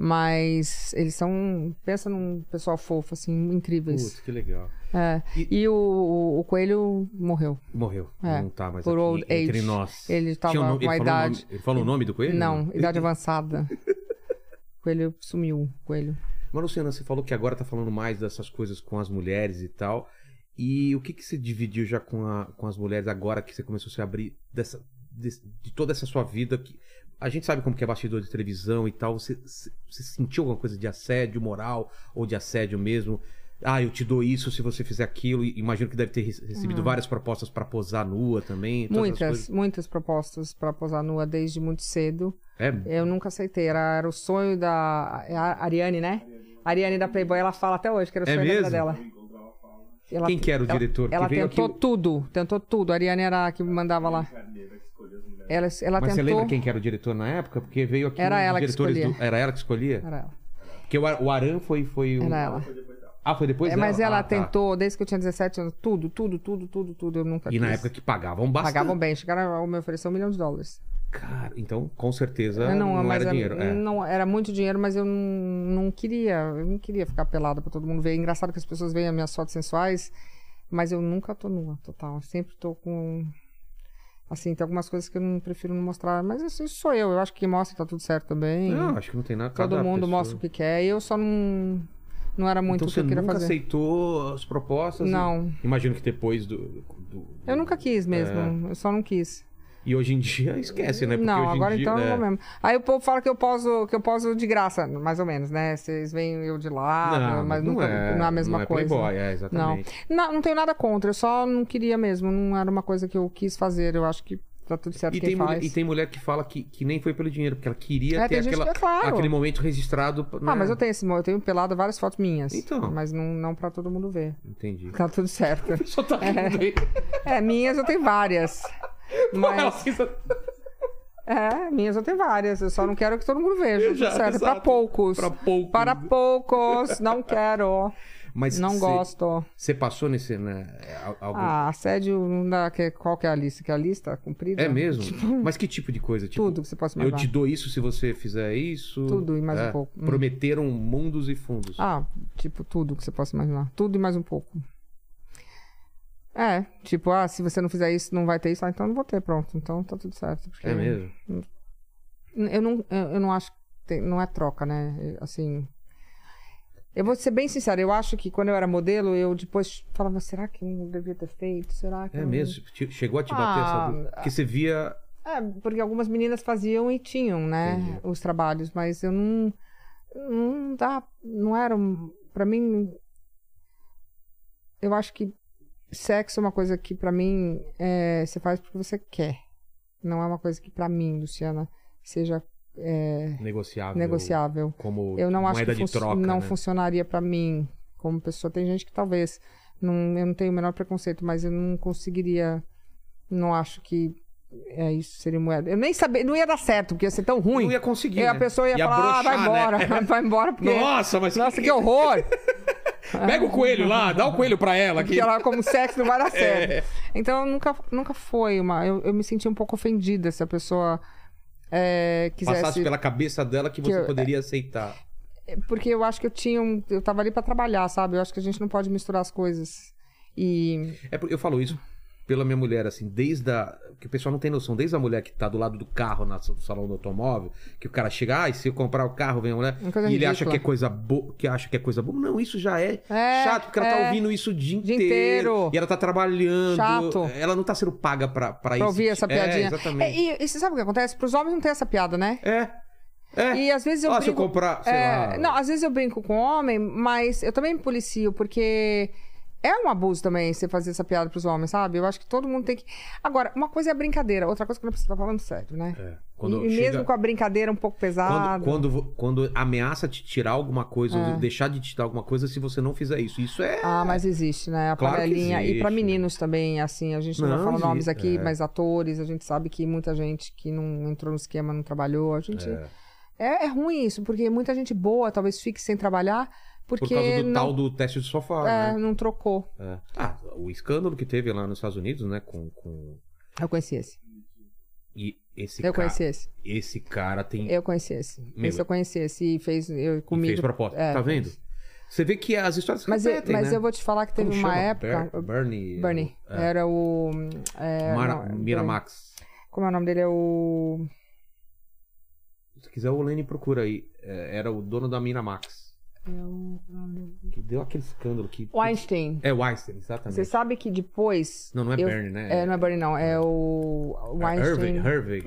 [SPEAKER 3] Mas eles são. Pensa num pessoal fofo, assim, incríveis.
[SPEAKER 1] Putz, que legal.
[SPEAKER 3] É. E, o, o- o coelho morreu.
[SPEAKER 1] Morreu.
[SPEAKER 3] É.
[SPEAKER 1] Não tá mais
[SPEAKER 3] Por
[SPEAKER 1] aqui
[SPEAKER 3] old age.
[SPEAKER 1] entre nós.
[SPEAKER 3] Ele tava
[SPEAKER 1] Tinha um nome-
[SPEAKER 3] com a
[SPEAKER 1] ele falou o
[SPEAKER 3] idade-
[SPEAKER 1] nome- Ele falou o nome do coelho?
[SPEAKER 3] Não, idade avançada. O coelho sumiu, o coelho.
[SPEAKER 1] Mas, Luciana, você falou que agora tá falando mais dessas coisas com as mulheres e tal. E o que que você dividiu já com, a- com as mulheres agora que você começou a se abrir dessa, de, de toda essa sua vida? Que, a gente sabe como que é bastidor de televisão e tal. Você, você você sentiu alguma coisa de assédio moral ou de assédio mesmo? Ah, eu te dou isso se você fizer aquilo. E imagino que deve ter re- recebido várias propostas pra posar nua também. todas essas
[SPEAKER 3] Hum. Muitas,
[SPEAKER 1] coisas.
[SPEAKER 3] muitas propostas pra posar nua desde muito cedo.
[SPEAKER 1] É,
[SPEAKER 3] Eu nunca aceitei. Era, era o sonho da é a Ariane, né? Ariane da Playboy, ela fala até hoje que era o
[SPEAKER 1] É
[SPEAKER 3] sonho da vida
[SPEAKER 1] mesmo?
[SPEAKER 3] dela. Ela,
[SPEAKER 1] Quem que era o diretor?
[SPEAKER 3] Ela
[SPEAKER 1] que veio
[SPEAKER 3] tentou
[SPEAKER 1] aqui?
[SPEAKER 3] tudo, tentou tudo. A Ariane era a que mandava lá. Ela, ela
[SPEAKER 1] Mas você
[SPEAKER 3] tentou.
[SPEAKER 1] lembra quem que era o diretor na época? Porque veio aqui
[SPEAKER 3] Era
[SPEAKER 1] um dos
[SPEAKER 3] ela que
[SPEAKER 1] diretores
[SPEAKER 3] escolhia.
[SPEAKER 1] do- Era ela que escolhia?
[SPEAKER 3] Era ela.
[SPEAKER 1] Porque o, Ar- o Aran foi. foi um-
[SPEAKER 3] Era ela.
[SPEAKER 1] Ah, foi depois
[SPEAKER 3] É, mas ela
[SPEAKER 1] Ah, tá.
[SPEAKER 3] tentou, desde que eu tinha 17 anos, tudo, tudo, tudo, tudo, tudo. Eu nunca
[SPEAKER 1] E na
[SPEAKER 3] quis.
[SPEAKER 1] época que pagavam bastante.
[SPEAKER 3] Pagavam bem, chegaram a me oferecer um milhão de dólares.
[SPEAKER 1] Cara, então, com certeza,
[SPEAKER 3] Eu
[SPEAKER 1] não,
[SPEAKER 3] mas
[SPEAKER 1] era
[SPEAKER 3] eu-
[SPEAKER 1] dinheiro. é.
[SPEAKER 3] não, era muito dinheiro, mas eu não, não queria. Eu não queria ficar pelada pra todo mundo ver. É engraçado que as pessoas veem as minhas fotos sensuais, mas eu nunca tô nua, total. Eu sempre tô com. Assim, tem algumas coisas que eu não prefiro não mostrar, mas isso, isso sou eu. Eu acho que quem mostra tá tudo certo também.
[SPEAKER 1] Não, acho que não tem nada.
[SPEAKER 3] Todo
[SPEAKER 1] cada
[SPEAKER 3] mundo
[SPEAKER 1] pessoa-
[SPEAKER 3] mostra o que quer. E eu só não. Não era muito
[SPEAKER 1] então
[SPEAKER 3] o que
[SPEAKER 1] você
[SPEAKER 3] eu queria
[SPEAKER 1] nunca
[SPEAKER 3] fazer.
[SPEAKER 1] aceitou as propostas?
[SPEAKER 3] Não.
[SPEAKER 1] Imagino que depois do, do-
[SPEAKER 3] Eu nunca quis mesmo.
[SPEAKER 1] É.
[SPEAKER 3] Eu só não quis.
[SPEAKER 1] E hoje em dia esquece, né? Porque
[SPEAKER 3] Não,
[SPEAKER 1] hoje em
[SPEAKER 3] agora
[SPEAKER 1] dia,
[SPEAKER 3] então eu
[SPEAKER 1] né?
[SPEAKER 3] não vou mesmo. Aí o povo fala que eu poso, que eu poso de graça, mais ou menos, né? Vocês veem eu de lado,
[SPEAKER 1] Não,
[SPEAKER 3] mas nunca, não, é, a mesma
[SPEAKER 1] não é
[SPEAKER 3] coisa.
[SPEAKER 1] Playboy, é,
[SPEAKER 3] não.
[SPEAKER 1] exatamente.
[SPEAKER 3] não, não tenho nada contra, eu só não queria mesmo, não era uma coisa que eu quis fazer, eu acho que tá tudo certo
[SPEAKER 1] E
[SPEAKER 3] quem
[SPEAKER 1] tem, mulher,
[SPEAKER 3] faz.
[SPEAKER 1] e tem mulher que fala que, que nem foi pelo dinheiro, porque ela queria
[SPEAKER 3] É,
[SPEAKER 1] ter
[SPEAKER 3] tem gente
[SPEAKER 1] aquela,
[SPEAKER 3] que é claro.
[SPEAKER 1] aquele momento registrado. né?
[SPEAKER 3] Ah, mas eu tenho esse, mo- eu tenho pelado várias fotos minhas,
[SPEAKER 1] Então.
[SPEAKER 3] mas não, não para todo mundo ver.
[SPEAKER 1] Entendi.
[SPEAKER 3] Tá tudo certo. [LAUGHS]
[SPEAKER 4] [LAUGHS]
[SPEAKER 1] Só tá rindo aí.
[SPEAKER 3] é, minhas eu tenho
[SPEAKER 1] [LAUGHS]
[SPEAKER 3] várias.
[SPEAKER 1] Ela
[SPEAKER 3] Mas
[SPEAKER 1] precisa-
[SPEAKER 3] É, minhas eu tenho várias. Eu só não quero que todo mundo veja.
[SPEAKER 1] Já,
[SPEAKER 3] tudo certo. É pra
[SPEAKER 1] [LAUGHS] exato.
[SPEAKER 3] poucos.
[SPEAKER 1] Pra poucos.
[SPEAKER 3] Para poucos. Não quero.
[SPEAKER 1] [LAUGHS] Mas
[SPEAKER 3] não
[SPEAKER 1] cê-
[SPEAKER 3] gosto.
[SPEAKER 1] Você passou nesse. Né, a- algum-
[SPEAKER 3] Ah, assédio não dá. que- Qual que é a lista? Que é a lista comprida?
[SPEAKER 1] é
[SPEAKER 3] [LAUGHS]
[SPEAKER 1] mesmo? Mas que tipo de coisa? Tipo,
[SPEAKER 3] Tudo que você possa
[SPEAKER 1] Eu
[SPEAKER 3] imaginar.
[SPEAKER 1] te dou isso se você fizer isso.
[SPEAKER 3] Tudo e mais
[SPEAKER 1] É,
[SPEAKER 3] um pouco. Hum.
[SPEAKER 1] Prometeram mundos e fundos.
[SPEAKER 3] Ah, tipo, tudo que você possa imaginar. Tudo e mais um pouco. É, tipo, ah, se você não fizer isso, não vai ter isso. Ah, então não vou ter, pronto. Então tá tudo certo. porque-
[SPEAKER 1] é mesmo?
[SPEAKER 3] Eu não, eu eu não acho que tem- não é troca, né? Eu, Assim. Eu vou ser bem sincera, eu acho que quando eu era modelo, eu depois falava, será que eu não devia ter feito? Será que
[SPEAKER 1] É
[SPEAKER 3] eu não-"
[SPEAKER 1] mesmo? Te- Chegou a te bater
[SPEAKER 3] Hum. Ah,
[SPEAKER 1] essa dúvida? Porque você via.
[SPEAKER 3] É, porque algumas meninas faziam e tinham, né,
[SPEAKER 1] Entendi.
[SPEAKER 3] os trabalhos, mas eu não não dá, não era um- Pra mim eu acho que sexo é uma coisa que pra mim é, você faz porque você quer. Não é uma coisa que pra mim, Luciana, seja é,
[SPEAKER 1] Negociável.
[SPEAKER 3] negociável.
[SPEAKER 1] Como
[SPEAKER 3] Eu não acho
[SPEAKER 1] Tipo, moeda
[SPEAKER 3] que
[SPEAKER 1] de
[SPEAKER 3] funci-
[SPEAKER 1] troca.
[SPEAKER 3] não
[SPEAKER 1] né?
[SPEAKER 3] funcionaria pra mim como pessoa. Tem gente que talvez não, eu não tenho o menor preconceito, mas eu não conseguiria. Não acho que é isso seria moeda. Eu nem sabia, não ia dar certo porque ia ser tão ruim.
[SPEAKER 1] Não ia conseguir.
[SPEAKER 3] E a
[SPEAKER 1] né?
[SPEAKER 3] pessoa ia,
[SPEAKER 1] Ia
[SPEAKER 3] falar, ah, vai
[SPEAKER 1] broxar,
[SPEAKER 3] embora,
[SPEAKER 1] né?
[SPEAKER 3] [LAUGHS]
[SPEAKER 1] [LAUGHS]
[SPEAKER 3] vai embora porque
[SPEAKER 1] Nossa, mas
[SPEAKER 3] nossa que
[SPEAKER 1] [LAUGHS]
[SPEAKER 3] horror.
[SPEAKER 1] Pega o coelho lá, dá o coelho pra
[SPEAKER 3] [LAUGHS]
[SPEAKER 1] ela aqui.
[SPEAKER 3] Porque ela, como sexo, não vai
[SPEAKER 1] [LAUGHS]
[SPEAKER 3] dar certo.
[SPEAKER 1] É.
[SPEAKER 3] Então, nunca, nunca foi uma. Eu, eu me senti um pouco ofendida se a pessoa é, quisesse.
[SPEAKER 1] Passasse pela cabeça dela que
[SPEAKER 3] Que
[SPEAKER 1] você
[SPEAKER 3] eu-
[SPEAKER 1] poderia aceitar.
[SPEAKER 3] Porque eu acho que eu tinha um. Eu tava ali pra trabalhar, sabe? Eu acho que a gente não pode misturar as coisas. E.
[SPEAKER 1] É porque eu falo isso pela minha mulher, assim, desde a. Que o pessoal não tem noção, desde a mulher que tá do lado do carro na do salão do automóvel, que o cara chega, ah, e se eu comprar o carro, vem a mulher.
[SPEAKER 3] Uma coisa
[SPEAKER 1] e ele
[SPEAKER 3] ridícula.
[SPEAKER 1] acha que é coisa boa, que acha que é coisa boa. Não, isso já é,
[SPEAKER 3] É,
[SPEAKER 1] chato, porque ela tá
[SPEAKER 3] é.
[SPEAKER 1] ouvindo isso o dia
[SPEAKER 3] Dia
[SPEAKER 1] inteiro.
[SPEAKER 3] inteiro.
[SPEAKER 1] E ela tá trabalhando.
[SPEAKER 3] Chato.
[SPEAKER 1] Ela não tá sendo paga pra, pra,
[SPEAKER 3] Pra
[SPEAKER 1] isso.
[SPEAKER 3] ouvir essa
[SPEAKER 1] É,
[SPEAKER 3] piadinha.
[SPEAKER 1] exatamente.
[SPEAKER 3] É, e, e você sabe o que acontece? Pros homens não tem essa piada, né?
[SPEAKER 1] É. É.
[SPEAKER 3] E às vezes eu
[SPEAKER 1] ah, se eu
[SPEAKER 3] brinco.
[SPEAKER 1] comprar, sei
[SPEAKER 3] é,
[SPEAKER 1] lá.
[SPEAKER 3] Não, às vezes eu brinco com homem, mas eu também me policio, porque é um abuso também você fazer essa piada pros homens, sabe? Eu acho que todo mundo tem que. Agora, uma coisa é a brincadeira, outra coisa é quando você tá falando sério, né?
[SPEAKER 1] É, quando
[SPEAKER 3] e e
[SPEAKER 1] chega-
[SPEAKER 3] mesmo com a brincadeira um pouco
[SPEAKER 1] Quando,
[SPEAKER 3] pesada.
[SPEAKER 1] quando, vo- quando ameaça te tirar alguma coisa, ou
[SPEAKER 3] É.
[SPEAKER 1] deixar de te dar alguma coisa se você não fizer isso. Isso é.
[SPEAKER 3] Ah, mas existe, né? A
[SPEAKER 1] Claro que
[SPEAKER 3] panelinha. E
[SPEAKER 1] existe.
[SPEAKER 3] pra meninos também, assim, a gente não,
[SPEAKER 1] Não,
[SPEAKER 3] vai falar nomes
[SPEAKER 1] existe,
[SPEAKER 3] aqui,
[SPEAKER 1] é.
[SPEAKER 3] mas atores, a gente sabe que muita gente que não entrou no esquema, não trabalhou. A gente. É, é ruim isso, porque muita gente boa talvez fique sem trabalhar
[SPEAKER 1] por
[SPEAKER 3] porque
[SPEAKER 1] causa do
[SPEAKER 3] não,
[SPEAKER 1] tal do teste do sofá,
[SPEAKER 3] é,
[SPEAKER 1] né?
[SPEAKER 3] não trocou.
[SPEAKER 1] É. Ah, o escândalo que teve lá nos Estados Unidos, né? Com. com...
[SPEAKER 3] Eu conheci esse.
[SPEAKER 1] E esse
[SPEAKER 3] Eu
[SPEAKER 1] cara.
[SPEAKER 3] conheci esse.
[SPEAKER 1] Esse cara tem.
[SPEAKER 3] Eu conheci esse.
[SPEAKER 1] Meu-
[SPEAKER 3] Esse eu conheci esse e fez eu,
[SPEAKER 1] que
[SPEAKER 3] comigo.
[SPEAKER 1] Fez proposta.
[SPEAKER 3] É,
[SPEAKER 1] tá vendo? Você vê que as histórias se
[SPEAKER 3] Mas, eu-
[SPEAKER 1] repetem,
[SPEAKER 3] mas
[SPEAKER 1] né?
[SPEAKER 3] eu vou te falar que teve
[SPEAKER 1] Como
[SPEAKER 3] uma
[SPEAKER 1] chama? Ber-
[SPEAKER 3] época.
[SPEAKER 1] Bernie.
[SPEAKER 3] Bernie.
[SPEAKER 1] É.
[SPEAKER 3] Era o. é,
[SPEAKER 1] Mara...
[SPEAKER 3] não,
[SPEAKER 1] Miramax.
[SPEAKER 3] Como é o nome dele? É o.
[SPEAKER 1] Se quiser, o Lenny procura aí. É, Era o dono da Miramax. Que deu aquele escândalo que.
[SPEAKER 3] Weinstein.
[SPEAKER 1] É Weinstein, exatamente.
[SPEAKER 3] Você sabe que depois.
[SPEAKER 1] Não, não é
[SPEAKER 3] eu-
[SPEAKER 1] Bernie, né?
[SPEAKER 3] É, não é Bernie, não. É o o
[SPEAKER 1] É Hervey,
[SPEAKER 3] Weinstein.
[SPEAKER 1] Hervey.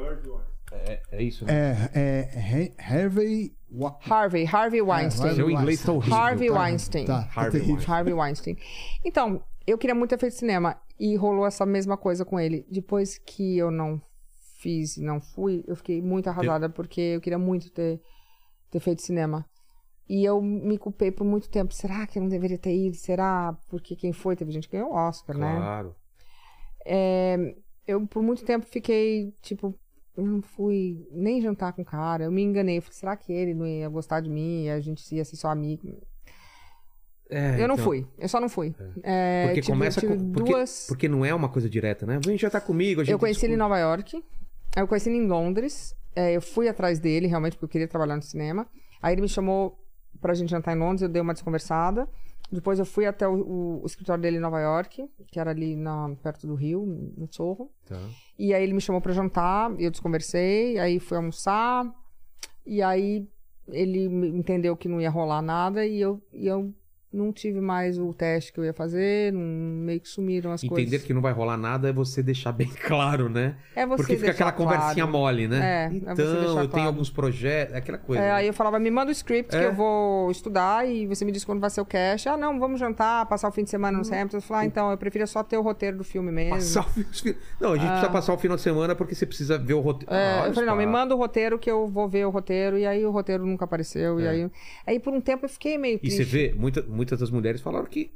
[SPEAKER 1] É, é isso, né?
[SPEAKER 2] É, é He- Harvey... Wa-
[SPEAKER 3] Harvey,
[SPEAKER 1] É,
[SPEAKER 3] Harvey É, Weinstein.
[SPEAKER 1] Seu inglês tá horrível.
[SPEAKER 3] Harvey Weinstein.
[SPEAKER 2] Tá, tá
[SPEAKER 1] Harvey
[SPEAKER 2] terrível.
[SPEAKER 3] Harvey Weinstein. Então, eu queria muito ter feito cinema e rolou essa mesma coisa com ele. Depois que eu não fiz e não fui, eu fiquei muito arrasada porque eu queria muito ter, ter feito cinema. E eu me culpei por muito tempo. Será que eu não deveria ter ido? Será? Porque quem foi? Teve gente que ganhou o Oscar, né?
[SPEAKER 1] Claro.
[SPEAKER 3] É, eu por muito tempo fiquei, tipo, eu não fui nem jantar com o cara. Eu me enganei. Eu falei, será que ele não ia gostar de mim? E a gente ia ser só amigo.
[SPEAKER 1] É,
[SPEAKER 3] eu não
[SPEAKER 1] então,
[SPEAKER 3] fui. Eu só não fui. É,
[SPEAKER 1] Porque
[SPEAKER 3] tive-
[SPEAKER 1] começa
[SPEAKER 3] tive
[SPEAKER 1] com. Porque,
[SPEAKER 3] duas...
[SPEAKER 1] porque não é uma coisa direta, né? Vem já tá comigo, a gente.
[SPEAKER 3] Eu conheci ele em
[SPEAKER 1] discute.
[SPEAKER 3] Nova York. Aí eu conheci ele em Londres. É, eu fui atrás dele, realmente, porque eu queria trabalhar no cinema. Aí ele me chamou pra gente jantar em Londres, eu dei uma desconversada. Depois eu fui até o, o- o escritório dele em Nova York, que era ali na, perto do Rio, no Sorro.
[SPEAKER 1] Tá.
[SPEAKER 3] E aí ele me chamou pra jantar, eu desconversei, aí fui almoçar, e aí ele me- entendeu que não ia rolar nada e eu, e eu não tive mais o teste que eu ia fazer, não- meio que sumiram as
[SPEAKER 1] Entender
[SPEAKER 3] coisas.
[SPEAKER 1] que não vai rolar nada é você deixar bem [LAUGHS] claro, né?
[SPEAKER 3] É você
[SPEAKER 1] Porque fica
[SPEAKER 3] deixar
[SPEAKER 1] aquela conversinha
[SPEAKER 3] claro.
[SPEAKER 1] mole, né?
[SPEAKER 3] É, é você
[SPEAKER 1] então,
[SPEAKER 3] deixar
[SPEAKER 1] eu tenho
[SPEAKER 3] claro.
[SPEAKER 1] alguns projetos, é aquela coisa.
[SPEAKER 3] É,
[SPEAKER 1] né?
[SPEAKER 3] aí eu falava, me manda o script
[SPEAKER 1] É.
[SPEAKER 3] que eu vou estudar e você me diz quando vai ser o cast. Ah, não, vamos jantar, passar o fim de semana no Hamptons. Eu falava, ah, então, eu preferia só ter o roteiro do filme mesmo.
[SPEAKER 1] Uhum.
[SPEAKER 3] Ah.
[SPEAKER 1] Passar o fim- Não, a gente precisa passar o final de semana porque você precisa ver o roteiro.
[SPEAKER 3] É,
[SPEAKER 1] Ah, olha
[SPEAKER 3] eu falei,
[SPEAKER 1] os
[SPEAKER 3] não, me
[SPEAKER 1] papos.
[SPEAKER 3] manda o roteiro que eu vou ver o roteiro. E aí o roteiro nunca apareceu. E
[SPEAKER 1] É.
[SPEAKER 3] aí, aí por um tempo eu fiquei meio
[SPEAKER 1] E
[SPEAKER 3] triste.
[SPEAKER 1] você vê, muita, muitas das mulheres falaram que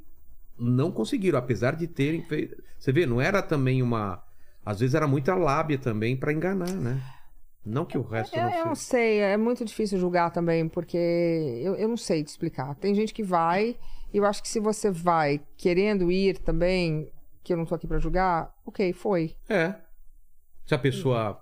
[SPEAKER 1] não conseguiram, apesar de terem feito. Você vê, não era também uma. Às vezes era muita lábia também pra enganar, né? Não que o resto
[SPEAKER 3] Eu,
[SPEAKER 1] não
[SPEAKER 3] eu não
[SPEAKER 1] seja.
[SPEAKER 3] sei, é muito difícil julgar também, porque eu, eu não sei te explicar. Tem gente que vai, e eu acho que se você vai querendo ir também, que eu não tô aqui pra julgar, ok, foi.
[SPEAKER 1] É. Se a
[SPEAKER 3] Uhum.
[SPEAKER 1] pessoa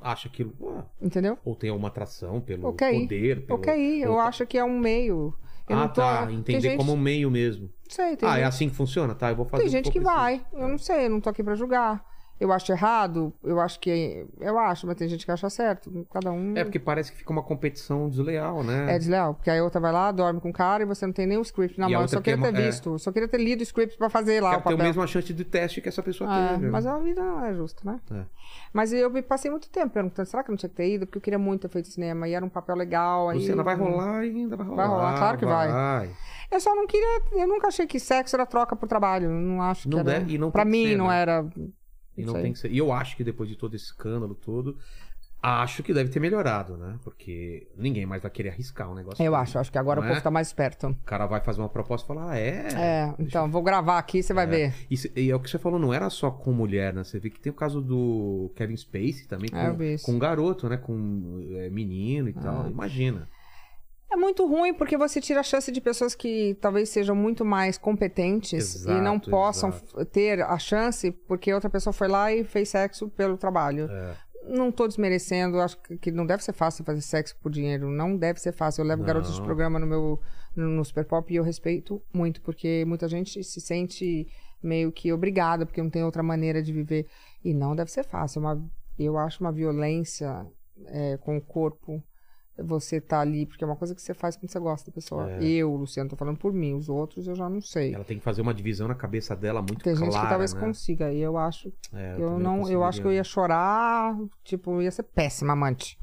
[SPEAKER 1] acha aquilo. ah,
[SPEAKER 3] Entendeu?
[SPEAKER 1] Ou tem alguma atração pelo
[SPEAKER 3] Ok.
[SPEAKER 1] poder. Pelo...
[SPEAKER 3] Ok, eu
[SPEAKER 1] ou-
[SPEAKER 3] acho que é um meio. Eu
[SPEAKER 1] ah,
[SPEAKER 3] não tô...
[SPEAKER 1] tá.
[SPEAKER 3] tem
[SPEAKER 1] Entender
[SPEAKER 3] gente-
[SPEAKER 1] como um meio mesmo.
[SPEAKER 3] Não sei, tem
[SPEAKER 1] Ah,
[SPEAKER 3] gente
[SPEAKER 1] é assim que funciona? Tá, eu vou fazer.
[SPEAKER 3] Tem
[SPEAKER 1] um
[SPEAKER 3] gente
[SPEAKER 1] pouco
[SPEAKER 3] que
[SPEAKER 1] desse-
[SPEAKER 3] vai, eu não sei, eu não tô aqui pra julgar. Eu acho errado, eu acho que. Eu acho, mas tem gente que acha certo. Cada um
[SPEAKER 1] É porque parece que fica uma competição desleal, né?
[SPEAKER 3] é desleal. Porque aí a outra vai lá, dorme com o cara e você não tem nem o script na
[SPEAKER 1] E a
[SPEAKER 3] mão. Eu
[SPEAKER 1] outra
[SPEAKER 3] só queria
[SPEAKER 1] quer
[SPEAKER 3] ter
[SPEAKER 1] mo- é.
[SPEAKER 3] visto, só queria ter lido o script pra fazer lá
[SPEAKER 1] Quer
[SPEAKER 3] o
[SPEAKER 1] ter a
[SPEAKER 3] papel.
[SPEAKER 1] mesma chance de teste que essa pessoa
[SPEAKER 3] Ah,
[SPEAKER 1] teve. né?
[SPEAKER 3] mas a vida não é justa, né?
[SPEAKER 1] É.
[SPEAKER 3] Mas eu me passei muito tempo perguntando, será que eu não tinha que ter ido? Porque eu queria muito ter feito cinema e era um papel legal. aí-
[SPEAKER 1] Luciana, vai rolar e ainda vai rolar.
[SPEAKER 3] rolar, claro que vai. Eu só não queria. Eu nunca achei que sexo era troca por trabalho. eu Não acho que
[SPEAKER 1] Não
[SPEAKER 3] era. um
[SPEAKER 1] deve- e não
[SPEAKER 3] pra
[SPEAKER 1] tem que
[SPEAKER 3] mim
[SPEAKER 1] ser,
[SPEAKER 3] não
[SPEAKER 1] né?
[SPEAKER 3] era.
[SPEAKER 1] E não
[SPEAKER 3] Isso aí.
[SPEAKER 1] tem que ser. E eu acho que depois de todo esse escândalo todo, acho que deve ter melhorado, né? Porque ninguém mais vai querer arriscar um negócio.
[SPEAKER 3] Eu
[SPEAKER 1] desse.
[SPEAKER 3] acho, acho que agora
[SPEAKER 1] Não
[SPEAKER 3] o
[SPEAKER 1] é?
[SPEAKER 3] povo tá mais esperto.
[SPEAKER 1] O cara vai fazer uma proposta e fala, ah, é.
[SPEAKER 3] É,
[SPEAKER 1] Deixa
[SPEAKER 3] então, vou gravar aqui, você vai ver.
[SPEAKER 1] E, se- e é o que você falou, não era só com mulher, né? Você vê que tem o caso do Kevin Spacey também, com,
[SPEAKER 3] É, eu vi isso. Ah.
[SPEAKER 1] com garoto, né? Com é, menino e tal. Imagina.
[SPEAKER 3] É muito ruim porque você tira a chance de pessoas que talvez sejam muito mais competentes
[SPEAKER 1] Exato,
[SPEAKER 3] e não possam
[SPEAKER 1] exato.
[SPEAKER 3] f- ter a chance porque outra pessoa foi lá e fez sexo pelo trabalho.
[SPEAKER 1] É.
[SPEAKER 3] Não tô desmerecendo, acho que que não deve ser fácil fazer sexo por dinheiro, não deve ser fácil. Eu levo
[SPEAKER 1] Não.
[SPEAKER 3] garotos de programa no meu no, no Super Pop e eu respeito muito porque muita gente se sente meio que obrigada porque não tem outra maneira de viver e não deve ser fácil. É Uma, eu acho uma violência é, com o corpo você tá ali, porque é uma coisa que você faz quando você gosta da pessoa.
[SPEAKER 1] É.
[SPEAKER 3] Eu, Luciano, tô falando por mim, os outros eu já não sei.
[SPEAKER 1] Ela tem que fazer uma divisão na cabeça dela muito
[SPEAKER 3] Tem gente
[SPEAKER 1] clara,
[SPEAKER 3] que talvez
[SPEAKER 1] né?
[SPEAKER 3] consiga, e eu acho,
[SPEAKER 1] É,
[SPEAKER 3] eu,
[SPEAKER 1] também
[SPEAKER 3] não, eu acho que eu ia chorar, tipo, eu ia ser péssima amante.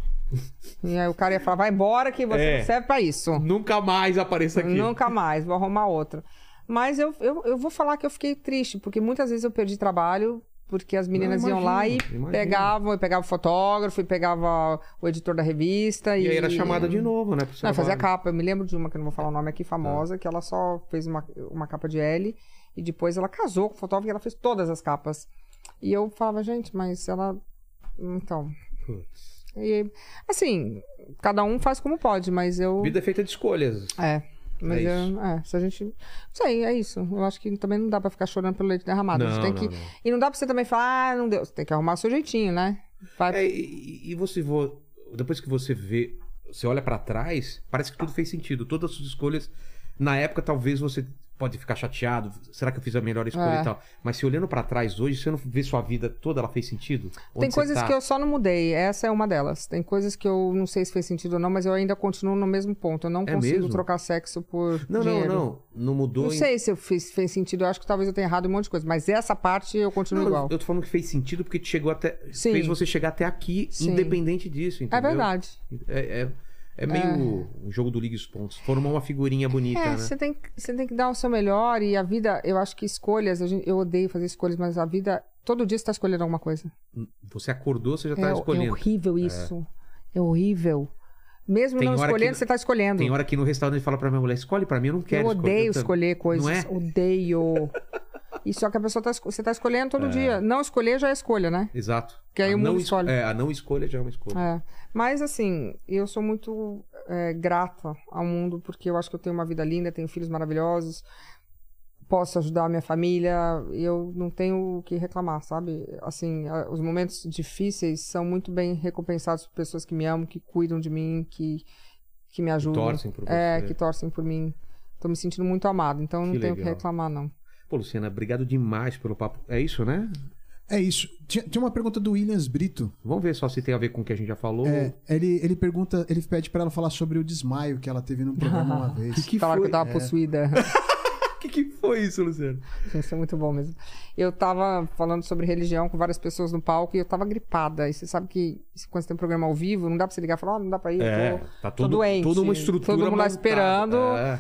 [SPEAKER 3] e aí o cara ia falar, vai embora que você
[SPEAKER 1] É.
[SPEAKER 3] não serve pra isso.
[SPEAKER 1] conseguiria. Nunca mais apareça aqui.
[SPEAKER 3] um Nunca mais, vou arrumar outro. Mas eu, eu, eu vou falar que eu fiquei triste, porque muitas vezes eu perdi trabalho, porque as meninas
[SPEAKER 1] Não,
[SPEAKER 3] iam lá e
[SPEAKER 1] imagino, imagino.
[SPEAKER 3] pegavam, eu pegava o fotógrafo, e pegava o editor da revista. E,
[SPEAKER 1] E aí era chamada de novo, né? pro
[SPEAKER 3] Não,
[SPEAKER 1] trabalho.
[SPEAKER 3] fazia capa. Eu me lembro de uma, que eu não vou falar o nome aqui, famosa,
[SPEAKER 1] Tá.
[SPEAKER 3] que ela só fez uma, uma capa de L e depois ela casou com o fotógrafo e ela fez todas as capas. E eu falava, gente, mas ela. Então.
[SPEAKER 1] Putz.
[SPEAKER 3] E, assim, cada um faz como pode, mas eu.
[SPEAKER 1] Vida é feita de escolhas.
[SPEAKER 3] É. Mas
[SPEAKER 1] É
[SPEAKER 3] eu-
[SPEAKER 1] isso.
[SPEAKER 3] é, se a gente. Não sei, é isso. Eu acho que também não dá pra ficar chorando pelo leite derramado. a gente
[SPEAKER 1] Não,
[SPEAKER 3] tem
[SPEAKER 1] não,
[SPEAKER 3] que.
[SPEAKER 1] não.
[SPEAKER 3] E não dá pra você também falar, ah, não deu. Você tem que arrumar o seu jeitinho, né? Vai-
[SPEAKER 1] É, e, e você vo- depois que você vê, você olha pra trás, parece que tudo fez sentido. Todas as suas escolhas na época talvez você pode ficar chateado, será que eu fiz a melhor escolha
[SPEAKER 3] É.
[SPEAKER 1] e tal. Mas se olhando pra trás hoje, você não vê sua vida toda, ela fez sentido?
[SPEAKER 3] Tem
[SPEAKER 1] Onde você
[SPEAKER 3] coisas
[SPEAKER 1] tá?
[SPEAKER 3] que eu só não mudei, essa é uma delas. Tem coisas que eu não sei se fez sentido ou não, mas eu ainda continuo no mesmo ponto. Eu não
[SPEAKER 1] É
[SPEAKER 3] consigo
[SPEAKER 1] mesmo?
[SPEAKER 3] trocar sexo por
[SPEAKER 1] Não, não,
[SPEAKER 3] dinheiro.
[SPEAKER 1] não, não mudou.
[SPEAKER 3] Não
[SPEAKER 1] em-
[SPEAKER 3] sei se eu fiz, fez sentido, eu acho que talvez eu tenha errado um monte de coisa, mas essa parte eu
[SPEAKER 1] Não,
[SPEAKER 3] continuo
[SPEAKER 1] eu-
[SPEAKER 3] é igual.
[SPEAKER 1] eu tô falando que fez sentido porque te chegou até
[SPEAKER 3] Sim.
[SPEAKER 1] fez você chegar até aqui
[SPEAKER 3] Sim.
[SPEAKER 1] independente disso, entendeu?
[SPEAKER 3] É verdade.
[SPEAKER 1] É, é- é meio um jogo do Liga e os Pontos. Formar uma figurinha bonita,
[SPEAKER 3] é,
[SPEAKER 1] né?
[SPEAKER 3] você tem, que- você tem que dar o seu melhor e a vida, eu acho que escolhas, a gente- eu odeio fazer escolhas, mas a vida, todo dia você tá escolhendo alguma coisa.
[SPEAKER 1] Você acordou, você já tá
[SPEAKER 3] é, é
[SPEAKER 1] escolhendo.
[SPEAKER 3] horrível isso. É, horrível. Mesmo
[SPEAKER 1] Tem
[SPEAKER 3] não
[SPEAKER 1] hora que
[SPEAKER 3] escolhendo,
[SPEAKER 1] não-
[SPEAKER 3] você tá escolhendo.
[SPEAKER 1] Tem hora que no restaurante fala pra minha mulher, escolhe pra mim, eu não quero
[SPEAKER 3] eu odeio escolher,
[SPEAKER 1] também.
[SPEAKER 3] coisas.
[SPEAKER 1] Não é?
[SPEAKER 3] Odeio. e só que a pessoa tá, esco- você tá escolhendo todo dia. Não escolher já é escolha, né?
[SPEAKER 1] Exato.
[SPEAKER 3] Que aí
[SPEAKER 1] a
[SPEAKER 3] o mundo
[SPEAKER 1] não es-
[SPEAKER 3] escolhe.
[SPEAKER 1] É, a não escolha já é uma escolha.
[SPEAKER 3] É. Mas assim, eu sou muito é, grata ao mundo porque eu acho que eu tenho uma vida linda, tenho filhos maravilhosos, posso ajudar a minha família, eu não tenho o que reclamar, sabe? Assim, a- os momentos difíceis são muito bem recompensados por pessoas que me amam, que cuidam de mim, que, que me ajudam.
[SPEAKER 1] Torcem por você.
[SPEAKER 3] É, que torcem por mim. Tô me sentindo muito amada, então não
[SPEAKER 1] Que
[SPEAKER 3] tenho o que
[SPEAKER 1] legal.
[SPEAKER 3] reclamar, não.
[SPEAKER 1] Pô, Luciana, obrigado demais pelo papo. É isso, né?
[SPEAKER 2] É isso. Tinha, tinha uma pergunta do Williams Brito.
[SPEAKER 1] Vamos ver só se tem a ver com o que a gente já falou.
[SPEAKER 2] É, ele, ele pergunta, ele pede pra ela falar sobre o desmaio que ela teve
[SPEAKER 1] [LAUGHS]
[SPEAKER 2] num programa uma vez.
[SPEAKER 1] que
[SPEAKER 3] Falar que
[SPEAKER 1] foi? É.
[SPEAKER 3] eu
[SPEAKER 1] [LAUGHS]
[SPEAKER 3] tava possuída.
[SPEAKER 1] O que, que foi isso, Luciano?
[SPEAKER 3] Gente, Isso é muito bom mesmo. Eu tava falando sobre religião com várias pessoas no palco e eu tava gripada. E você sabe que se- quando você tem um programa ao vivo, não dá pra você ligar e falar, ó, não dá pra ir, eu
[SPEAKER 1] É,
[SPEAKER 3] tô,
[SPEAKER 1] tá
[SPEAKER 3] tô
[SPEAKER 1] todo,
[SPEAKER 3] doente.
[SPEAKER 1] toda uma estrutura.
[SPEAKER 3] Todo mundo lá
[SPEAKER 1] montada.
[SPEAKER 3] esperando.
[SPEAKER 1] É.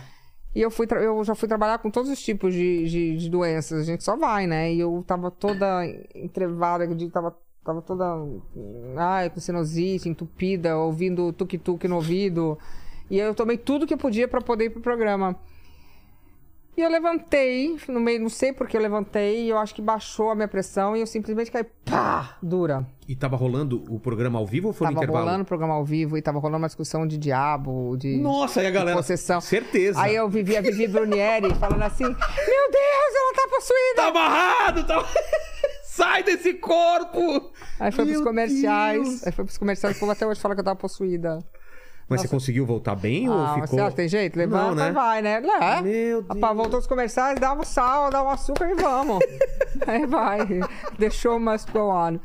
[SPEAKER 3] E eu, fui tra- eu já fui trabalhar com todos os tipos de, de, de doenças. A gente só vai, né? E eu tava toda entrevada, eu digo, tava, tava toda. Ai, com sinusite, entupida, ouvindo tuk-tuk no ouvido. E eu tomei tudo que eu podia pra poder ir pro programa. E eu levantei, no meio, não sei porque eu levantei, e eu acho que baixou a minha pressão e eu simplesmente caí, pá, dura.
[SPEAKER 1] E tava rolando o programa ao vivo ou foi no
[SPEAKER 3] Tava
[SPEAKER 1] intervalo?
[SPEAKER 3] rolando o programa ao vivo e tava rolando uma discussão de diabo, de.
[SPEAKER 1] Nossa, aí a galera.
[SPEAKER 3] Possessão.
[SPEAKER 1] Certeza.
[SPEAKER 3] Aí eu vivi a Vivi Brunieri falando assim: Meu Deus, ela tá possuída!
[SPEAKER 1] Tá amarrado, tá. [LAUGHS] Sai desse corpo!
[SPEAKER 3] Aí
[SPEAKER 1] Tá,
[SPEAKER 3] foi pros
[SPEAKER 1] Meu
[SPEAKER 3] comerciais.
[SPEAKER 1] Deus.
[SPEAKER 3] Aí foi pros comerciais. O povo até hoje fala que eu tava possuída.
[SPEAKER 1] Mas você conseguiu voltar bem
[SPEAKER 3] ah,
[SPEAKER 1] ou ficou?
[SPEAKER 3] você acha que tem jeito? Levanta
[SPEAKER 1] Não, né?
[SPEAKER 3] e vai, né? É.
[SPEAKER 1] Meu Deus.
[SPEAKER 3] Rapaz, voltou os comerciais, dá um sal, dá um açúcar e
[SPEAKER 1] [LAUGHS]
[SPEAKER 3] vamos. aí vai. Deixou must go on.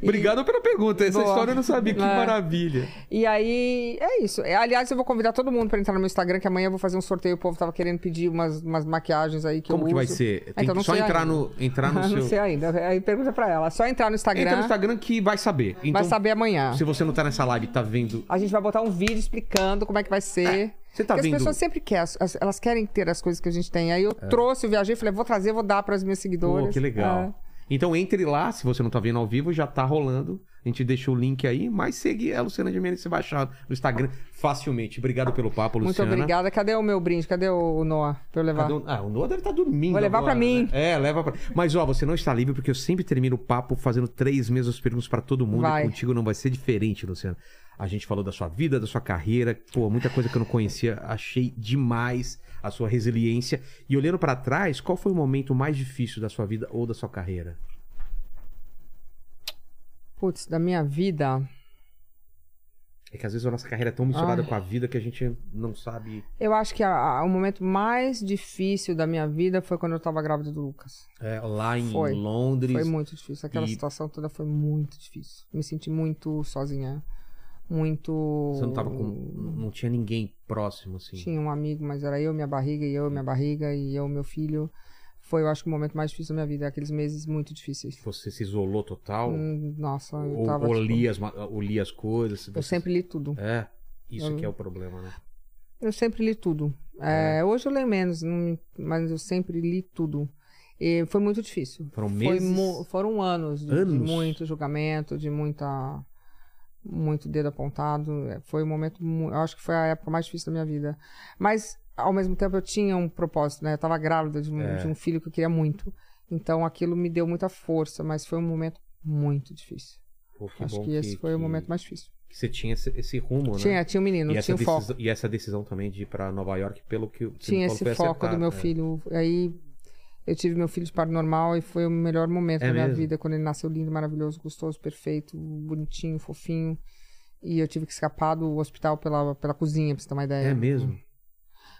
[SPEAKER 3] E-
[SPEAKER 1] Obrigado pela pergunta. Essa
[SPEAKER 3] Boa.
[SPEAKER 1] história eu não sabia. Que
[SPEAKER 3] [LAUGHS] É.
[SPEAKER 1] maravilha.
[SPEAKER 3] E aí, é isso. É, Aliás, eu vou convidar todo mundo pra entrar no meu Instagram, que amanhã eu vou fazer um sorteio. O povo tava querendo pedir umas, umas maquiagens aí que eu
[SPEAKER 1] Como que vai
[SPEAKER 3] uso.
[SPEAKER 1] ser? Tem
[SPEAKER 3] Ah, então
[SPEAKER 1] que
[SPEAKER 3] não
[SPEAKER 1] só
[SPEAKER 3] sei
[SPEAKER 1] entrar
[SPEAKER 3] ainda.
[SPEAKER 1] no, entrar
[SPEAKER 3] [LAUGHS]
[SPEAKER 1] no
[SPEAKER 3] Ah,
[SPEAKER 1] seu.
[SPEAKER 3] Não sei ainda. Aí pergunta pra ela. Só entrar no Instagram.
[SPEAKER 1] Entra no Instagram que vai saber. Então,
[SPEAKER 3] Vai saber amanhã.
[SPEAKER 1] se você não tá nessa live e tá vendo.
[SPEAKER 3] A gente vai botar um vídeo explicando como é que vai ser.
[SPEAKER 1] Você tá
[SPEAKER 3] Porque
[SPEAKER 1] vendo. É.
[SPEAKER 3] as pessoas sempre querem, as- as- elas querem ter as coisas que a gente tem. Aí eu trouxe, eu viajei, falei, vou trazer, vou dar para os meus seguidores.
[SPEAKER 1] Pô, que
[SPEAKER 3] É.
[SPEAKER 1] legal. Então entre lá, se você não tá vendo ao vivo, já tá rolando. A gente deixa o link aí, mas segue a Luciana de Menezes baixar no Instagram facilmente. Obrigado pelo papo,
[SPEAKER 3] Muito
[SPEAKER 1] Luciana.
[SPEAKER 3] obrigada. Cadê o meu brinde? Cadê o Noah pra eu levar?
[SPEAKER 1] Cadê o- Ah, o Noah deve estar dormindo.
[SPEAKER 3] Vou levar
[SPEAKER 1] agora,
[SPEAKER 3] pra mim.
[SPEAKER 1] né? É, leva pra. Mas ó, você não está livre porque eu sempre termino o papo fazendo três mesmas perguntas pra todo mundo.
[SPEAKER 3] Vai.
[SPEAKER 1] E contigo não vai ser diferente, Luciano. A gente falou da sua vida, da sua carreira, pô, muita coisa que eu não conhecia. Achei demais a sua resiliência. E olhando pra trás, qual foi o momento mais difícil da sua vida ou da sua carreira?
[SPEAKER 3] Putz, da minha vida.
[SPEAKER 1] É que às vezes a nossa carreira é tão misturada
[SPEAKER 3] Ai.
[SPEAKER 1] com a vida que a gente não sabe.
[SPEAKER 3] Eu acho que a- a- o momento mais difícil da minha vida foi quando eu tava grávida do Lucas.
[SPEAKER 1] É, lá em
[SPEAKER 3] Foi.
[SPEAKER 1] Londres.
[SPEAKER 3] Foi muito difícil. Aquela
[SPEAKER 1] E-
[SPEAKER 3] situação toda foi muito difícil. Me senti muito sozinha. Muito.
[SPEAKER 1] Você não tava com. Não tinha ninguém próximo, assim.
[SPEAKER 3] Tinha um amigo, mas era eu, minha barriga, e eu, minha barriga, e eu, meu filho. Foi, eu acho, que o momento mais difícil da minha vida. Aqueles meses muito difíceis.
[SPEAKER 1] Você se isolou total?
[SPEAKER 3] Hum, Nossa, eu
[SPEAKER 1] Ou,
[SPEAKER 3] tava.
[SPEAKER 1] ou,
[SPEAKER 3] tipo,
[SPEAKER 1] lia as, ma- ou lia as coisas. se
[SPEAKER 3] eu
[SPEAKER 1] você-
[SPEAKER 3] sempre li tudo.
[SPEAKER 1] É, isso
[SPEAKER 3] Eu-
[SPEAKER 1] que é o problema, né?
[SPEAKER 3] Eu sempre li tudo. É, Hoje eu leio menos, não- mas eu sempre li tudo. E foi muito difícil.
[SPEAKER 1] Foram
[SPEAKER 3] Foi
[SPEAKER 1] meses.
[SPEAKER 3] mu- foram anos de, de
[SPEAKER 1] Anos?
[SPEAKER 3] muito julgamento, de muita muito dedo apontado. É, Foi um momento, mu- eu acho que foi a época mais difícil da minha vida. Mas ao mesmo tempo eu tinha um propósito, né? Eu tava grávida de um,
[SPEAKER 1] É.
[SPEAKER 3] de um filho que eu queria muito. Então aquilo me deu muita força, mas foi um momento muito difícil.
[SPEAKER 1] Pô, que
[SPEAKER 3] acho
[SPEAKER 1] bom
[SPEAKER 3] que esse foi o
[SPEAKER 1] que-
[SPEAKER 3] momento mais difícil.
[SPEAKER 1] que você tinha esse, esse rumo, né?
[SPEAKER 3] Tinha, tinha um menino,
[SPEAKER 1] e, essa
[SPEAKER 3] tinha um foco.
[SPEAKER 1] decisão, e essa decisão também de ir pra Nova York, pelo que o
[SPEAKER 3] Tinha esse
[SPEAKER 1] Paulo foi
[SPEAKER 3] foco do
[SPEAKER 1] acertada,
[SPEAKER 3] meu
[SPEAKER 1] é.
[SPEAKER 3] filho. Aí eu tive meu filho de par normal e foi o melhor momento
[SPEAKER 1] É
[SPEAKER 3] da minha
[SPEAKER 1] mesmo?
[SPEAKER 3] vida quando ele nasceu lindo, maravilhoso, gostoso, perfeito, bonitinho, fofinho. E eu tive que escapar do hospital pela, pela cozinha, pra você ter uma ideia.
[SPEAKER 1] É mesmo?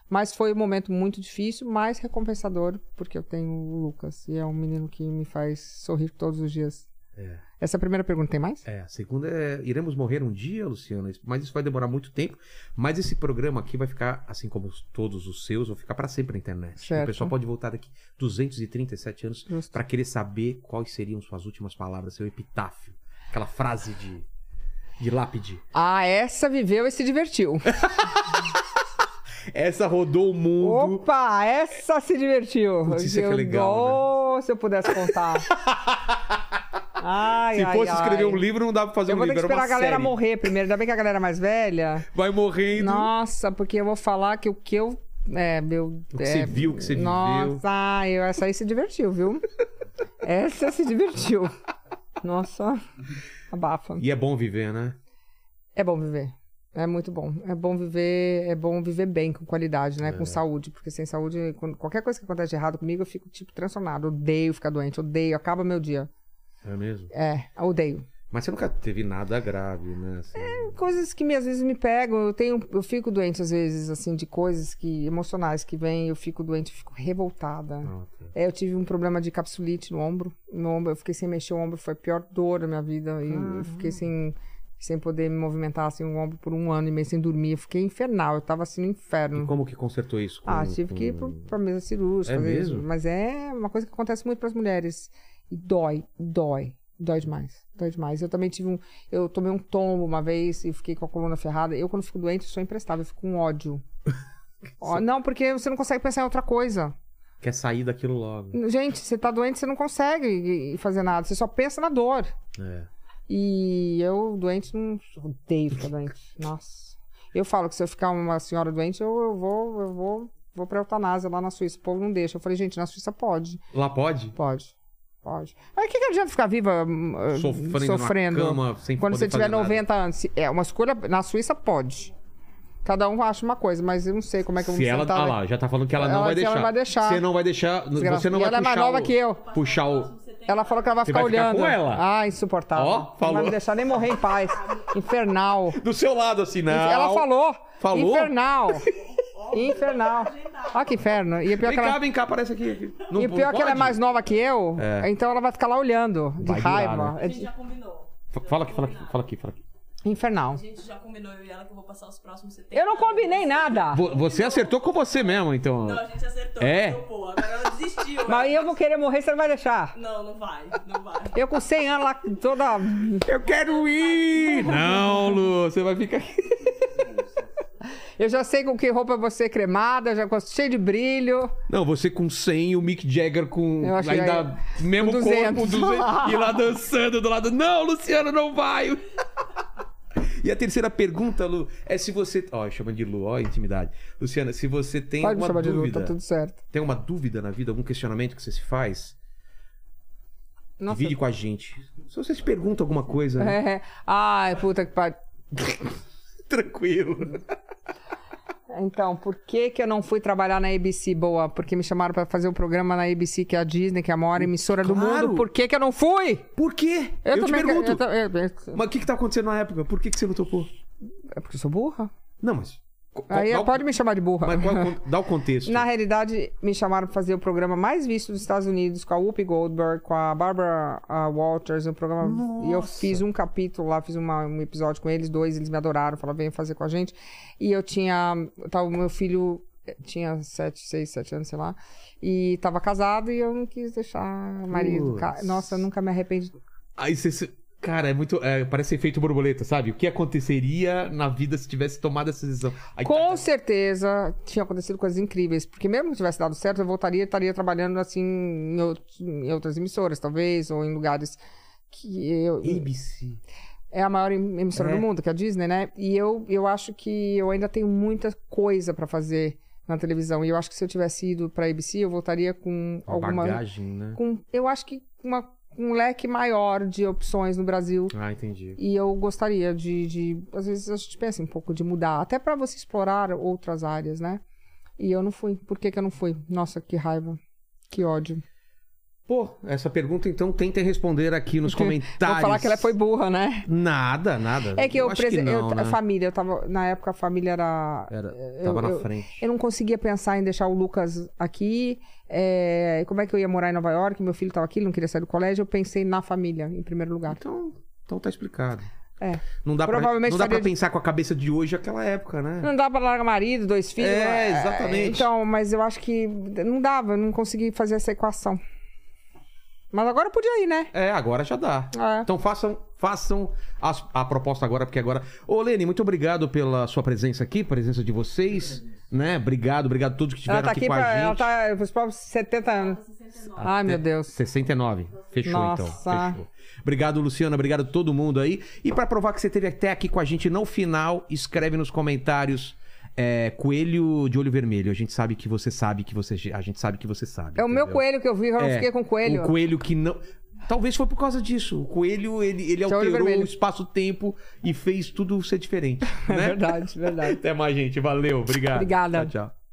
[SPEAKER 3] Mas foi um momento muito difícil, mas recompensador, porque eu tenho o Lucas. E é um menino que me faz sorrir todos os dias.
[SPEAKER 1] É.
[SPEAKER 3] Essa primeira pergunta tem mais?
[SPEAKER 1] É, a segunda é iremos morrer um dia, Luciana, mas isso vai demorar muito tempo. Mas esse programa aqui vai ficar, assim como os- todos os seus, vão ficar pra sempre na internet. O
[SPEAKER 3] Certo.
[SPEAKER 1] pessoal pode voltar daqui 237 anos
[SPEAKER 3] Justo.
[SPEAKER 1] pra querer saber quais seriam suas últimas palavras, seu epitáfio, aquela frase de, de lápide.
[SPEAKER 3] Ah, essa viveu e se divertiu.
[SPEAKER 1] Essa rodou o mundo.
[SPEAKER 3] Opa, essa se divertiu.
[SPEAKER 1] Putz, isso é que é
[SPEAKER 3] Eu-
[SPEAKER 1] legal,
[SPEAKER 3] Oh, se eu
[SPEAKER 1] [LAUGHS]
[SPEAKER 3] pudesse contar. ai,
[SPEAKER 1] Se
[SPEAKER 3] ai,
[SPEAKER 1] fosse
[SPEAKER 3] ai.
[SPEAKER 1] escrever um livro, não dava pra fazer
[SPEAKER 3] Eu
[SPEAKER 1] um
[SPEAKER 3] vou ter que
[SPEAKER 1] livro. era
[SPEAKER 3] esperar a
[SPEAKER 1] uma
[SPEAKER 3] galera
[SPEAKER 1] série.
[SPEAKER 3] morrer primeiro. Ainda bem que a galera mais velha.
[SPEAKER 1] Vai morrendo.
[SPEAKER 3] Nossa, porque eu vou falar que o que eu. É, meu.
[SPEAKER 1] O que
[SPEAKER 3] é,
[SPEAKER 1] você viu, o que você viveu.
[SPEAKER 3] Nossa, eu, essa aí se divertiu,
[SPEAKER 1] [LAUGHS]
[SPEAKER 3] viu? Essa se divertiu. Nossa, abafa.
[SPEAKER 1] E é bom viver, né?
[SPEAKER 3] É bom viver. É muito bom. É bom viver, é bom viver bem, com qualidade, né? Com saúde. Porque sem saúde, quando- qualquer coisa que acontece de errado comigo, eu fico, tipo, transtornado. Odeio ficar doente, odeio, acaba meu dia.
[SPEAKER 1] É mesmo.
[SPEAKER 3] É, odeio.
[SPEAKER 1] Mas você nunca teve nada grave, né? assim?
[SPEAKER 3] coisas que me, às vezes me pegam. Eu tenho, eu fico doente às vezes, assim, de coisas que emocionais que vêm. Eu fico doente, eu fico revoltada.
[SPEAKER 1] Ah, tá.
[SPEAKER 3] É, eu tive um problema de capsulite no ombro. No ombro, eu fiquei sem mexer o ombro, foi a pior dor da minha vida. E eu fiquei sem, sem poder me movimentar assim, o ombro por um ano e meio sem dormir. Eu fiquei infernal, eu tava assim no inferno.
[SPEAKER 1] E como que consertou isso? Com-
[SPEAKER 3] Ah, tive que ir
[SPEAKER 1] com-
[SPEAKER 3] pro- pra mesa cirúrgica.
[SPEAKER 1] É
[SPEAKER 3] fazer
[SPEAKER 1] mesmo?
[SPEAKER 3] isso. Mas é uma coisa que acontece muito pras mulheres. E dói, dói. Dói demais, dói demais. Eu também tive um. Eu tomei um tombo uma vez e fiquei com a coluna ferrada. Eu, quando fico doente, sou imprestável, eu fico
[SPEAKER 1] [LAUGHS]
[SPEAKER 3] com ódio. Ó, não, porque você não consegue pensar em outra coisa.
[SPEAKER 1] Quer sair daquilo logo.
[SPEAKER 3] Gente, você tá doente, você não consegue i- i- fazer nada, você só pensa na dor.
[SPEAKER 1] É.
[SPEAKER 3] E eu, doente, não odeio ficar doente. Nossa. Eu falo que se eu ficar uma senhora doente, eu, eu vou, eu vou, vou pra eutanásia lá na Suíça. O povo não deixa. Eu falei, gente, na Suíça pode.
[SPEAKER 1] Lá pode?
[SPEAKER 3] Pode. Pode. Mas o que, que adianta ficar viva hum, ah,
[SPEAKER 1] Sofrendo,
[SPEAKER 3] sofrendo?
[SPEAKER 1] numa cama, sem
[SPEAKER 3] Quando
[SPEAKER 1] poder
[SPEAKER 3] você tiver
[SPEAKER 1] fazer nada.
[SPEAKER 3] 90 anos. Se- É uma escolha. Na Suíça pode. Cada um acha uma coisa, mas eu não sei como é que eu vou
[SPEAKER 1] Se ela.
[SPEAKER 3] sentar
[SPEAKER 1] Ah
[SPEAKER 3] lá.
[SPEAKER 1] lá, já tá falando que ela não
[SPEAKER 3] Ela
[SPEAKER 1] vai
[SPEAKER 3] disse
[SPEAKER 1] deixar.
[SPEAKER 3] que ela vai deixar.
[SPEAKER 1] Você não vai deixar.
[SPEAKER 3] Desgraça-
[SPEAKER 1] Você não
[SPEAKER 3] e
[SPEAKER 1] vai
[SPEAKER 3] ela é
[SPEAKER 1] puxar
[SPEAKER 3] mais nova
[SPEAKER 1] o-
[SPEAKER 3] que eu.
[SPEAKER 1] Puxar o.
[SPEAKER 3] Ela falou que ela vai
[SPEAKER 1] Você
[SPEAKER 3] ficar
[SPEAKER 1] vai ficar
[SPEAKER 3] olhando.
[SPEAKER 1] com ela?
[SPEAKER 3] Ah, insuportável.
[SPEAKER 1] Ó,
[SPEAKER 3] Não
[SPEAKER 1] falou.
[SPEAKER 3] vai me deixar nem morrer
[SPEAKER 1] [LAUGHS]
[SPEAKER 3] em paz. Infernal.
[SPEAKER 1] Do seu lado, assim, não.
[SPEAKER 3] Ela falou.
[SPEAKER 1] Falou? [LAUGHS]
[SPEAKER 3] Infernal. Infernal. Olha que inferno. E o pior,
[SPEAKER 1] Vem
[SPEAKER 3] que ela,
[SPEAKER 1] cá, vem cá, parece aqui. aqui. Não,
[SPEAKER 3] e o pior
[SPEAKER 1] não
[SPEAKER 3] que ela é
[SPEAKER 1] pode?
[SPEAKER 3] mais nova que eu,
[SPEAKER 1] É.
[SPEAKER 3] então ela vai ficar lá olhando, de
[SPEAKER 1] Vai durar,
[SPEAKER 3] raiva.
[SPEAKER 1] né?
[SPEAKER 3] É
[SPEAKER 7] A gente já combinou.
[SPEAKER 1] F- Fala aqui, fala aqui, fala aqui, fala aqui.
[SPEAKER 3] Infernal.
[SPEAKER 7] A gente já combinou eu e ela que eu vou passar os próximos 70
[SPEAKER 3] Eu não combinei né? nada.
[SPEAKER 1] Vo- Você acertou com você mesmo, então.
[SPEAKER 7] Não, a gente acertou.
[SPEAKER 1] É?
[SPEAKER 7] Então, pô, agora ela desistiu.
[SPEAKER 3] [LAUGHS] Mas eu vou querer morrer, você não vai deixar.
[SPEAKER 7] Não, não vai. Não vai.
[SPEAKER 3] Eu com 100 anos lá, toda...
[SPEAKER 1] Eu quero ir! Não, Lu, você vai ficar aqui.
[SPEAKER 3] Eu já sei com que roupa eu vou ser cremada, já com- cheio de brilho.
[SPEAKER 1] Não, você com 100, o Mick Jagger com
[SPEAKER 3] Eu acho que
[SPEAKER 1] ainda mesmo
[SPEAKER 3] com
[SPEAKER 1] corpo,
[SPEAKER 3] 200. [LAUGHS]
[SPEAKER 1] 200, e lá dançando do lado. Não, Luciano, não vai! E a terceira pergunta, Lu, é se você. Ó, chama de Lu, ó, intimidade. Luciana, se você tem
[SPEAKER 3] Pode me
[SPEAKER 1] alguma
[SPEAKER 3] chamar de Lu,
[SPEAKER 1] dúvida.
[SPEAKER 3] tá tudo certo.
[SPEAKER 1] Tem alguma dúvida na vida, algum questionamento que você se faz?
[SPEAKER 3] Nossa,
[SPEAKER 1] Divide com a gente. Se você se pergunta alguma coisa, né?
[SPEAKER 3] É. [LAUGHS] Ai, puta que pariu.
[SPEAKER 1] [LAUGHS] tranquilo.
[SPEAKER 3] Então, por que que eu não fui trabalhar na ABC boa? Porque me chamaram pra fazer um programa na ABC, que é a Disney, que é a maior emissora
[SPEAKER 1] Hum, Claro!
[SPEAKER 3] do mundo. Por que que eu não fui?
[SPEAKER 1] Por quê? Eu, te
[SPEAKER 3] também que-
[SPEAKER 1] pergunto.
[SPEAKER 3] eu ta- eu- eu-
[SPEAKER 1] Mas o que, que tá acontecendo na época? Por que, que você não topou?
[SPEAKER 3] é porque eu sou burra.
[SPEAKER 1] Não, mas. co- co-
[SPEAKER 3] Aí é,
[SPEAKER 1] dá o-
[SPEAKER 3] pode me chamar de burra.
[SPEAKER 1] Mas qual é o con- dá o contexto.
[SPEAKER 3] [LAUGHS] Na realidade, me chamaram pra fazer o programa mais visto dos Estados Unidos, com a Whoopi Goldberg, com a Barbara ah, Walters, um programa. E eu fiz um capítulo lá, fiz uma- um episódio com eles, dois, eles me adoraram, falaram, vem fazer com a gente. E eu tinha. Tava, o meu filho eh, tinha sete, seis, sete anos, sei lá. E tava casado e eu não quis deixar o marido.
[SPEAKER 1] Putz.
[SPEAKER 3] ca- Nossa, eu nunca me arrependi.
[SPEAKER 1] Aí você. se- Cara, é muito. é, parece efeito borboleta, sabe? O que aconteceria na vida se tivesse tomado essa decisão? Aí
[SPEAKER 3] Com
[SPEAKER 1] tá-
[SPEAKER 3] certeza tinha acontecido coisas incríveis, porque mesmo que tivesse dado certo, eu voltaria e estaria trabalhando assim em, out- em outras emissoras, talvez, ou em lugares que eu.
[SPEAKER 1] ABC.
[SPEAKER 3] É a maior em- emissora
[SPEAKER 1] É.
[SPEAKER 3] do mundo, que é a Disney, né? E eu, eu acho que eu ainda tenho muita coisa pra fazer na televisão. E eu acho que se eu tivesse ido pra ABC, eu voltaria com alguma.
[SPEAKER 1] Bagagem, né?
[SPEAKER 3] Com, eu acho que uma- um leque maior de opções no Brasil.
[SPEAKER 1] Ah, entendi.
[SPEAKER 3] E eu gostaria de, de- Às vezes a gente pensa um pouco de mudar, até pra você explorar outras áreas, né? E eu não fui. Por que, que eu não fui? Nossa, que raiva. Que ódio.
[SPEAKER 1] Pô, essa pergunta então tentem responder aqui nos comentários.
[SPEAKER 3] [LAUGHS] Vou falar que ela foi burra, né?
[SPEAKER 1] Nada, nada.
[SPEAKER 3] É que eu,
[SPEAKER 1] acho que
[SPEAKER 3] presen-
[SPEAKER 1] não,
[SPEAKER 3] eu-
[SPEAKER 1] né?
[SPEAKER 3] a família, eu tava. Na época a família era.
[SPEAKER 1] Era-
[SPEAKER 3] eu-
[SPEAKER 1] tava na
[SPEAKER 3] eu-
[SPEAKER 1] frente.
[SPEAKER 3] Eu não conseguia pensar em deixar o Lucas aqui. é, como é que eu ia morar em Nova York? Meu filho tava aqui, ele não queria sair do colégio. Eu pensei na família, em primeiro lugar.
[SPEAKER 1] Então, então tá explicado.
[SPEAKER 3] É.
[SPEAKER 1] Não dá, pra,
[SPEAKER 3] Provavelmente
[SPEAKER 1] não dá pra
[SPEAKER 3] faria de-
[SPEAKER 1] pensar com a cabeça de hoje aquela época, né?
[SPEAKER 3] Não dá pra largar marido, dois filhos.
[SPEAKER 1] É,
[SPEAKER 3] né?
[SPEAKER 1] exatamente.
[SPEAKER 3] Então, mas eu acho que não dava, eu não consegui fazer essa equação. Mas agora eu podia ir, né?
[SPEAKER 1] É, agora já dá.
[SPEAKER 3] É.
[SPEAKER 1] Então façam, façam as- a proposta agora, porque agora. Ô, Lene, muito obrigado pela sua presença aqui, presença de vocês. Né? Obrigado, obrigado a todos que estiveram
[SPEAKER 3] ela tá
[SPEAKER 1] aqui,
[SPEAKER 3] aqui
[SPEAKER 1] com
[SPEAKER 3] pra,
[SPEAKER 1] a
[SPEAKER 3] ela
[SPEAKER 1] gente.
[SPEAKER 3] tá pros próprios 70 anos. Ai, meu Deus.
[SPEAKER 1] 69. Fechou
[SPEAKER 3] Nossa.
[SPEAKER 1] então. Fechou. Obrigado, Luciana. Obrigado a todo mundo aí. E pra provar que você esteve até aqui com a gente no final, escreve nos comentários é, coelho de olho vermelho. A gente sabe que você sabe que você a gente sabe que você sabe.
[SPEAKER 3] É o meu
[SPEAKER 1] entendeu?
[SPEAKER 3] coelho que eu vi, eu não
[SPEAKER 1] É,
[SPEAKER 3] fiquei com coelho.
[SPEAKER 1] O coelho que não. Talvez foi por causa disso. O coelho, ele, ele
[SPEAKER 3] olho
[SPEAKER 1] alterou o
[SPEAKER 3] vermelho.
[SPEAKER 1] espaço-tempo e fez tudo ser diferente.
[SPEAKER 3] [LAUGHS] É
[SPEAKER 1] Né?
[SPEAKER 3] verdade, verdade.
[SPEAKER 1] Até mais, gente. Valeu. Obrigado.
[SPEAKER 3] Obrigada.
[SPEAKER 1] Tchau, tchau.